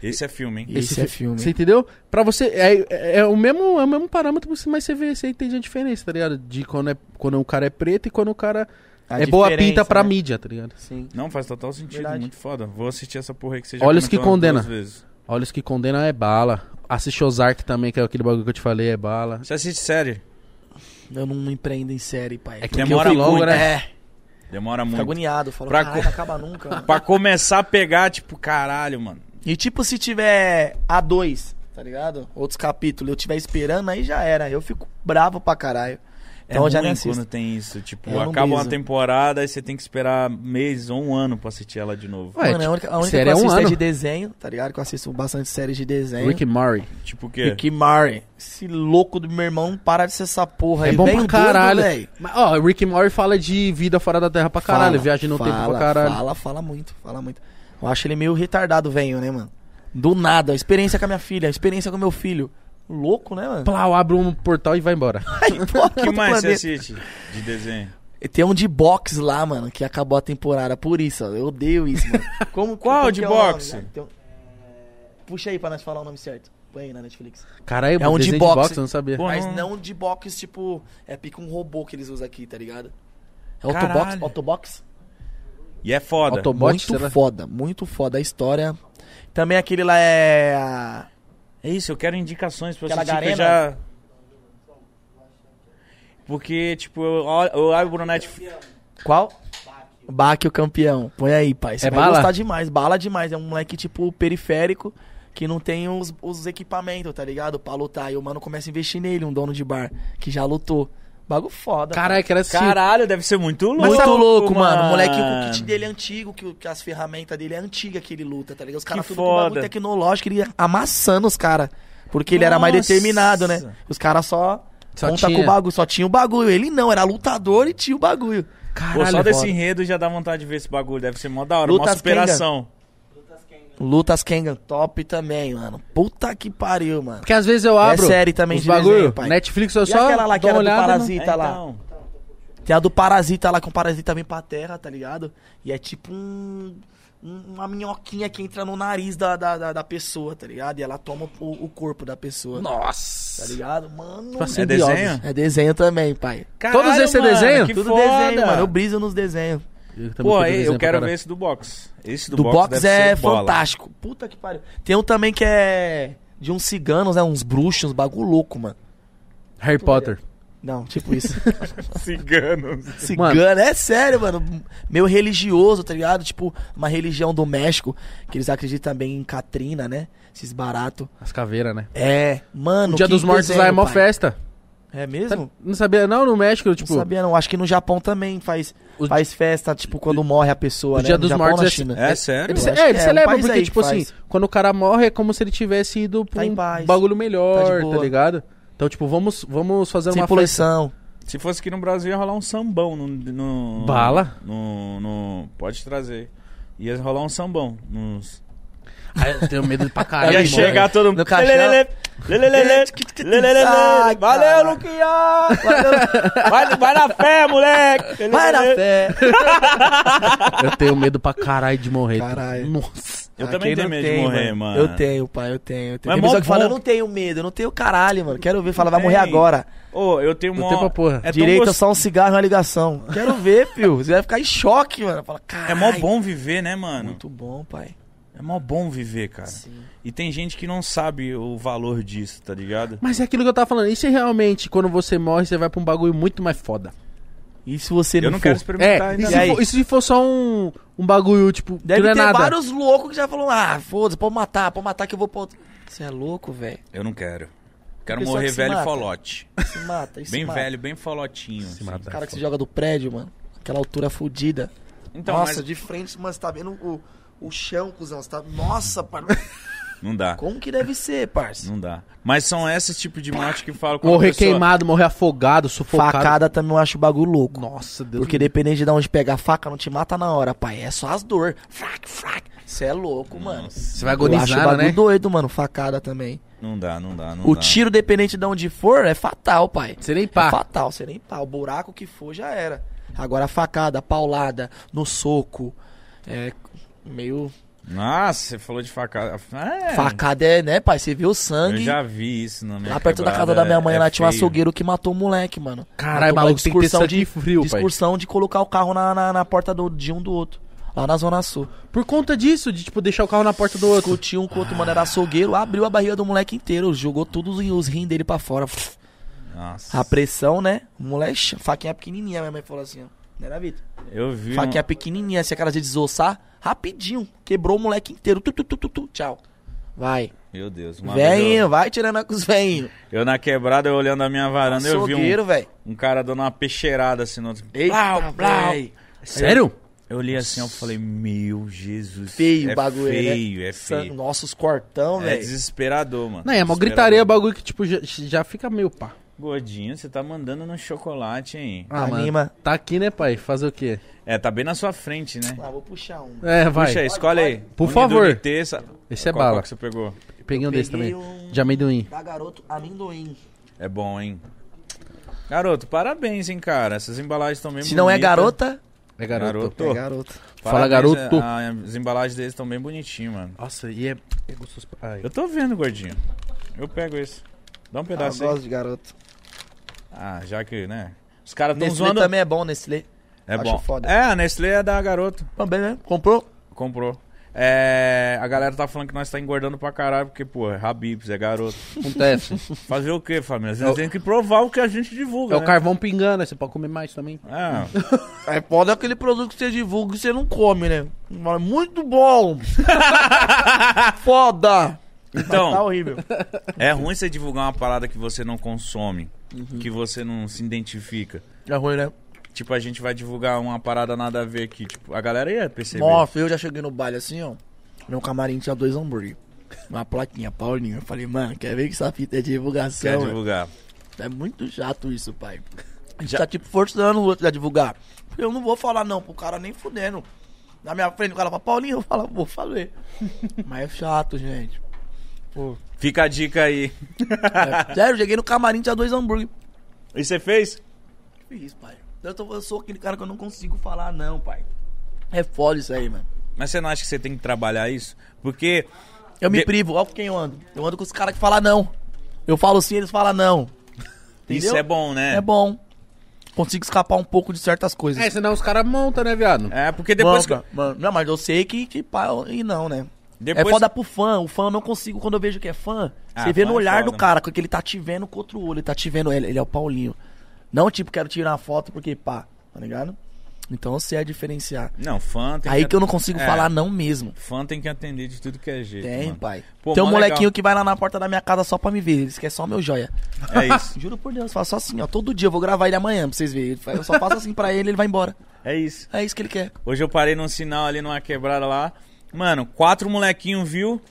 Speaker 2: Esse é filme, hein?
Speaker 3: Esse, é
Speaker 1: fi-
Speaker 3: filme.
Speaker 1: Você entendeu? Pra você. É, é- é o mesmo, é o mesmo parâmetro, você- mas você vê, você entende a diferença, tá ligado? De quando, é, quando o cara é preto e quando o cara
Speaker 3: A
Speaker 1: é boa
Speaker 3: diferença,
Speaker 1: pinta pra
Speaker 3: né?
Speaker 1: mídia, tá ligado?
Speaker 3: Sim.
Speaker 2: Não, faz total sentido.
Speaker 3: Verdade.
Speaker 2: Muito foda. Vou assistir essa porra aí que você já
Speaker 1: Olhos que
Speaker 2: comentou
Speaker 1: condena.
Speaker 2: duas vezes.
Speaker 1: Olha, os que condena é bala. Assiste Ozark também, que é aquele bagulho que eu te falei, é bala.
Speaker 2: Você assiste série?
Speaker 3: Eu não me empreendo em série, pai.
Speaker 1: É que
Speaker 3: Porque
Speaker 2: demora
Speaker 3: eu fico-
Speaker 1: muito, né?
Speaker 3: É,
Speaker 2: Demora
Speaker 3: fico
Speaker 2: muito.
Speaker 3: agoniado. Falo,
Speaker 2: Pra
Speaker 3: caralho,
Speaker 2: co-
Speaker 3: não acaba nunca. mano."
Speaker 2: Pra começar a pegar, tipo, caralho, mano.
Speaker 3: E tipo, se tiver A2, tá ligado? Outros capítulos, eu tiver esperando, aí já era. Eu fico bravo pra caralho.
Speaker 2: É
Speaker 3: Então eu já nem
Speaker 2: ruim
Speaker 3: assisto.
Speaker 2: quando tem isso. Tipo,
Speaker 3: Eu não
Speaker 2: acaba uma
Speaker 3: briso.
Speaker 2: temporada aí você tem que esperar mês ou um ano pra assistir ela de novo.
Speaker 1: Ué,
Speaker 3: Mano, a única, a única que
Speaker 1: série
Speaker 3: eu
Speaker 1: é um
Speaker 3: assisto é
Speaker 1: ano.
Speaker 3: de desenho, tá ligado? Que eu assisto bastante séries de desenho.
Speaker 1: Rick and Morty.
Speaker 2: Tipo o quê?
Speaker 3: Rick Murray. Esse louco do meu irmão, para de ser essa porra
Speaker 1: É
Speaker 3: aí.
Speaker 1: bom
Speaker 3: Vem
Speaker 1: pra
Speaker 3: doido,
Speaker 1: caralho.
Speaker 3: velho.
Speaker 1: Mas, ó, Rick and Morty fala de vida fora da terra pra caralho,
Speaker 3: Fala,
Speaker 1: viagem no tempo
Speaker 3: fala,
Speaker 1: pra caralho.
Speaker 3: Fala, fala muito, fala muito. Eu acho ele meio retardado, velho, né, mano? Do nada. A experiência com a minha filha, a experiência com o meu filho. Louco, né, [LAUGHS] mano?
Speaker 1: Plau, abre um portal e vai embora.
Speaker 2: O que mais você assiste de desenho?
Speaker 3: E Tem um de boxe lá, mano, que acabou a temporada. Por isso, ó, eu odeio isso,
Speaker 1: [LAUGHS]
Speaker 3: mano. Como,
Speaker 2: Qual
Speaker 3: como
Speaker 2: de
Speaker 3: que é o nome,
Speaker 2: boxe?
Speaker 3: cara? Tem um- Puxa aí pra nós falar o nome certo. Põe aí na Netflix.
Speaker 1: Caralho,
Speaker 3: É um de
Speaker 1: desenho
Speaker 3: boxe.
Speaker 1: eu não sabia.
Speaker 2: Pô,
Speaker 3: Mas
Speaker 2: não-
Speaker 3: não de boxe, tipo, é pica um robô que eles usam aqui, tá ligado? É Autobox?
Speaker 2: Caralho.
Speaker 3: Autobox?
Speaker 2: E é foda.
Speaker 1: Autobot,
Speaker 3: muito
Speaker 1: será?
Speaker 3: foda, muito foda a história. Também aquele lá é. a-
Speaker 2: É isso, eu quero indicações pra
Speaker 3: Aquela
Speaker 2: assistir que eu já.
Speaker 3: Garena?
Speaker 2: Porque, tipo, eu, ol- eu abro o Netflix.
Speaker 3: Qual? Baque o campeão. Põe aí, pai. Você
Speaker 1: É
Speaker 3: vai
Speaker 1: bala?
Speaker 3: gostar demais. Bala demais. É um moleque, tipo, periférico que não tem os, os equipamentos, tá ligado? Pra lutar. E o mano começa a investir nele, um dono de bar, que já lutou. Bago foda.
Speaker 1: Caralho, quero assistir.
Speaker 2: Caralho, deve ser muito tá louco.
Speaker 3: Mas Muito louco, mano. O moleque, o kit dele é antigo, que, o- que as ferramentas dele é antiga que ele luta, tá ligado? Os
Speaker 2: Que
Speaker 3: caras tudo com bagulho
Speaker 2: foda.
Speaker 3: tecnológico, ele ia amassando os caras. Porque ele era mais
Speaker 2: Nossa.
Speaker 3: determinado, né? Os caras só,
Speaker 1: Só
Speaker 3: conta
Speaker 1: tinha.
Speaker 3: com o bagulho, só tinha o bagulho. Ele não, era lutador e tinha o bagulho.
Speaker 2: Pô,
Speaker 1: Caralho, é
Speaker 2: só desse
Speaker 1: foda.
Speaker 2: enredo já dá vontade de ver esse bagulho. Deve ser mó da hora,
Speaker 3: é Lutas
Speaker 2: mó superação.
Speaker 3: Lutas Kengan, top também, mano. Puta que pariu, mano.
Speaker 1: Porque às vezes eu abro
Speaker 3: É série também
Speaker 1: os
Speaker 3: de
Speaker 1: bagulho,
Speaker 3: desenho, pai.
Speaker 1: Netflix eu
Speaker 3: E
Speaker 1: só
Speaker 3: aquela lá que
Speaker 1: dou uma
Speaker 3: era do
Speaker 1: olhada, não-
Speaker 3: Parasita?
Speaker 2: É,
Speaker 3: tá lá.
Speaker 2: então.
Speaker 3: Tem a do Parasita lá, que o Parasita vem pra terra, tá ligado? E é tipo um. um- Uma minhoquinha que entra no nariz da, da, da, da pessoa, tá ligado? E ela toma o, o corpo da pessoa. Tá
Speaker 1: Nossa.
Speaker 3: ligado? Mano.
Speaker 1: Tipo assim,
Speaker 2: É desenho?
Speaker 3: É desenho também, pai.
Speaker 2: Caralho,
Speaker 1: Todos esses
Speaker 2: mano,
Speaker 1: desenho?
Speaker 2: Que
Speaker 3: Tudo
Speaker 2: foda.
Speaker 3: desenho, mano. Eu briso nos desenhos.
Speaker 1: Eu também
Speaker 2: Pô,
Speaker 1: curto desenho
Speaker 2: eu
Speaker 1: pra
Speaker 2: quero
Speaker 1: caralho.
Speaker 2: ver esse do box. Esse do,
Speaker 3: Do,
Speaker 2: box,
Speaker 3: box
Speaker 2: deve
Speaker 3: é
Speaker 2: ser bola. [LAUGHS]
Speaker 3: fantástico. Puta que pariu. Tem um também que é de uns ciganos, né? Uns bruxos, uns bagulho louco, mano.
Speaker 1: Harry Potter.
Speaker 3: Não,
Speaker 1: [LAUGHS]
Speaker 3: tipo isso.
Speaker 2: Ciganos.
Speaker 3: Cigano, é sério, mano. Meio religioso, tá ligado? Tipo, uma religião do México, que eles acreditam também em Catrina, né? Esses baratos.
Speaker 1: As caveiras, né?
Speaker 3: É, mano.
Speaker 1: O Dia
Speaker 3: que
Speaker 1: dos Mortos lá é
Speaker 3: desenho,
Speaker 1: mó
Speaker 3: pai.
Speaker 1: festa.
Speaker 3: É
Speaker 1: Tá-
Speaker 3: mesmo?
Speaker 1: Não sabia, não, no México, tipo.
Speaker 3: não sabia, não. Acho que no Japão também faz,
Speaker 1: O-
Speaker 3: faz festa, tipo, quando morre a pessoa,
Speaker 1: O
Speaker 3: né?
Speaker 1: Dia
Speaker 3: No
Speaker 1: dos
Speaker 3: Japão,
Speaker 1: Mortos
Speaker 3: na
Speaker 1: é-
Speaker 3: China.
Speaker 2: É sério?
Speaker 1: Ele,
Speaker 3: Eu
Speaker 1: ce-
Speaker 3: acho
Speaker 1: é,
Speaker 3: que
Speaker 1: ele
Speaker 3: é, um
Speaker 1: celebra
Speaker 3: país
Speaker 1: porque,
Speaker 3: aí que
Speaker 1: tipo assim,
Speaker 3: faz.
Speaker 1: quando o cara morre é como se ele tivesse ido pra
Speaker 3: Tá em
Speaker 1: um
Speaker 3: paz.
Speaker 1: bagulho
Speaker 3: Tá
Speaker 1: melhor,
Speaker 3: de
Speaker 1: tá,
Speaker 3: boa.
Speaker 1: ligado? Então, tipo, vamos, vamos fazer
Speaker 3: Sem
Speaker 1: uma
Speaker 3: poluição.
Speaker 2: Se fosse aqui no Brasil, ia rolar um sambão no. no
Speaker 1: Bala?
Speaker 2: No, no- Pode trazer. Ia rolar um sambão. Nos...
Speaker 1: festa. Ah, eu tenho medo [LAUGHS] pra caralho.
Speaker 2: Ia
Speaker 1: mano.
Speaker 2: chegar todo mundo.
Speaker 3: No caixão.
Speaker 1: [LAUGHS]
Speaker 2: Lelele,
Speaker 3: [LAUGHS]
Speaker 2: lelele, lelele,
Speaker 3: Ai,
Speaker 2: Valeu,
Speaker 3: Ah, cara.
Speaker 2: Luquinha! Vai, vai na fé, moleque!
Speaker 3: [LAUGHS] Vai na
Speaker 2: Lelele.
Speaker 3: fé.
Speaker 1: Eu tenho medo pra caralho de morrer.
Speaker 3: Caralho.
Speaker 1: Nossa.
Speaker 2: Eu
Speaker 3: Ah,
Speaker 2: também
Speaker 3: quem
Speaker 2: tenho
Speaker 3: não
Speaker 2: medo
Speaker 3: tem,
Speaker 2: de morrer, mano.
Speaker 3: Eu tenho, pai, eu tenho. Eu
Speaker 2: Mas
Speaker 3: tenho. Tem
Speaker 2: mó
Speaker 3: pessoa que fala,
Speaker 2: bom.
Speaker 3: eu não tenho medo, eu não tenho caralho, mano. Quero ver, fala, vai
Speaker 2: Tem.
Speaker 3: morrer agora.
Speaker 2: Ô, eu tenho
Speaker 1: Eu
Speaker 2: uma.
Speaker 1: tenho pra porra.
Speaker 2: É tão
Speaker 3: Direito,
Speaker 2: gost-
Speaker 3: só um cigarro e uma ligação. Quero ver, fio. Você vai ficar em choque, mano. Fala, caralho.
Speaker 2: É mó bom viver, né, mano?
Speaker 3: Muito bom, pai.
Speaker 2: É mó bom viver, cara.
Speaker 3: Sim.
Speaker 2: E tem gente que não sabe o valor disso, tá ligado?
Speaker 1: Mas é aquilo que eu tava falando. E se realmente, quando você morre, você vai pra um bagulho muito mais foda?
Speaker 3: E se você
Speaker 2: Eu
Speaker 3: não,
Speaker 2: não
Speaker 3: for?
Speaker 2: quero experimentar
Speaker 1: É,
Speaker 2: ainda.
Speaker 1: e
Speaker 3: E
Speaker 1: se,
Speaker 3: aí?
Speaker 1: for, e se for só um, um bagulho, tipo,
Speaker 3: Deve
Speaker 1: que não é
Speaker 3: ter
Speaker 1: nada?
Speaker 3: vários loucos que já falaram, ah, foda-se, pode matar, pode matar que eu vou pra outro. Você é louco, velho.
Speaker 2: Eu não quero. Quero
Speaker 3: Pessoa
Speaker 2: morrer
Speaker 3: que se
Speaker 2: velho
Speaker 3: mata.
Speaker 2: folote.
Speaker 3: Se mata, isso
Speaker 2: Bem
Speaker 3: mata.
Speaker 2: velho, bem folotinho. assim.
Speaker 1: mata.
Speaker 3: Cara que se joga do prédio, mano. Aquela altura fodida.
Speaker 2: Então,
Speaker 3: Nossa,
Speaker 2: mas
Speaker 3: de frente, mano, você tá vendo o, o chão, cuzão. Você tá... Nossa, par...
Speaker 2: Não dá.
Speaker 3: Como que deve ser, parça?
Speaker 2: Não dá. Mas são esses tipos de morte que falam com a
Speaker 1: Morrer
Speaker 2: pessoa.
Speaker 1: queimado, morrer afogado, sufocado.
Speaker 3: Facada também eu acho o bagulho louco.
Speaker 1: Nossa, Deus
Speaker 3: Porque dependendo de onde pegar a faca, não te mata na hora, pai. É só as dor. Frac, frac. Você é louco, mano.
Speaker 1: Você vai
Speaker 3: Eu acho o
Speaker 1: agonizar,
Speaker 3: bagulho
Speaker 1: né?
Speaker 3: doido, mano. Facada também.
Speaker 2: Não dá, não dá, não
Speaker 3: o
Speaker 2: dá.
Speaker 3: tiro, dependente de onde for, é fatal, pai.
Speaker 1: Você nem
Speaker 3: É
Speaker 1: pá.
Speaker 3: fatal, você nem pá. O buraco que for já era. Agora a facada, a paulada, no soco. É meio.
Speaker 2: Nossa, você falou de facada. É,
Speaker 3: Facada é, né, pai? Você viu o
Speaker 2: Eu
Speaker 3: sangue.
Speaker 2: já vi isso na minha
Speaker 3: Lá perto da casa
Speaker 2: quebrada,
Speaker 3: da minha mãe,
Speaker 2: é
Speaker 3: lá tinha um
Speaker 2: feio.
Speaker 3: açougueiro que matou o moleque, mano.
Speaker 1: Caralho,
Speaker 3: Matou o
Speaker 1: maluco, tem que ter
Speaker 3: discursão
Speaker 1: sangue frio, pai.
Speaker 3: Discursão de colocar o carro na, na, na porta do, de um do outro. Lá na Zona Sul.
Speaker 1: Por conta disso, de tipo, deixar o carro na porta do outro.
Speaker 3: Discutiu um com o outro, mano, era açougueiro, abriu a barriga do moleque inteiro, jogou todos os- os rins dele pra fora.
Speaker 2: Nossa.
Speaker 3: A pressão, né? O moleque, faquinha pequenininha, minha mãe falou assim, ó. Não era, Vitor?
Speaker 2: Eu vi.
Speaker 3: Faquinha
Speaker 2: um-
Speaker 3: pequenininha, se aquela de desossar, rapidinho. Quebrou o moleque inteiro. Tu, tu, tu, tu, tu, tchau. Vai.
Speaker 2: Meu Deus. Uma vez
Speaker 3: Veinho,
Speaker 2: eu,
Speaker 3: vai tirando a com os veinhos.
Speaker 2: eu na quebrada, eu olhando a minha varanda, eu vi
Speaker 3: Açougueiro,
Speaker 2: um,
Speaker 3: velho.
Speaker 2: um cara dando uma peixeirada assim no outro.
Speaker 3: Eita,
Speaker 2: Blau, blau.
Speaker 3: véi.
Speaker 1: Sério?
Speaker 2: Eu olhei assim, eu falei, meu Jesus.
Speaker 3: Feio o
Speaker 2: é
Speaker 3: bagulho, né?
Speaker 2: feio, é
Speaker 3: Sangue,
Speaker 2: feio.
Speaker 3: Nossa, os cortão,
Speaker 2: É
Speaker 3: velho.
Speaker 2: desesperador, mano.
Speaker 1: Não, é uma
Speaker 2: Desesperador.
Speaker 1: gritaria, o bagulho que, tipo, já, já fica meio pá.
Speaker 2: Gordinho, você tá mandando no chocolate, hein?
Speaker 3: Anima.
Speaker 1: Tá aqui, né, pai? Fazer o quê?
Speaker 2: É, tá bem na sua frente, né?
Speaker 3: Ah, vou puxar um.
Speaker 1: É, vai.
Speaker 2: Puxa aí, escolhe aí.
Speaker 1: Por
Speaker 2: Unidure
Speaker 1: favor.
Speaker 2: Terça.
Speaker 1: Esse é
Speaker 2: Qual- qual
Speaker 1: bala.
Speaker 2: que você pegou?
Speaker 1: Peguei um desse
Speaker 3: Peguei
Speaker 1: também.
Speaker 3: um
Speaker 1: De amendoim.
Speaker 3: da garoto amendoim.
Speaker 2: É bom, hein? Garoto, parabéns, hein, cara. Essas embalagens estão bem
Speaker 3: Se não é
Speaker 2: bonitas.
Speaker 3: garota,
Speaker 1: É garoto.
Speaker 2: Garoto. Tô.
Speaker 3: é garoto.
Speaker 1: Fala,
Speaker 2: Parabéns, é,
Speaker 1: garoto.
Speaker 2: a- as embalagens deles estão bem bonitinhas, mano.
Speaker 1: Nossa, e é, é gostoso. pra- Ai.
Speaker 2: Eu tô vendo, gordinho. Eu pego esse. Dá um
Speaker 3: Ah, eu
Speaker 2: pedaço aí.
Speaker 3: gosto de garoto.
Speaker 2: Ah, já que, né? Os caras tão
Speaker 3: Nestlé
Speaker 2: Tá zoando.
Speaker 3: também é bom, Nestlé.
Speaker 2: É
Speaker 3: acho
Speaker 2: bom.
Speaker 3: foda.
Speaker 2: É, a Nestlé é da garoto.
Speaker 3: Também, né? Comprou?
Speaker 2: Comprou. É, a galera tá falando que nós tá engordando pra caralho, porque, pô, é Habibs, é garoto.
Speaker 1: [LAUGHS] Acontece.
Speaker 2: Fazer o quê, família?
Speaker 1: É o-
Speaker 2: Nós temos que provar o que a gente divulga.
Speaker 1: é o
Speaker 2: né?
Speaker 1: carvão pingando, aí você pode comer mais também.
Speaker 2: Ah,
Speaker 3: [LAUGHS] É foda aquele produto que você divulga e você não come, né? Fala,
Speaker 2: [LAUGHS]
Speaker 3: Muito bom! foda! Tá
Speaker 2: então,
Speaker 3: horrível.
Speaker 2: é ruim você divulgar uma parada que você não consome, que você não se identifica.
Speaker 3: É ruim, né?
Speaker 2: Tipo, a gente vai divulgar uma parada nada a ver aqui. Tipo, a galera ia perceber.
Speaker 3: Nossa, eu já cheguei no baile assim, ó. Meu camarim tinha dois hambúrguer. Uma plaquinha, Paulinho. Eu falei, mano, quer ver que essa fita é divulgação?
Speaker 2: quer
Speaker 3: mano?
Speaker 2: divulgar.
Speaker 3: É muito chato isso, pai. A gente
Speaker 2: Já-
Speaker 3: tá tipo forçando o outro a divulgar. Eu não vou falar não pro cara nem fudendo. Na minha frente o cara fala, Paulinho, eu falo, vou falar.
Speaker 2: [LAUGHS]
Speaker 3: Mas é chato, gente.
Speaker 2: Fica a dica aí.
Speaker 3: É, sério, cheguei no camarim, tinha dois hambúrguer.
Speaker 2: E você fez?
Speaker 3: Fiz, pai. Eu, tô- eu sou aquele cara que eu não consigo falar não, pai. É foda isso aí, mano.
Speaker 2: Mas você não acha que você tem que trabalhar isso? Porque
Speaker 3: Eu me
Speaker 2: De-
Speaker 3: privo, olha com quem eu ando. Eu ando com os caras que falam não. Eu falo sim, eles falam não. Entendeu?
Speaker 2: isso é bom, né?
Speaker 3: É bom. Consigo escapar um pouco de certas coisas.
Speaker 1: É, senão os caras montam, né, viado?
Speaker 2: É, porque depois
Speaker 3: Mano, mano, não, mas eu sei que, que pá, eu- e não, né?
Speaker 2: que. Depois...
Speaker 3: É foda pro fã, o fã eu não consigo, quando eu vejo que é fã,
Speaker 2: Ah,
Speaker 3: você vê
Speaker 2: fã
Speaker 3: no
Speaker 2: é
Speaker 3: olhar
Speaker 2: foda,
Speaker 3: do cara, que ele tá te vendo com outro olho, ele tá te vendo, ele, ele é o Paulinho. Não, tipo, quero tirar uma foto porque pá, tá ligado? Então você é diferenciar.
Speaker 2: Não, fã tem
Speaker 3: Aí que eu não consigo
Speaker 2: é.
Speaker 3: falar não mesmo.
Speaker 2: Fã tem que atender de tudo que é jeito.
Speaker 3: Tem,
Speaker 2: mano.
Speaker 3: pai.
Speaker 2: Pô,
Speaker 3: Tem um
Speaker 2: mó
Speaker 3: molequinho
Speaker 2: legal.
Speaker 3: que vai lá na porta da minha casa só pra me ver, ele quer só meu joia.
Speaker 2: É isso.
Speaker 3: Juro por Deus, faço assim, ó, todo dia eu vou gravar ele amanhã pra vocês verem. Ele faz- Eu só faço assim pra ele, ele vai embora.
Speaker 2: É isso.
Speaker 3: É isso que ele quer.
Speaker 2: Hoje eu parei num sinal ali numa quebrada lá. Mano, quatro molequinhos viu,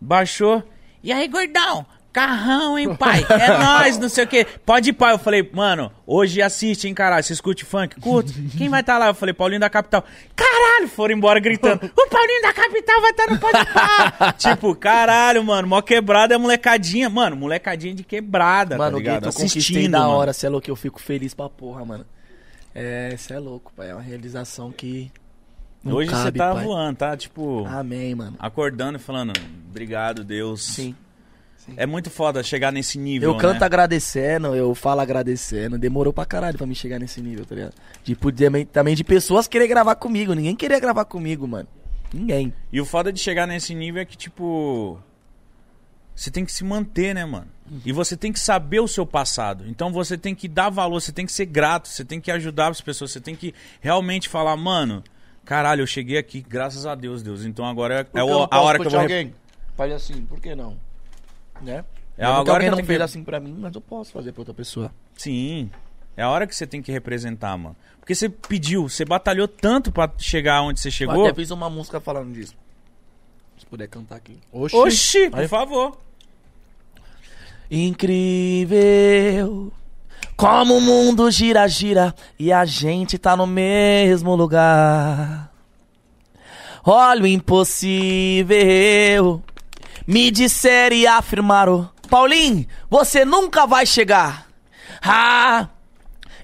Speaker 2: baixou. E aí, gordão? Carrão, hein, pai? É nóis, não sei o quê. Pode ir, pai. Eu falei, mano, hoje assiste, hein, caralho. Você escute funk, curto. Quem vai tá lá? Eu falei, Paulinho da Capital. Caralho, foram embora gritando. O Paulinho da Capital vai estar tá no pode ir, pá. Tipo, caralho, mano. Mó quebrada é molecadinha. Mano, molecadinha de quebrada, tá
Speaker 3: Mano, o
Speaker 2: ligado?
Speaker 3: Gueto eu conquistei
Speaker 2: Assistindo,
Speaker 3: da
Speaker 2: mano.
Speaker 3: hora, cê é louco, eu fico feliz pra porra, mano. É, cê é louco, pai, é uma realização que não
Speaker 2: Hoje
Speaker 3: cabe,
Speaker 2: você tá
Speaker 3: pai. Ah,
Speaker 2: voando, tá? Tipo,
Speaker 3: Amém, mano.
Speaker 2: acordando e falando, obrigado, Deus.
Speaker 3: Sim.
Speaker 2: É muito foda chegar nesse nível.
Speaker 3: Eu canto
Speaker 2: né?
Speaker 3: agradecendo, eu falo agradecendo. Demorou pra caralho pra me chegar nesse nível, tá ligado? De, por- também, também de pessoas querer gravar comigo. Ninguém queria gravar comigo, mano. Ninguém.
Speaker 2: E o foda de chegar nesse nível é que, tipo. Você tem que se manter, né, mano?
Speaker 3: Uhum.
Speaker 2: E você tem que saber o seu passado. Então você tem que dar valor, você tem que ser grato, você tem que ajudar as pessoas, você tem que realmente falar, mano, caralho, eu cheguei aqui, graças a Deus, Deus. Então agora é, é o- a hora que eu vou. rep-
Speaker 3: alguém faz assim, por que não? Né?
Speaker 2: É agora que
Speaker 3: alguém
Speaker 2: eu
Speaker 3: não
Speaker 2: tenho
Speaker 3: fez
Speaker 2: que-
Speaker 3: assim pra mim, mas eu posso fazer pra outra pessoa.
Speaker 2: Sim. É a hora que você tem que representar, mano. Porque você pediu, você batalhou tanto pra chegar onde você
Speaker 3: Eu
Speaker 2: chegou.
Speaker 3: até fiz uma música falando disso. Se puder cantar aqui.
Speaker 1: Oxi.
Speaker 2: Oxi, por favor.
Speaker 4: Incrível. Como o mundo gira, gira e a gente tá no mesmo lugar. Olha o impossível. Me disseram e afirmaram: Paulinho, você nunca vai chegar. Ah,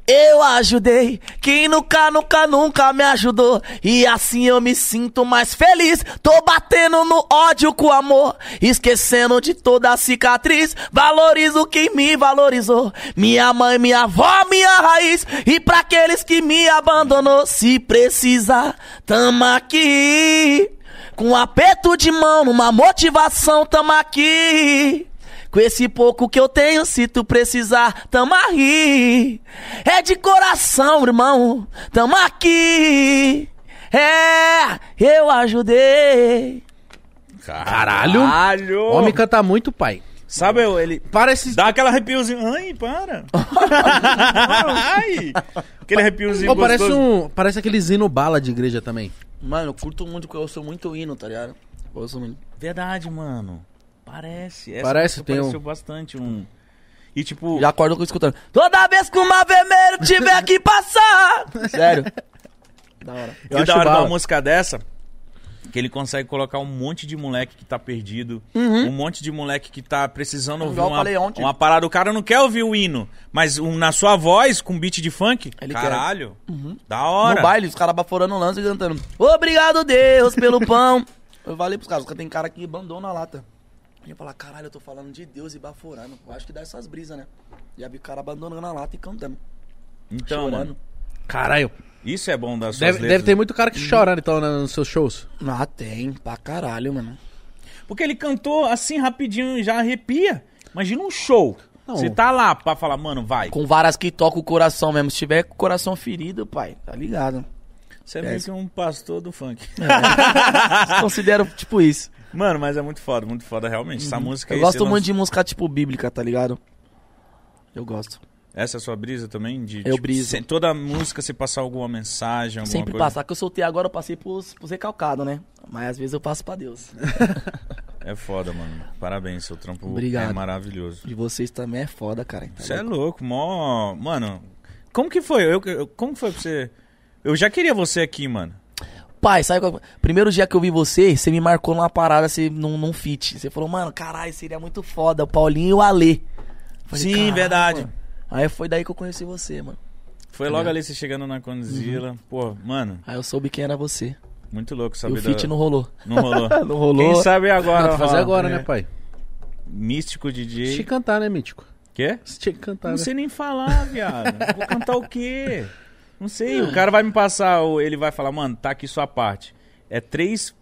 Speaker 4: eu ajudei quem nunca, nunca, nunca me ajudou. E assim eu me sinto mais feliz. Tô batendo no ódio com amor, esquecendo de toda a cicatriz. Valorizo quem me valorizou. Minha mãe, minha avó, minha raiz. E pra aqueles que me abandonou, se precisar, tamo aqui. Com um aperto de mão, numa motivação, tamo aqui. Com esse pouco que eu tenho, se tu precisar, tamo aí. É de coração, irmão, tamo aqui. É, eu ajudei.
Speaker 1: Caralho. O homem canta muito, pai.
Speaker 2: Sabe, eu, ele
Speaker 1: Parece.
Speaker 2: dá aquela arrepiozinho. Ai, para.
Speaker 1: [LAUGHS]
Speaker 2: Ai. Aquele arrepiozinho
Speaker 1: Ô, parece
Speaker 2: gostoso.
Speaker 1: um. Parece aqueles hino bala de igreja também.
Speaker 3: Mano, eu curto muito, porque eu sou muito hino, tá ligado? Eu sou muito.
Speaker 2: Verdade, mano. Parece. Essa
Speaker 1: Parece,
Speaker 2: música
Speaker 1: tem um-
Speaker 2: pareceu bastante um... E tipo...
Speaker 3: Já acordo com escutando.
Speaker 4: Toda vez que o mar vermelho tiver que passar.
Speaker 3: Sério.
Speaker 4: [LAUGHS]
Speaker 3: da hora.
Speaker 1: Eu
Speaker 2: Eu
Speaker 1: acho
Speaker 2: da hora de
Speaker 1: bala.
Speaker 2: uma música dessa, que ele consegue colocar um monte de moleque que tá perdido,
Speaker 1: Uhum.
Speaker 2: um monte de moleque que tá precisando ouvir
Speaker 3: Igual eu
Speaker 2: uma,
Speaker 3: falei ontem.
Speaker 2: uma parada. O cara não quer ouvir o hino, mas um, na sua voz, com beat de funk,
Speaker 3: Ele quer.
Speaker 2: caralho,
Speaker 1: Uhum.
Speaker 2: da hora.
Speaker 3: No baile, os caras baforando o lance e cantando.
Speaker 4: Obrigado, Deus, pelo pão.
Speaker 3: [LAUGHS] Eu falei pros caras, os caras tem cara que abandona a lata. E eu falar, caralho, eu tô falando de Deus e baforando. Eu acho que dá essas brisas, né? E aí vi o cara abandonando a lata e cantando.
Speaker 2: então, mano,
Speaker 3: chorando.
Speaker 1: Caralho.
Speaker 2: isso é bom das suas
Speaker 1: Deve, deve
Speaker 2: letras.
Speaker 1: ter muito cara que chorando então na- nos seus shows.
Speaker 3: Ah, tem, pra caralho, mano.
Speaker 2: Porque ele cantou assim rapidinho e já arrepia. Imagina um show.
Speaker 1: Não.
Speaker 2: Você tá lá pra falar, mano, vai.
Speaker 3: Com varas que tocam o coração mesmo. Se tiver com o coração ferido, pai, tá ligado?
Speaker 2: Você é meio que um pastor do funk. [LAUGHS]
Speaker 3: Considero, tipo, isso.
Speaker 2: Mano, mas é muito foda, muito foda realmente. Essa música
Speaker 3: Uhum. Eu
Speaker 2: aí,
Speaker 3: gosto
Speaker 2: você
Speaker 3: muito
Speaker 2: lança-
Speaker 3: de música, tipo, bíblica, tá ligado? Eu gosto.
Speaker 2: Essa é a sua brisa também? De,
Speaker 3: Eu briso.
Speaker 2: sem- Toda música, se passar alguma mensagem, alguma
Speaker 3: Sempre
Speaker 2: coisa.
Speaker 3: passar. Que eu soltei agora, eu passei pros, pros recalcados, né? Mas às vezes eu passo pra Deus.
Speaker 2: É foda, mano. Parabéns, seu trampo
Speaker 3: Obrigado.
Speaker 2: é maravilhoso.
Speaker 3: De vocês também é foda, cara. Tá
Speaker 2: Você é
Speaker 3: ligado?
Speaker 2: louco, mó. Mano, como que foi? Eu, eu- como foi pra você. Eu já queria você aqui, mano.
Speaker 3: Pai, sabe qual... Primeiro dia que eu vi você, você me marcou numa parada, você, num, num fit. Você falou, mano, caralho, seria muito foda, o Paulinho e o Alê. Eu falei,
Speaker 2: Sim,
Speaker 3: "Caralho,
Speaker 2: verdade.
Speaker 3: mano." Tá Aí foi daí que eu conheci você, mano.
Speaker 2: Foi logo ali você chegando na Condzilla.
Speaker 3: Uhum.
Speaker 2: Pô, mano,
Speaker 3: Aí eu soube quem era você.
Speaker 2: muito louco
Speaker 3: E
Speaker 2: saber
Speaker 3: o fit
Speaker 2: da-
Speaker 3: não rolou.
Speaker 2: não rolou.
Speaker 3: [LAUGHS] Não
Speaker 2: Quem
Speaker 3: rolou.
Speaker 2: sabe agora.
Speaker 1: Não, tu fazer
Speaker 2: rola.
Speaker 1: agora,
Speaker 2: É.
Speaker 1: né, pai?
Speaker 2: Místico
Speaker 1: Você tinha
Speaker 2: DJ.
Speaker 1: que cantar, né, Mítico?
Speaker 2: Quê?
Speaker 1: Você tinha que cantar,
Speaker 2: Não
Speaker 1: né?
Speaker 2: sei nem falar, viado. Vou cantar o quê? Não sei. O cara vai me passar, o- ele vai falar, mano, tá aqui sua parte. É três.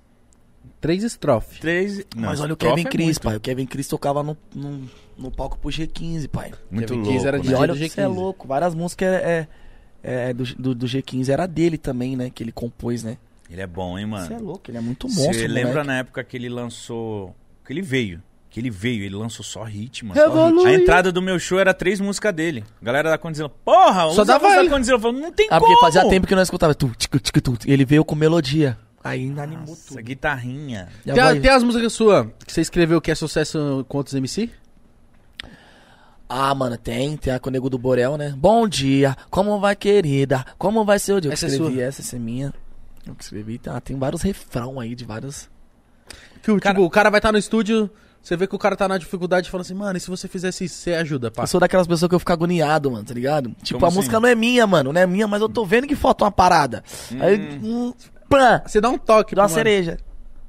Speaker 1: Três estrofes.
Speaker 2: três... Não,
Speaker 3: Mas olha o
Speaker 2: estrofe
Speaker 3: Kevin
Speaker 2: é
Speaker 3: Cris, pai. O Kevin Cris tocava no, no, no palco pro G15, pai.
Speaker 2: Muito,
Speaker 1: Kevin
Speaker 2: muito
Speaker 1: Keys
Speaker 2: louco.
Speaker 1: era
Speaker 2: né?
Speaker 1: de-
Speaker 3: E
Speaker 1: Imagina
Speaker 3: olha,
Speaker 1: do
Speaker 3: você
Speaker 1: G15.
Speaker 3: é louco. Várias músicas é, é- é do, do, do G15 era dele também, né? Que ele compôs, né?
Speaker 2: Ele é bom, hein, mano?
Speaker 3: Você é louco, ele é muito monstro,
Speaker 2: Você
Speaker 3: moleque.
Speaker 2: lembra na época que ele lançou. Que ele veio. Que ele veio, ele lançou só hit, mano.
Speaker 1: Revolui.
Speaker 2: A entrada do meu show era três músicas dele. A galera da Condzilla, porra,
Speaker 1: Só
Speaker 2: usa
Speaker 1: dava
Speaker 2: a música
Speaker 1: ele.
Speaker 2: da Condzilla. Eu falo, não tem
Speaker 3: Ah,
Speaker 2: como.
Speaker 3: porque fazia tempo que eu não escutava. Tu, tic, tic, tu. E Ele veio com melodia. Aí animou
Speaker 2: Nossa,
Speaker 3: tudo.
Speaker 2: guitarrinha.
Speaker 3: E a
Speaker 1: Tem,
Speaker 3: voz-
Speaker 1: tem as músicas suas que você escreveu que é sucesso com outros MC?
Speaker 3: Ah, mano, tem. Tem a com o Nego do Borel, né? Bom dia, como vai, querida? Como vai seu dia? Eu que
Speaker 1: Essa é
Speaker 3: escrevi
Speaker 1: sua?
Speaker 3: essa, essa é minha. Eu que escrevi. Tá, tem vários refrão aí de vários...
Speaker 1: Que o,
Speaker 2: Cara-
Speaker 1: tipo, o cara vai estar no estúdio, você vê que o cara tá na dificuldade e fala assim, mano, e se você fizesse isso, você ajuda, pá.
Speaker 3: Eu sou daquelas pessoas que eu fico agoniado, mano, tá ligado? Tipo,
Speaker 2: Como
Speaker 3: a
Speaker 2: assim?
Speaker 3: música não é minha, mano, não é minha, mas eu tô vendo que falta uma parada. Aí, hum, pã,
Speaker 1: Você dá um toque,
Speaker 3: dá uma
Speaker 1: pro mano.
Speaker 3: cereja.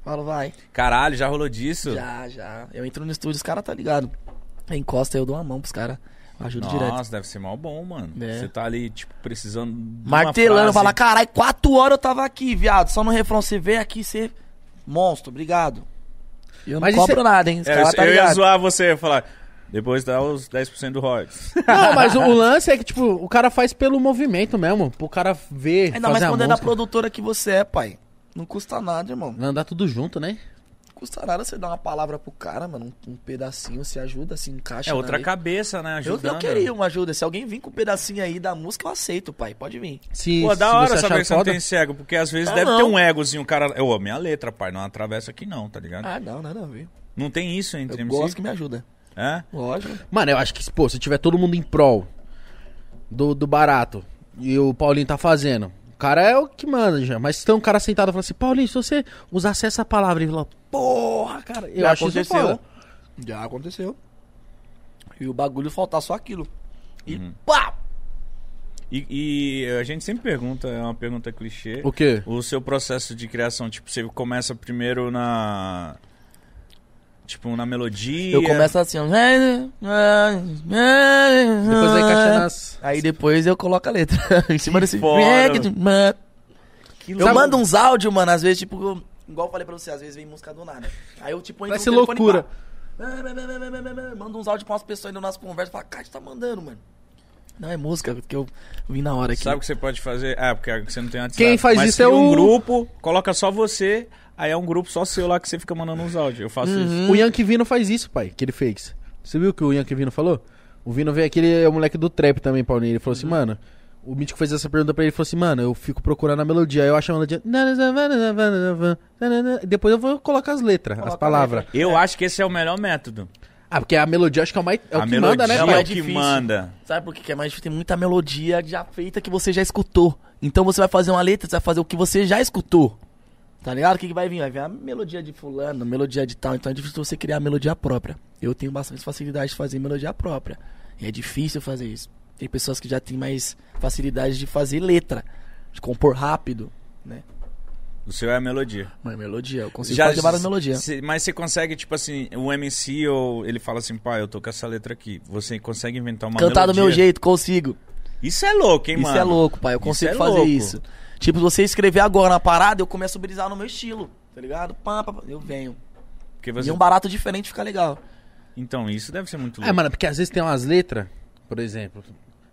Speaker 3: Falo, vai.
Speaker 2: Caralho, já rolou disso?
Speaker 3: Já, já. Eu entro no estúdio, os caras tá ligado. Aí Encosta, eu dou uma mão pros caras. Ajudo
Speaker 2: Nossa,
Speaker 3: direto.
Speaker 2: deve ser mal bom, mano.
Speaker 3: É.
Speaker 2: Você tá ali, tipo, precisando. de uma
Speaker 3: Martelando,
Speaker 2: frase.
Speaker 3: falar, caralho, quatro horas eu tava aqui, viado. Só no refrão, você vem aqui, você. Monstro, obrigado. E eu não
Speaker 1: Mas isso
Speaker 3: cobro
Speaker 1: é-
Speaker 3: nada, hein? Os
Speaker 2: É,
Speaker 3: caras tá
Speaker 2: eu ia
Speaker 3: ligado.
Speaker 2: zoar você, eu ia falar. Depois dá os 10% do royalties.
Speaker 1: Não, mas o, o lance é que, tipo, o cara faz pelo movimento mesmo, pro cara ver,
Speaker 3: Ainda
Speaker 1: fazer
Speaker 3: mais
Speaker 1: a
Speaker 3: quando é da
Speaker 1: música.
Speaker 3: produtora que você é, pai. Não custa nada, irmão.
Speaker 1: Andar tudo junto, né?
Speaker 5: custa nada você dar uma palavra pro cara, mano. Um, um pedacinho, você ajuda, se encaixa.
Speaker 2: É
Speaker 5: na
Speaker 2: outra
Speaker 5: lei.
Speaker 2: cabeça, né?
Speaker 5: eu,
Speaker 2: Ajudando.
Speaker 5: eu queria uma ajuda. Se alguém vir com um pedacinho aí da música, eu aceito, pai. Pode vir.
Speaker 1: Se,
Speaker 2: Pô, da
Speaker 1: se
Speaker 2: hora
Speaker 1: você
Speaker 2: saber
Speaker 1: achar
Speaker 2: que você não
Speaker 1: foda,
Speaker 2: tem cego, porque às vezes
Speaker 5: Ah,
Speaker 2: deve
Speaker 5: não.
Speaker 2: ter um egozinho, o cara. Eu, ó, minha letra, pai, não atravessa aqui não, tá ligado?
Speaker 5: Ah, não, nada a ver.
Speaker 2: Não tem isso
Speaker 5: Eu
Speaker 2: entre
Speaker 5: gosto
Speaker 2: MC.
Speaker 5: que me ajuda.
Speaker 2: É?
Speaker 5: Lógico.
Speaker 1: Mano, eu acho que, pô, se tiver todo mundo em prol do, do barato e o Paulinho tá fazendo, o cara é o que manda já. Mas se tem um cara sentado falando assim, Paulinho, se você usasse essa palavra e falar, porra, cara, eu
Speaker 5: Já
Speaker 1: acho isso
Speaker 5: aconteceu.
Speaker 1: foda.
Speaker 5: Já aconteceu. E o bagulho faltar só aquilo. E
Speaker 2: Uhum.
Speaker 5: pá!
Speaker 2: E, e a gente sempre pergunta, é uma pergunta clichê.
Speaker 1: O quê?
Speaker 2: O seu processo de criação, tipo, você começa primeiro na. Tipo, na melodia.
Speaker 1: é.
Speaker 3: Eu começo assim, ó.
Speaker 1: Depois
Speaker 3: Depois
Speaker 1: vai encaixando as.
Speaker 3: Aí depois eu coloco
Speaker 5: [LAUGHS]
Speaker 3: a letra. em cima desse.
Speaker 2: foda,
Speaker 3: Eu
Speaker 1: louco.
Speaker 3: mando uns áudios, mano, às vezes, tipo.
Speaker 5: Tipo, igual eu falei pra você, às vezes vem música do nada. Aí eu tipo entro
Speaker 1: Parece
Speaker 5: no telefone e
Speaker 1: loucura.
Speaker 5: [LAUGHS] pá. Manda uns áudios pra umas pessoas aí na nossa conversa e fala, Cátia, tá mandando, mano.
Speaker 3: Não, é música, porque eu vim na hora aqui.
Speaker 2: Sabe o que você pode fazer? Ah, porque você não tem WhatsApp.
Speaker 1: Quem faz
Speaker 2: Mas
Speaker 1: isso é
Speaker 2: cria um
Speaker 1: o-
Speaker 2: grupo, coloca só você, aí é um grupo só seu lá que você fica mandando uns áudios. Eu faço isso.
Speaker 3: Uhum.
Speaker 5: Ah.
Speaker 1: O Yankee Vino faz isso, pai, que ele fez. Você viu o que o Yankee Vino falou? O Vino veio aqui, ele é o moleque do trap também, Paulinho. Ele falou
Speaker 5: Uhum.
Speaker 1: assim, mano. O Mítico fez essa pergunta pra ele e falou assim, mano, eu fico procurando a melodia. Aí eu acho a melodia. Depois eu vou colocar as letras, as
Speaker 5: Coloca a
Speaker 1: palavras.
Speaker 2: Eu acho que esse é o melhor método.
Speaker 1: Ah, porque a melodia acho que é o mais. É o
Speaker 2: a
Speaker 1: que
Speaker 2: melodia
Speaker 1: manda, né,
Speaker 2: é
Speaker 1: pai?
Speaker 2: o que
Speaker 3: difícil.
Speaker 2: manda.
Speaker 3: Sabe por que que é mais difícil? Tem muita melodia já feita que você já escutou. Então você vai fazer uma letra, você vai fazer o que você já escutou. Tá ligado? O que, que vai vir? Vai vir a melodia de fulano, melodia de tal. Então é difícil você criar a melodia própria. Eu tenho bastante facilidade de fazer melodia própria. E é difícil fazer isso. Tem pessoas que já têm mais facilidade de fazer letra, de compor rápido, né?
Speaker 2: O seu é a melodia.
Speaker 3: Mas melodia, eu consigo fazer várias melodias.
Speaker 2: cê- mas você consegue, tipo assim, o MC ou ele fala assim, pai, eu tô com essa letra aqui. Você consegue inventar uma
Speaker 3: Cantar do
Speaker 2: melodia.
Speaker 3: meu jeito, consigo.
Speaker 2: Isso é louco, hein,
Speaker 3: Isso
Speaker 2: mano?
Speaker 3: é louco, pai. Eu
Speaker 2: Isso
Speaker 3: consigo
Speaker 2: é
Speaker 3: fazer
Speaker 2: louco.
Speaker 3: isso. Tipo, se você escrever agora na parada, eu começo a brisar no meu estilo, tá ligado? Pá, pá, pá, eu venho.
Speaker 2: Porque
Speaker 3: E
Speaker 2: você...
Speaker 3: um barato diferente fica legal.
Speaker 2: Então, isso deve ser muito
Speaker 1: É,
Speaker 2: louco.
Speaker 1: mano, porque às vezes tem umas letras, por exemplo,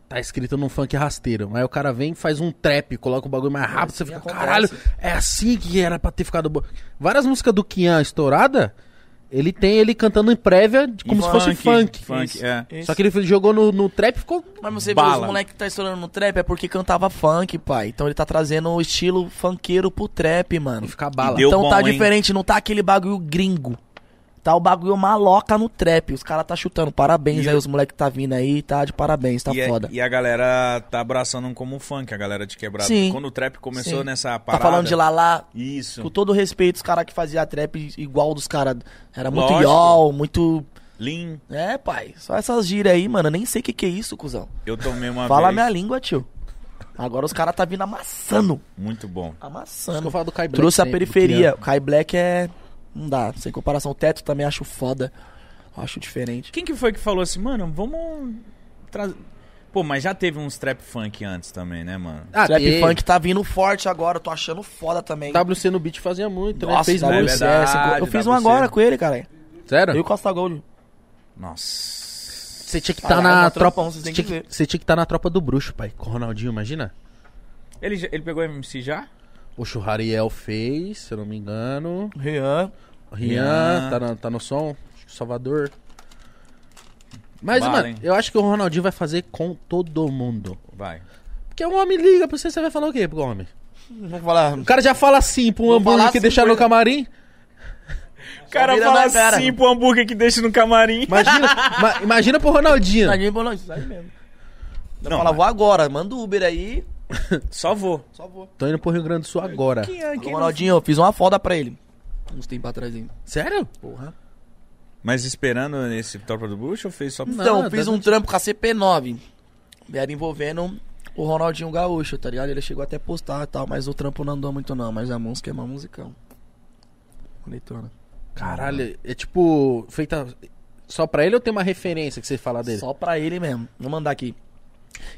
Speaker 1: tá escrito num funk rasteiro, aí o cara vem e faz um trap, coloca um bagulho mais rápido, você
Speaker 5: assim
Speaker 1: fica,
Speaker 5: acontece.
Speaker 1: caralho, é assim que era pra ter ficado bom. Várias músicas do Kian estourada, ele tem ele cantando em prévia, de- como
Speaker 2: E
Speaker 1: se fosse funk.
Speaker 2: Funk,
Speaker 5: Isso.
Speaker 2: é.
Speaker 1: Só que ele jogou no, no trap e ficou.
Speaker 3: Mas você
Speaker 2: Bala.
Speaker 3: viu os moleque que tá estourando no trap é porque cantava funk, pai. Então ele tá trazendo o estilo funkeiro pro trap, mano.
Speaker 1: E fica bala.
Speaker 2: E deu-
Speaker 3: então
Speaker 2: bom,
Speaker 3: tá
Speaker 2: hein?
Speaker 3: diferente, não tá aquele bagulho gringo. Tá o bagulho maloca no trap. Os caras tá chutando. Parabéns
Speaker 2: E
Speaker 3: aí,
Speaker 2: eu-
Speaker 3: os moleque que tá vindo aí, tá de parabéns, tá
Speaker 2: e, a-
Speaker 3: foda.
Speaker 2: e a galera tá abraçando um como funk, a galera de quebrada.
Speaker 3: Sim.
Speaker 2: Quando o trap começou
Speaker 3: Sim.
Speaker 2: nessa
Speaker 3: Tá
Speaker 2: parada...
Speaker 3: falando de lalá,
Speaker 2: Isso.
Speaker 3: Com todo o respeito, os caras que faziam trap igual dos caras. Era muito
Speaker 2: Lógico.
Speaker 3: yol, muito.
Speaker 2: Lean,
Speaker 3: É, pai. Só essas gírias aí, mano. Eu nem sei o que, que é isso, cuzão.
Speaker 2: eu tomei uma
Speaker 3: Fala a
Speaker 2: vez.
Speaker 3: minha língua, tio. Agora os caras tá vindo amassando.
Speaker 2: Muito bom.
Speaker 1: Acho que eu
Speaker 3: Amassando.
Speaker 1: falo do Kai Black
Speaker 3: Trouxe a
Speaker 1: sempre, do
Speaker 3: periferia.
Speaker 1: Kian.
Speaker 3: O Kai Black é. Não dá. Sem comparação. O teto também acho foda. Acho diferente.
Speaker 2: Quem que foi que falou assim, mano, vamos... Tra... Pô, mas já teve uns trap funk antes também, né, mano?
Speaker 1: Ah,
Speaker 3: trap
Speaker 1: tem.
Speaker 3: funk
Speaker 1: Funk.
Speaker 3: tá vindo forte agora. Eu tô achando foda também.
Speaker 1: WC no beat fazia muito, né?
Speaker 3: Nossa,
Speaker 1: Fez
Speaker 3: WC,
Speaker 1: muito.
Speaker 2: muito. É verdade,
Speaker 3: eu fiz um
Speaker 2: WC.
Speaker 3: agora com ele, cara.
Speaker 1: Sério?
Speaker 3: Eu e o Costa Gold.
Speaker 2: Nossa.
Speaker 1: Você tinha que estar
Speaker 3: Caralho,
Speaker 1: na
Speaker 3: uma
Speaker 1: tropa.
Speaker 3: tropão,
Speaker 1: Você
Speaker 3: vocês têm
Speaker 1: tinha
Speaker 3: que
Speaker 1: que
Speaker 3: ver.
Speaker 1: estar na tropa do bruxo, pai. Com o Ronaldinho, imagina?
Speaker 2: Ele, já- ele pegou MC já?
Speaker 1: O Churrariel fez, se eu não me engano.
Speaker 3: Rian.
Speaker 1: Rian,
Speaker 2: Rian.
Speaker 1: tá, na- tá no som. Acho que Salvador. Mas,
Speaker 2: Bala,
Speaker 1: mano,
Speaker 2: hein?
Speaker 1: eu acho que o Ronaldinho vai fazer com todo mundo.
Speaker 2: Vai.
Speaker 1: Porque um homem liga pra você, você vai falar o quê pro homem?
Speaker 3: Vamos falar.
Speaker 1: O cara já fala assim pra um
Speaker 3: Vou
Speaker 1: hambúrguer
Speaker 3: falar
Speaker 1: que
Speaker 3: assim
Speaker 1: deixaram
Speaker 3: pra
Speaker 1: no camarim.
Speaker 2: O cara
Speaker 3: vira
Speaker 2: fala
Speaker 3: na cara.
Speaker 2: assim pro hambúrguer que deixa no
Speaker 1: [LAUGHS]
Speaker 2: camarim.
Speaker 1: Imagina, ma- imagina pro Ronaldinho.
Speaker 3: Tadinho Bolonha, sai mesmo.
Speaker 2: Não,
Speaker 3: Fala,
Speaker 2: mas
Speaker 3: vou agora, manda o Uber aí.
Speaker 2: só vou.
Speaker 3: Só vou.
Speaker 1: Tô indo pro Rio Grande do Sul agora.
Speaker 2: É,
Speaker 3: Alô, Ronaldinho, eu fiz uma foda pra ele. Uns tempos atrás ainda.
Speaker 1: Sério?
Speaker 3: Porra.
Speaker 2: Mas esperando esse Tropa do Bruxo ou fez só...
Speaker 1: Não,
Speaker 3: Então, eu
Speaker 1: Deus
Speaker 3: fiz
Speaker 1: não
Speaker 3: um trampo com a CP9. Era envolvendo o Ronaldinho Gaúcho, tá ligado? Ele chegou até a postar e tal, mas o trampo não andou muito não. Mas a música é uma musicão. Bonitona.
Speaker 1: Caralho, é tipo, feita só pra ele ou tem uma referência que você fala dele?
Speaker 3: Só pra ele mesmo. Vou mandar aqui.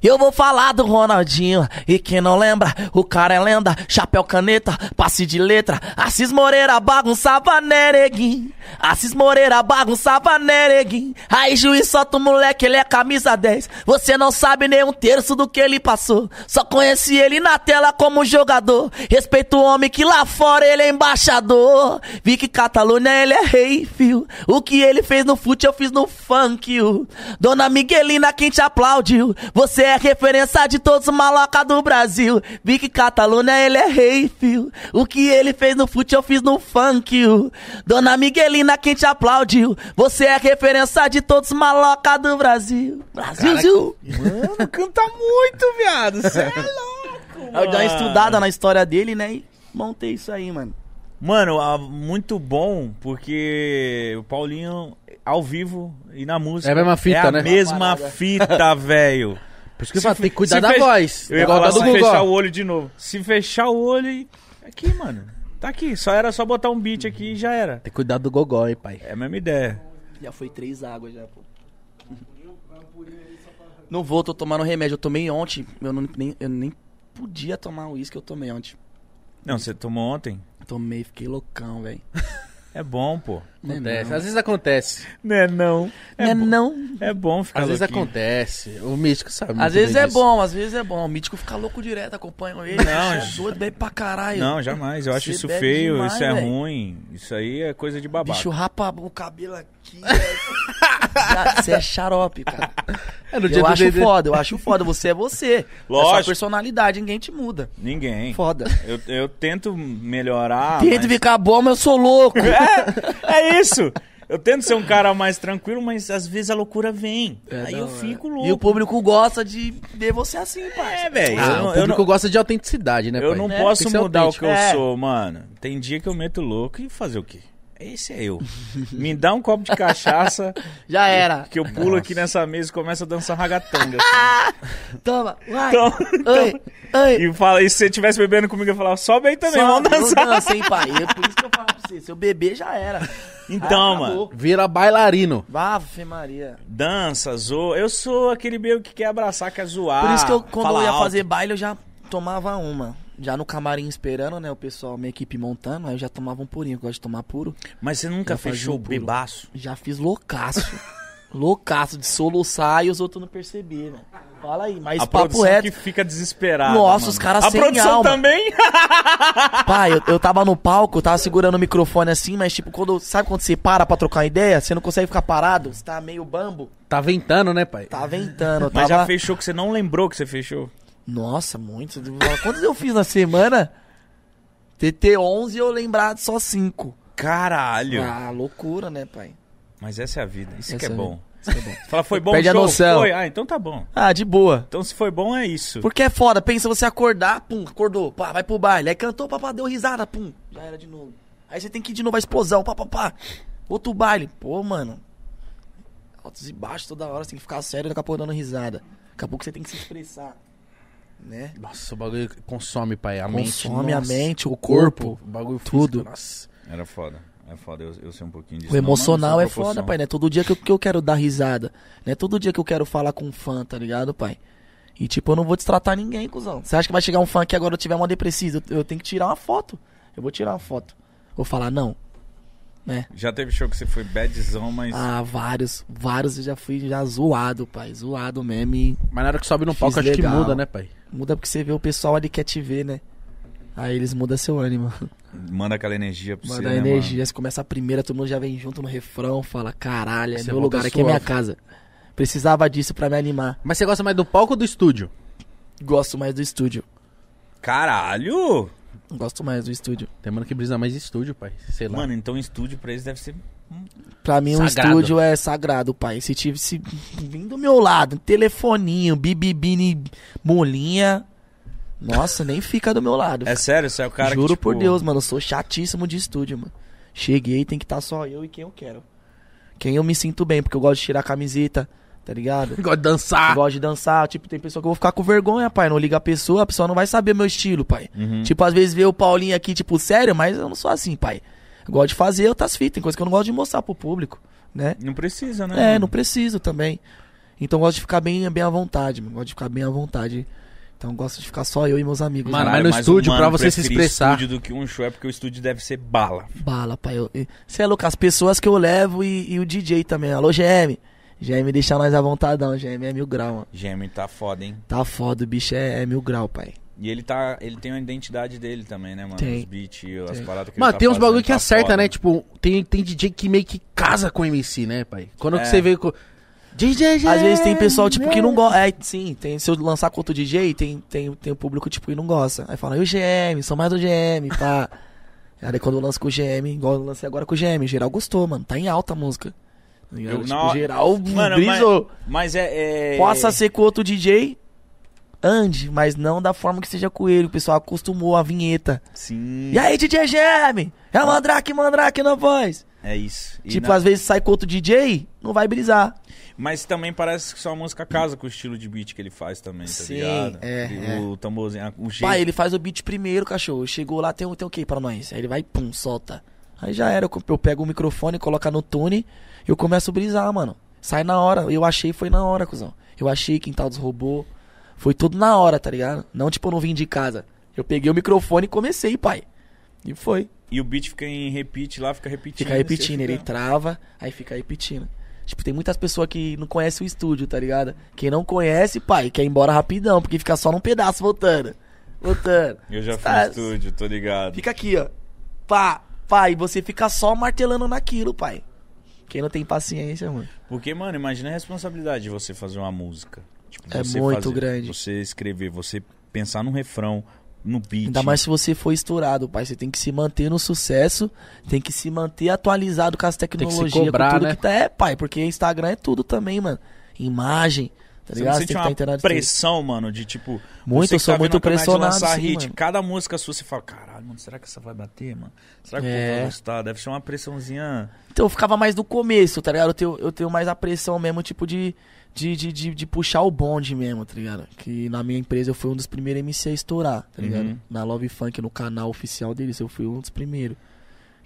Speaker 3: Eu vou falar do Ronaldinho, e quem não lembra, o cara é lenda. Chapéu caneta, passe de letra. Assis Moreira bagunçava nereguim. Assis Moreira bagunçava nereguim. Aí juiz solta o moleque, ele é camisa 10. Você não sabe nem um terço do que ele passou. Só conheci ele na tela como jogador. Respeito o homem que lá fora ele é embaixador. Vi que Catalunha ele é rei, fio. O que ele fez no fute eu fiz no funk. o. Dona Miguelina quem te aplaudiu. Você é referência de todos os malacas do Brasil. Vi que Catalunha ele é rei, fio. O que ele fez no fute eu fiz no funk. o. Dona Miguelina quem te aplaudiu. Você é referência de todos os malacas do Brasil. Brasil, Zil.
Speaker 2: Mano, canta muito, viado. Você é louco,
Speaker 3: Eu dei uma estudada na história dele, né? E montei isso aí, mano.
Speaker 2: Mano, ah, muito bom, porque o Paulinho, ao vivo e na música.
Speaker 1: É a mesma fita,
Speaker 2: é a
Speaker 1: né?
Speaker 2: mesma [LAUGHS] fita, velho.
Speaker 1: Por isso que eu falo, tem que cuidar
Speaker 2: se
Speaker 1: da
Speaker 2: fech-
Speaker 1: voz.
Speaker 2: Eu ia
Speaker 1: Igual
Speaker 2: falar
Speaker 1: da do
Speaker 2: se fechar o
Speaker 1: Google.
Speaker 2: olho de novo. Se fechar o olho e. Aqui, mano. Tá aqui. Só era só botar um beat aqui e já era.
Speaker 1: Tem que cuidar do Gogó, hein, pai.
Speaker 2: É a mesma ideia.
Speaker 3: Já foi três águas já, pô. [LAUGHS] Não vou, tô tomando remédio. Eu tomei ontem. Eu, não, nem, eu nem podia tomar o uísque, eu tomei ontem.
Speaker 2: Não, você tomou ontem.
Speaker 3: Tomei, fiquei loucão, velho.
Speaker 2: É bom, pô.
Speaker 3: Não é
Speaker 1: Acontece.
Speaker 3: não.
Speaker 1: Às vezes acontece.
Speaker 2: Não é não. É,
Speaker 3: Não é
Speaker 2: bo-
Speaker 3: não.
Speaker 2: é bom ficar
Speaker 1: Às vezes
Speaker 2: louquinho.
Speaker 1: acontece. O místico sabe. muito
Speaker 3: Às vezes
Speaker 1: bem
Speaker 3: é
Speaker 1: disso.
Speaker 3: bom, às vezes é bom. O mítico fica louco direto, acompanha ele.
Speaker 2: Não,
Speaker 3: Isso
Speaker 2: gente.
Speaker 3: é doido, bebe pra caralho. [LAUGHS]
Speaker 2: Não, jamais. Eu acho
Speaker 3: Você
Speaker 2: isso
Speaker 3: bebe
Speaker 2: feio,
Speaker 3: demais,
Speaker 2: isso é
Speaker 3: velho.
Speaker 2: ruim. Isso aí é coisa de
Speaker 3: O
Speaker 2: babaca.
Speaker 3: bicho rapa o cabelo [LAUGHS] aqui. velho. Você é xarope, [LAUGHS] cara.
Speaker 1: É no dia
Speaker 3: Eu
Speaker 1: do
Speaker 3: acho
Speaker 1: Dedê.
Speaker 3: foda, eu acho foda. Você é você. É sua
Speaker 2: Lógico.
Speaker 3: personalidade, ninguém te muda.
Speaker 2: Ninguém.
Speaker 3: Foda.
Speaker 2: Eu, eu tento melhorar.
Speaker 3: Tento
Speaker 2: mas-
Speaker 3: ficar bom, mas eu sou [LAUGHS] louco.
Speaker 2: [LAUGHS] É, é isso. Eu tento ser um cara mais tranquilo, mas às vezes a loucura vem. aí eu fico louco.
Speaker 3: É, E o público gosta de ver você assim, parça.
Speaker 2: É, velho.
Speaker 1: Ah,
Speaker 2: eu
Speaker 1: o
Speaker 2: não, eu
Speaker 1: público
Speaker 2: não,
Speaker 1: gosta de autenticidade, né,
Speaker 2: eu
Speaker 1: pai?
Speaker 2: não
Speaker 3: É,
Speaker 1: Tem
Speaker 2: posso
Speaker 1: que ser
Speaker 2: mudar o que eu
Speaker 1: autêntico.
Speaker 2: sou, mano. Tem dia que eu meto louco e fazer o quê? Esse é eu. Me dá um copo de
Speaker 3: [LAUGHS]
Speaker 2: cachaça
Speaker 3: Já era.
Speaker 2: que eu pulo aqui nessa mesa e começo a dançar ragatanga.
Speaker 3: Toma, vai.
Speaker 2: Então,
Speaker 3: Oi, oi.
Speaker 2: e, fala, e se você estivesse bebendo comigo, eu falava, sobe aí também,
Speaker 3: Só
Speaker 2: vamos dançar.
Speaker 3: Não dança, hein, pai. É por isso que eu falo pra você. Seu bebê já era.
Speaker 2: Então,
Speaker 3: Ah,
Speaker 2: mano,
Speaker 3: acabou.
Speaker 1: Vira bailarino.
Speaker 3: Ave Maria.
Speaker 2: dança, zoa. Eu sou aquele meio que quer abraçar, quer zoar.
Speaker 3: Por isso que eu, quando
Speaker 2: falar
Speaker 3: eu ia
Speaker 2: alto.
Speaker 3: fazer baile, eu já tomava uma. Já no camarim esperando, né? O pessoal, minha equipe montando, aí eu já tomava um purinho. Eu gosto de tomar puro.
Speaker 2: Mas você nunca
Speaker 3: Já fazia
Speaker 2: fechou o
Speaker 3: um pulo.
Speaker 2: bebaço?
Speaker 3: Já fiz
Speaker 2: [LAUGHS]
Speaker 3: loucaço. loucaço de soluçar e os outros não perceber, né? Fala aí, mas
Speaker 2: a
Speaker 3: papo
Speaker 2: produção
Speaker 3: reto.
Speaker 2: que fica desesperada.
Speaker 3: Nossa,
Speaker 2: mano.
Speaker 3: os caras
Speaker 2: A
Speaker 3: sem
Speaker 2: produção
Speaker 3: alma.
Speaker 2: também? [LAUGHS]
Speaker 3: Pai, eu, eu tava no palco, eu tava segurando o microfone assim, mas tipo, quando. Sabe quando você para pra trocar ideia? Você não consegue ficar parado? Você tá meio bambo?
Speaker 1: Tá ventando, né, pai?
Speaker 3: Tá ventando, eu tava.
Speaker 2: Mas já fechou que você não lembrou que você fechou.
Speaker 3: Nossa, muito. Quantos eu fiz na semana? TT 11 eu lembrado só 5.
Speaker 2: Caralho.
Speaker 3: Ah, loucura, né, pai?
Speaker 2: Mas essa é a vida. Isso
Speaker 3: Essa
Speaker 2: que é
Speaker 3: é a
Speaker 2: bom.
Speaker 3: Isso é bom.
Speaker 2: Você [LAUGHS] fala, foi bom
Speaker 1: Perde
Speaker 2: o
Speaker 1: a
Speaker 2: show?
Speaker 1: noção.
Speaker 2: Foi. Ah, então tá bom.
Speaker 3: Ah, de boa.
Speaker 2: Então se foi bom, é isso.
Speaker 3: Porque é foda, pensa você acordar, pum, acordou, pá, vai pro baile. Aí cantou, papá, deu risada, pum, já era de novo. Aí você tem que ir de novo, a explosão, pá, pá, pá. Outro baile. Pô, mano. Altos e baixos toda hora, você tem que ficar sério, daqui a pouco dando risada. Daqui a pouco você tem que se expressar. Né?
Speaker 1: Nossa, o bagulho consome, pai. A
Speaker 3: Consome
Speaker 1: mente.
Speaker 3: a
Speaker 1: nossa.
Speaker 3: mente, o
Speaker 1: O corpo.
Speaker 3: corpo.
Speaker 1: O bagulho
Speaker 3: tudo.
Speaker 1: físico, nossa.
Speaker 2: Era foda. É foda, eu, eu sei um pouquinho disso.
Speaker 3: O emocional
Speaker 2: Não,
Speaker 3: é
Speaker 2: mas não sou
Speaker 3: foda,
Speaker 2: proporção.
Speaker 3: pai. Não é todo dia que eu, que eu quero dar risada. Não é todo dia que eu quero falar com um fã, tá ligado, pai? E tipo, eu não vou destratar ninguém, cuzão. Você acha que vai chegar um fã que agora eu tiver uma depressiva? Eu, eu tenho que tirar uma foto. Eu vou tirar uma foto. Vou falar, não.
Speaker 2: Já teve show que você foi badzão, mas.
Speaker 3: né? Ah, vários, vários eu já fui já zoado, pai. Zoado mesmo. E
Speaker 1: Mas na hora que sobe no palco,
Speaker 3: Fiz
Speaker 1: acho que
Speaker 3: legal.
Speaker 1: muda, né, pai?
Speaker 3: muda porque você vê o pessoal ali quer te ver, né? Aí eles mudam seu ânimo. [LAUGHS]
Speaker 2: Manda aquela energia pra você.
Speaker 3: Manda
Speaker 2: né, mano?
Speaker 3: energia. Você começa a primeira, todo mundo já vem junto no refrão, fala, caralho, é
Speaker 1: Você
Speaker 3: meu
Speaker 1: volta
Speaker 3: lugar, aqui é minha
Speaker 1: suave.
Speaker 3: casa. Precisava disso pra me animar.
Speaker 1: Mas você gosta mais do palco ou do estúdio?
Speaker 3: Gosto mais do estúdio.
Speaker 2: Caralho!
Speaker 3: Gosto mais do estúdio.
Speaker 1: Tem mano que brisa mais estúdio, pai. Sei lá.
Speaker 2: Mano, então estúdio pra eles deve ser.
Speaker 3: Pra mim, um
Speaker 1: Sagrado.
Speaker 3: estúdio é sagrado, pai. Se tive se vim do meu lado, telefoninho, bibibini, molinha. Nossa, nem fica do meu lado.
Speaker 2: É sério, você é o cara que.
Speaker 3: Juro
Speaker 2: tipo,
Speaker 3: por Deus, mano. Eu sou chatíssimo de estúdio, mano. Cheguei, tem que estar só eu e quem eu quero. Quem eu me sinto bem, porque eu gosto de tirar a camiseta, tá ligado?
Speaker 1: [LAUGHS] Gosta de dançar.
Speaker 3: Gosto de dançar. Tipo, tem pessoa que eu vou ficar com vergonha, pai. Não liga a pessoa, a pessoa não vai saber meu estilo, pai.
Speaker 2: Uhum.
Speaker 3: Tipo, às vezes vê o Paulinho aqui, tipo, sério, mas eu não sou assim, pai. Eu gosto de fazer outras fitas, tem coisa que eu não gosto de mostrar pro público, né?
Speaker 2: Não precisa, né?
Speaker 3: É,
Speaker 2: mano?
Speaker 3: não preciso também. Então eu gosto de ficar bem, bem à vontade, mano. Gosto de ficar bem à vontade. Então eu gosto de ficar só eu e meus amigos.
Speaker 1: Mano,
Speaker 3: né?
Speaker 1: mas no estúdio, pra você se
Speaker 2: prefere
Speaker 1: expressar.
Speaker 2: estúdio do que um show é porque o estúdio deve ser bala.
Speaker 3: Bala, pai. Você é louco, as pessoas que eu levo e, e o DJ também. Alô, GM. GM deixa nós à vontadão. GM é mil grau, mano.
Speaker 2: Gêmeo tá foda, hein?
Speaker 3: Tá foda, o bicho é, é mil grau, pai.
Speaker 2: E ele tá. Ele tem uma identidade dele também, né, mano?
Speaker 3: Tem.
Speaker 2: Os beats, as paradas que ele
Speaker 1: Mano,
Speaker 2: tá
Speaker 1: tem uns
Speaker 2: fazendo,
Speaker 1: bagulho que
Speaker 2: tá
Speaker 1: acerta,
Speaker 2: foda.
Speaker 1: né? Tipo, tem, tem DJ que meio que casa com o MC, né, pai? Quando que
Speaker 2: É.
Speaker 1: você veio com. DJ,
Speaker 3: Às vezes tem pessoal, tipo, que não gosta. É, sim, tem. Se eu lançar com outro DJ, tem, tem, tem o público, tipo, que não gosta. Aí fala, e o GM, sou mais do GM, pá. [LAUGHS] Aí quando eu lanço com o GM, igual eu lancei agora com o GM, geral gostou, mano. Tá em alta a música.
Speaker 2: Eu-
Speaker 3: Tipo,
Speaker 2: na-
Speaker 3: geral
Speaker 2: Mano,
Speaker 3: brisou.
Speaker 2: Mas, mas é, é-
Speaker 3: Possa ser com outro DJ, ande, mas não da forma que seja com ele. O pessoal acostumou a vinheta.
Speaker 2: Sim.
Speaker 3: E aí, DJ GM? É o Mandrake, Mandrake na voz.
Speaker 2: É isso. Ah. E
Speaker 3: tipo,
Speaker 2: na-
Speaker 3: às vezes sai com outro DJ, não vai brisar.
Speaker 2: Mas também parece que sua música casa com o estilo de beat que ele faz também, tá
Speaker 3: Sim,
Speaker 2: ligado?
Speaker 3: é,
Speaker 2: E
Speaker 3: é.
Speaker 2: O tamborzinho, o jeito.
Speaker 3: Pai, ele faz o beat primeiro, cachorro. Chegou lá, tem, um- tem o que pra nós? Aí ele vai, pum, solta. Aí já era, eu, co- eu pego o microfone, coloco no tune, eu começo a brisar, mano. Sai na hora, eu achei, foi na hora, cuzão. Eu achei Quintal dos Robô, foi tudo na hora, tá ligado? Não tipo, eu não vim de casa. Eu peguei o microfone e comecei, pai. E foi.
Speaker 2: E o beat fica em repeat lá, fica repetindo.
Speaker 3: Fica repetindo, ele tá- trava, aí fica repetindo. Tipo, tem muitas pessoas que não conhecem o estúdio, tá ligado? Quem não conhece, pai, quer ir embora rapidão, porque fica só num pedaço voltando. Voltando.
Speaker 2: Eu já fui
Speaker 3: Tá-
Speaker 2: no estúdio, tô ligado.
Speaker 3: Fica aqui, ó. Pá, pá, e você fica só martelando naquilo, pai. Quem não tem paciência, mano.
Speaker 2: Porque, mano, imagina a responsabilidade de você fazer uma música. Tipo,
Speaker 3: É
Speaker 2: você
Speaker 3: muito
Speaker 2: fazer-
Speaker 3: grande.
Speaker 2: Você escrever, você pensar num refrão, no beat.
Speaker 3: Ainda mais tá se você for estourado, pai. Você tem que se manter no sucesso, tem que se manter atualizado com as
Speaker 1: que se
Speaker 3: tecnologias,
Speaker 1: cobrar,
Speaker 3: com tudo
Speaker 1: né?
Speaker 3: que tá. É, pai, porque Instagram é tudo também, mano. Imagem, tá
Speaker 2: Você não
Speaker 3: ligado?
Speaker 2: sente
Speaker 3: que
Speaker 2: uma
Speaker 3: tá inteirado de tudo.
Speaker 2: pressão, mano, de tipo.
Speaker 3: Muito,
Speaker 2: você
Speaker 3: eu
Speaker 2: que
Speaker 3: sou
Speaker 2: tá vendo
Speaker 3: muito
Speaker 2: a Camila de lançar
Speaker 3: pressionado, sim,
Speaker 2: hit,
Speaker 3: mano.
Speaker 2: cada música sua, você fala, caralho, mano, será que essa vai bater, mano? Será que o povo
Speaker 3: É.
Speaker 2: vai gostar? Deve ser uma pressãozinha.
Speaker 3: Então eu ficava mais no começo, tá ligado? Eu tenho, eu tenho mais a pressão mesmo, tipo, de, de, de, de, de puxar o bonde mesmo, tá ligado? Que na minha empresa eu fui um dos primeiros MC a estourar, tá ligado?
Speaker 2: Uhum.
Speaker 3: Na Love Funk, no canal oficial deles, eu fui um dos primeiros.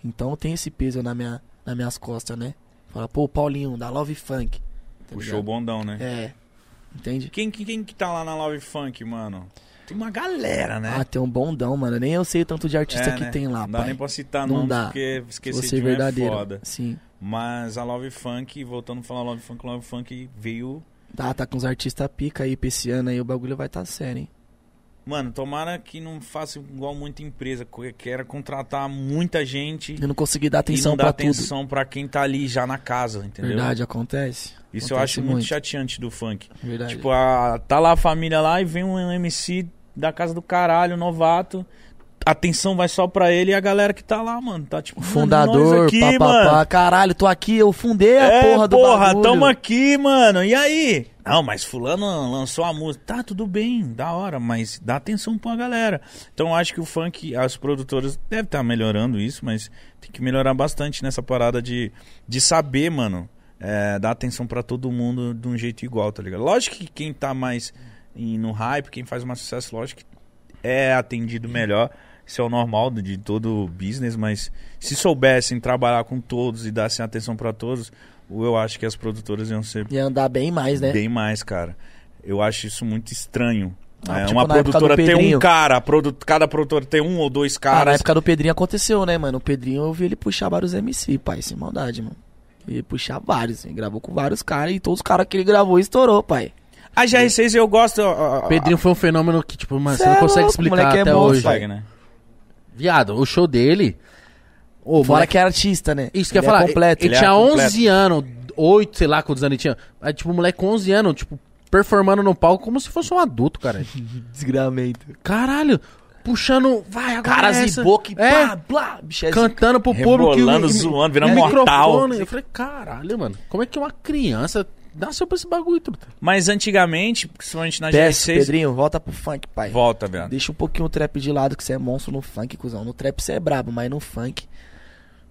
Speaker 3: Então eu tenho esse peso na minha, nas minhas costas, né? Fala, pô, Paulinho, da Love Funk. tá
Speaker 2: Puxou o
Speaker 3: ligado?
Speaker 2: bondão, né?
Speaker 3: É. Entende?
Speaker 2: Quem, quem, quem que tá lá na Love Funk, mano? Tem uma galera, né?
Speaker 3: Ah, tem um bondão, mano. Nem eu sei tanto de artista
Speaker 2: É,
Speaker 3: que
Speaker 2: né?
Speaker 3: tem lá,
Speaker 2: Não dá
Speaker 3: pai.
Speaker 2: nem pra citar
Speaker 3: Não
Speaker 2: nomes,
Speaker 3: dá.
Speaker 2: porque esqueci de
Speaker 3: Você é
Speaker 2: um
Speaker 3: verdadeiro.
Speaker 2: é foda.
Speaker 3: Sim.
Speaker 2: Mas a Love Funk, voltando a falar Love Funk, Love Funk veio...
Speaker 3: Tá, tá com os artistas pica aí pra esse ano aí, o bagulho vai tá sério, hein?
Speaker 2: Mano, tomara que não faça igual muita empresa, que queira contratar muita gente
Speaker 3: Eu não consegui dar
Speaker 2: e
Speaker 3: atenção
Speaker 2: não dá
Speaker 3: pra tudo.
Speaker 2: atenção pra quem tá ali já na casa, entendeu?
Speaker 3: Verdade, acontece.
Speaker 2: Isso eu
Speaker 3: Acontece
Speaker 2: acho muito chateante do funk.
Speaker 3: Verdade.
Speaker 2: Tipo, a- tá lá a família lá e vem um MC da casa do caralho, novato. A atenção vai só pra ele e a galera que tá lá, mano. Tá tipo,
Speaker 3: O
Speaker 2: mano,
Speaker 3: fundador,
Speaker 2: nós aqui,
Speaker 3: papapá,
Speaker 2: mano.
Speaker 3: caralho, tô aqui, eu fundei a
Speaker 2: é,
Speaker 3: porra do bagulho.
Speaker 2: tamo aqui, mano. E aí? Não, mas fulano lançou a música. Tá, tudo bem, da hora, mas dá atenção pra galera. Então eu acho que o funk, as produtoras devem estar melhorando isso, mas tem que melhorar bastante nessa parada de, de saber, mano, é, dar atenção pra todo mundo de um jeito igual, tá ligado? Lógico que quem tá mais em- no hype, quem faz mais sucesso, lógico que é atendido melhor. Isso é o normal de todo business, mas se soubessem trabalhar com todos e dessem atenção pra todos, eu acho que as produtoras iam ser
Speaker 3: Ia andar bem mais, né?
Speaker 2: bem mais, cara. Eu acho isso muito estranho.
Speaker 3: Ah,
Speaker 2: É,
Speaker 3: tipo
Speaker 2: uma
Speaker 3: na época do
Speaker 2: produtora tem um
Speaker 3: Pedrinho.
Speaker 2: cara, a produ- cada produtora tem um ou dois
Speaker 3: Ah, na
Speaker 2: caras.
Speaker 3: época do Pedrinho aconteceu, né, mano? O Pedrinho, eu vi ele puxar vários MC, pai, sem maldade, mano. Ele puxar vários, ele gravou com vários caras e todos os caras que ele gravou estourou, pai.
Speaker 2: A GR6 eu gosto. ó, ó, ó,
Speaker 1: Pedrinho foi um fenômeno que, tipo, mano,
Speaker 3: Cê
Speaker 1: você não
Speaker 3: é
Speaker 1: consegue
Speaker 3: louco,
Speaker 1: explicar
Speaker 3: moleque é
Speaker 1: até
Speaker 3: monstro,
Speaker 1: hoje.
Speaker 2: consegue, né?
Speaker 1: Viado, o show dele. Ô,
Speaker 3: Fora
Speaker 1: moleque,
Speaker 3: que é artista, né?
Speaker 1: Isso que eu
Speaker 3: Ele
Speaker 1: ia falar.
Speaker 3: É completo.
Speaker 1: Ele,
Speaker 2: Ele
Speaker 1: tinha
Speaker 2: é completo.
Speaker 1: 11 anos, 8, sei lá quantos anos ele tinha. Aí, tipo, o moleque com 11 anos, tipo, performando no palco como se fosse um adulto,
Speaker 3: [LAUGHS]
Speaker 1: cara.
Speaker 3: Desgramento.
Speaker 1: Caralho, puxando. Vai, agora. é
Speaker 3: Caras
Speaker 1: essa.
Speaker 3: e boca e
Speaker 1: É,
Speaker 3: blá, blá. Bicho, é
Speaker 1: cantando pro público. e o-
Speaker 2: Rebolando,
Speaker 1: e-
Speaker 2: zoando,
Speaker 1: e
Speaker 2: virando
Speaker 1: o
Speaker 2: mortal.
Speaker 1: microfone. Eu falei, caralho, mano, como é que uma criança nasceu pra esse bagulho, truta?
Speaker 2: Mas antigamente, principalmente na
Speaker 3: Peço,
Speaker 2: GR6,
Speaker 3: Pedrinho, volta pro funk, pai.
Speaker 2: volta, velho.
Speaker 3: Deixa um pouquinho o trap de lado, que você é monstro no funk, cuzão. No trap você é brabo, mas no funk.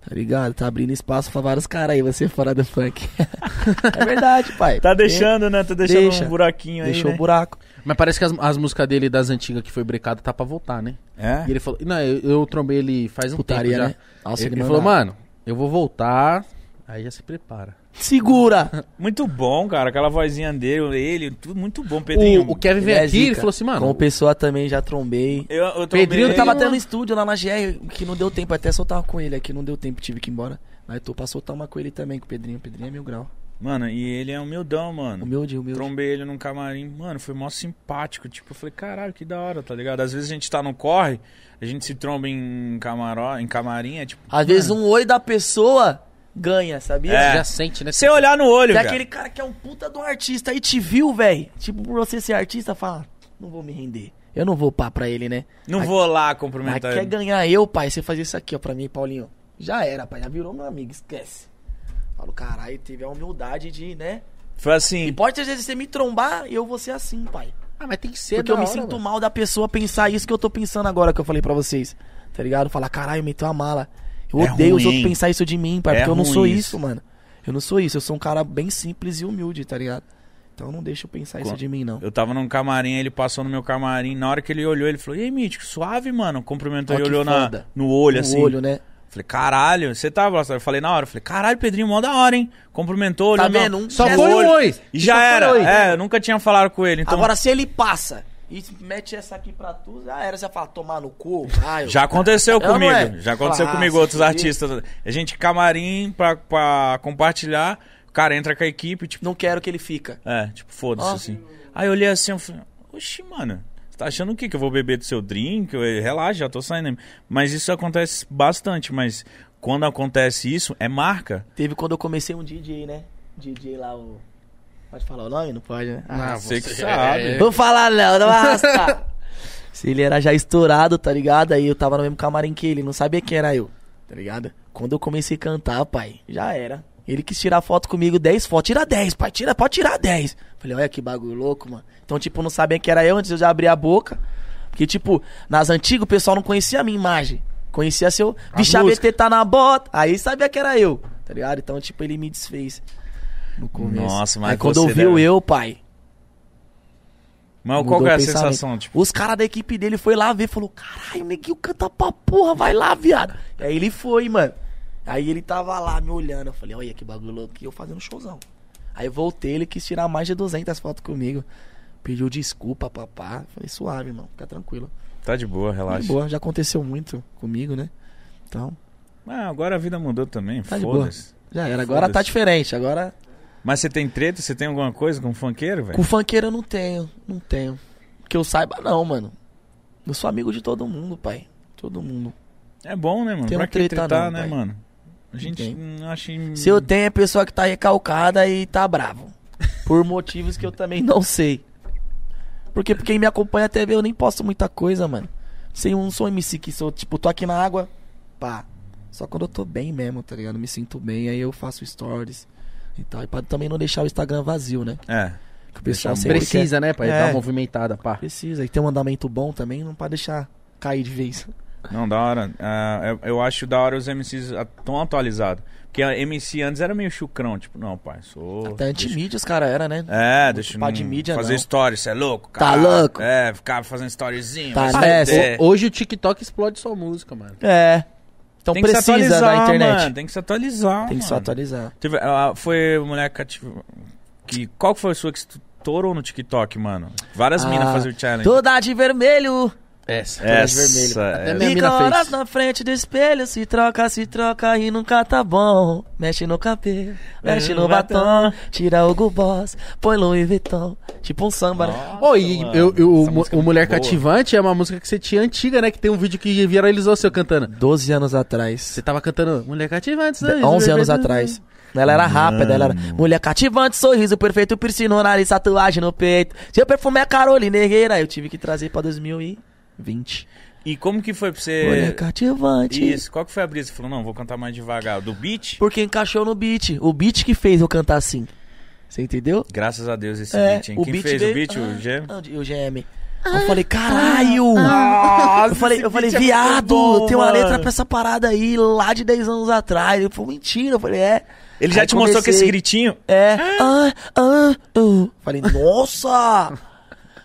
Speaker 3: Tá ligado? Tá abrindo espaço pra vários caras aí, você fora do funk. [LAUGHS] é verdade, pai.
Speaker 2: Tá deixando, né? Tá deixando
Speaker 3: Deixa.
Speaker 2: um buraquinho aí.
Speaker 3: Deixou o
Speaker 2: né?
Speaker 3: buraco.
Speaker 1: Mas parece que as, as músicas dele das antigas que foi brecada tá pra voltar, né?
Speaker 2: É?
Speaker 1: E ele falou, não, eu, eu trombei ele faz um
Speaker 3: Putaria,
Speaker 1: tempo já.
Speaker 3: né? Nossa,
Speaker 1: ele
Speaker 3: ele
Speaker 1: ele falou,
Speaker 3: mandava.
Speaker 1: mano, eu vou voltar. Aí já se prepara.
Speaker 3: Segura.
Speaker 2: Muito bom, cara. Aquela vozinha dele, ele, tudo muito bom, Pedrinho.
Speaker 1: O, o Kevin veio
Speaker 3: Ele é
Speaker 1: aqui e
Speaker 3: zica.
Speaker 1: falou assim,
Speaker 3: Com
Speaker 1: mano,
Speaker 3: o pessoal também já trombei. um-
Speaker 2: eu, eu tô
Speaker 1: Pedrinho
Speaker 2: meio-
Speaker 3: Tava até
Speaker 1: mano.
Speaker 3: no estúdio lá na GR, que não deu tempo, até soltar uma com ele aqui, não deu tempo, tive que ir embora. Aí tô pra soltar uma com ele também, com o Pedrinho. O Pedrinho é mil grau.
Speaker 2: Mano, e ele é humildão, mano.
Speaker 3: Humilde, humilde.
Speaker 2: Trombei ele num camarim, mano, foi mó simpático. Tipo, eu falei, caralho, que da hora, tá ligado? Às vezes a gente tá no corre, a gente se tromba em camaró, em camarim, é tipo.
Speaker 3: Às vezes um oi da pessoa ganha, sabia?
Speaker 2: É.
Speaker 1: já sente, né?
Speaker 2: Você olhar no olho,
Speaker 3: Tem
Speaker 2: cara.
Speaker 3: aquele cara que é um puta do artista e te viu, velho. Tipo, por você ser artista, fala, não vou me render. Eu não vou pá pra ele, né?
Speaker 2: Não vou lá
Speaker 3: Mas
Speaker 2: cumprimentar
Speaker 3: quer
Speaker 2: ele.
Speaker 3: ganhar eu, pai, você fazer isso aqui, ó, pra mim, Paulinho. Já era, pai, já virou meu amigo, esquece. Falo, caralho, teve a humildade de, né?
Speaker 2: Foi assim.
Speaker 3: E pode às vezes você me trombar e eu vou ser assim, pai.
Speaker 1: Ah, mas tem que ser
Speaker 3: Porque eu me sinto mal da pessoa pensar isso que eu tô pensando agora que eu falei pra vocês. Tá ligado? Falar, caralho, meteu a mala. Eu
Speaker 2: É
Speaker 3: odeio os
Speaker 2: ruim.
Speaker 3: outros pensar isso de mim, pai,
Speaker 2: É
Speaker 3: porque eu não
Speaker 2: ruim
Speaker 3: sou isso.
Speaker 2: isso.
Speaker 3: mano. Eu não sou isso, eu sou um cara bem simples e humilde, tá ligado? Então não deixa eu pensar isso
Speaker 2: Quando-
Speaker 3: de mim, não.
Speaker 2: Eu tava num camarim, ele passou no meu camarim. Na hora que ele olhou, ele falou: E aí, Mítico, suave, mano? Cumprimentou
Speaker 3: Ó,
Speaker 2: e
Speaker 3: que
Speaker 2: olhou na,
Speaker 3: foda.
Speaker 2: no olho,
Speaker 3: No
Speaker 2: assim.
Speaker 3: olho, né?
Speaker 2: Falei, caralho, você tava lá? Eu falei na hora, eu falei, caralho, Pedrinho, mó da hora, hein? Cumprimentou,
Speaker 3: Tá
Speaker 2: olhou na-
Speaker 3: vendo? Um
Speaker 1: Só
Speaker 3: gesto-
Speaker 1: foi um oi.
Speaker 2: E já
Speaker 3: Só
Speaker 2: era.
Speaker 3: foi, né?
Speaker 2: É, eu nunca tinha falado com ele. Então,
Speaker 3: Agora se ele passa e mete essa aqui pra tu, já era, você fala, tomar no cu, raio.
Speaker 2: já aconteceu
Speaker 3: É ou não
Speaker 2: comigo.
Speaker 3: é?
Speaker 2: Já aconteceu
Speaker 3: Fala,
Speaker 2: comigo
Speaker 3: ah,
Speaker 2: outros
Speaker 3: se
Speaker 2: artistas. A gente camarim pra, pra compartilhar, o cara entra com a equipe, tipo,
Speaker 3: Não quero que ele fica.
Speaker 2: é, tipo, foda-se
Speaker 3: Ó.
Speaker 2: assim. Aí eu olhei assim, eu falei, oxi, mano, você tá achando o quê? Que eu vou beber do seu drink? Eu, Relaxa, já tô saindo. Mas isso acontece bastante, mas quando acontece isso, é marca.
Speaker 3: Teve quando eu comecei um DJ, né? DJ lá, o. Pode falar o nome? Não pode, né? Ah,
Speaker 2: você que sabe.
Speaker 1: É,
Speaker 3: Vou falar não, não arrasta. Se ele era já estourado, tá ligado? Aí eu tava no mesmo camarim que ele, não sabia quem era eu, tá ligado? Quando eu comecei a cantar, pai, já era. Ele quis tirar foto comigo, 10 fotos. Tira 10, pai, tira, pode tirar 10. Falei, olha que bagulho louco, mano. Então, tipo, não sabia quem era eu antes, eu já abri a boca. Porque, tipo, nas antigas o pessoal não conhecia a minha imagem. Conhecia seu. Vixe, a
Speaker 1: música.
Speaker 3: BT tá na bota. Aí sabia que era eu, tá ligado? Então, tipo, ele me desfez. No começo.
Speaker 2: Nossa, mas
Speaker 3: Aí quando
Speaker 2: você
Speaker 3: ouviu
Speaker 2: deve-
Speaker 3: eu, pai,
Speaker 2: Mas
Speaker 3: Mudou
Speaker 2: qual que é
Speaker 3: o
Speaker 2: a
Speaker 3: pensamento.
Speaker 2: sensação? Tipo,
Speaker 3: Os caras da equipe dele foi lá ver, falou: caralho, o neguinho canta pra porra, vai lá, viado. E aí ele foi, mano. Aí ele tava lá me olhando. Eu falei: olha que bagulho louco, e eu fazendo showzão. Aí eu voltei, ele quis tirar mais de 200 fotos comigo. Pediu desculpa, papá. Eu Falei: suave, irmão, fica tranquilo.
Speaker 2: tá de boa, relaxa.
Speaker 3: De boa, já aconteceu muito comigo, né? Então,
Speaker 2: Ah, agora a vida mudou também,
Speaker 3: Tá de
Speaker 2: foda-se.
Speaker 3: já era. Agora tá
Speaker 2: Foda-se.
Speaker 3: diferente. Agora,
Speaker 2: Mas você tem treta? Você tem alguma coisa com funkeiro, velho?
Speaker 3: com funkeiro eu não tenho. Não tenho. Que eu saiba, não, mano. Eu sou amigo de todo mundo, pai. Todo mundo.
Speaker 2: É bom, né, mano?
Speaker 3: Tem
Speaker 2: pra
Speaker 3: um
Speaker 2: que
Speaker 3: treta
Speaker 2: tretar,
Speaker 3: não,
Speaker 2: né,
Speaker 3: pai.
Speaker 2: mano? A gente
Speaker 3: tem.
Speaker 2: não acha... em-
Speaker 3: Se eu tenho, é pessoa que tá recalcada e tá bravo.
Speaker 2: [LAUGHS]
Speaker 3: Por motivos que eu também não sei. Porque pra quem me acompanha até vê, eu nem posto muita coisa, mano. Sei um sou MC que sou, tipo, tô aqui na água, pá. Só quando eu tô bem mesmo, tá ligado? Me sinto bem, aí eu faço stories e tal. E pra também não deixar o Instagram vazio, né?
Speaker 2: É.
Speaker 3: Que o pessoal
Speaker 2: Deixar
Speaker 3: sempre quer-
Speaker 1: Precisa, né, pai?
Speaker 3: É.
Speaker 1: Dar uma movimentada, pá.
Speaker 3: Precisa. E ter um andamento bom também, não pode deixar cair de vez.
Speaker 2: Não, da hora. Ah, eu- eu acho da hora os MCs a- tão atualizados. Porque a MC antes era meio chucrão. Tipo, não, pai, sou...
Speaker 3: Até
Speaker 2: deixa-
Speaker 3: antimídia os cara era, né?
Speaker 2: É, deixa eu
Speaker 3: pá de mídia,
Speaker 2: fazer
Speaker 3: não.
Speaker 2: story, você é louco,
Speaker 3: Tá
Speaker 2: cara.
Speaker 3: louco?
Speaker 2: É, ficar fazendo storyzinho.
Speaker 3: Tá
Speaker 2: vai se
Speaker 3: nessa.
Speaker 2: fuder.
Speaker 1: É, Ho- Hoje o TikTok explode sua música, mano.
Speaker 3: É. Então
Speaker 2: Tem que se
Speaker 3: precisa
Speaker 2: atualizar,
Speaker 3: na internet.
Speaker 2: mano, Tem que se atualizar,
Speaker 3: Tem que se
Speaker 2: mano.
Speaker 3: atualizar.
Speaker 2: Teve, ah, foi a mulher que, ativ- que. Qual que foi a sua que estourou no TikTok, mano? Várias
Speaker 3: Ah,
Speaker 2: minas faziam challenge.
Speaker 3: Toda de vermelho,
Speaker 1: Essa.
Speaker 2: Essa,
Speaker 6: é
Speaker 1: Até
Speaker 2: essa.
Speaker 1: Minha mina
Speaker 3: Fica horas
Speaker 1: fez.
Speaker 3: na frente do espelho, se troca, se troca e nunca tá bom. Mexe no cabelo, mexe no batom, tira o gubós, põe Louis Vuitton. Tipo um samba, né?
Speaker 2: Nossa,
Speaker 1: Ô, e
Speaker 2: mano,
Speaker 1: eu, eu-
Speaker 2: essa
Speaker 1: o,
Speaker 2: música é
Speaker 1: o Mulher
Speaker 2: muito boa.
Speaker 1: Cativante é uma música que você tinha antiga, né? Que tem um vídeo que viralizou seu cantando.
Speaker 3: 12 anos atrás.
Speaker 1: Você tava cantando Mulher Cativante.
Speaker 3: de- 11 anos atrás. Ela era rápida, ela era mulher cativante, sorriso perfeito, piercing no nariz, tatuagem no peito. Seu perfume é Carolina Herrera, eu tive que trazer pra 2020.
Speaker 2: E como que foi pra
Speaker 3: Mulher
Speaker 2: você.
Speaker 3: cativante.
Speaker 2: É. Isso, qual que foi a brisa? Você falou, não, vou cantar mais devagar. Do beat?
Speaker 3: Porque encaixou no beat. O beat que fez eu cantar assim. Você entendeu?
Speaker 2: Graças a Deus esse
Speaker 3: É,
Speaker 2: beat, Ah. hein?
Speaker 3: o
Speaker 2: Quem
Speaker 3: beat
Speaker 2: fez
Speaker 3: veio-
Speaker 2: o beat, o Gem?
Speaker 3: Ah, O GM. eu falei, caralho! eu falei, eu falei
Speaker 2: beat é
Speaker 3: viado,
Speaker 2: muito bom,
Speaker 3: tem uma
Speaker 2: mano."
Speaker 3: letra pra essa parada aí lá de 10 anos atrás. Ele falou, mentira. Eu falei, é.
Speaker 2: Ele já
Speaker 3: Aí
Speaker 2: te mostrou que esse
Speaker 3: comecei.
Speaker 2: gritinho.
Speaker 3: É. Ah, ah, ah. Falei, nossa!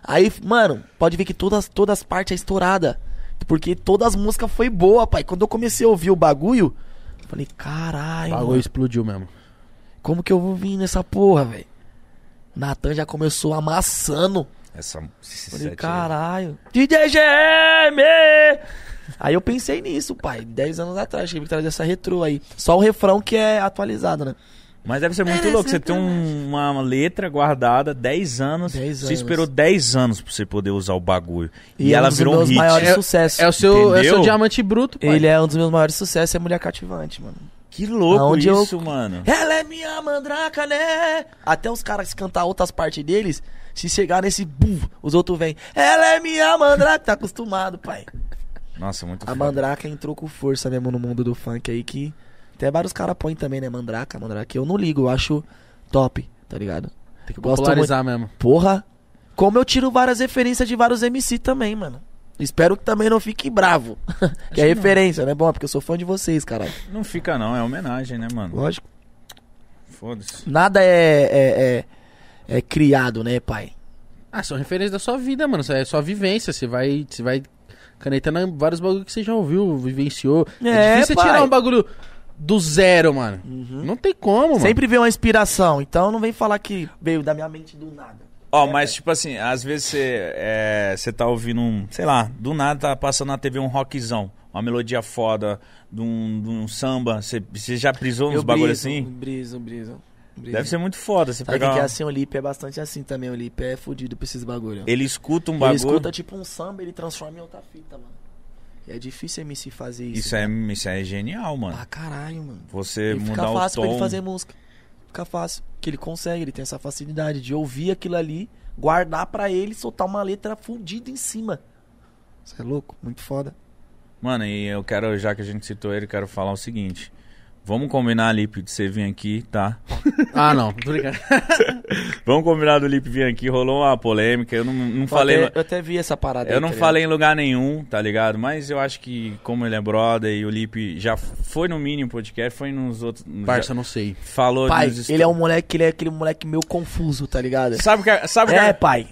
Speaker 3: Aí, mano, pode ver que todas, todas as partes é estourada. Porque todas as músicas foi boa, pai. Quando eu comecei a ouvir o bagulho, Falei, caralho,
Speaker 1: Pagou
Speaker 3: mano,
Speaker 1: explodiu mesmo.
Speaker 3: como que eu vou vir nessa porra, velho? Natan já começou amassando.
Speaker 6: Essa, esse
Speaker 3: Falei,
Speaker 6: set aí.
Speaker 3: caralho. DJ GM! Aí eu pensei nisso, pai. 10 anos atrás, tive que trazer essa retrô aí. Só o refrão que é atualizado, né?
Speaker 2: Mas deve ser muito louco. Você tem um- uma letra guardada 10 anos.
Speaker 3: 10
Speaker 2: Você
Speaker 3: anos.
Speaker 2: esperou 10 anos pra você poder usar o bagulho. E,
Speaker 3: é
Speaker 2: ela
Speaker 3: um dos
Speaker 2: virou um
Speaker 3: meus
Speaker 2: hit.
Speaker 3: maiores
Speaker 1: É-
Speaker 3: sucessos.
Speaker 1: É o seu, é o seu
Speaker 2: Entendeu?
Speaker 1: diamante bruto, pai.
Speaker 3: Ele é um dos meus maiores sucessos, é Mulher Cativante, mano.
Speaker 2: Que louco
Speaker 3: Aonde eu-
Speaker 2: isso, mano.
Speaker 3: Ela é minha mandraca, né? Até os caras cantar outras partes deles, se chegar nesse bum, os outros vêm. Ela é minha mandraca, tá acostumado, pai.
Speaker 2: Nossa, muito
Speaker 3: A
Speaker 2: foda.
Speaker 3: mandraca entrou com força mesmo no mundo do funk aí que até vários caras põem também, né? Mandraca, mandraca. Eu não ligo, eu acho top, tá ligado?
Speaker 1: Tem que
Speaker 3: Gosto
Speaker 1: popularizar mesmo.
Speaker 3: Porra, como eu tiro várias referências de vários MC também, mano. Espero que também não fique bravo. [LAUGHS] que é referência, né? Bom, porque eu sou fã de vocês, caralho.
Speaker 2: Não fica, não. É homenagem, né, mano?
Speaker 3: Lógico.
Speaker 2: Foda-se.
Speaker 3: Nada é, é, é, é criado, né, pai?
Speaker 1: Ah, são referências da sua vida, mano. É sua vivência. Você vai, você vai canetando vários bagulho que você já ouviu, vivenciou. É,
Speaker 3: É,
Speaker 1: difícil você
Speaker 3: pai. Uhum.
Speaker 1: tirar um bagulho do zero, mano. Não tem como, mano.
Speaker 3: Sempre vem uma inspiração, então não vem falar que veio da minha mente do nada.
Speaker 2: Ó, mas tipo assim, às vezes você é, você tá ouvindo um, sei lá, do nada tá passando na TV um rockzão, uma melodia foda, de um, de um samba, você, você já prisou uns bagulho assim?
Speaker 3: Briso, briso. briso.
Speaker 2: Deve ser muito foda você
Speaker 3: Sabe o
Speaker 2: pegar.
Speaker 3: que que é
Speaker 2: uma-
Speaker 3: assim? O Lipe é bastante assim também. O Lipe é fudido pra esses bagulho.
Speaker 2: Ele escuta um
Speaker 3: Ele
Speaker 2: bagulho.
Speaker 3: escuta tipo um samba, ele transforma em outra fita, mano. E é difícil MC fazer isso.
Speaker 2: Isso é, isso é genial, mano.
Speaker 3: Ah, caralho, mano.
Speaker 2: Você
Speaker 3: E fica
Speaker 2: mudar o
Speaker 3: fácil pra
Speaker 2: tom.
Speaker 3: ele fazer música. Fica fácil. Que ele consegue, ele tem essa facilidade de ouvir aquilo ali, guardar pra ele e soltar uma letra fundida em cima. Você é louco? Muito foda.
Speaker 2: Mano, e eu quero, já que a gente citou ele, eu quero falar o seguinte. Vamos combinar, Lipe, de você vir aqui, tá?
Speaker 1: Ah, não. Tô
Speaker 3: [LAUGHS]
Speaker 1: brincando.
Speaker 2: Vamos combinar do Lipe vir aqui. Rolou uma polêmica, eu não, não falei.
Speaker 3: Eu até, eu até vi essa parada aí,
Speaker 2: Eu não
Speaker 3: tá ligado?
Speaker 2: falei em lugar nenhum, tá ligado? Mas eu acho que, como ele é brother e o Lipe já foi no mínimo podcast, foi nos outros.
Speaker 1: Parça,
Speaker 2: já
Speaker 1: não sei.
Speaker 2: falou
Speaker 3: Pai,
Speaker 2: nos
Speaker 3: ele é um moleque, ele é aquele moleque meio confuso, tá ligado?
Speaker 2: Sabe o que. Sabe o
Speaker 3: É,
Speaker 2: que...
Speaker 3: pai.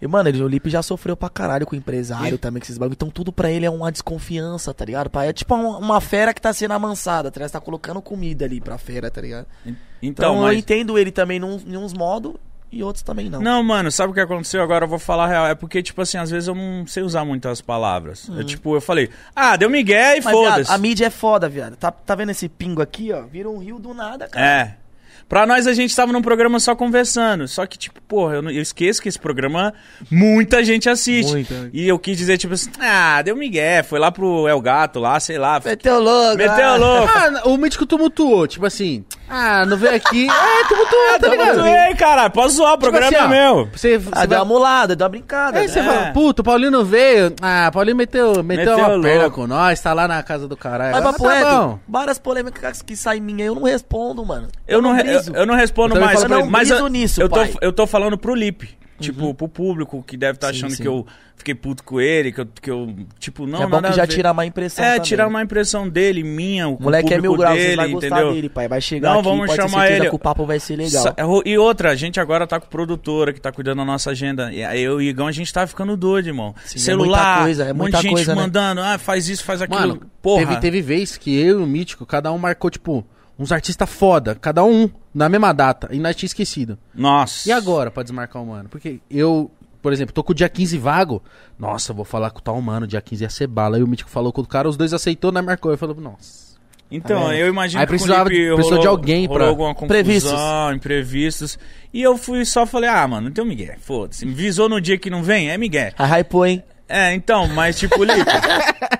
Speaker 3: E, mano, ele, o Lipe já sofreu pra caralho com o empresário também, com esses bagulho. Então tudo pra ele é uma desconfiança, tá ligado? Pai, é tipo um- uma fera que tá sendo amansada, tá ligado? Você tá colocando comida ali pra fera, tá ligado? Então,
Speaker 2: Então,
Speaker 3: eu
Speaker 2: mas.
Speaker 3: entendo ele também num- em uns modos e outros também não.
Speaker 2: Não, mano, sabe o que aconteceu? Agora eu vou falar a real. É porque, tipo assim, às vezes eu não sei usar muito as palavras. Eu, tipo, eu falei, ah, deu migué e
Speaker 3: Uhum. Mas, viado, a
Speaker 2: foda-se.
Speaker 3: mídia é foda, viado. Tá, tá vendo esse pingo aqui, ó? Vira um rio do nada, cara.
Speaker 2: É. Pra nós, a gente tava num programa só conversando. Só que, tipo, porra, eu, não- eu esqueço que esse programa muita gente assiste.
Speaker 3: Muita.
Speaker 2: E eu quis dizer, tipo assim, ah, deu migué, foi lá pro El Gato, lá, sei lá.
Speaker 3: Meteu louco.
Speaker 2: É. Meteu
Speaker 3: ah.
Speaker 2: o louco. é.
Speaker 1: Ah, o mítico tumultuou. Tipo assim, ah, não veio
Speaker 2: [LAUGHS]
Speaker 1: aqui. É, tumultuou, tá ligado?
Speaker 2: Eu zoei, cara, posso zoar, o
Speaker 1: Tipo
Speaker 2: programa
Speaker 1: assim, ó,
Speaker 2: é meu.
Speaker 1: Você, você
Speaker 3: Ah,
Speaker 1: vai-
Speaker 3: deu uma mulada, deu uma brincada.
Speaker 1: Aí
Speaker 3: né?
Speaker 1: você
Speaker 2: É.
Speaker 1: fala, puta, o Paulinho não veio. Ah, o Paulinho meteu, meteu,
Speaker 2: Meteu
Speaker 1: uma
Speaker 2: louco.
Speaker 1: perna com nós, tá lá na casa do caralho.
Speaker 3: Mas,
Speaker 1: Ah,
Speaker 3: papo
Speaker 1: tá
Speaker 3: reto,
Speaker 1: bom.
Speaker 3: várias polêmicas que saem minha, eu não respondo, mano.
Speaker 2: Eu não, re-
Speaker 3: briso.
Speaker 2: eu, eu não respondo
Speaker 1: Eu também
Speaker 2: mais,
Speaker 1: falo
Speaker 3: pra
Speaker 2: mas,
Speaker 3: ele,
Speaker 2: mas
Speaker 3: briso
Speaker 2: eu,
Speaker 3: nisso,
Speaker 2: eu, tô,
Speaker 3: pai. Uhum.
Speaker 2: eu tô falando pro Lipe. Tipo, pro público que deve estar
Speaker 3: Sim,
Speaker 2: achando
Speaker 3: sim.
Speaker 2: que eu fiquei puto com ele, que eu, que eu tipo, não,
Speaker 3: é bom
Speaker 2: nada
Speaker 3: que
Speaker 2: a
Speaker 3: já
Speaker 2: ver.
Speaker 3: tira a má impressão.
Speaker 2: É,
Speaker 3: também.
Speaker 2: tirar uma impressão dele, minha, o
Speaker 3: O moleque é
Speaker 2: público
Speaker 3: mil graus,
Speaker 2: dele,
Speaker 3: vocês vai gostar
Speaker 2: entendeu?
Speaker 3: dele, pai. Vai chegar
Speaker 2: Não,
Speaker 3: aqui,
Speaker 2: vamos
Speaker 3: pode ter
Speaker 2: chamar
Speaker 3: certeza
Speaker 2: ele.
Speaker 3: que o papo vai ser legal.
Speaker 2: Sa- ro- E outra, a gente agora tá com produtora que tá cuidando da nossa agenda. E aí Eu e o Igão, a gente tá ficando doido, irmão.
Speaker 3: Sim, é
Speaker 2: Celular,
Speaker 3: muita coisa, é
Speaker 2: um monte
Speaker 3: muita
Speaker 2: de gente
Speaker 3: coisa, né?
Speaker 2: mandando, ah, faz isso, faz aquilo.
Speaker 1: Mano,
Speaker 2: Porra.
Speaker 1: Teve, teve vez que eu e o Mítico, cada um marcou, tipo, uns artistas foda, cada um, na mesma data, e nós tinha esquecido.
Speaker 2: Nossa.
Speaker 1: E agora, pra desmarcar o mano? Porque eu, por exemplo, tô com o dia 15 vago. Nossa, eu vou falar com o tal mano, dia 15 ia ser bala. Aí o Mítico falou com o cara, os dois aceitou, né, marcou. Eu falei, nossa.
Speaker 2: Então, eu imagino
Speaker 1: Tá Aí
Speaker 2: que com o
Speaker 1: precisava
Speaker 2: Lipe
Speaker 1: de- precisou de alguém
Speaker 2: rolou
Speaker 1: pra-
Speaker 2: alguma confusão,
Speaker 3: Previstos.
Speaker 2: imprevistos. E eu fui só falei, ah, mano, não tem o Miguel, foda-se. Me Visou no dia que não vem? É Miguel.
Speaker 3: A hypou, hein?
Speaker 2: É, então, mas tipo,
Speaker 1: [LAUGHS]
Speaker 2: Lipe,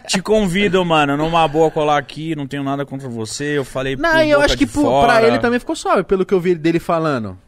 Speaker 2: te convido, mano, numa boa colar aqui, não tenho nada contra você. Eu falei
Speaker 1: Não,
Speaker 2: por
Speaker 1: e eu
Speaker 2: boca
Speaker 1: acho que
Speaker 2: de
Speaker 1: pro-
Speaker 2: fora.
Speaker 1: pra ele também ficou suave, pelo que eu vi dele falando.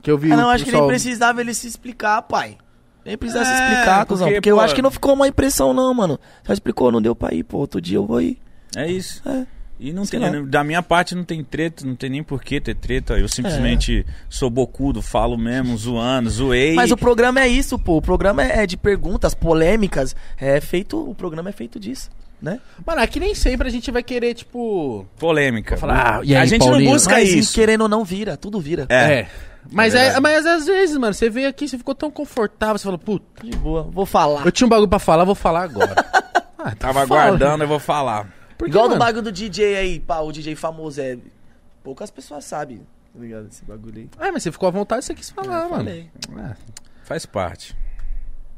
Speaker 1: Que eu vi
Speaker 3: Ah,
Speaker 1: o
Speaker 3: não, acho que nem
Speaker 1: pessoal-
Speaker 3: precisava ele se explicar, pai. Nem precisava se
Speaker 2: É,
Speaker 3: explicar, cuzão.
Speaker 2: porque,
Speaker 3: Porque, eu
Speaker 2: pô-
Speaker 3: acho que não ficou uma impressão, não, mano. Já explicou, não deu pra ir, pô. Outro dia eu vou ir.
Speaker 2: É isso.
Speaker 3: É.
Speaker 2: E não
Speaker 3: Sei
Speaker 2: tem, né,
Speaker 3: lá.
Speaker 2: da minha parte não tem treta, não tem nem por que ter treta. Eu simplesmente sou bocudo, falo mesmo, zoando, zoei.
Speaker 3: Mas o programa é isso, pô. O programa é é de perguntas, polêmicas. É feito. O programa é feito disso, né?
Speaker 1: Mano, aqui nem sempre a gente vai querer, tipo.
Speaker 2: Polêmica.
Speaker 1: falar, ah, e aí,
Speaker 2: a gente
Speaker 1: Paulinho?
Speaker 2: não busca
Speaker 3: Mas
Speaker 2: é isso.
Speaker 3: querendo ou não, vira. Tudo vira.
Speaker 1: É. Mas,
Speaker 2: É
Speaker 1: é,
Speaker 2: verdade.
Speaker 1: mas às vezes, mano, você veio aqui, você ficou tão confortável, você falou, puta,
Speaker 3: De boa. Vou falar.
Speaker 1: eu tinha um bagulho pra falar, vou falar agora. ah,
Speaker 2: Tava
Speaker 1: fala.
Speaker 2: aguardando, eu vou falar.
Speaker 1: Porque,
Speaker 3: Igual no
Speaker 1: mano,
Speaker 3: bagulho do DJ aí, pá, o DJ famoso é. Poucas pessoas sabem, tá ligado? Esse bagulho aí.
Speaker 1: É, mas você ficou à vontade, você quis
Speaker 2: Ah,
Speaker 1: falar, mano.
Speaker 3: É, Falei.
Speaker 2: Faz parte.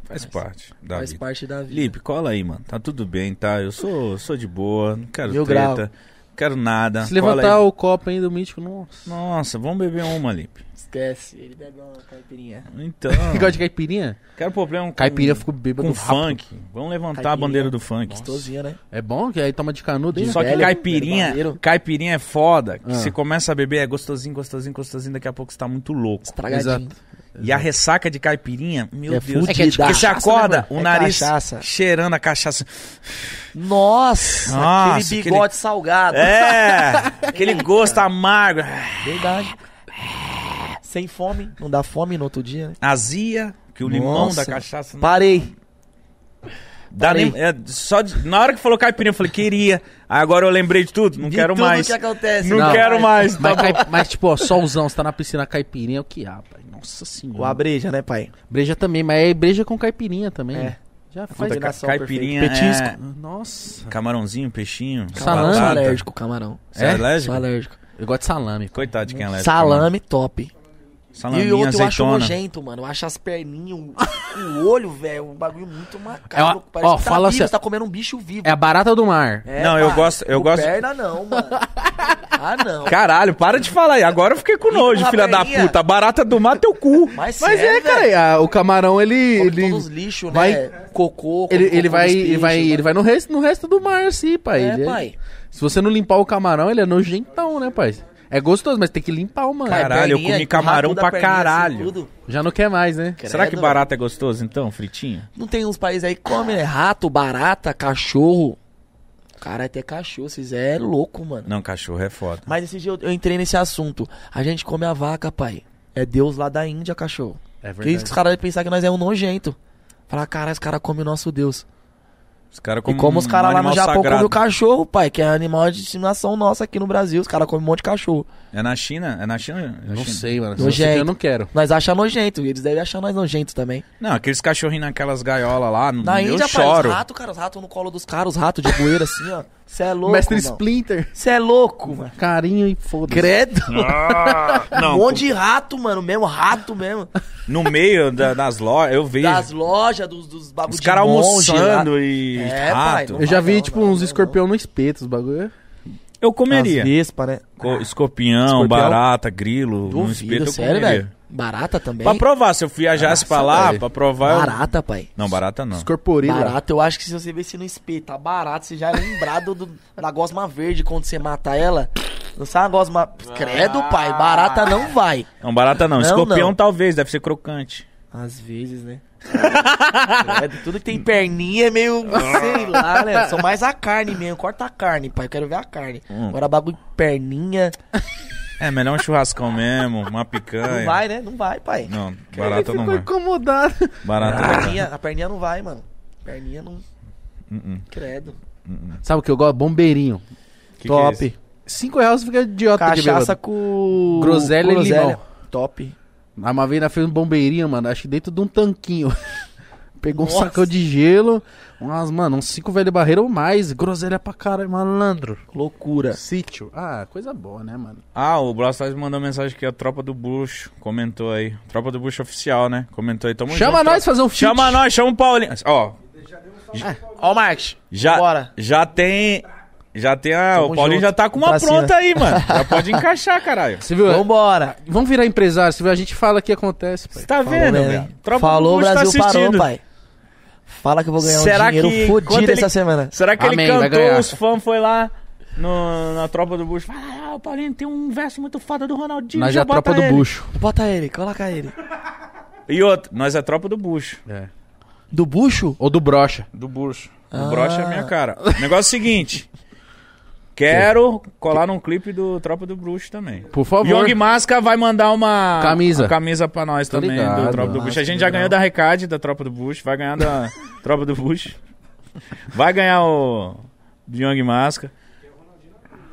Speaker 2: Faz parte da
Speaker 7: Faz
Speaker 2: vida.
Speaker 7: parte da vida.
Speaker 2: Lipe, cola aí, mano. Tá tudo bem, tá? Eu sou, sou de boa, não quero
Speaker 7: Mil
Speaker 2: treta,
Speaker 7: grau.
Speaker 2: não quero nada.
Speaker 1: Se
Speaker 2: Cola
Speaker 1: levantar
Speaker 2: aí.
Speaker 1: o copo ainda do mítico, nossa.
Speaker 2: Nossa, vamos beber uma, Lipe.
Speaker 7: Esquece. Ele bebe uma caipirinha.
Speaker 2: Então.
Speaker 1: Gosta de caipirinha?
Speaker 2: quero problema com,
Speaker 1: Caipirinha ficou bêbado
Speaker 2: com
Speaker 1: rápido.
Speaker 2: funk. Vamos levantar a
Speaker 7: Caipirinha.
Speaker 2: bandeira do funk.
Speaker 7: Gostosinha, né?
Speaker 1: É bom que aí toma de canudo, hein?
Speaker 2: Só que
Speaker 7: velho,
Speaker 2: caipirinha,
Speaker 7: verdadeiro.
Speaker 2: caipirinha é foda. Que
Speaker 1: Ah.
Speaker 2: você começa a beber, é gostosinho, gostosinho, gostosinho. Daqui a pouco você tá muito louco.
Speaker 7: Estragadinho.
Speaker 2: E a ressaca de caipirinha, meu
Speaker 7: É
Speaker 2: Deus.
Speaker 7: fudida. É que é de
Speaker 2: Porque você
Speaker 7: cachaça,
Speaker 2: acorda,
Speaker 7: né, mano?
Speaker 2: o
Speaker 7: É
Speaker 2: nariz
Speaker 7: cachaça.
Speaker 2: cheirando a cachaça.
Speaker 3: Nossa,
Speaker 2: Nossa,
Speaker 3: aquele
Speaker 2: aquele-
Speaker 3: bigode salgado.
Speaker 2: É!
Speaker 7: [LAUGHS]
Speaker 2: aquele gosto amargo.
Speaker 7: Verdade.
Speaker 3: Sem fome.
Speaker 7: Não dá fome no outro dia, né?
Speaker 2: Azia, que o limão da
Speaker 7: Nossa.
Speaker 2: cachaça. Não
Speaker 3: Parei.
Speaker 2: dá nem, é, só de- na hora que falou caipirinha, eu falei, queria. Aí Agora eu lembrei de tudo, não
Speaker 3: De
Speaker 2: quero
Speaker 3: tudo
Speaker 2: mais.
Speaker 7: é
Speaker 3: que acontece.
Speaker 2: Não quero mais,
Speaker 1: Mas, cai- mas, tipo, ó, solzão, você tá na piscina caipirinha, é o que há, pai? Nossa senhora.
Speaker 3: O abreja, né, pai?
Speaker 1: Breja também, mas é breja com caipirinha também.
Speaker 3: É.
Speaker 1: Já faz.
Speaker 2: Puta, ca-
Speaker 3: Combinação
Speaker 2: caipirinha,
Speaker 1: Petisco.
Speaker 2: é,
Speaker 1: Nossa.
Speaker 2: camarãozinho, peixinho,
Speaker 1: Salame.
Speaker 7: Sou
Speaker 2: batata.
Speaker 7: alérgico, camarão.
Speaker 2: Você é alérgico?
Speaker 7: Sou alérgico.
Speaker 1: Eu gosto de salame.
Speaker 2: Coitado de quem é alérgico.
Speaker 7: Salame top.
Speaker 2: mano. Salaminha,
Speaker 3: e outro eu acho
Speaker 2: azeitona.
Speaker 3: nojento, mano. Eu acho as perninhas, o, o olho, velho, um bagulho muito
Speaker 1: É uma-
Speaker 3: macabro. Parece
Speaker 1: ó,
Speaker 3: que tá
Speaker 1: fala
Speaker 3: vivo,
Speaker 1: assim-
Speaker 3: você tá comendo um bicho vivo.
Speaker 1: É a barata do mar.
Speaker 3: É,
Speaker 2: Não, eu
Speaker 3: pá,
Speaker 2: gosto- eu
Speaker 3: o
Speaker 2: gosto-
Speaker 3: perna não, mano. ah, não.
Speaker 2: Caralho, para de falar aí. Agora eu fiquei com nojo,
Speaker 3: Empurra a
Speaker 2: filha da
Speaker 3: perninha.
Speaker 2: puta. Barata do mar, teu cu.
Speaker 3: Mas,
Speaker 1: Mas
Speaker 3: sério,
Speaker 1: é, cara, a- o camarão, ele.
Speaker 3: Come
Speaker 1: Ele,
Speaker 3: todos os lixos, né?
Speaker 1: vai-
Speaker 3: Cocô,
Speaker 1: ele,
Speaker 3: cocô
Speaker 1: ele
Speaker 3: dos
Speaker 1: vai, ele
Speaker 3: peixes,
Speaker 1: vai,
Speaker 3: mano.
Speaker 1: ele vai no, resto, no resto do mar, assim, né? pai.
Speaker 3: É,
Speaker 1: Ele-
Speaker 3: pai.
Speaker 1: Se você não limpar o camarão, ele é nojentão, né, pai? É gostoso, mas tem que limpar o mano.
Speaker 2: Cara, Caralho, eu comi
Speaker 3: Perninha,
Speaker 2: camarão
Speaker 3: rato da
Speaker 2: pra
Speaker 3: perninha, assim,
Speaker 2: caralho.
Speaker 3: tudo.
Speaker 1: Já não quer mais, né?
Speaker 2: Será que
Speaker 3: Credo,
Speaker 2: barata é gostoso, então, fritinho?
Speaker 3: Não tem uns países aí que comem, né? Rato, barata, cachorro. Cara, até cachorro, vocês é louco, mano.
Speaker 2: Não, cachorro é foda.
Speaker 3: Mas esse dia eu, eu entrei nesse assunto. A gente come a vaca, pai. É Deus lá da Índia, cachorro.
Speaker 1: É
Speaker 3: Que isso que os caras devem pensar que nós é um nojento. Falar, caralho, os caras comem o nosso Deus.
Speaker 2: Os caras
Speaker 3: e como os caras lá no Japão comem
Speaker 2: comem
Speaker 3: o cachorro, pai, que é animal de estimação nossa aqui no Brasil. Os caras comem um monte de cachorro.
Speaker 2: É na China? É na China? É
Speaker 1: Eu não
Speaker 2: China.
Speaker 1: sei, mano. Se
Speaker 3: Nojento.
Speaker 1: você quer, eu não quero.
Speaker 3: Nós achamos nojento, e eles devem achar nós nojento também.
Speaker 2: Não, aqueles cachorrinhos naquelas gaiolas lá,
Speaker 3: Na
Speaker 2: eu
Speaker 3: Índia,
Speaker 2: choro.
Speaker 3: pai, os ratos, cara, os ratos no colo dos caras, os ratos de bueira assim, ó. Você é louco,
Speaker 1: Mestre
Speaker 3: irmão.
Speaker 1: Splinter.
Speaker 3: Você é louco, mano.
Speaker 1: Carinho e foda-se.
Speaker 3: Credo. [LAUGHS]
Speaker 2: Ah,
Speaker 3: um
Speaker 2: não,
Speaker 3: monte de rato, mano. Mesmo
Speaker 2: [LAUGHS]
Speaker 3: rato mesmo.
Speaker 2: no meio da- das lojas, eu vejo
Speaker 3: Das lojas, dos, dos bagulhos
Speaker 2: os caras
Speaker 3: monge lá.
Speaker 2: almoçando e
Speaker 3: É, pai,
Speaker 2: rato.
Speaker 3: não-
Speaker 1: Eu já vi,
Speaker 3: Não,
Speaker 1: tipo,
Speaker 3: não,
Speaker 1: uns
Speaker 3: não,
Speaker 1: escorpião no espeto, os bagulho.
Speaker 2: eu
Speaker 3: As
Speaker 2: comeria.
Speaker 3: vespas, né?
Speaker 2: Co- escorpião,
Speaker 3: Escorpião?
Speaker 2: barata, grilo, no espeto
Speaker 3: Duvido,
Speaker 2: eu
Speaker 3: sério,
Speaker 2: comeria.
Speaker 3: velho. Barata também?
Speaker 2: Pra provar, se eu viajasse pra
Speaker 1: Nossa,
Speaker 2: lá,
Speaker 1: velho.
Speaker 2: pra provar... eu-
Speaker 3: Barata, pai.
Speaker 2: Não, barata não.
Speaker 1: Escorporila.
Speaker 3: Barata, eu acho que se você ver se no espeto tá barato, você já é lembrado do, da gosma verde quando você mata ela. Não sabe a gosma... Credo, pai, barata não vai.
Speaker 2: Não, barata não.
Speaker 3: Não,
Speaker 2: Escorpião
Speaker 3: não.
Speaker 2: talvez, deve ser crocante.
Speaker 3: Às vezes, né? Credo, tudo que tem perninha é meio, sei lá, né? São mais a carne mesmo. Corta a carne, pai. Eu quero ver a carne.
Speaker 2: Hum.
Speaker 3: Agora bagulho de perninha.
Speaker 2: É, melhor um churrascão mesmo, uma picanha.
Speaker 3: Não vai, né? Não vai, pai.
Speaker 2: Não,
Speaker 1: Ele
Speaker 2: barata não
Speaker 1: ficou
Speaker 2: é. vai.
Speaker 1: incomodado.
Speaker 2: Barata
Speaker 3: A
Speaker 2: não vai.
Speaker 3: perninha, a perninha não vai, mano. Perninha não.
Speaker 2: Uh-uh.
Speaker 3: Credo.
Speaker 1: Sabe o que eu gosto? Bombeirinho.
Speaker 2: Que que é
Speaker 3: Top.
Speaker 2: isso?
Speaker 1: Cinco reais fica idiota de
Speaker 3: Cachaça
Speaker 1: bêbado.
Speaker 3: com.
Speaker 1: Groselha e limão.
Speaker 3: Top.
Speaker 1: Mas Uma vez nós fez um bombeirinho, mano. Acho que dentro de um tanquinho. [LAUGHS] Pegou um
Speaker 3: Nossa.
Speaker 1: sacão de gelo. Umas, mano, uns cinco velho barreira ou mais. Groselha pra caralho, malandro.
Speaker 3: Loucura.
Speaker 1: Sítio. Ah, coisa boa, né, mano?
Speaker 2: Ah, o Blastoise mandou mensagem que a Tropa do Bush comentou aí. Tropa do Bush oficial, né? Comentou aí. Tamo
Speaker 1: Chama
Speaker 2: junto,
Speaker 1: nós
Speaker 2: tropa.
Speaker 1: fazer um feat.
Speaker 2: Chama nós, chama o Paulinho. Ó,
Speaker 3: É. Ó, o Marcos.
Speaker 2: já,
Speaker 3: Bora.
Speaker 2: já tem... Já tem a...
Speaker 3: Tamo
Speaker 2: o Paulinho
Speaker 3: junto. assim, né?
Speaker 2: já tá com uma
Speaker 3: Pra cima.
Speaker 2: pronta aí, mano. Já
Speaker 3: [LAUGHS]
Speaker 2: pode encaixar, caralho.
Speaker 1: Você viu?
Speaker 3: Vambora.
Speaker 1: Vamos virar empresário. Você viu? A gente fala que acontece, pai.
Speaker 2: Você tá
Speaker 3: Falou,
Speaker 2: vendo,
Speaker 3: né?
Speaker 2: velho? Tropa
Speaker 3: Falou,
Speaker 2: do Bush
Speaker 3: Brasil
Speaker 2: tá assistindo.
Speaker 3: parou, pai. Fala que eu vou ganhar
Speaker 2: Será
Speaker 3: um dinheiro
Speaker 2: que- quanto
Speaker 3: fodido
Speaker 2: ele-
Speaker 3: essa semana.
Speaker 2: Será que
Speaker 1: Amém,
Speaker 2: ele
Speaker 1: vai
Speaker 2: cantou,
Speaker 1: ganhar.
Speaker 2: os fãs foi lá no- na Tropa do Bush? Fala, ah, o Paulinho tem um verso muito foda do Ronaldinho,
Speaker 1: Nós
Speaker 2: já
Speaker 1: é a
Speaker 2: bota
Speaker 1: tropa do
Speaker 2: ele.
Speaker 1: bucho.
Speaker 3: Bota ele, coloca ele.
Speaker 2: E outro, nós é a Tropa do Bush.
Speaker 1: É.
Speaker 3: Do bucho?
Speaker 1: Ou do brocha.
Speaker 2: Do bucho.
Speaker 3: Ah.
Speaker 2: O brocha é a minha cara. O negócio é o
Speaker 3: [LAUGHS]
Speaker 2: seguinte. Quero colar num clipe do Tropa do Bruxo também.
Speaker 1: Por favor.
Speaker 2: Yogi Masca vai mandar uma
Speaker 1: Camisa.
Speaker 2: uma camisa pra nós
Speaker 1: Tô
Speaker 2: também
Speaker 1: ligado.
Speaker 2: do Tropa do Bruxo. A gente já ganhou da Recade, da Tropa do Bruxo. Vai
Speaker 1: [LAUGHS]
Speaker 2: ganhar da Tropa do Bruxo. Vai ganhar o do Yogi Masca.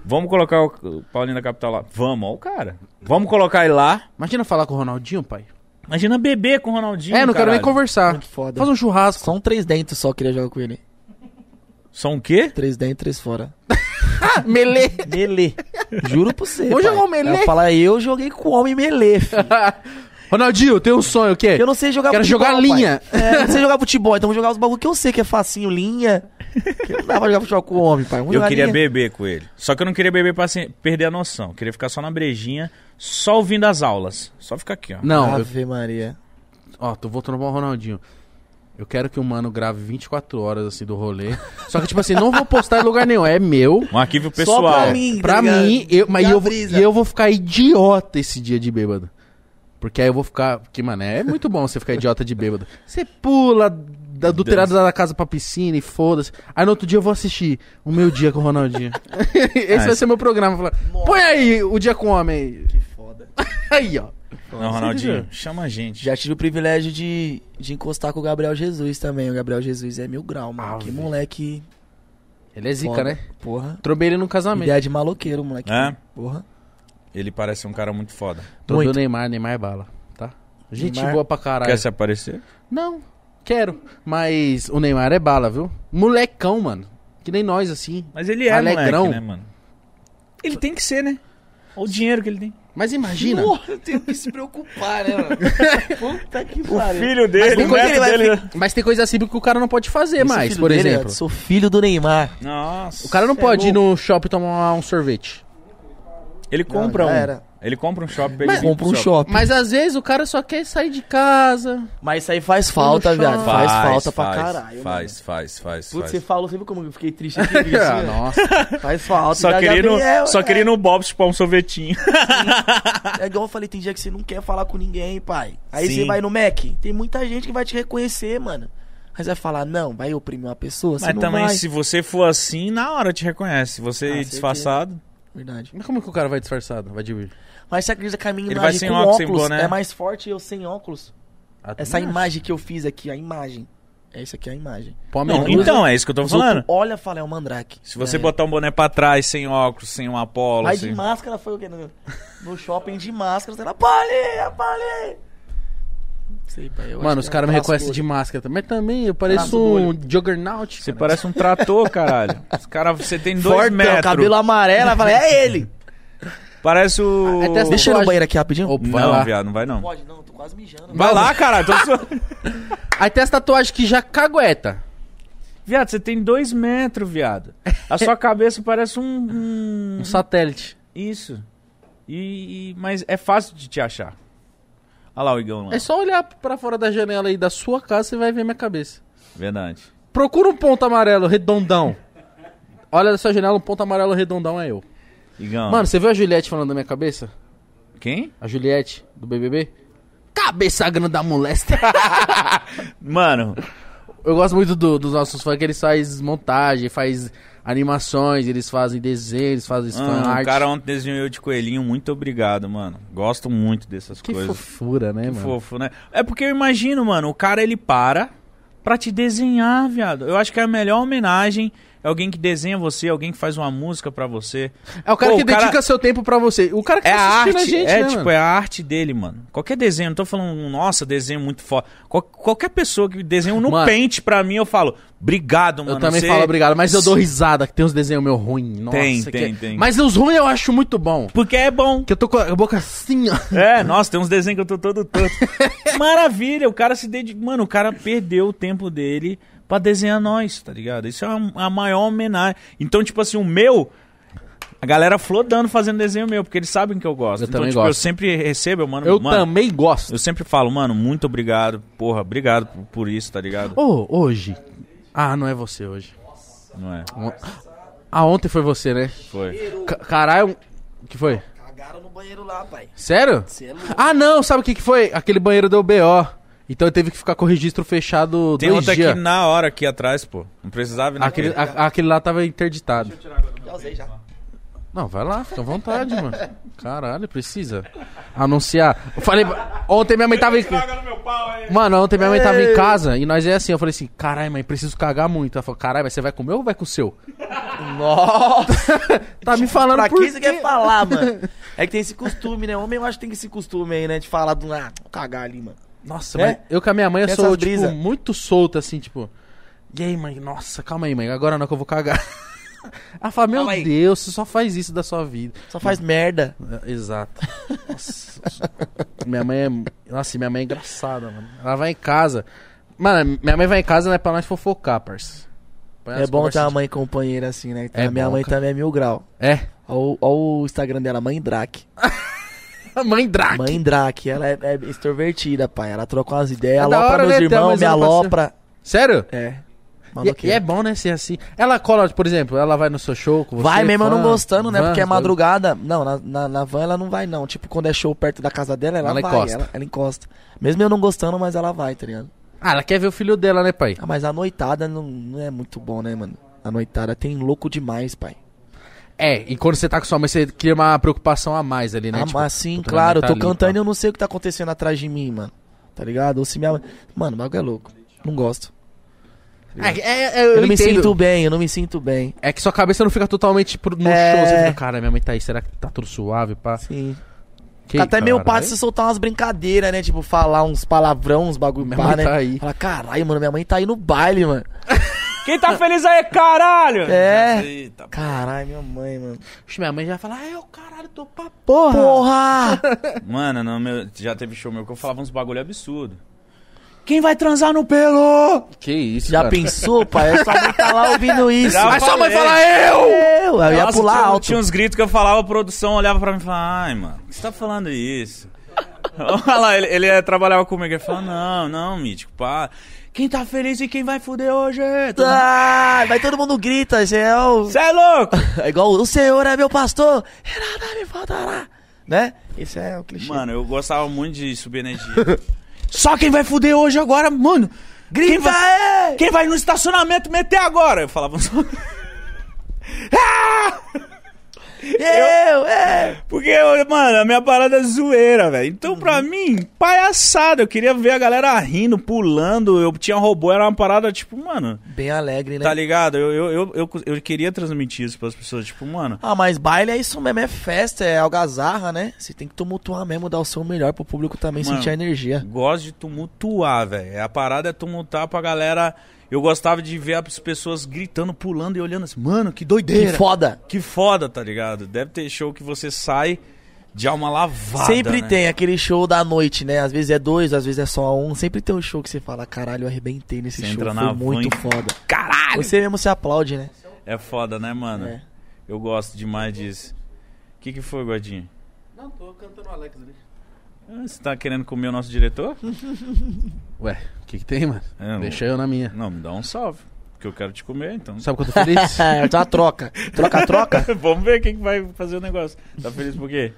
Speaker 2: Vamos colocar o- o Paulinho da Capital lá. Vamos, ó o cara. Vamos colocar ele lá.
Speaker 1: Imagina falar com o Ronaldinho, pai.
Speaker 2: Imagina beber com o Ronaldinho.
Speaker 1: é, não quero nem
Speaker 2: caralho.
Speaker 1: conversar.
Speaker 3: Muito foda.
Speaker 1: Faz um churrasco.
Speaker 3: Só um três dentes só queria jogar com ele.
Speaker 2: São o quê?
Speaker 3: Três dentro, três fora.
Speaker 1: Melê.
Speaker 4: Melê. Juro pra você.
Speaker 1: Vou
Speaker 4: pai.
Speaker 1: jogar um melê?
Speaker 4: Ela fala, eu joguei com o homem melê, filho.
Speaker 1: [LAUGHS] Ronaldinho, tem um sonho, o quê?
Speaker 4: Eu não sei jogar
Speaker 1: Quero
Speaker 4: futebol.
Speaker 1: jogar
Speaker 4: pai.
Speaker 1: linha.
Speaker 4: É, eu não sei jogar futebol, então vou jogar os bagulho que eu sei que é facinho, linha. Que não dá pra jogar futebol com o homem, pai. Vamos
Speaker 2: Eu
Speaker 4: jogar
Speaker 2: queria
Speaker 4: linha.
Speaker 2: beber com ele. Só que eu não queria beber pra assim, perder a noção. Eu queria ficar só na brejinha, só ouvindo as aulas. Só ficar aqui, ó.
Speaker 1: Não, eu-
Speaker 3: Ave Maria.
Speaker 1: ó, tô voltando pro Ronaldinho. Eu quero que o mano grave 24 horas, assim, do rolê. Só que, tipo assim, não vou postar em lugar nenhum. É meu.
Speaker 2: Um arquivo
Speaker 4: Só
Speaker 2: pessoal.
Speaker 4: pra mim, tá
Speaker 1: Pra
Speaker 4: ligado?
Speaker 1: mim, eu, mas
Speaker 4: Dá
Speaker 1: eu, vou-
Speaker 4: brisa.
Speaker 1: e eu vou ficar idiota esse dia de bêbado. Porque aí eu vou ficar. Porque, mano, é muito bom você ficar idiota de bêbado. Você pula da, do telhado da casa pra piscina e foda-se. Aí no outro dia eu vou assistir o meu dia com o Ronaldinho. Esse vai ser meu programa. Falar, Põe aí o dia com o homem.
Speaker 3: Que foda.
Speaker 1: [LAUGHS] Aí, ó.
Speaker 2: Não, Ronaldinho, chama a gente.
Speaker 3: Já tive o privilégio de, de encostar com o Gabriel Jesus também. O Gabriel Jesus é mil grau, mano.
Speaker 1: Ave.
Speaker 3: que moleque.
Speaker 1: Ele é zica,
Speaker 3: foda.
Speaker 1: né?
Speaker 3: Porra.
Speaker 1: Trombei ele num casamento.
Speaker 3: Ideia de maloqueiro, moleque.
Speaker 2: É?
Speaker 3: Porra.
Speaker 2: Ele parece um cara muito foda.
Speaker 1: Tô do
Speaker 3: Muito.
Speaker 1: Neymar, Neymar é bala, tá? Gente
Speaker 3: Neymar-
Speaker 1: boa pra caralho.
Speaker 2: Quer se aparecer?
Speaker 1: Não, quero. Mas o Neymar é bala, viu? Molecão, mano. Que nem nós, assim.
Speaker 2: Mas ele é
Speaker 1: Alegrão.
Speaker 2: moleque, né, mano? Ele tem que ser, né? Olha o dinheiro que ele tem.
Speaker 1: Mas imagina.
Speaker 3: Porra, eu tenho que se preocupar,
Speaker 4: [LAUGHS]
Speaker 3: né, mano? Puta que pariu.
Speaker 2: Filho
Speaker 1: tem
Speaker 2: dele,
Speaker 1: coisa
Speaker 4: que ele vai
Speaker 2: né?
Speaker 1: Mas tem coisa assim que o cara não pode fazer
Speaker 3: Esse
Speaker 1: mais,
Speaker 3: filho
Speaker 1: por
Speaker 3: dele,
Speaker 1: exemplo.
Speaker 3: eu Sou filho do Neymar.
Speaker 2: Nossa.
Speaker 1: O cara não
Speaker 3: Cê é
Speaker 1: pode ir no shopping tomar um sorvete.
Speaker 2: Ele compra
Speaker 3: já
Speaker 2: um.
Speaker 3: era.
Speaker 2: Ele compra um shopping pra ele
Speaker 1: Mas-
Speaker 2: vir
Speaker 3: Compra
Speaker 2: pro
Speaker 3: um shopping.
Speaker 1: Mas às vezes o cara só quer sair de casa.
Speaker 4: Mas isso aí faz falta,
Speaker 1: Não
Speaker 4: viado.
Speaker 1: chora.
Speaker 4: Faz, falta
Speaker 2: faz,
Speaker 4: pra
Speaker 3: né?
Speaker 4: caralho. né,
Speaker 2: Faz, faz, faz,
Speaker 4: Mano. Putz,
Speaker 2: faz.
Speaker 4: você falou, você viu como eu fiquei
Speaker 3: [LAUGHS]
Speaker 4: triste aqui? bicho?
Speaker 1: [LAUGHS] Ah, nossa.
Speaker 4: faz falta.
Speaker 2: Só
Speaker 4: Já- já
Speaker 2: queria, ir no,
Speaker 4: bem- é,
Speaker 2: só
Speaker 4: é.
Speaker 2: queria ir no Bob's chupar um sorvetinho.
Speaker 4: É igual eu falei, tem dia que você não quer falar com ninguém, pai. Aí
Speaker 2: Sim.
Speaker 4: você vai no Mac, tem muita gente que vai te reconhecer, mano. Mas vai falar, não, vai oprimir uma pessoa, você
Speaker 2: Mas
Speaker 4: não
Speaker 2: também,
Speaker 4: vai.
Speaker 2: se você for assim, na hora te reconhece. Se você
Speaker 4: Ah,
Speaker 2: ir
Speaker 4: certeza.
Speaker 2: disfarçado.
Speaker 3: Verdade.
Speaker 1: Mas como que o cara vai disfarçado? Vai de.
Speaker 4: Mas você acredita que a minha
Speaker 2: Ele vai
Speaker 4: imagem
Speaker 2: sem
Speaker 4: com
Speaker 2: óculos,
Speaker 4: óculos,
Speaker 2: sem boné.
Speaker 4: é mais forte eu sem óculos? Essa imagem que eu fiz aqui, a imagem. É isso aqui, a imagem.
Speaker 1: Pô,
Speaker 2: Não,
Speaker 1: não,
Speaker 2: então, é isso que eu tô
Speaker 4: Os outros
Speaker 2: falando.
Speaker 4: Olha, fala, é o Mandrake.
Speaker 2: Se você
Speaker 4: É.
Speaker 2: botar um boné pra trás, sem óculos, sem um Apollo,
Speaker 4: Mas
Speaker 2: sem...
Speaker 4: de máscara foi o quê? No, no shopping de máscara, você lá, Pali, Pali! Não sei, pai. eu acho
Speaker 1: Mano,
Speaker 4: que
Speaker 1: os
Speaker 4: é
Speaker 1: caras me
Speaker 4: traço
Speaker 1: reconhecem
Speaker 4: do
Speaker 1: de
Speaker 3: né?
Speaker 4: olho.
Speaker 1: máscara. também. Mas também eu
Speaker 4: Traço
Speaker 1: pareço
Speaker 4: do
Speaker 1: um
Speaker 4: olho.
Speaker 1: juggernaut.
Speaker 2: Você
Speaker 1: cara.
Speaker 2: parece um trator, caralho. Os caras, você tem dois
Speaker 3: um
Speaker 4: Fortão,
Speaker 2: metros.
Speaker 4: cabelo amarelo, eu falei, é ele!
Speaker 2: Parece o...
Speaker 1: Até essa-
Speaker 3: Deixa eu ir
Speaker 1: Pode.
Speaker 3: no banheiro aqui rapidinho.
Speaker 1: Opa, vai
Speaker 2: Não,
Speaker 1: lá.
Speaker 2: viado, não vai não.
Speaker 4: Pode, não, tô quase mijando.
Speaker 2: Vai lá, caralho. tô zoando. [LAUGHS]
Speaker 1: Aí tem essa tatuagem que já cagueta.
Speaker 2: Viado, você tem dois metros, viado. A sua cabeça parece um... um-
Speaker 1: Um satélite.
Speaker 2: Isso. E, e- Mas é fácil de te achar. Olha lá o Igão lá.
Speaker 1: É só olhar pra fora da janela aí da sua casa você vai ver minha cabeça.
Speaker 2: Verdade.
Speaker 1: Procura um ponto amarelo redondão. Olha da sua janela, um ponto amarelo redondão é eu.
Speaker 2: Igão.
Speaker 1: Mano, você viu a Juliette falando da minha cabeça?
Speaker 2: Quem?
Speaker 1: A Juliette, do BBB? Cabeça grande da molesta. [LAUGHS]
Speaker 2: Mano,
Speaker 1: Eu gosto muito do- dos nossos fãs, que eles fazem montagem, faz animações, eles fazem desenhos, eles fazem fan
Speaker 2: ah,
Speaker 1: art.
Speaker 2: o cara ontem desenhou eu de coelhinho. Muito obrigado, mano. Gosto muito dessas
Speaker 1: que
Speaker 2: coisas.
Speaker 1: fofura, né,
Speaker 2: Que
Speaker 1: mano?
Speaker 2: fofo, né? É porque eu imagino, mano, o cara ele para pra te desenhar, viado. Eu acho que é a melhor homenagem é alguém que desenha você, alguém que faz uma música pra você.
Speaker 1: É o cara
Speaker 2: Pô,
Speaker 1: que
Speaker 2: o cara-
Speaker 1: dedica seu tempo pra você. O cara que
Speaker 2: É
Speaker 1: tá
Speaker 2: a
Speaker 1: assistindo
Speaker 2: arte,
Speaker 1: a gente,
Speaker 2: é
Speaker 1: né,
Speaker 2: tipo,
Speaker 1: mano?
Speaker 2: é a arte dele, mano. Qualquer desenho, não tô falando, um, nossa, desenho muito foda. Qual- qualquer pessoa que desenha um no
Speaker 1: Mano.
Speaker 2: pente pra mim, eu falo, obrigado,
Speaker 1: Eu
Speaker 2: mano.
Speaker 1: também
Speaker 2: você-
Speaker 1: falo obrigado, mas eu dou risada, que tem uns desenhos meu ruim. Nossa,
Speaker 2: Tem,
Speaker 1: que- é-
Speaker 2: tem, tem.
Speaker 1: Mas os ruins eu acho muito bom.
Speaker 2: Porque é bom.
Speaker 1: Que eu tô com a boca assim,
Speaker 2: [LAUGHS]
Speaker 1: ó.
Speaker 2: É, nossa, tem uns desenhos que eu tô
Speaker 1: [LAUGHS]
Speaker 2: todo torto. Maravilha, o cara se dedica. Mano, o cara perdeu o tempo dele pra desenhar nós, tá ligado? Isso é a, a maior homenagem. Então, tipo assim, o meu. A galera flodando fazendo desenho meu, porque eles sabem que eu gosto.
Speaker 1: Eu
Speaker 2: então,
Speaker 1: também
Speaker 2: tipo, eu
Speaker 1: gosto.
Speaker 2: sempre recebo, eu mando.
Speaker 1: Eu
Speaker 2: mano,
Speaker 1: também gosto.
Speaker 2: Eu sempre falo, mano, muito obrigado, porra, obrigado por, por isso, tá ligado?
Speaker 1: Ô, hoje. Ah, não é você hoje.
Speaker 2: Não é?
Speaker 1: On- Ah, ontem foi você, né?
Speaker 2: Foi.
Speaker 1: Ca- Caralho. O que foi?
Speaker 4: Cagaram no banheiro lá, pai.
Speaker 1: Sério?
Speaker 4: Você é louco.
Speaker 1: Ah, não, sabe o que, que foi? Aquele banheiro deu BO. Então eu teve que ficar com o registro fechado
Speaker 2: Tem
Speaker 1: dois
Speaker 2: outra aqui
Speaker 1: dias.
Speaker 2: na hora, aqui atrás, pô. Não precisava ir
Speaker 1: Aquele,
Speaker 2: naquele.
Speaker 1: a- aquele lá tava interditado.
Speaker 4: Já usei já.
Speaker 1: Não, vai lá, fica à vontade, mano. Caralho, precisa anunciar. Eu falei, ontem minha mãe tava em. Mano, ontem minha mãe tava em casa e nós é assim. Eu falei assim, caralho, mãe, preciso cagar muito. Ela falou, caralho, mas você vai com o meu ou vai com o seu?
Speaker 4: Nossa!
Speaker 1: Tá me falando
Speaker 4: pra
Speaker 1: por
Speaker 4: que você quer falar, mano?
Speaker 1: [LAUGHS]
Speaker 4: É que tem esse costume, né? Homem, eu acho que tem esse costume aí, né? De falar do. Ah, vou cagar ali, mano.
Speaker 1: Nossa,
Speaker 4: É?
Speaker 1: mas eu com a minha mãe eu
Speaker 4: Tem
Speaker 1: sou,
Speaker 4: essas
Speaker 1: tipo,
Speaker 4: brisa.
Speaker 1: muito solto, assim, tipo. E aí, mãe? Nossa, calma aí, mãe. Agora não é que eu vou cagar. [LAUGHS] Ela fala, meu
Speaker 3: Calma aí.
Speaker 1: Deus, você só faz isso da sua vida.
Speaker 3: Só faz merda.
Speaker 1: É, Exato. Nossa. [LAUGHS] minha mãe é. Nossa, minha mãe é engraçada, mano. Ela vai em casa. Mano, minha mãe vai em casa, não é pra nós fofocar, parça. Pra
Speaker 3: É
Speaker 1: nós
Speaker 3: bom ter
Speaker 1: conversar
Speaker 3: uma mãe companheira assim, né?
Speaker 1: É
Speaker 3: a minha
Speaker 1: bom,
Speaker 3: mãe
Speaker 1: cara.
Speaker 3: também é mil grau.
Speaker 1: de- É. [LAUGHS]
Speaker 3: Olha o Instagram dela, Mãe Drake.
Speaker 1: Mãe Drac.
Speaker 3: Mãe Drake, ela é, é extrovertida, pai. Ela troca umas ideias,
Speaker 1: É da
Speaker 3: alopra
Speaker 1: hora,
Speaker 3: meus
Speaker 1: né, Thelma?
Speaker 3: irmãos,
Speaker 1: Mas
Speaker 3: me
Speaker 1: ela pode ser-
Speaker 3: alopra.
Speaker 1: Sério?
Speaker 3: É. Mandou
Speaker 1: E, e é bom, né, ser assim. Ela cola, por exemplo, ela vai no seu show com você.
Speaker 3: Vai mesmo eu não
Speaker 1: fã,
Speaker 3: gostando, né?
Speaker 1: fã,
Speaker 3: Porque é
Speaker 1: sabe?
Speaker 3: madrugada. Não, na, na, na van ela não vai, não. Tipo, quando é show perto da casa dela, ela,
Speaker 1: Ela
Speaker 3: vai.
Speaker 1: encosta.
Speaker 3: Ela, ela encosta. Mesmo eu não gostando, mas ela vai, tá ligado?
Speaker 1: Ah, ela quer ver o filho dela, né, pai?
Speaker 3: Ah, mas a noitada não, não é muito bom, né, mano? A noitada tem louco demais, pai.
Speaker 1: É, e quando você tá com sua mãe, você cria uma preocupação a mais ali, né?
Speaker 3: ah,
Speaker 1: Tipo,
Speaker 3: mas sim,
Speaker 1: puta,
Speaker 3: claro. Eu
Speaker 1: minha
Speaker 3: tô
Speaker 1: mãe tá ali,
Speaker 3: cantando e
Speaker 1: pá.
Speaker 3: eu não sei o que tá acontecendo atrás de mim, mano. Tá ligado? Ou se minha mãe... Mano, o bagulho é louco. Não gosto.
Speaker 1: É, é, é, eu,
Speaker 3: Eu, não me
Speaker 1: entendo.
Speaker 3: sinto bem, eu não me sinto bem.
Speaker 1: É que sua cabeça não fica totalmente pro, no
Speaker 3: É.
Speaker 1: show. Você fica, cara, minha mãe tá aí, será que tá tudo suave, pá?
Speaker 3: Sim.
Speaker 1: Que
Speaker 3: Fica até meio
Speaker 1: caralho.
Speaker 3: pato se soltar umas brincadeiras, né? Tipo, falar uns palavrão, uns bagulho
Speaker 1: Minha
Speaker 3: pá,
Speaker 1: mãe
Speaker 3: né?
Speaker 1: tá aí.
Speaker 3: Fala, caralho, mano, minha mãe tá aí no baile, mano.
Speaker 2: Quem tá feliz aí, caralho?
Speaker 3: É.
Speaker 2: Eita,
Speaker 3: Caralho, minha mãe, mano.
Speaker 1: Oxe, Minha mãe já fala, ah, eu, caralho, tô pra
Speaker 3: Porra!
Speaker 1: porra.
Speaker 2: Mano, no meu- já teve show meu que eu falava uns bagulho absurdo. Quem vai transar no pelo?
Speaker 1: Que isso,
Speaker 3: Já
Speaker 1: cara.
Speaker 3: pensou, pai? Sua mãe tá lá
Speaker 1: [LAUGHS]
Speaker 3: ouvindo isso.
Speaker 2: Já
Speaker 1: Mas sua mãe
Speaker 2: falei.
Speaker 1: fala, eu!
Speaker 3: Eu, eu ia
Speaker 2: Nossa,
Speaker 3: pular
Speaker 2: tinha, um-
Speaker 3: alto.
Speaker 2: Tinha uns gritos que eu falava, a produção olhava pra mim e falava, ai, mano, por que você tá falando isso? [LAUGHS] Olha lá, ele, ele eh, trabalhava comigo, ele falava, não, não, Mítico, para. Quem tá feliz e quem vai fuder hoje?
Speaker 3: Ah, vai todo mundo grita, esse é o...
Speaker 2: Você é
Speaker 3: [LAUGHS]
Speaker 2: louco?
Speaker 3: É igual o senhor é meu pastor, e nada me faltará. Né? Isso é o clichê.
Speaker 2: Mano, eu gostava muito de subir energia. Só quem vai fuder hoje agora, mano. Quem
Speaker 3: grita
Speaker 2: vai,
Speaker 3: é!
Speaker 2: quem vai no estacionamento meter agora? Eu falava só...
Speaker 3: Eu, é!
Speaker 2: Porque, eu- mano, a minha parada é zoeira, velho. Então,
Speaker 3: Uhum.
Speaker 2: pra mim, palhaçada. Eu queria ver a galera rindo, pulando. Eu tinha robô, era uma parada, tipo, mano.
Speaker 3: Bem alegre, né?
Speaker 2: Tá ligado? Eu, eu, eu, eu, eu queria transmitir isso pras pessoas, tipo, mano.
Speaker 3: Ah, mas baile é isso mesmo, é festa, é algazarra, né? Você tem que tumultuar mesmo, dar o seu melhor pro público também
Speaker 2: Mano.
Speaker 3: sentir a energia.
Speaker 2: Gosto de tumultuar, velho. A parada é tumultuar pra galera. Eu gostava de ver as pessoas gritando, pulando e olhando assim, mano, que doideira.
Speaker 3: Que foda!
Speaker 2: Que foda, tá ligado? Deve ter show que você sai de alma lavada.
Speaker 3: sempre
Speaker 2: né?
Speaker 3: tem aquele show da noite, né? Às vezes é dois, às vezes é só um. Sempre tem um show que você fala, caralho, eu arrebentei nesse
Speaker 2: Você
Speaker 3: show.
Speaker 2: entra
Speaker 3: Foi
Speaker 2: na van
Speaker 3: muito
Speaker 2: e-
Speaker 3: foda.
Speaker 2: Caralho!
Speaker 3: Você mesmo se aplaude, né?
Speaker 2: É foda, né, mano?
Speaker 3: É.
Speaker 2: Eu gosto demais disso. O que, que foi, Godinho?
Speaker 1: Não, tô cantando o Alex ali.
Speaker 2: Ah, Você tá querendo comer o nosso diretor?
Speaker 1: Ué, o que que tem, mano?
Speaker 2: É,
Speaker 1: Deixa eu na minha.
Speaker 2: Não, me dá um salve. Porque eu quero te comer, então. [LAUGHS]
Speaker 1: Sabe que eu tô
Speaker 3: [LAUGHS]
Speaker 1: feliz?
Speaker 3: É, então a troca. Troca, troca.
Speaker 2: Vamos ver quem que vai fazer o negócio. Tá feliz por quê?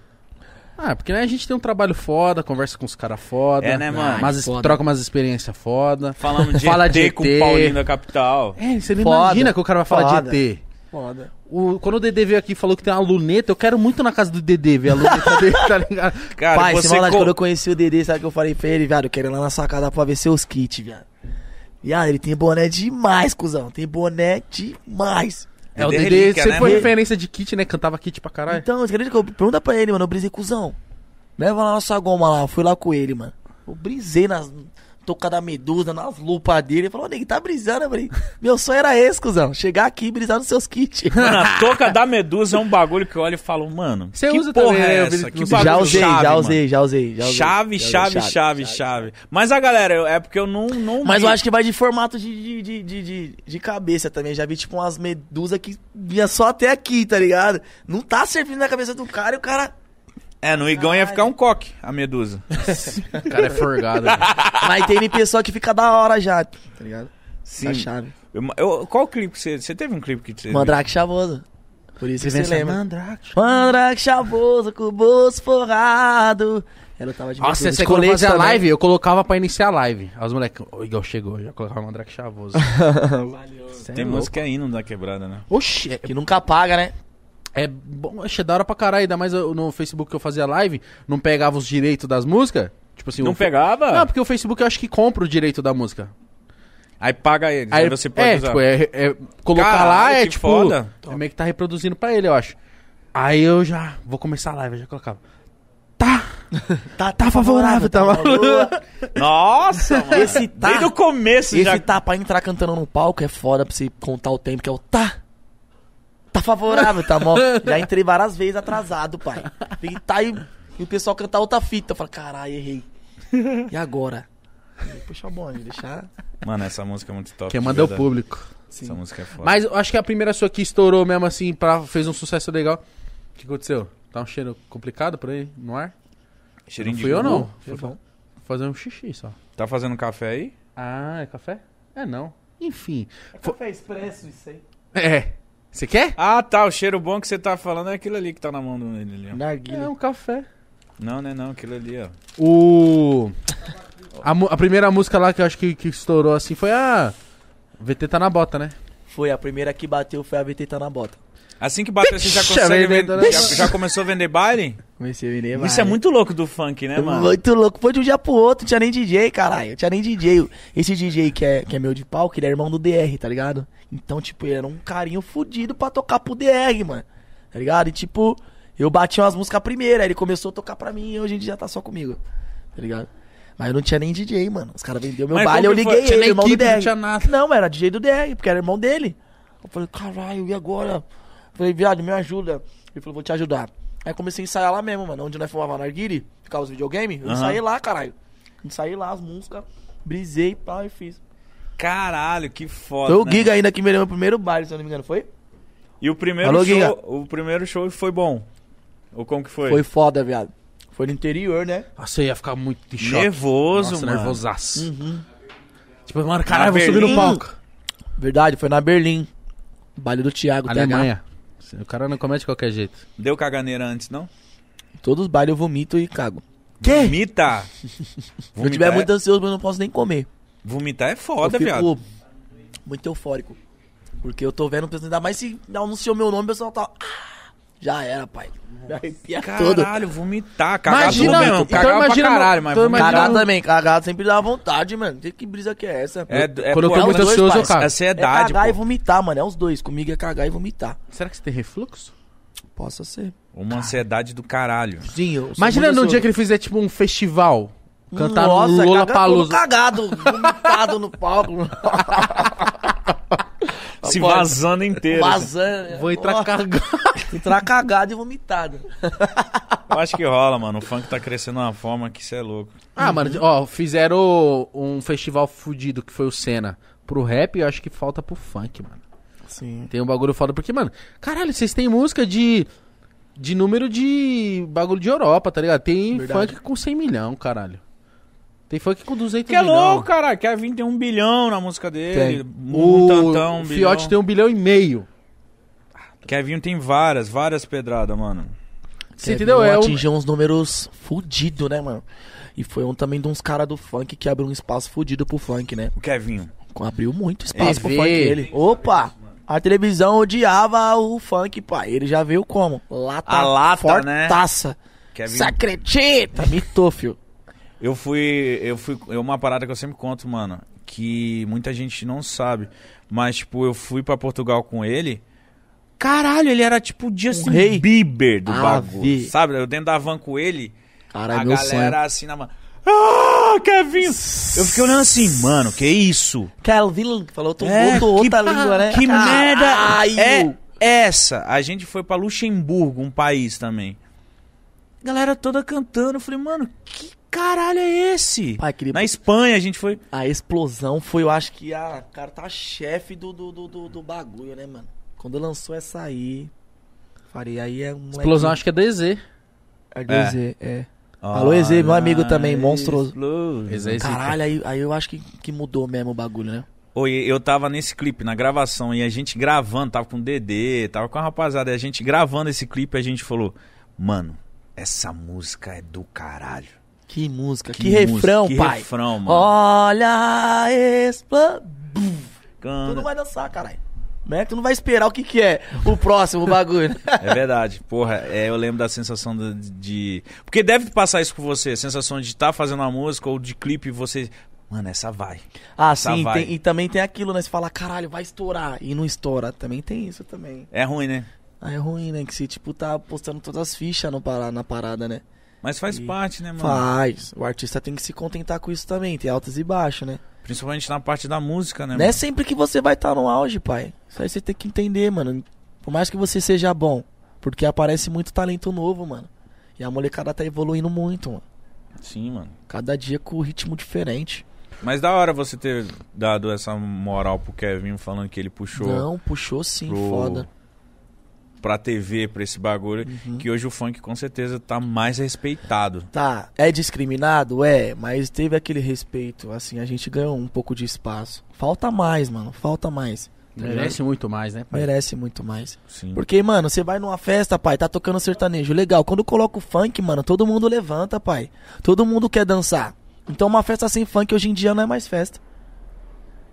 Speaker 1: ah, porque né, a gente tem um trabalho foda, conversa com os caras foda.
Speaker 2: É, né, mano?
Speaker 1: Mas es-
Speaker 3: Foda.
Speaker 1: troca umas experiências foda.
Speaker 2: Falamos de
Speaker 1: Fala
Speaker 2: ET
Speaker 1: de
Speaker 2: com
Speaker 1: ET.
Speaker 2: o Paulinho da Capital.
Speaker 1: É, você não
Speaker 3: Foda.
Speaker 1: imagina que o cara vai falar
Speaker 3: Foda.
Speaker 1: de ET.
Speaker 3: Foda.
Speaker 1: O, quando o Dedê veio aqui e falou que tem uma luneta, eu quero muito na casa do Dedê ver a luneta dele, tá ligado?
Speaker 2: Cara,
Speaker 3: Pai, você
Speaker 2: você
Speaker 3: fala,
Speaker 2: co-
Speaker 3: quando eu conheci o Dedê, sabe o que eu falei pra ele, viado? Eu quero ir lá na sua casa pra ver seus kits, viado. Viado, ele tem boné demais, cuzão. Tem boné demais.
Speaker 1: É, o
Speaker 2: Dedê
Speaker 1: Dedê
Speaker 2: relíquia,
Speaker 1: sempre
Speaker 2: né,
Speaker 1: foi
Speaker 2: mano?
Speaker 1: referência de kit, né? Cantava kit pra
Speaker 3: [LAUGHS]
Speaker 1: caralho.
Speaker 3: Então, você acredita que eu pergunta pra ele, mano? Eu brisei, cuzão. Leva lá na sua goma lá, eu fui lá com ele, mano. Eu brisei nas touca da medusa, nas lupas dele. Ele falou, nego, tá brisando, eu falei. Meu sonho era esse, cuzão. Chegar aqui e brisar nos seus kits.
Speaker 2: Mano, a touca da medusa é um bagulho que eu olho e falo, mano,
Speaker 1: Você
Speaker 2: que
Speaker 1: usa
Speaker 2: porra
Speaker 1: também, né?
Speaker 2: é
Speaker 1: Eu vi
Speaker 2: essa?
Speaker 1: que
Speaker 2: Que
Speaker 1: você-
Speaker 2: [LAUGHS] bagulho
Speaker 3: já, usei,
Speaker 2: chave,
Speaker 3: já
Speaker 2: mano.
Speaker 3: usei, já usei, já usei.
Speaker 2: Chave,
Speaker 3: Já usei,
Speaker 2: chave, chave, chave. Mas a galera, eu- é porque eu não. não
Speaker 3: Mas
Speaker 2: vi.
Speaker 3: eu acho que vai de formato de, de, de, de, de- de cabeça também. Já vi, tipo, umas medusas que vinha só até aqui, tá ligado? Não tá servindo na cabeça do cara e o cara.
Speaker 2: É, no Igão ia ficar um coque, a medusa.
Speaker 1: O cara é forgado. né?
Speaker 3: Mas tem pessoa que fica da hora já, tá ligado?
Speaker 2: Sim.
Speaker 3: A chave.
Speaker 2: Eu- eu- qual clipe que você. Você teve um clipe que você.
Speaker 3: Mandrake chavoso. Por isso que você
Speaker 1: Vivência
Speaker 3: lembra.
Speaker 1: Mandrake.
Speaker 3: Mandrake chavoso com o bolso forrado. Ela tava de
Speaker 1: Nossa,
Speaker 3: medusa,
Speaker 1: você
Speaker 3: de
Speaker 1: quando
Speaker 3: colete
Speaker 1: fazia a
Speaker 3: também.
Speaker 1: live, eu colocava pra iniciar a live. Aí os moleques, o Igor chegou, eu já colocava o Mandrake Chavoso. Cê é
Speaker 2: Tem
Speaker 1: louco.
Speaker 2: música hino da quebrada, né?
Speaker 1: Oxi, é-
Speaker 3: Que nunca paga, né?
Speaker 1: É bom, achei da hora pra caralho, ainda mais eu- no Facebook que eu fazia live, não pegava os direitos das músicas. Tipo assim,
Speaker 2: Não
Speaker 1: o fe-
Speaker 2: pegava?
Speaker 1: Não, porque o Facebook eu acho que compra o direito da música.
Speaker 2: Aí paga ele. Aí, você pode
Speaker 1: é,
Speaker 2: usar.
Speaker 1: tipo, é, é- colocar
Speaker 2: Caralho,
Speaker 1: lá é
Speaker 2: que
Speaker 1: tipo.
Speaker 2: foda.
Speaker 1: É meio que tá reproduzindo pra ele, eu acho. Aí eu já vou começar a live, eu já colocava. Tá!
Speaker 3: Tá, tá favorável, tá maluco.
Speaker 1: [LAUGHS]
Speaker 2: Nossa, mano.
Speaker 3: Esse tá-
Speaker 2: Desde o começo
Speaker 3: Esse
Speaker 2: já.
Speaker 3: tá pra entrar cantando no palco é foda pra você contar o tempo, que é o tá. Tá favorável, tá [LAUGHS] bom? Já entrei várias vezes atrasado, pai. E tá aí, e o pessoal cantar outra fita. Eu falo, caralho, errei. E agora? Tem que Puxar o bonde, deixar.
Speaker 2: Mano, essa música é muito top.
Speaker 1: Quem
Speaker 2: de
Speaker 1: manda é o
Speaker 2: verdade.
Speaker 1: público.
Speaker 2: Essa música é foda.
Speaker 1: Mas eu acho que a primeira sua que estourou mesmo assim, pra, fez um sucesso legal. O que aconteceu? Tá um cheiro complicado por aí, no ar?
Speaker 2: Cheirinho
Speaker 1: não
Speaker 2: de
Speaker 1: fui eu
Speaker 2: gugu.
Speaker 1: não. Foi bom. Vou fazer um xixi só.
Speaker 2: Tá fazendo café aí?
Speaker 1: Ah, é café? É não. Enfim.
Speaker 3: Café expresso, isso aí.
Speaker 1: É. Você quer?
Speaker 2: Ah, tá. O cheiro bom que você tá falando é aquilo ali que tá na mão dele ali, ó.
Speaker 1: É
Speaker 8: Narguilha.
Speaker 1: um café.
Speaker 2: Não, né, não. Aquilo ali, ó.
Speaker 1: O. A, mu- a primeira música lá que eu acho que, que estourou assim foi a. VT tá na bota, né?
Speaker 3: Foi a primeira que bateu, foi a VT tá na bota.
Speaker 2: Assim que bateu, você já
Speaker 1: Deixa
Speaker 2: consegue
Speaker 1: vender,
Speaker 2: vender.
Speaker 1: dona-
Speaker 2: Já, já começou a vender baile?
Speaker 3: Comecei a né? vender,
Speaker 2: Isso é muito louco do funk, né, mano?
Speaker 3: Muito louco. Foi de um dia pro outro, tinha nem DJ, caralho. Tinha nem DJ. Esse DJ que é, que é meu de pau, que ele é irmão do DR, tá ligado? Então, tipo, ele era um carinho fudido pra tocar pro DR, mano. Tá ligado? E, tipo, eu bati umas músicas primeiro, aí ele começou a tocar pra mim e hoje em dia já tá só comigo. Tá ligado? Mas eu não tinha nem DJ, mano. Os caras venderam meu
Speaker 2: Mas
Speaker 3: baile, eu
Speaker 2: como que foi?
Speaker 3: liguei
Speaker 1: Tinha
Speaker 3: ele,
Speaker 1: nem
Speaker 3: irmão
Speaker 1: equipe,
Speaker 3: do DR.
Speaker 1: não tinha nada.
Speaker 3: Não, mas era DJ do DR, porque era irmão dele. Eu falei, caralho, e agora? Eu falei, viado, me ajuda. Ele falou, vou te ajudar. Aí comecei a ensaiar lá mesmo, mano. Onde nós fumava na Arguiri, ficava os videogame, eu
Speaker 2: Aham.
Speaker 3: ensaiei lá, caralho. Ensaiei lá as músicas, brisei, pá, e fiz.
Speaker 2: Caralho, que foda.
Speaker 3: Foi o
Speaker 2: né?
Speaker 3: Giga ainda que me deu meu primeiro baile, se eu não me engano, foi?
Speaker 2: E o primeiro show.
Speaker 3: Alô, Giga.
Speaker 2: O primeiro show foi bom. Ou como que foi?
Speaker 3: Foi foda, viado. Foi no interior, né?
Speaker 1: Nossa, eu ia ficar muito em choque.
Speaker 2: nervoso,
Speaker 1: Nossa,
Speaker 2: mano.
Speaker 1: nervosaço.
Speaker 3: Uhum.
Speaker 1: Tipo, mano, caralho,
Speaker 2: Na
Speaker 1: vou subir no
Speaker 2: Berlim?
Speaker 1: palco.
Speaker 3: Verdade, foi na Berlim. Baile do Thiago, TH.
Speaker 1: Alemanha. O cara não comete de qualquer jeito.
Speaker 2: Deu caganeira antes, não?
Speaker 3: Todos os bailes eu vomito e cago.
Speaker 2: Quê? Vomita.
Speaker 3: Se eu tiver
Speaker 2: é-
Speaker 3: muito ansioso, mas eu não posso nem comer.
Speaker 2: Vomitar é
Speaker 3: Eu
Speaker 2: foda,
Speaker 3: fico
Speaker 2: viado.
Speaker 3: muito eufórico. Porque eu tô vendo, pessoal, ainda mais se anunciou meu nome, o pessoal tá. "Ah, já era, pai. Me arrepia todo.
Speaker 2: Caralho, vomitar. Cagar
Speaker 1: Imagina,
Speaker 2: tudo mesmo.
Speaker 1: então
Speaker 2: Cagar pra
Speaker 1: imagina-
Speaker 2: caralho, mas
Speaker 1: então
Speaker 2: vomitar- é
Speaker 1: imagina-
Speaker 3: Cagado também, cagado sempre dá vontade, mano. Que, que brisa que é essa?
Speaker 2: É, é,
Speaker 1: Quando eu
Speaker 2: pô,
Speaker 1: tô
Speaker 2: é
Speaker 1: muito
Speaker 2: os dois,
Speaker 1: ansioso, eu
Speaker 2: parça.
Speaker 1: cago.
Speaker 3: É
Speaker 2: Ansiedade,
Speaker 3: cagar e
Speaker 2: pô.
Speaker 3: vomitar, mano. É os dois. Comigo é cagar e vomitar.
Speaker 1: Será que você tem refluxo?
Speaker 3: Possa ser.
Speaker 2: Uma ansiedade do caralho.
Speaker 3: Sim, eu sou
Speaker 1: Imagina
Speaker 3: muito
Speaker 1: num dia
Speaker 3: ansioso.
Speaker 1: que ele fizer, tipo, um festival. Cantar
Speaker 3: Nossa,
Speaker 1: no Lula
Speaker 3: cagar todo
Speaker 1: Palusa.
Speaker 3: cagado, vomitado no palco.
Speaker 2: [LAUGHS]
Speaker 3: [LAUGHS]
Speaker 2: Se
Speaker 3: Pode.
Speaker 2: vazando inteiro. assim.
Speaker 3: Vazando.
Speaker 1: Vou entrar
Speaker 3: Nossa,
Speaker 1: cagando.
Speaker 3: entrar cagado e né? vomitado.
Speaker 2: Eu acho que rola, mano. O funk tá crescendo de uma forma que isso é louco.
Speaker 1: Ah, mano, ó, fizeram um festival fudido que foi o Senna. Pro rap, eu acho que falta pro funk, mano.
Speaker 3: Sim.
Speaker 1: Tem um bagulho foda, porque, mano, caralho, vocês têm música de. De número de bagulho de Europa, tá ligado? Tem
Speaker 3: Verdade.
Speaker 1: funk com 100 milhão, caralho. Tem funk com 200
Speaker 2: Que é
Speaker 1: milhão.
Speaker 2: louco, caralho. Quer vir tem um bilhão na música dele.
Speaker 1: Tem.
Speaker 2: Um
Speaker 1: o
Speaker 2: tantão, um
Speaker 1: Fiote
Speaker 2: bilhão.
Speaker 1: tem um bilhão e meio.
Speaker 2: Quer vir tem várias, várias pedradas, mano.
Speaker 1: Você entendeu? É um-
Speaker 3: atingiu uns números fudido, né, mano? E foi um também de uns caras do funk que abriu um espaço fudido pro funk, né?
Speaker 2: O Kevinho.
Speaker 3: Abriu muito espaço pro
Speaker 1: TV.
Speaker 3: funk dele. Opa! A televisão odiava o funk, pai. Ele já veio como? Lata,
Speaker 2: A lata, né?
Speaker 3: fortaça.
Speaker 2: Kevinho.
Speaker 3: Você acredita? Mitou, fio.
Speaker 2: Eu fui. Eu fui. É uma parada que eu sempre conto, mano. Que muita gente não sabe. Mas, tipo, eu fui pra Portugal com ele. Caralho, ele era tipo o Justin
Speaker 3: rei.
Speaker 2: Bieber do
Speaker 3: Ah,
Speaker 2: bagulho.
Speaker 3: vi.
Speaker 2: Sabe? Eu dentro da van com ele.
Speaker 3: Caralho,
Speaker 2: a
Speaker 3: meu
Speaker 2: galera
Speaker 3: sonho.
Speaker 2: assim na mão. Ah, Kevinho! Eu fiquei olhando assim, mano, que isso?
Speaker 3: Calvin falou outro,
Speaker 2: É,
Speaker 3: outro- outra língua, né?
Speaker 2: Que merda
Speaker 3: Caralho!
Speaker 2: é essa? A gente foi pra Luxemburgo, um país também. Galera toda cantando. Eu falei, mano, que caralho é esse?
Speaker 3: Pai, queria-
Speaker 2: Na Espanha a gente foi.
Speaker 3: A explosão foi, eu acho que a cara tá chefe do, do, do, do, do bagulho, né, mano? Quando lançou essa aí. Falei, aí é um.
Speaker 1: Explosão, acho que é DZ.
Speaker 3: É. é. Alô, Eze, meu amigo também, monstruoso.
Speaker 1: Eze é
Speaker 3: Caralho, aí, aí eu acho que, que mudou mesmo o bagulho, né?
Speaker 2: Oi, eu tava nesse clipe, na gravação, e a gente gravando, tava com o Dedê, tava com a rapaziada, e a gente gravando esse clipe, a gente falou, mano, essa música é do caralho.
Speaker 3: Que música, que,
Speaker 2: música,
Speaker 3: refrão,
Speaker 2: que
Speaker 3: pai.
Speaker 2: refrão, mano.
Speaker 3: Olha a expla... Tu
Speaker 2: Cana.
Speaker 3: não vai dançar, caralho. Né? Tu não vai esperar o que que é o próximo bagulho.
Speaker 2: É verdade, porra, é, eu lembro da sensação do- de, Porque deve passar isso com você, a sensação de estar fazendo uma música ou de clipe e você... Mano, essa vai.
Speaker 3: ah,
Speaker 2: Essa
Speaker 3: sim,
Speaker 2: vai.
Speaker 3: tem- e também tem aquilo, né? Você fala, caralho, vai estourar. E não estoura. Também tem isso também.
Speaker 2: É ruim, né?
Speaker 3: Ah, é ruim, né? Que você, tipo, tá postando todas as fichas no, para- na parada, né?
Speaker 2: Mas faz parte, né, mano?
Speaker 3: Faz. O artista tem que se contentar com isso também, tem altas e baixas, né?
Speaker 2: Principalmente na parte da música, né,
Speaker 3: Não é sempre que você vai estar no auge, pai. Isso aí você tem que entender, mano. Por mais que você seja bom, porque aparece muito talento novo, mano. E a molecada tá evoluindo muito, mano.
Speaker 2: mano? Sim, mano.
Speaker 3: Cada dia com ritmo diferente.
Speaker 2: Mas da hora você ter dado essa moral pro Kevin falando que ele puxou
Speaker 3: Não, puxou sim,
Speaker 2: Pro-
Speaker 3: foda. Uhum.
Speaker 2: pra TV, pra esse bagulho. Que hoje o funk com certeza tá mais respeitado.
Speaker 3: Tá, é discriminado? É, mas teve aquele respeito, assim, a gente ganhou um pouco de espaço. Falta mais, mano, falta mais.
Speaker 9: Merece muito mais, né, pai?
Speaker 1: É
Speaker 3: Merece muito mais.
Speaker 2: Sim.
Speaker 3: Porque, mano, você vai numa festa, pai, tá tocando sertanejo. Legal, quando coloca o funk, mano, todo mundo levanta, pai. Todo mundo quer dançar. Então uma festa sem funk hoje em dia não é mais festa.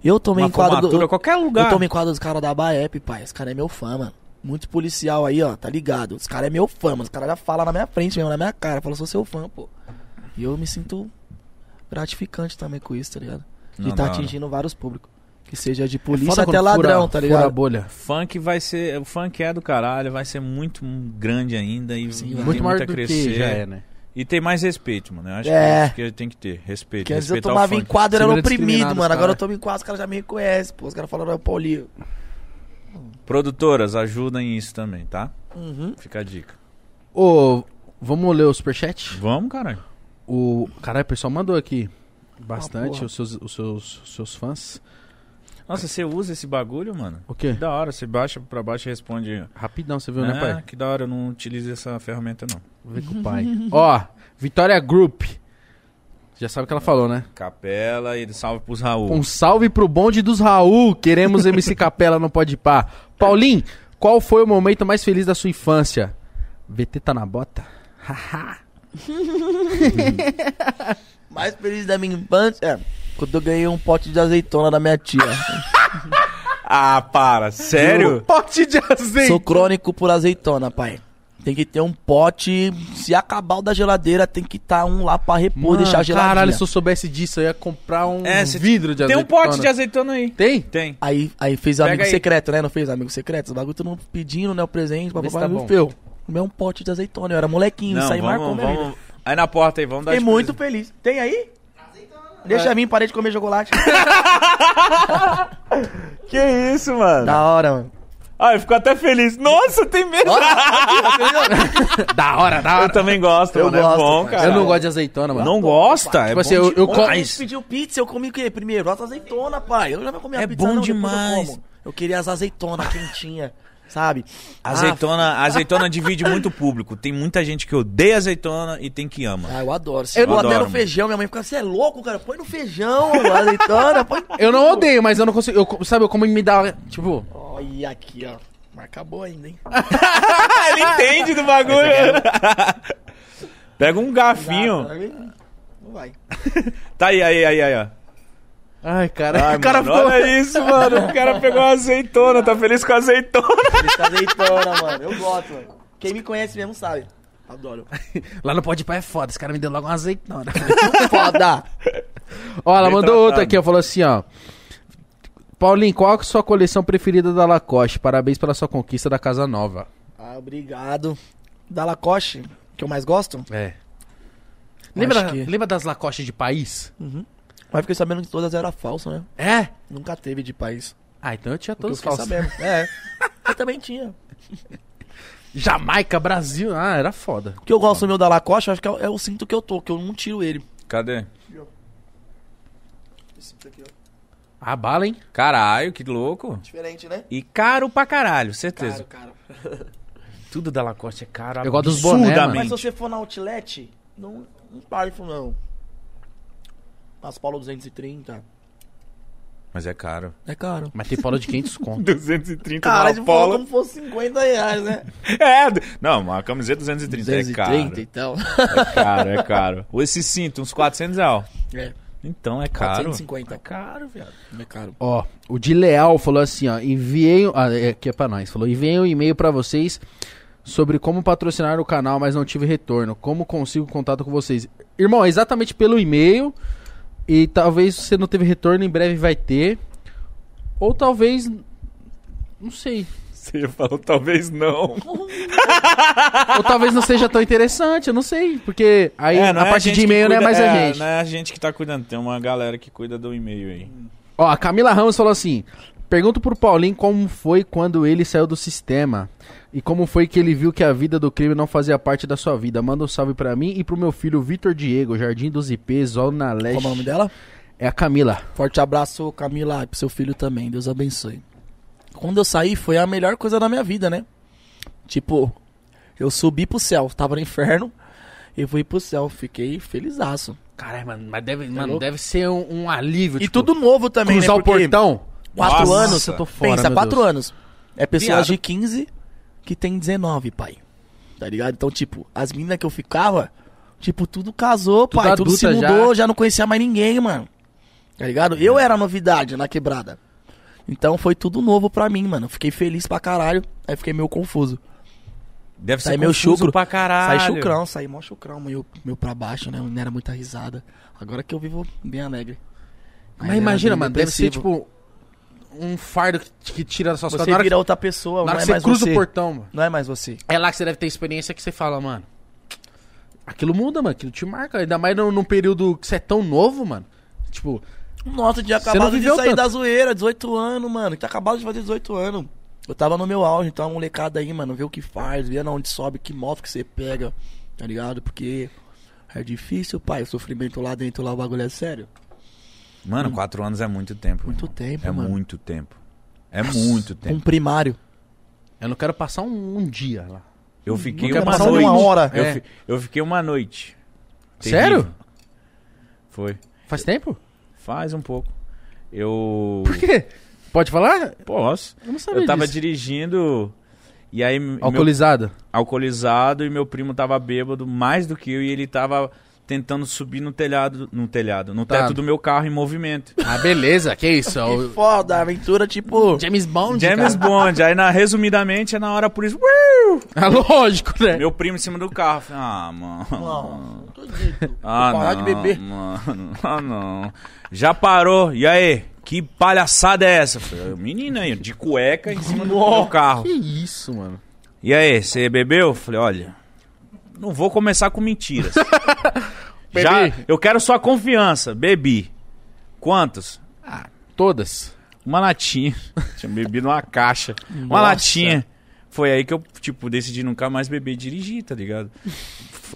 Speaker 3: Eu tomei
Speaker 2: Uma
Speaker 3: enquadro do.
Speaker 2: formatura, qualquer lugar.
Speaker 3: Eu tomei quadro dos caras da Baep, pai. Os caras é meu fã, mano. Muito policial aí, ó, tá ligado? Os caras é meu fã, mano. Os caras já falam na minha frente mesmo, na minha cara. Fala, sou seu fã, pô. E eu me sinto gratificante também com isso, tá ligado?
Speaker 2: Não,
Speaker 3: e tá
Speaker 2: da hora.
Speaker 3: atingindo vários públicos. Que seja de
Speaker 1: É
Speaker 3: polícia
Speaker 1: foda
Speaker 3: até
Speaker 1: quando fura-
Speaker 3: ladrão, tá
Speaker 1: Fura a
Speaker 3: ligado?
Speaker 1: bolha.
Speaker 2: Funk vai ser. O funk é do caralho, vai ser muito grande ainda e
Speaker 3: Sim,
Speaker 2: tem
Speaker 3: vai.
Speaker 1: Muito
Speaker 2: muito
Speaker 1: maior
Speaker 2: a
Speaker 1: do
Speaker 2: crescer.
Speaker 1: que já é, né?
Speaker 2: E tem mais respeito, mano. Eu acho
Speaker 3: É.
Speaker 2: que, é isso que tem que ter. Respeito.
Speaker 3: Porque antes eu
Speaker 2: respeitar o
Speaker 3: tomava
Speaker 2: funk.
Speaker 3: enquadro, eu era
Speaker 1: Segura
Speaker 3: oprimido,
Speaker 1: discriminado,
Speaker 3: mano.
Speaker 1: cara.
Speaker 3: Agora eu tomo enquadro, os caras já me reconhecem, pô. Os caras falaram, é o Paulinho.
Speaker 2: Produtoras, ajudem isso também, tá?
Speaker 3: Uhum.
Speaker 2: Fica a dica.
Speaker 1: Ô, vamos ler o superchat?
Speaker 2: Vamos, caralho.
Speaker 1: O. Caralho, o pessoal mandou aqui. Bastante,
Speaker 3: porra.
Speaker 1: os, seus, os seus, os seus fãs.
Speaker 2: Nossa, você usa esse bagulho, mano?
Speaker 1: O quê?
Speaker 2: Que da hora, você baixa pra baixo e responde.
Speaker 1: Rapidão, você viu,
Speaker 2: "Ah,
Speaker 1: né, pai?
Speaker 2: que da hora, eu não utilizo essa ferramenta, não.
Speaker 1: Vê com o pai. [LAUGHS] Ó, Vitória Group. Já sabe o que ela falou, né?
Speaker 2: Capela e salve pros Raul.
Speaker 1: Um salve pro bonde dos Raul. Queremos MC Capela no Pode Pá. Paulinho, qual foi o momento mais feliz da sua infância? VT tá na bota? Haha.
Speaker 3: Mais feliz da minha infância. É, quando eu ganhei um pote de azeitona da minha tia.
Speaker 2: Ah, para, sério?
Speaker 1: um Pote de azeite.
Speaker 2: então-
Speaker 3: Sou crônico por azeitona, pai. Tem que ter um pote. Se acabar o da geladeira, tem que estar um lá pra repor,
Speaker 1: Mano,
Speaker 3: deixar geladinha.
Speaker 1: Ah, Caralho, se eu soubesse disso, eu ia comprar um
Speaker 2: É, cê-
Speaker 1: vidro de
Speaker 2: Tem
Speaker 1: azeitona.
Speaker 2: um pote de azeitona aí.
Speaker 1: Tem?
Speaker 2: Tem.
Speaker 3: Aí, aí fez
Speaker 2: Pega
Speaker 3: amigo
Speaker 2: aí.
Speaker 3: secreto, né? Não fez amigo secreto? Os bagulho todo mundo pedindo, né? O presente,
Speaker 1: Vê se
Speaker 3: papai,
Speaker 1: tá
Speaker 3: tá
Speaker 1: bom.
Speaker 3: meu Comeu um pote de azeitona. Eu era molequinho, isso aí marcou minha vida.
Speaker 2: Aí na porta aí, vamos dar
Speaker 3: Fiquei
Speaker 2: de
Speaker 3: muito feliz. Tem aí?
Speaker 2: É.
Speaker 3: Deixa mim, parei de comer chocolate.
Speaker 2: presente. Que isso, mano?
Speaker 3: da hora, mano.
Speaker 2: Ah, eu fico até feliz. Nossa, tem
Speaker 1: [LAUGHS]
Speaker 2: mesmo.
Speaker 1: da hora, da
Speaker 2: Eu
Speaker 1: hora.
Speaker 2: também gosto,
Speaker 3: Eu
Speaker 2: mano. é
Speaker 3: gosto,
Speaker 2: bom,
Speaker 3: cara.
Speaker 2: cara.
Speaker 1: Eu não gosto de azeitona, mano.
Speaker 2: Não gosta? É
Speaker 1: Tipo assim, eu, eu
Speaker 3: Ontem a
Speaker 1: como.
Speaker 3: gente pediu pizza, eu comi o quê? Primeiro, as azeitona, pai. Eu já não comi a
Speaker 2: É
Speaker 3: pizza,
Speaker 2: bom
Speaker 3: não, depois
Speaker 2: demais.
Speaker 3: Eu, como. eu queria as azeitona quentinha, [LAUGHS] sabe? Ah,
Speaker 2: Azeitona, azeitona divide muito o público. Tem muita gente que odeia azeitona e tem que ama.
Speaker 3: Ah, eu adoro. sim.
Speaker 2: Eu
Speaker 3: Eu não
Speaker 2: adoro,
Speaker 3: adoro
Speaker 2: mano.
Speaker 3: feijão. Minha mãe fica, você é louco, cara? Põe no feijão, [LAUGHS] azeitona, põe...
Speaker 1: Eu não odeio, mas eu não consigo. Eu, co- sabe, eu como me dá. Tipo.
Speaker 3: Olha aqui, ó. Mas acabou ainda, hein?
Speaker 2: Ele entende do bagulho. é [LAUGHS] Pega um garfinho.
Speaker 3: Não vai.
Speaker 2: Tá aí, aí, aí, aí, ó.
Speaker 1: Ai, cara. [LAUGHS]
Speaker 2: Ai,
Speaker 1: o cara
Speaker 2: mano,
Speaker 1: ficou.
Speaker 2: Olha isso, mano. O cara pegou uma azeitona, tá feliz com a azeitona.
Speaker 3: Essa azeitona, mano. Eu gosto, mano. Quem me conhece mesmo sabe. Adoro.
Speaker 1: Lá no Pode Pá é foda. Esse cara me deu logo uma
Speaker 2: [LAUGHS]
Speaker 1: azeitona.
Speaker 3: Foda.
Speaker 1: Ó, ela
Speaker 2: Bem
Speaker 1: mandou
Speaker 2: tratado.
Speaker 1: outra aqui, ó. Falou assim, ó. Paulinho, qual a sua coleção preferida da Lacoste? Parabéns pela sua conquista da Casa Nova.
Speaker 3: Ah, obrigado. Da Lacoste, que eu mais gosto.
Speaker 1: É. Lembra,
Speaker 3: Acho que-
Speaker 1: lembra das Lacoste de país?
Speaker 3: Mas fiquei sabendo que todas eram falsas, né?
Speaker 1: É?
Speaker 3: Nunca teve de país.
Speaker 1: Ah, então eu tinha
Speaker 3: Porque eu
Speaker 1: todos
Speaker 3: fiquei
Speaker 1: falsos.
Speaker 3: sabendo. [LAUGHS] É. Eu também tinha.
Speaker 1: Jamaica, Brasil. Ah, era foda.
Speaker 3: O que eu gosto meu da Lacoste, eu acho que é o, é o cinto que eu tô, que eu não tiro ele.
Speaker 2: Cadê?
Speaker 3: Esse aqui, ó.
Speaker 1: A Ah, bala, hein?
Speaker 2: Caralho, que louco.
Speaker 3: Diferente, né?
Speaker 2: E caro pra caralho, certeza.
Speaker 3: Claro, cara.
Speaker 2: Tudo da Lacoste é caro.
Speaker 1: Eu gosto dos boné, mano.
Speaker 3: Mas se
Speaker 2: absurdamente.
Speaker 3: você for na Outlet, não, não parfa, não. As Paulo 230.
Speaker 2: Mas é caro.
Speaker 3: É caro.
Speaker 1: Mas tem polo de 500 conto.
Speaker 2: 230
Speaker 3: Cara,
Speaker 2: na
Speaker 3: se for
Speaker 2: Apollo.
Speaker 3: como fosse 50 reais, [LAUGHS] né?
Speaker 2: É, d- não, uma camiseta 230, é
Speaker 3: então.
Speaker 2: caro. É caro, é caro. Ou Esse cinto, uns 400 reais.
Speaker 3: É,
Speaker 2: Então é caro.
Speaker 3: 450.
Speaker 2: caro, viado.
Speaker 3: É caro.
Speaker 1: Ó, o de Leal falou assim, ó, enviei, ah, é, aqui é pra nós, falou, enviei um e-mail pra vocês sobre como patrocinar o canal, mas não tive retorno, como consigo contato com vocês. Irmão, é exatamente pelo e-mail, e talvez você não teve retorno, em breve vai ter, ou talvez, não sei,
Speaker 2: você falou, talvez não.
Speaker 1: Ou talvez não seja tão interessante, eu não sei. Porque aí
Speaker 2: não
Speaker 1: a
Speaker 2: é
Speaker 1: parte
Speaker 2: gente
Speaker 1: de
Speaker 2: que
Speaker 1: e-mail não é
Speaker 2: cuida-
Speaker 1: mais a gente.
Speaker 2: Não é a gente que tá cuidando, tem uma galera que cuida do e-mail aí.
Speaker 1: Ó, a Camila Ramos falou assim: pergunto pro Paulinho como foi quando ele saiu do sistema. E como foi que ele viu que a vida do crime não fazia parte da sua vida? Manda um salve pra mim e pro meu filho Vitor Diego, Jardim dos IPs, Zona
Speaker 3: Qual
Speaker 1: Leste.
Speaker 3: o nome dela?
Speaker 1: É a Camila.
Speaker 3: Forte abraço, Camila, e pro seu filho também. Deus abençoe. Quando eu saí, foi a melhor coisa da minha vida, né? Tipo, eu subi pro céu, tava no inferno, e fui pro céu. Fiquei felizaço.
Speaker 1: Caralho, mano, mas deve,
Speaker 3: louco?
Speaker 1: deve ser um, um alívio.
Speaker 3: e tudo novo também,
Speaker 1: cruzar
Speaker 3: né?
Speaker 1: o portão.
Speaker 3: Quatro
Speaker 2: Nossa,
Speaker 3: anos,
Speaker 1: eu tô fora,
Speaker 3: pensa,
Speaker 1: meu
Speaker 3: quatro
Speaker 1: Deus.
Speaker 3: anos. É pessoas
Speaker 2: Viado.
Speaker 3: de 15 que tem 19, pai. Tá ligado? Então, tipo, as meninas que eu ficava, tipo, tudo casou,
Speaker 1: Tudo
Speaker 3: pai. Tudo se
Speaker 1: adulta
Speaker 3: mudou, já. não conhecia mais ninguém, mano. Tá ligado? Eu era a novidade na quebrada. Então foi tudo novo pra mim, mano. Fiquei feliz pra caralho. Aí fiquei meio confuso.
Speaker 2: Deve
Speaker 1: Tá
Speaker 3: Sai meu
Speaker 2: confuso
Speaker 3: chucro.
Speaker 2: pra caralho.
Speaker 3: Saí chucrão, saí mó chucrão, meu, meu pra baixo, né? Não era muita risada. Agora que eu vivo bem alegre.
Speaker 1: Mas é
Speaker 3: Aí era
Speaker 1: imagina,
Speaker 3: bem
Speaker 1: mano, deve ser
Speaker 3: depressivo.
Speaker 1: tipo um fardo que, que tira das suas costas.
Speaker 3: Você
Speaker 1: Na hora que,
Speaker 3: vira outra pessoa,
Speaker 1: na hora
Speaker 3: não é
Speaker 1: que você
Speaker 3: mais
Speaker 1: cruza
Speaker 3: você.
Speaker 1: o portão, mano.
Speaker 3: Não é mais você.
Speaker 1: É lá que você deve ter experiência que você fala, mano. Aquilo muda, mano. Aquilo te marca. Ainda mais num, num período que você é tão novo, mano. Tipo,
Speaker 3: Nossa, eu tinha
Speaker 1: Você não
Speaker 3: acabado de
Speaker 1: viveu
Speaker 3: sair
Speaker 1: tanto.
Speaker 3: da zoeira, 18 anos, mano. Tinha acabado de fazer 18 anos. Eu tava no meu auge, então a molecada aí, mano, vê o que faz, vê na onde sobe, que moto que você pega, tá ligado? Porque é difícil, pai. O sofrimento lá dentro, lá o bagulho é sério.
Speaker 2: Mano, quatro anos é muito tempo.
Speaker 3: Muito
Speaker 2: irmão.
Speaker 3: tempo,
Speaker 2: É
Speaker 3: mano.
Speaker 2: muito tempo. É muito
Speaker 3: Um
Speaker 2: tempo.
Speaker 3: primário.
Speaker 1: eu não quero passar um, um dia lá.
Speaker 2: Eu fiquei
Speaker 3: Nunca
Speaker 2: uma
Speaker 3: passou
Speaker 2: noite.
Speaker 3: uma hora.
Speaker 2: Eu,
Speaker 1: É.
Speaker 2: fi- eu fiquei uma noite.
Speaker 1: Sério?
Speaker 2: Terrível. Foi.
Speaker 1: Faz tempo?
Speaker 2: Faz um pouco. Eu.
Speaker 1: Por quê? Pode falar?
Speaker 2: Posso.
Speaker 1: Eu não sabia
Speaker 2: Eu tava
Speaker 1: disso.
Speaker 2: dirigindo. E aí, meu-
Speaker 1: Alcoolizado.
Speaker 2: alcoolizado e meu primo tava bêbado mais do que eu e ele tava tentando subir no telhado, no telhado, no
Speaker 1: Tá.
Speaker 2: teto do meu carro em movimento.
Speaker 1: Ah, beleza. Que isso?
Speaker 2: [LAUGHS]
Speaker 1: ó,
Speaker 3: Que
Speaker 1: o
Speaker 3: foda, a aventura, tipo.
Speaker 1: James Bond,
Speaker 2: James
Speaker 1: cara.
Speaker 2: Bond, aí na resumidamente é na hora por isso,
Speaker 1: Ah, lógico, né?
Speaker 2: meu primo em cima do carro. Eu falei, Ah, mano.
Speaker 3: [LAUGHS] Não, tô dito.
Speaker 2: Ah,
Speaker 3: Vou parar
Speaker 2: não,
Speaker 3: de beber.
Speaker 2: Mano. [LAUGHS] Ah, não. Já parou. E aí? Que palhaçada é essa? Eu Falei, Menina aí, de cueca em cima do meu carro.
Speaker 1: Que isso, mano.
Speaker 2: E aí, você bebeu? Eu Falei, olha, não vou começar com
Speaker 3: [LAUGHS]
Speaker 2: mentiras. Já,
Speaker 1: Bebi.
Speaker 2: eu quero sua confiança. Bebi. Quantos?
Speaker 1: Todas.
Speaker 2: Uma latinha. [LAUGHS] Tinha bebido uma caixa. Uma latinha. Foi aí que eu, tipo, decidi nunca mais beber e dirigir, tá ligado?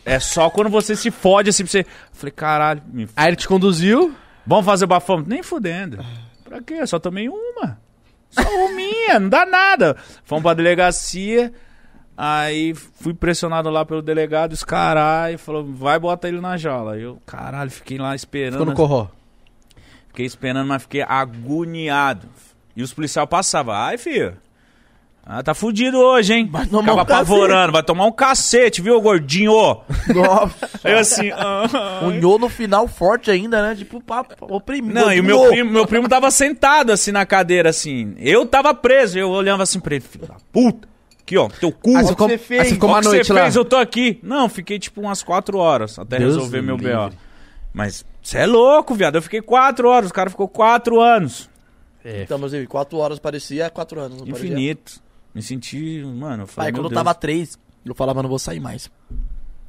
Speaker 2: É só quando você se fode assim pra você. Falei, caralho, me... f-
Speaker 1: Aí ele te conduziu.
Speaker 2: vamos fazer o bafão? Nem fudendo. Pra quê? Eu só tomei uma. Só uma, não dá nada. Fomos pra delegacia. Aí fui pressionado lá pelo delegado, os caralho, falou, vai bota ele na jaula. Eu, caralho, fiquei lá esperando.
Speaker 1: Ficou no corró.
Speaker 2: Fiquei esperando, mas fiquei agoniado. E os policiais passavam. Ai, filho. Ah, tá fudido hoje, hein? Vai
Speaker 3: tomar um
Speaker 2: apavorando, vai tomar um cacete, viu, gordinho?
Speaker 3: Nossa.
Speaker 2: Aí eu assim. ah.
Speaker 3: Unhou Um no final forte ainda, né? Tipo, papo, oprimido.
Speaker 2: Não, e o meu primo, meu primo tava sentado assim na cadeira, assim. Eu tava preso, eu olhava assim pra ele, filho da puta. Aqui, ó, teu cu.
Speaker 1: Aí Ah,
Speaker 2: Olha
Speaker 1: você
Speaker 2: o
Speaker 1: ficou,
Speaker 3: você
Speaker 1: aí
Speaker 3: fez?
Speaker 1: você ficou uma
Speaker 2: que você
Speaker 1: noite lá.
Speaker 2: fez, eu tô aqui. Não, fiquei tipo umas quatro horas até
Speaker 1: Deus
Speaker 2: resolver meu
Speaker 1: livre.
Speaker 2: B.O. Mas você é louco, viado. Eu fiquei quatro horas, o cara ficou quatro anos.
Speaker 1: É,
Speaker 3: Então, meus amigos, quatro horas parecia quatro anos. Não parecia?
Speaker 2: Infinito. Me senti, mano, eu falei,
Speaker 3: Pai, quando
Speaker 2: meu
Speaker 3: eu
Speaker 2: Deus.
Speaker 3: tava três, eu falava, não vou sair mais.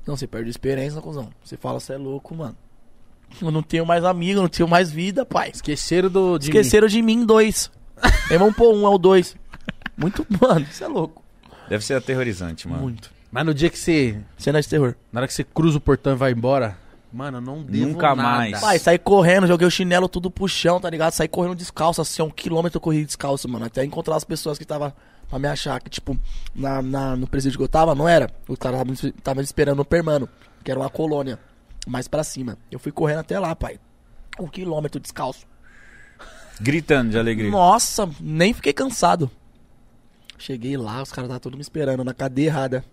Speaker 3: Não, você perde a experiência, cuzão. Você fala, você é louco, mano. Eu não tenho mais amigo, eu não tenho mais vida, pai.
Speaker 1: Esqueceram do. de
Speaker 3: Esqueceram de
Speaker 2: [LAUGHS]
Speaker 3: mim dois. Meu irmão, pô, um é o dois. Muito, mano, você é louco.
Speaker 2: Deve ser aterrorizante, mano.
Speaker 3: Muito.
Speaker 1: mim. Mas no dia que você.
Speaker 3: Cena de terror.
Speaker 1: Na hora que você cruza o portão e vai embora. Mano, eu não devo
Speaker 2: Nunca
Speaker 1: nada.
Speaker 2: mais.
Speaker 3: Pai, saí correndo, joguei o chinelo tudo pro chão, tá ligado? Saí correndo descalço, assim, um quilômetro eu corri descalço, mano. Até encontrar as pessoas que tava pra me achar, que tipo, na, na- no presídio que eu tava, não era. O cara tava, me- tava me esperando no Permano, que era uma colônia, mais pra cima. Eu fui correndo até lá, pai. Um quilômetro descalço.
Speaker 2: Gritando de alegria.
Speaker 3: Nossa, nem fiquei cansado. Cheguei lá, os caras estavam todos me esperando na cadeia errada.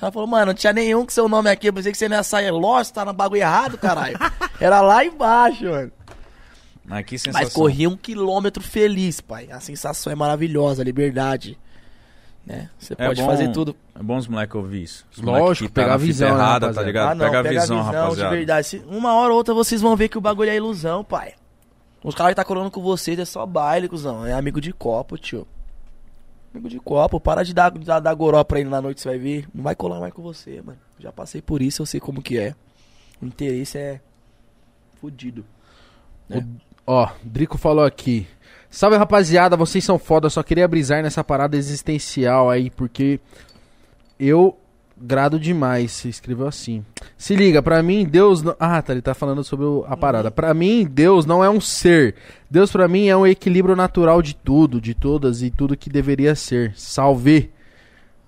Speaker 3: Ela falou, mano, não tinha nenhum com seu nome aqui, eu pensei que você não ia sair Lost, tá no bagulho errado, caralho. Era lá embaixo, mano.
Speaker 2: Mas que sensação.
Speaker 3: Mas corri um quilômetro feliz, pai. A sensação é maravilhosa, a liberdade. Né? Você
Speaker 2: É
Speaker 3: pode
Speaker 2: bom-
Speaker 3: fazer tudo.
Speaker 2: É bom os moleques ouvir isso. Os
Speaker 1: Lógico,
Speaker 2: moleque que tá
Speaker 1: pegar
Speaker 2: na
Speaker 1: a visão, né,
Speaker 2: fita errada, tá
Speaker 1: rapaziada?
Speaker 2: ligado?
Speaker 3: Ah,
Speaker 2: pega, a visão, rapaziada.
Speaker 3: de verdade. Se- Uma hora ou outra vocês vão ver que o bagulho é ilusão, pai. Os caras que tá colando com vocês é só baile, cuzão. É amigo de copo, tio. Amigo de copo, para de dar, de dar, dar goró pra ele na noite, você vai ver. Não vai colar mais com você, mano. Já passei por isso, eu sei como que é. O interesse é fudido.
Speaker 1: Ó, Drico falou aqui. Salve rapaziada, vocês são foda, só queria brisar nessa parada existencial aí, porque eu grado demais, se escreveu assim. Se liga, pra mim Deus não... Ah, tá, ele tá falando sobre o- a parada. Pra mim Deus não é um ser. Deus pra mim é um equilíbrio natural de tudo, de todas e tudo que deveria ser. Salve.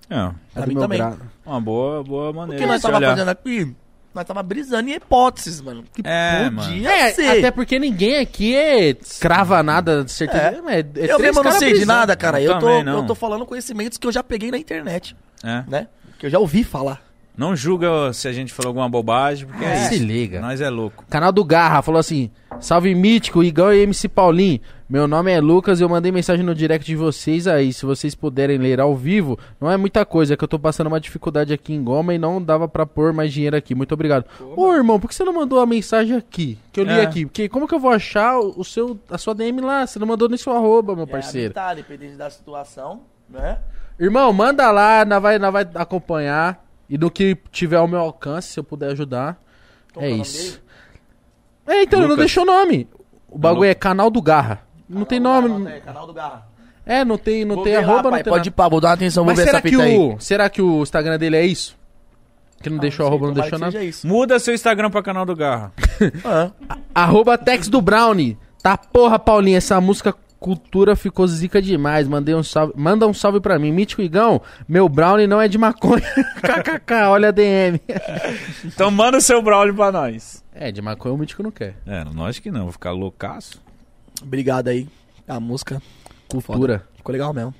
Speaker 2: É,
Speaker 1: É
Speaker 3: Pra
Speaker 1: do
Speaker 3: mim
Speaker 1: meu
Speaker 3: também.
Speaker 1: grado.
Speaker 2: uma boa, boa
Speaker 3: O
Speaker 2: maneira
Speaker 3: que nós
Speaker 2: de se
Speaker 3: tava
Speaker 2: olhar.
Speaker 3: fazendo aqui? Nós tava brisando em hipóteses, mano. Que
Speaker 2: É, mano.
Speaker 3: podia
Speaker 1: É,
Speaker 3: ser.
Speaker 1: até porque ninguém aqui é crava nada, certeza. É. é
Speaker 3: eu
Speaker 1: três
Speaker 3: mesmo não
Speaker 1: cara
Speaker 3: sei de
Speaker 1: brisando.
Speaker 3: nada, cara. Eu, tô,
Speaker 2: Também não.
Speaker 3: eu tô falando conhecimentos que eu já peguei na internet,
Speaker 2: É.
Speaker 3: né? Que eu já ouvi falar.
Speaker 2: Não julga se a gente falou alguma bobagem, porque é,
Speaker 1: Se
Speaker 2: isso.
Speaker 1: liga.
Speaker 2: Nós é louco.
Speaker 1: Canal do Garra falou assim: Salve Mítico, Igão e MC Paulinho. Meu nome é Lucas eu mandei mensagem no direct de vocês aí. Se vocês puderem ler ao vivo, não é muita coisa, é que eu tô passando uma dificuldade aqui em Goma e não dava pra pôr mais dinheiro aqui. Muito obrigado. Ô irmão, por que você não mandou a mensagem aqui? Que eu li
Speaker 2: É.
Speaker 1: aqui. Porque como que eu vou achar o o seu, a sua DM lá? Você não mandou nem sua arroba, meu parceiro.
Speaker 3: tá, dependendo da situação, né?
Speaker 1: Irmão, manda lá, nós vai, nós vai acompanhar. E no que tiver ao meu alcance, se eu puder ajudar.
Speaker 3: Qual
Speaker 1: é
Speaker 3: que é o nome
Speaker 1: isso. É, então, ele não
Speaker 2: Lucas.
Speaker 1: deixou nome. O bagulho é Canal do Garra. Não tem nome. não-
Speaker 3: Canal do Garra.
Speaker 1: É, não tem, não
Speaker 3: né? Vou
Speaker 1: tem
Speaker 3: ver
Speaker 1: arroba,
Speaker 3: lá,
Speaker 1: não
Speaker 3: pai.
Speaker 1: tem
Speaker 3: Pode ir
Speaker 1: nada.
Speaker 3: pra, vou dar uma atenção, vou
Speaker 1: Mas
Speaker 3: ver essa
Speaker 1: será que,
Speaker 3: fita aí. Ah,
Speaker 1: o, será que o Instagram dele é isso? Que não deixou arroba, não
Speaker 3: Tomara
Speaker 1: deixou
Speaker 3: que
Speaker 1: nada.
Speaker 3: seja isso.
Speaker 2: Muda seu Instagram pra canal do Garra.
Speaker 3: Ah,
Speaker 1: Arroba Tex do Brownie. Tá porra, Paulinho, essa música cultura ficou zica demais. Mandei um salve, manda um salve pra mim. Mítico Igão, meu Brownie não é de maconha. [LAUGHS] KKK, olha a DM.
Speaker 2: Então manda o seu Braulio pra nós.
Speaker 1: É, de maconha o Mítico não quer.
Speaker 2: É, nós que não, vou ficar loucaço.
Speaker 3: obrigado aí. A música
Speaker 1: Cultura.
Speaker 3: ficou legal mesmo.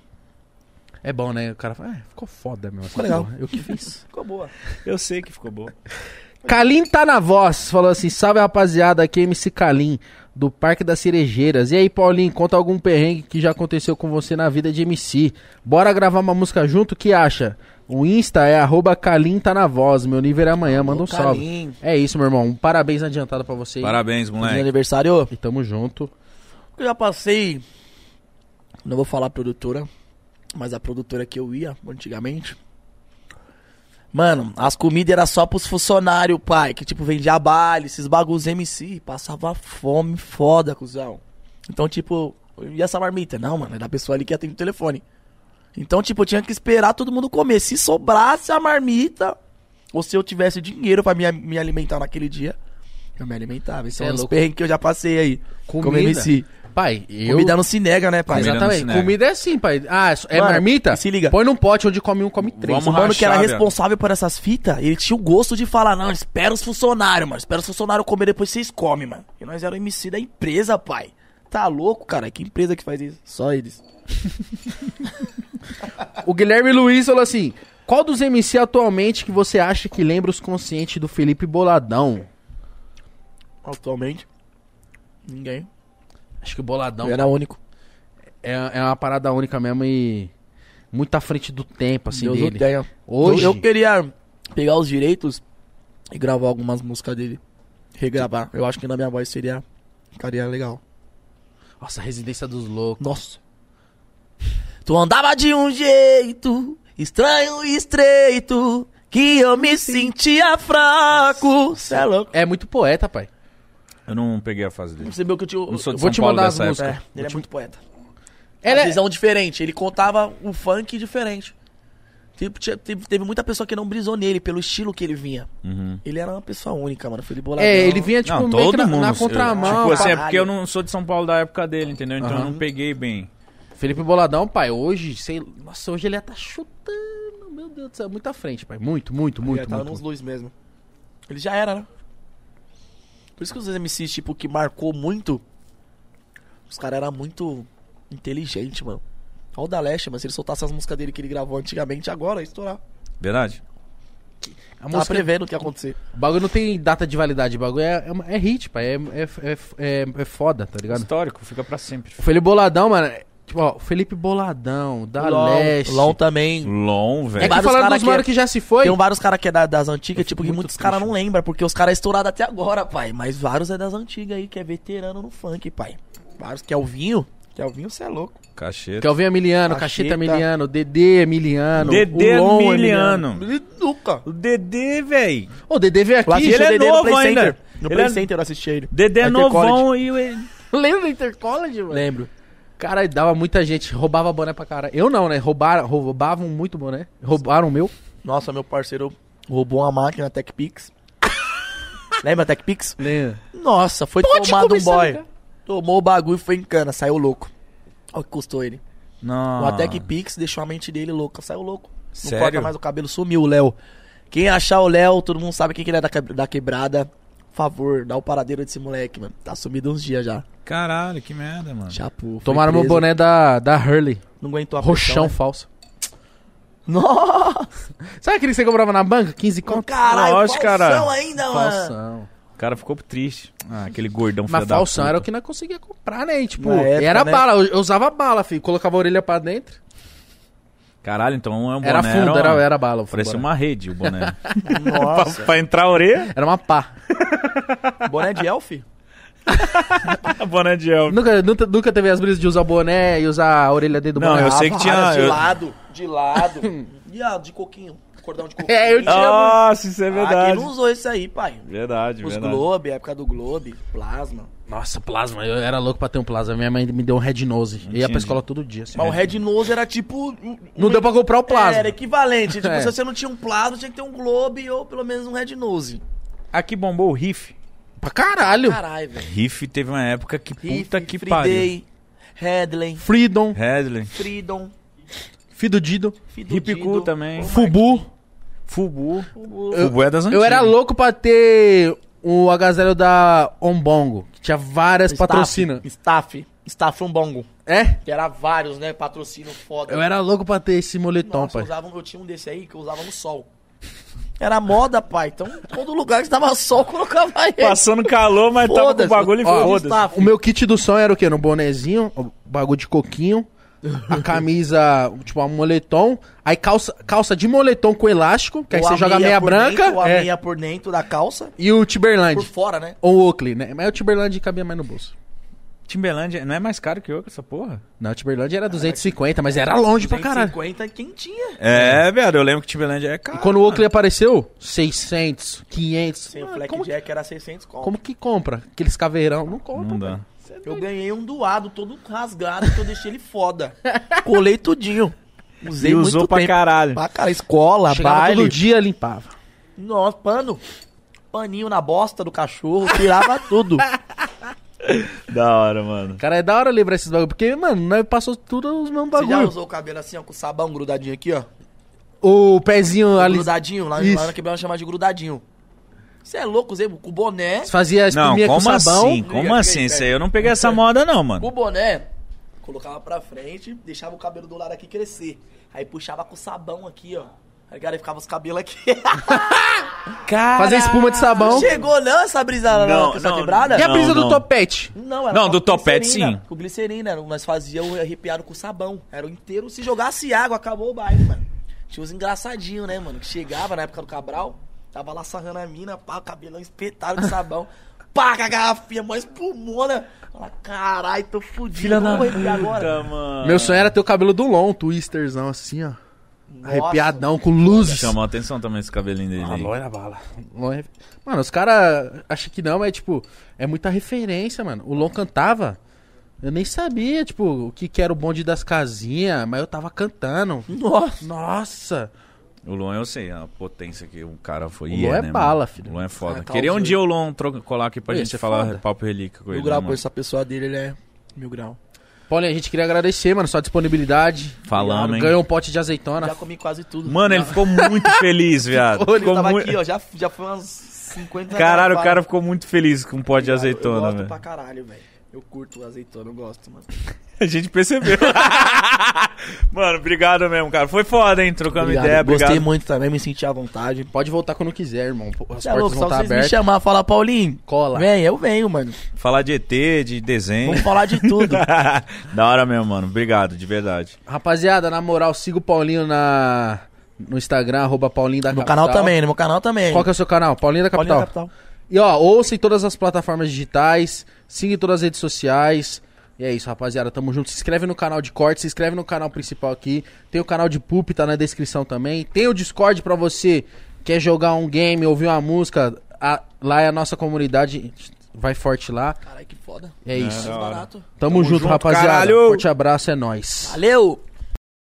Speaker 1: É bom, né? O cara fala, "Ah, ficou foda, meu.
Speaker 3: Ficou legal.
Speaker 1: Eu que fiz.
Speaker 3: Ficou boa.
Speaker 2: Eu sei que ficou bom.
Speaker 1: [LAUGHS] Kalim tá na voz, falou assim: salve rapaziada, aqui é MC Kalim, do Parque das Cerejeiras. E aí, Paulinho, conta algum perrengue que já aconteceu com você na vida de MC. Bora gravar uma música junto? que acha? O Insta é arroba Kalim tá na voz. Meu nível é amanhã, manda um salve.
Speaker 3: Carinho.
Speaker 1: É isso, meu irmão. Um parabéns adiantado pra você.
Speaker 2: Parabéns,
Speaker 3: Feliz
Speaker 2: moleque.
Speaker 3: aniversário.
Speaker 1: E tamo junto.
Speaker 3: Eu já passei. Não vou falar a produtora, mas a produtora que eu ia antigamente. Mano, as comidas eram só pros funcionários, pai. Que tipo, vendia baile, esses bagulhos MC. Passava fome foda, cuzão. Então, tipo, eu ia essa marmita? Não, mano, é da pessoa ali que atende o telefone. Então, tipo, eu tinha que esperar todo mundo comer. Se sobrasse a marmita, ou se eu tivesse dinheiro pra me, me alimentar naquele dia, eu me alimentava. Esse
Speaker 1: Cê é
Speaker 3: é um dos
Speaker 1: louco.
Speaker 3: perrengues que eu já passei aí. Como
Speaker 1: Comida?
Speaker 3: MC.
Speaker 1: Pai, eu.
Speaker 3: Comida não se nega, né, pai?
Speaker 2: Comida-
Speaker 1: Exatamente.
Speaker 2: não se nega.
Speaker 1: Comida é assim, pai. Ah, é só- é
Speaker 3: Mano,
Speaker 1: marmita?
Speaker 3: e se liga.
Speaker 1: Põe num pote onde come um, come três.
Speaker 2: Vamos
Speaker 3: O mano que era
Speaker 2: rachar,
Speaker 3: responsável por essas fitas, ele tinha o gosto de falar, não, espera os funcionários, mano. Espera os funcionários comer, depois vocês comem, mano. E nós era o MC da empresa, pai. Tá louco, cara? Que empresa que faz isso? Só eles.
Speaker 1: O Guilherme Luiz falou assim: Qual dos MC atualmente que você acha que lembra os conscientes do Felipe Boladão?
Speaker 3: Atualmente. Ninguém.
Speaker 1: Acho que o Boladão
Speaker 3: Eu era único.
Speaker 1: é, é uma parada única mesmo e muito à frente do tempo, assim,
Speaker 3: Deus
Speaker 1: dele.
Speaker 3: o tenha.
Speaker 1: Hoje,
Speaker 3: Eu, eu queria pegar os direitos e gravar algumas músicas dele. Regravar. Eu acho que na minha voz seria. Ficaria legal.
Speaker 1: nossa, Residência dos Loucos.
Speaker 3: Nossa. Tu andava de um jeito estranho e estreito que eu me sentia fraco. Cê é louco.
Speaker 1: É muito poeta, pai.
Speaker 2: Eu não peguei a fase dele.
Speaker 3: Percebeu que eu tinha.
Speaker 2: Não sou de
Speaker 1: vou
Speaker 2: São
Speaker 1: te
Speaker 2: Paulo
Speaker 1: mandar
Speaker 2: dessa
Speaker 1: as
Speaker 2: época.
Speaker 1: músicas.
Speaker 3: É, ele é muito poeta.
Speaker 1: Ela
Speaker 3: Uma
Speaker 1: é-
Speaker 3: visão diferente. Ele contava o funk diferente. Tipo, tinha- teve, teve muita pessoa que não brisou nele pelo estilo que ele vinha.
Speaker 2: Uhum.
Speaker 3: Ele era uma pessoa única, mano. Felipe um Boladão.
Speaker 1: É, ele vinha, tipo,
Speaker 2: não,
Speaker 1: meio que
Speaker 2: todo
Speaker 1: na,
Speaker 2: mundo.
Speaker 1: na
Speaker 2: eu-
Speaker 1: contramão.
Speaker 2: tipo assim, é
Speaker 3: caralho.
Speaker 2: porque eu não sou de São Paulo da época dele, entendeu? Então eu
Speaker 1: Aham.
Speaker 2: não peguei bem.
Speaker 3: é-
Speaker 1: Felipe Boladão, pai, hoje, sei, nossa, hoje ele ia tá chutando. Meu Deus do céu, muito à frente, pai. Muito, muito,
Speaker 3: Ele
Speaker 1: muito,
Speaker 3: É, tava
Speaker 1: muito.
Speaker 3: nos luz mesmo. Ele já era, né? Por isso que os MCs, tipo, que marcou muito. Os caras eram muito inteligentes, mano. Olha o da Leste, mas se ele soltasse as músicas dele que ele gravou antigamente, agora ia estourar.
Speaker 2: Verdade?
Speaker 1: A
Speaker 3: Tava
Speaker 1: música
Speaker 3: prevendo o que ia acontecer.
Speaker 1: O bagulho não tem data de validade, o bagulho é, é uma- é hit, pai. É, é, é, é foda, tá ligado?
Speaker 2: Histórico, fica pra sempre.
Speaker 1: O Felipe Boladão, mano. é- Tipo, ó, o Felipe Boladão, da Leste.
Speaker 3: Lon também.
Speaker 2: Long,
Speaker 1: É
Speaker 2: velho.
Speaker 1: que
Speaker 3: Vários
Speaker 1: falaram
Speaker 3: cara
Speaker 1: dos mano
Speaker 3: que-
Speaker 1: que já se foi.
Speaker 3: Tem vários caras que é da- das antigas, tipo, que
Speaker 1: muito
Speaker 3: muitos
Speaker 1: triste,
Speaker 3: caras não lembram, porque os caras é estourados até agora, pai. Mas vários é das antigas aí, que é veterano no funk, pai. Vários que é o vinho, Kelvinho, você é louco.
Speaker 2: Cacheta.
Speaker 1: Kelvin Emiliano, Cacheta
Speaker 3: Cacheta.
Speaker 1: Emiliano, Dedê Emiliano,
Speaker 2: Dedê
Speaker 1: Ulon
Speaker 2: Miliano.
Speaker 3: Nunca.
Speaker 2: O Dedê, velho.
Speaker 1: Ô, Dedê veio aqui.
Speaker 2: Lá-
Speaker 3: [LAUGHS]
Speaker 2: ele é novo ainda.
Speaker 3: No
Speaker 2: Ele
Speaker 3: Play
Speaker 2: é-
Speaker 3: Center eu assisti ele.
Speaker 2: Dedê é
Speaker 3: Intercollege.
Speaker 2: novão e... o-
Speaker 1: Lembra do Intercollege, mano?
Speaker 3: Lembro.
Speaker 1: Cara, dava muita gente, roubava boné pra caralho. Eu não, né? Roubaram, roubavam muito boné. Roubaram o meu.
Speaker 3: Nossa, meu parceiro roubou uma máquina TechPix. [LAUGHS] Lembra a TechPix?
Speaker 1: Lembra?
Speaker 3: Nossa, foi
Speaker 1: Pode
Speaker 3: tomado um
Speaker 1: começar,
Speaker 3: boy.
Speaker 1: né?
Speaker 3: Tomou o bagulho e foi em cana, saiu louco. Olha o que custou ele.
Speaker 2: Não.
Speaker 1: Ah.
Speaker 3: O Atec Pix deixou a mente dele louca, saiu louco. Não
Speaker 2: Sério?
Speaker 3: corta mais o cabelo, sumiu o Léo. Quem achar o Léo, todo mundo sabe quem que ele é da, que- da quebrada. Por favor, dá o paradeiro desse moleque, mano. Tá sumido uns dias já.
Speaker 2: Caralho, que merda, mano.
Speaker 3: Chapu. foi
Speaker 1: Tomaram meu
Speaker 3: preso.
Speaker 1: boné da, da Hurley.
Speaker 3: Não aguentou a
Speaker 1: Roxão
Speaker 3: pressão,
Speaker 1: falso.
Speaker 3: né? Nossa!
Speaker 1: Sabe aquele que você comprava na banca? 15 conto?
Speaker 3: Caralho,
Speaker 2: Lógico,
Speaker 3: falsão
Speaker 2: cara.
Speaker 3: ainda, mano.
Speaker 1: Falsão.
Speaker 2: O cara ficou triste. Ah, aquele gordão
Speaker 1: Mas
Speaker 2: filho da
Speaker 1: falsão
Speaker 2: puta.
Speaker 1: era o que nós conseguia comprar, né? E, tipo,
Speaker 3: Na época,
Speaker 1: era
Speaker 3: né?
Speaker 1: bala. Eu, eu usava bala, filho. Colocava a orelha pra dentro.
Speaker 2: Caralho, então é um boné.
Speaker 1: era fundo, era,
Speaker 2: uma-
Speaker 1: era bala. o fundo,
Speaker 2: Parecia
Speaker 1: bora.
Speaker 2: uma rede o boné.
Speaker 3: Nossa,
Speaker 2: pra entrar a
Speaker 1: [LAUGHS]
Speaker 2: orelha,
Speaker 1: Era uma pá.
Speaker 3: boné de elf?
Speaker 2: boné de elfo.
Speaker 1: nunca, nunca, nunca teve as brisas de usar boné e usar a orelha dentro do
Speaker 2: Não,
Speaker 1: boné. Ah,
Speaker 2: eu sei que tinha-
Speaker 3: de
Speaker 2: eu-
Speaker 3: lado,
Speaker 2: [LAUGHS]
Speaker 3: de lado. e a de coquinho, cordão
Speaker 1: [LAUGHS]
Speaker 3: de coquinho.
Speaker 1: É, eu tinha-
Speaker 2: Nossa, isso é
Speaker 3: Ah, quem
Speaker 2: verdade.
Speaker 3: não usou isso aí, pai?
Speaker 2: Verdade,
Speaker 3: Os
Speaker 2: verdade.
Speaker 3: Globe, a época do Globe, Plasma.
Speaker 1: Nossa, plasma. Eu era louco pra ter um plasma. Minha mãe me deu um red nose. Eu ia pra
Speaker 2: Entendi.
Speaker 1: escola todo dia. assim.
Speaker 3: Mas o
Speaker 2: É.
Speaker 3: Red Nose era tipo. É,
Speaker 1: Não deu pra comprar
Speaker 2: um
Speaker 1: o plasma.
Speaker 3: Era equivalente.
Speaker 2: [LAUGHS]
Speaker 3: Tipo,
Speaker 1: É.
Speaker 3: se você não tinha um plasma, tinha que ter um Globe ou pelo menos um Red Nose.
Speaker 2: Aqui bombou o riff.
Speaker 1: Pra caralho.
Speaker 3: Caralho, velho.
Speaker 2: Riff teve uma época que puta
Speaker 3: Riff,
Speaker 2: que
Speaker 3: Free
Speaker 2: pariu.
Speaker 3: Day, Headley,
Speaker 1: Freedom,
Speaker 2: Headley.
Speaker 3: Freedom,
Speaker 1: Fido Dido,
Speaker 3: Fido
Speaker 2: Hip
Speaker 3: Dido.
Speaker 2: Cool também.
Speaker 1: Fubu.
Speaker 2: Fubu.
Speaker 3: é Fubu.
Speaker 2: Fubu é das
Speaker 1: Eu
Speaker 2: antigas.
Speaker 1: era louco pra ter o agasalho da Ombongo, que tinha várias
Speaker 3: Staff,
Speaker 1: patrocina.
Speaker 3: Staff. Staff um bongo.
Speaker 1: É?
Speaker 3: Que era vários, né? Patrocínio foda.
Speaker 1: Eu era louco pra ter esse moletom,
Speaker 3: Nossa, eu,
Speaker 1: pai.
Speaker 3: usava, um- eu tinha um desse aí que eu usava no sol. Era moda, pai. Então, todo lugar que tava sol, [LAUGHS] colocava ele.
Speaker 2: Passando calor, mas tava com o
Speaker 3: Foda-se.
Speaker 2: bagulho e
Speaker 3: Ó,
Speaker 2: foda-se.
Speaker 3: Staff.
Speaker 1: Ah, O meu kit do som era o quê? No bonezinho, o bagulho de coquinho,
Speaker 3: [LAUGHS]
Speaker 1: a camisa, tipo, um moletom, aí calça, calça de moletom com elástico, que aí
Speaker 3: Ou
Speaker 1: você
Speaker 3: a
Speaker 1: joga a
Speaker 3: meia
Speaker 1: meia
Speaker 3: por
Speaker 1: branca,
Speaker 3: Dentro, ou a
Speaker 1: é,
Speaker 3: meia por dentro da calça.
Speaker 1: e o
Speaker 3: Por
Speaker 1: Timberland,
Speaker 3: fora, né?
Speaker 1: ou o Oakley, né? Mas o Timberland cabia mais no bolso.
Speaker 2: Timberland não é mais caro que o outro, essa porra?
Speaker 1: Não, o Timberland era 250, mas era longe pra caralho.
Speaker 3: 250 quem tinha.
Speaker 2: É, velho, eu lembro que Timberland é caro.
Speaker 1: E quando o Oakley apareceu, 600, 500.
Speaker 3: Sem o
Speaker 1: Ah,
Speaker 3: Fleck
Speaker 1: como,
Speaker 3: Jack era 600 conto.
Speaker 1: como que compra? Aqueles caveirão. Não compra.
Speaker 2: Não dá.
Speaker 1: velho.
Speaker 3: Eu ganhei um doado todo rasgado que eu deixei
Speaker 1: [LAUGHS]
Speaker 3: ele foda. Colei tudinho. Usei
Speaker 2: E usou
Speaker 3: muito
Speaker 2: pra
Speaker 3: tempo.
Speaker 2: caralho.
Speaker 3: Pra cara, escola,
Speaker 1: Chegava
Speaker 3: baile.
Speaker 1: todo dia, limpava.
Speaker 3: Nossa, pano. Paninho na bosta do cachorro, tirava
Speaker 1: [LAUGHS]
Speaker 3: tudo.
Speaker 2: Da hora, mano.
Speaker 1: Cara, é da hora lembrar esses bagulho, porque, mano, nós passamos tudo os mesmos
Speaker 3: Você já
Speaker 1: bagulho.
Speaker 3: usou o cabelo assim, ó, com sabão grudadinho aqui, ó?
Speaker 1: O pezinho ali.
Speaker 3: Grudadinho, lá,
Speaker 1: Isso.
Speaker 3: lá na quebrada chama de grudadinho. Você é louco, usei com boné.
Speaker 1: Fazia
Speaker 2: Não,
Speaker 1: espuminha com
Speaker 2: como
Speaker 1: sabão.
Speaker 2: assim? Como
Speaker 3: Liga,
Speaker 2: assim?
Speaker 3: liga,
Speaker 2: Isso aí
Speaker 3: liga.
Speaker 2: eu não peguei essa moda, não, mano.
Speaker 3: Com boné, colocava pra frente, deixava o cabelo do lado aqui crescer. Aí puxava com sabão aqui, ó. Aí, cara, ficava os cabelos aqui.
Speaker 1: Fazia espuma de sabão.
Speaker 3: [LAUGHS] Chegou não essa brisa lá
Speaker 2: Não,
Speaker 3: na essa
Speaker 2: não,
Speaker 3: quebrada?
Speaker 1: E a
Speaker 2: Não,
Speaker 1: brisa do
Speaker 2: não.
Speaker 1: topete?
Speaker 3: Não, era
Speaker 2: Não,
Speaker 3: só
Speaker 2: do
Speaker 3: com
Speaker 2: topete,
Speaker 3: glicerina,
Speaker 2: sim.
Speaker 3: Com glicerina, um, nós fazíamos arrepiado com sabão. Era o inteiro. Se jogasse água, acabou o baile, mano. Tinha uns engraçadinhos, né, mano? Que chegava na época do Cabral, tava lá sarrando a mina, pá, o cabelão espetado com sabão. [LAUGHS] Pá, com a garrafinha, mó espumona. Fala, caralho, tô fudido. não vou arrepiar agora.
Speaker 2: mano.
Speaker 1: Meu sonho era ter o cabelo do Long, twisterzão, assim, ó.
Speaker 3: Nossa. Tá
Speaker 1: Arrepiadão, com luzes.
Speaker 2: Chamou atenção também esse cabelinho dele.
Speaker 3: Ah,
Speaker 2: aí.
Speaker 3: é-
Speaker 1: loira bala. Mano, os caras acham que não, mas, tipo, é muita referência, mano. O Lon cantava, eu nem sabia, tipo, o que, que era o bonde das casinhas, mas eu tava cantando.
Speaker 3: Nossa.
Speaker 1: Nossa!
Speaker 2: O Luan, eu sei a potência que o cara foi.
Speaker 1: O
Speaker 2: e
Speaker 1: Luan é
Speaker 2: mano?
Speaker 1: bala, filho.
Speaker 2: O Luan é foda.
Speaker 3: Ah, tá,
Speaker 2: Queria um
Speaker 3: os
Speaker 2: dia o Luan tro- colar aqui pra
Speaker 1: Ia
Speaker 2: gente
Speaker 1: ser
Speaker 2: falar
Speaker 1: foda.
Speaker 2: papo relíquia com ele.
Speaker 3: Mil grau,
Speaker 2: né,
Speaker 3: por
Speaker 2: mano?
Speaker 3: essa pessoa dele, ele é mil grau.
Speaker 1: Paulinho, a gente queria agradecer, mano, sua disponibilidade.
Speaker 2: Falamos, hein?
Speaker 1: Ganhou um pote de azeitona.
Speaker 3: Já comi quase tudo.
Speaker 2: Mano, ele ficou muito
Speaker 1: [LAUGHS]
Speaker 2: feliz, viado.
Speaker 3: Ô, [LAUGHS] ele
Speaker 2: Ficou
Speaker 3: tava
Speaker 2: muito-
Speaker 3: aqui, ó, já, já foi umas 50
Speaker 2: Caralho, o
Speaker 3: garrafas.
Speaker 2: cara ficou muito feliz com um pó de
Speaker 3: Eu
Speaker 2: azeitona,
Speaker 3: gosto
Speaker 2: velho.
Speaker 3: pra caralho, velho. Eu curto azeitona, eu gosto, mano.
Speaker 2: A gente percebeu. [LAUGHS] mano, obrigado mesmo, cara. Foi foda, hein? Trocamos
Speaker 3: Obrigado.
Speaker 2: ideia, obrigado.
Speaker 3: Gostei muito também, me senti à vontade.
Speaker 1: Pode voltar quando quiser, irmão. As
Speaker 3: Você é
Speaker 1: portas
Speaker 3: louco,
Speaker 1: vão
Speaker 3: só
Speaker 1: estar
Speaker 3: vocês me
Speaker 1: abertas.
Speaker 3: chamar e falar, Paulinho,
Speaker 1: Cola.
Speaker 3: vem, eu venho, mano.
Speaker 2: Falar de ET, de desenho.
Speaker 3: Vamos falar de
Speaker 2: [LAUGHS]
Speaker 3: tudo.
Speaker 2: da hora mesmo, mano. Obrigado, de verdade.
Speaker 1: Rapaziada, na moral, siga o Paulinho na... no Instagram, arroba Paulinho da
Speaker 3: No
Speaker 1: Capital.
Speaker 3: canal também, no meu canal também.
Speaker 1: Qual que é o seu canal? Paulinho da
Speaker 3: Paulinho
Speaker 1: Capital.
Speaker 3: da Capital.
Speaker 1: E ó, ouça em todas as plataformas digitais, siga em todas as redes sociais. E E é isso, rapaziada. Tamo junto. Se inscreve no canal de corte, se inscreve no canal principal aqui. Tem o canal de Pup, tá na descrição também. Tem o Discord pra você quer jogar um game, ouvir uma música. A- lá é a nossa comunidade. Vai forte lá.
Speaker 3: Caralho, que foda.
Speaker 1: É isso.
Speaker 2: da hora.
Speaker 3: Barato.
Speaker 1: Tamo, junto,
Speaker 2: junto,
Speaker 1: rapaziada.
Speaker 2: caralho.
Speaker 1: Forte abraço, é nóis.
Speaker 4: Valeu!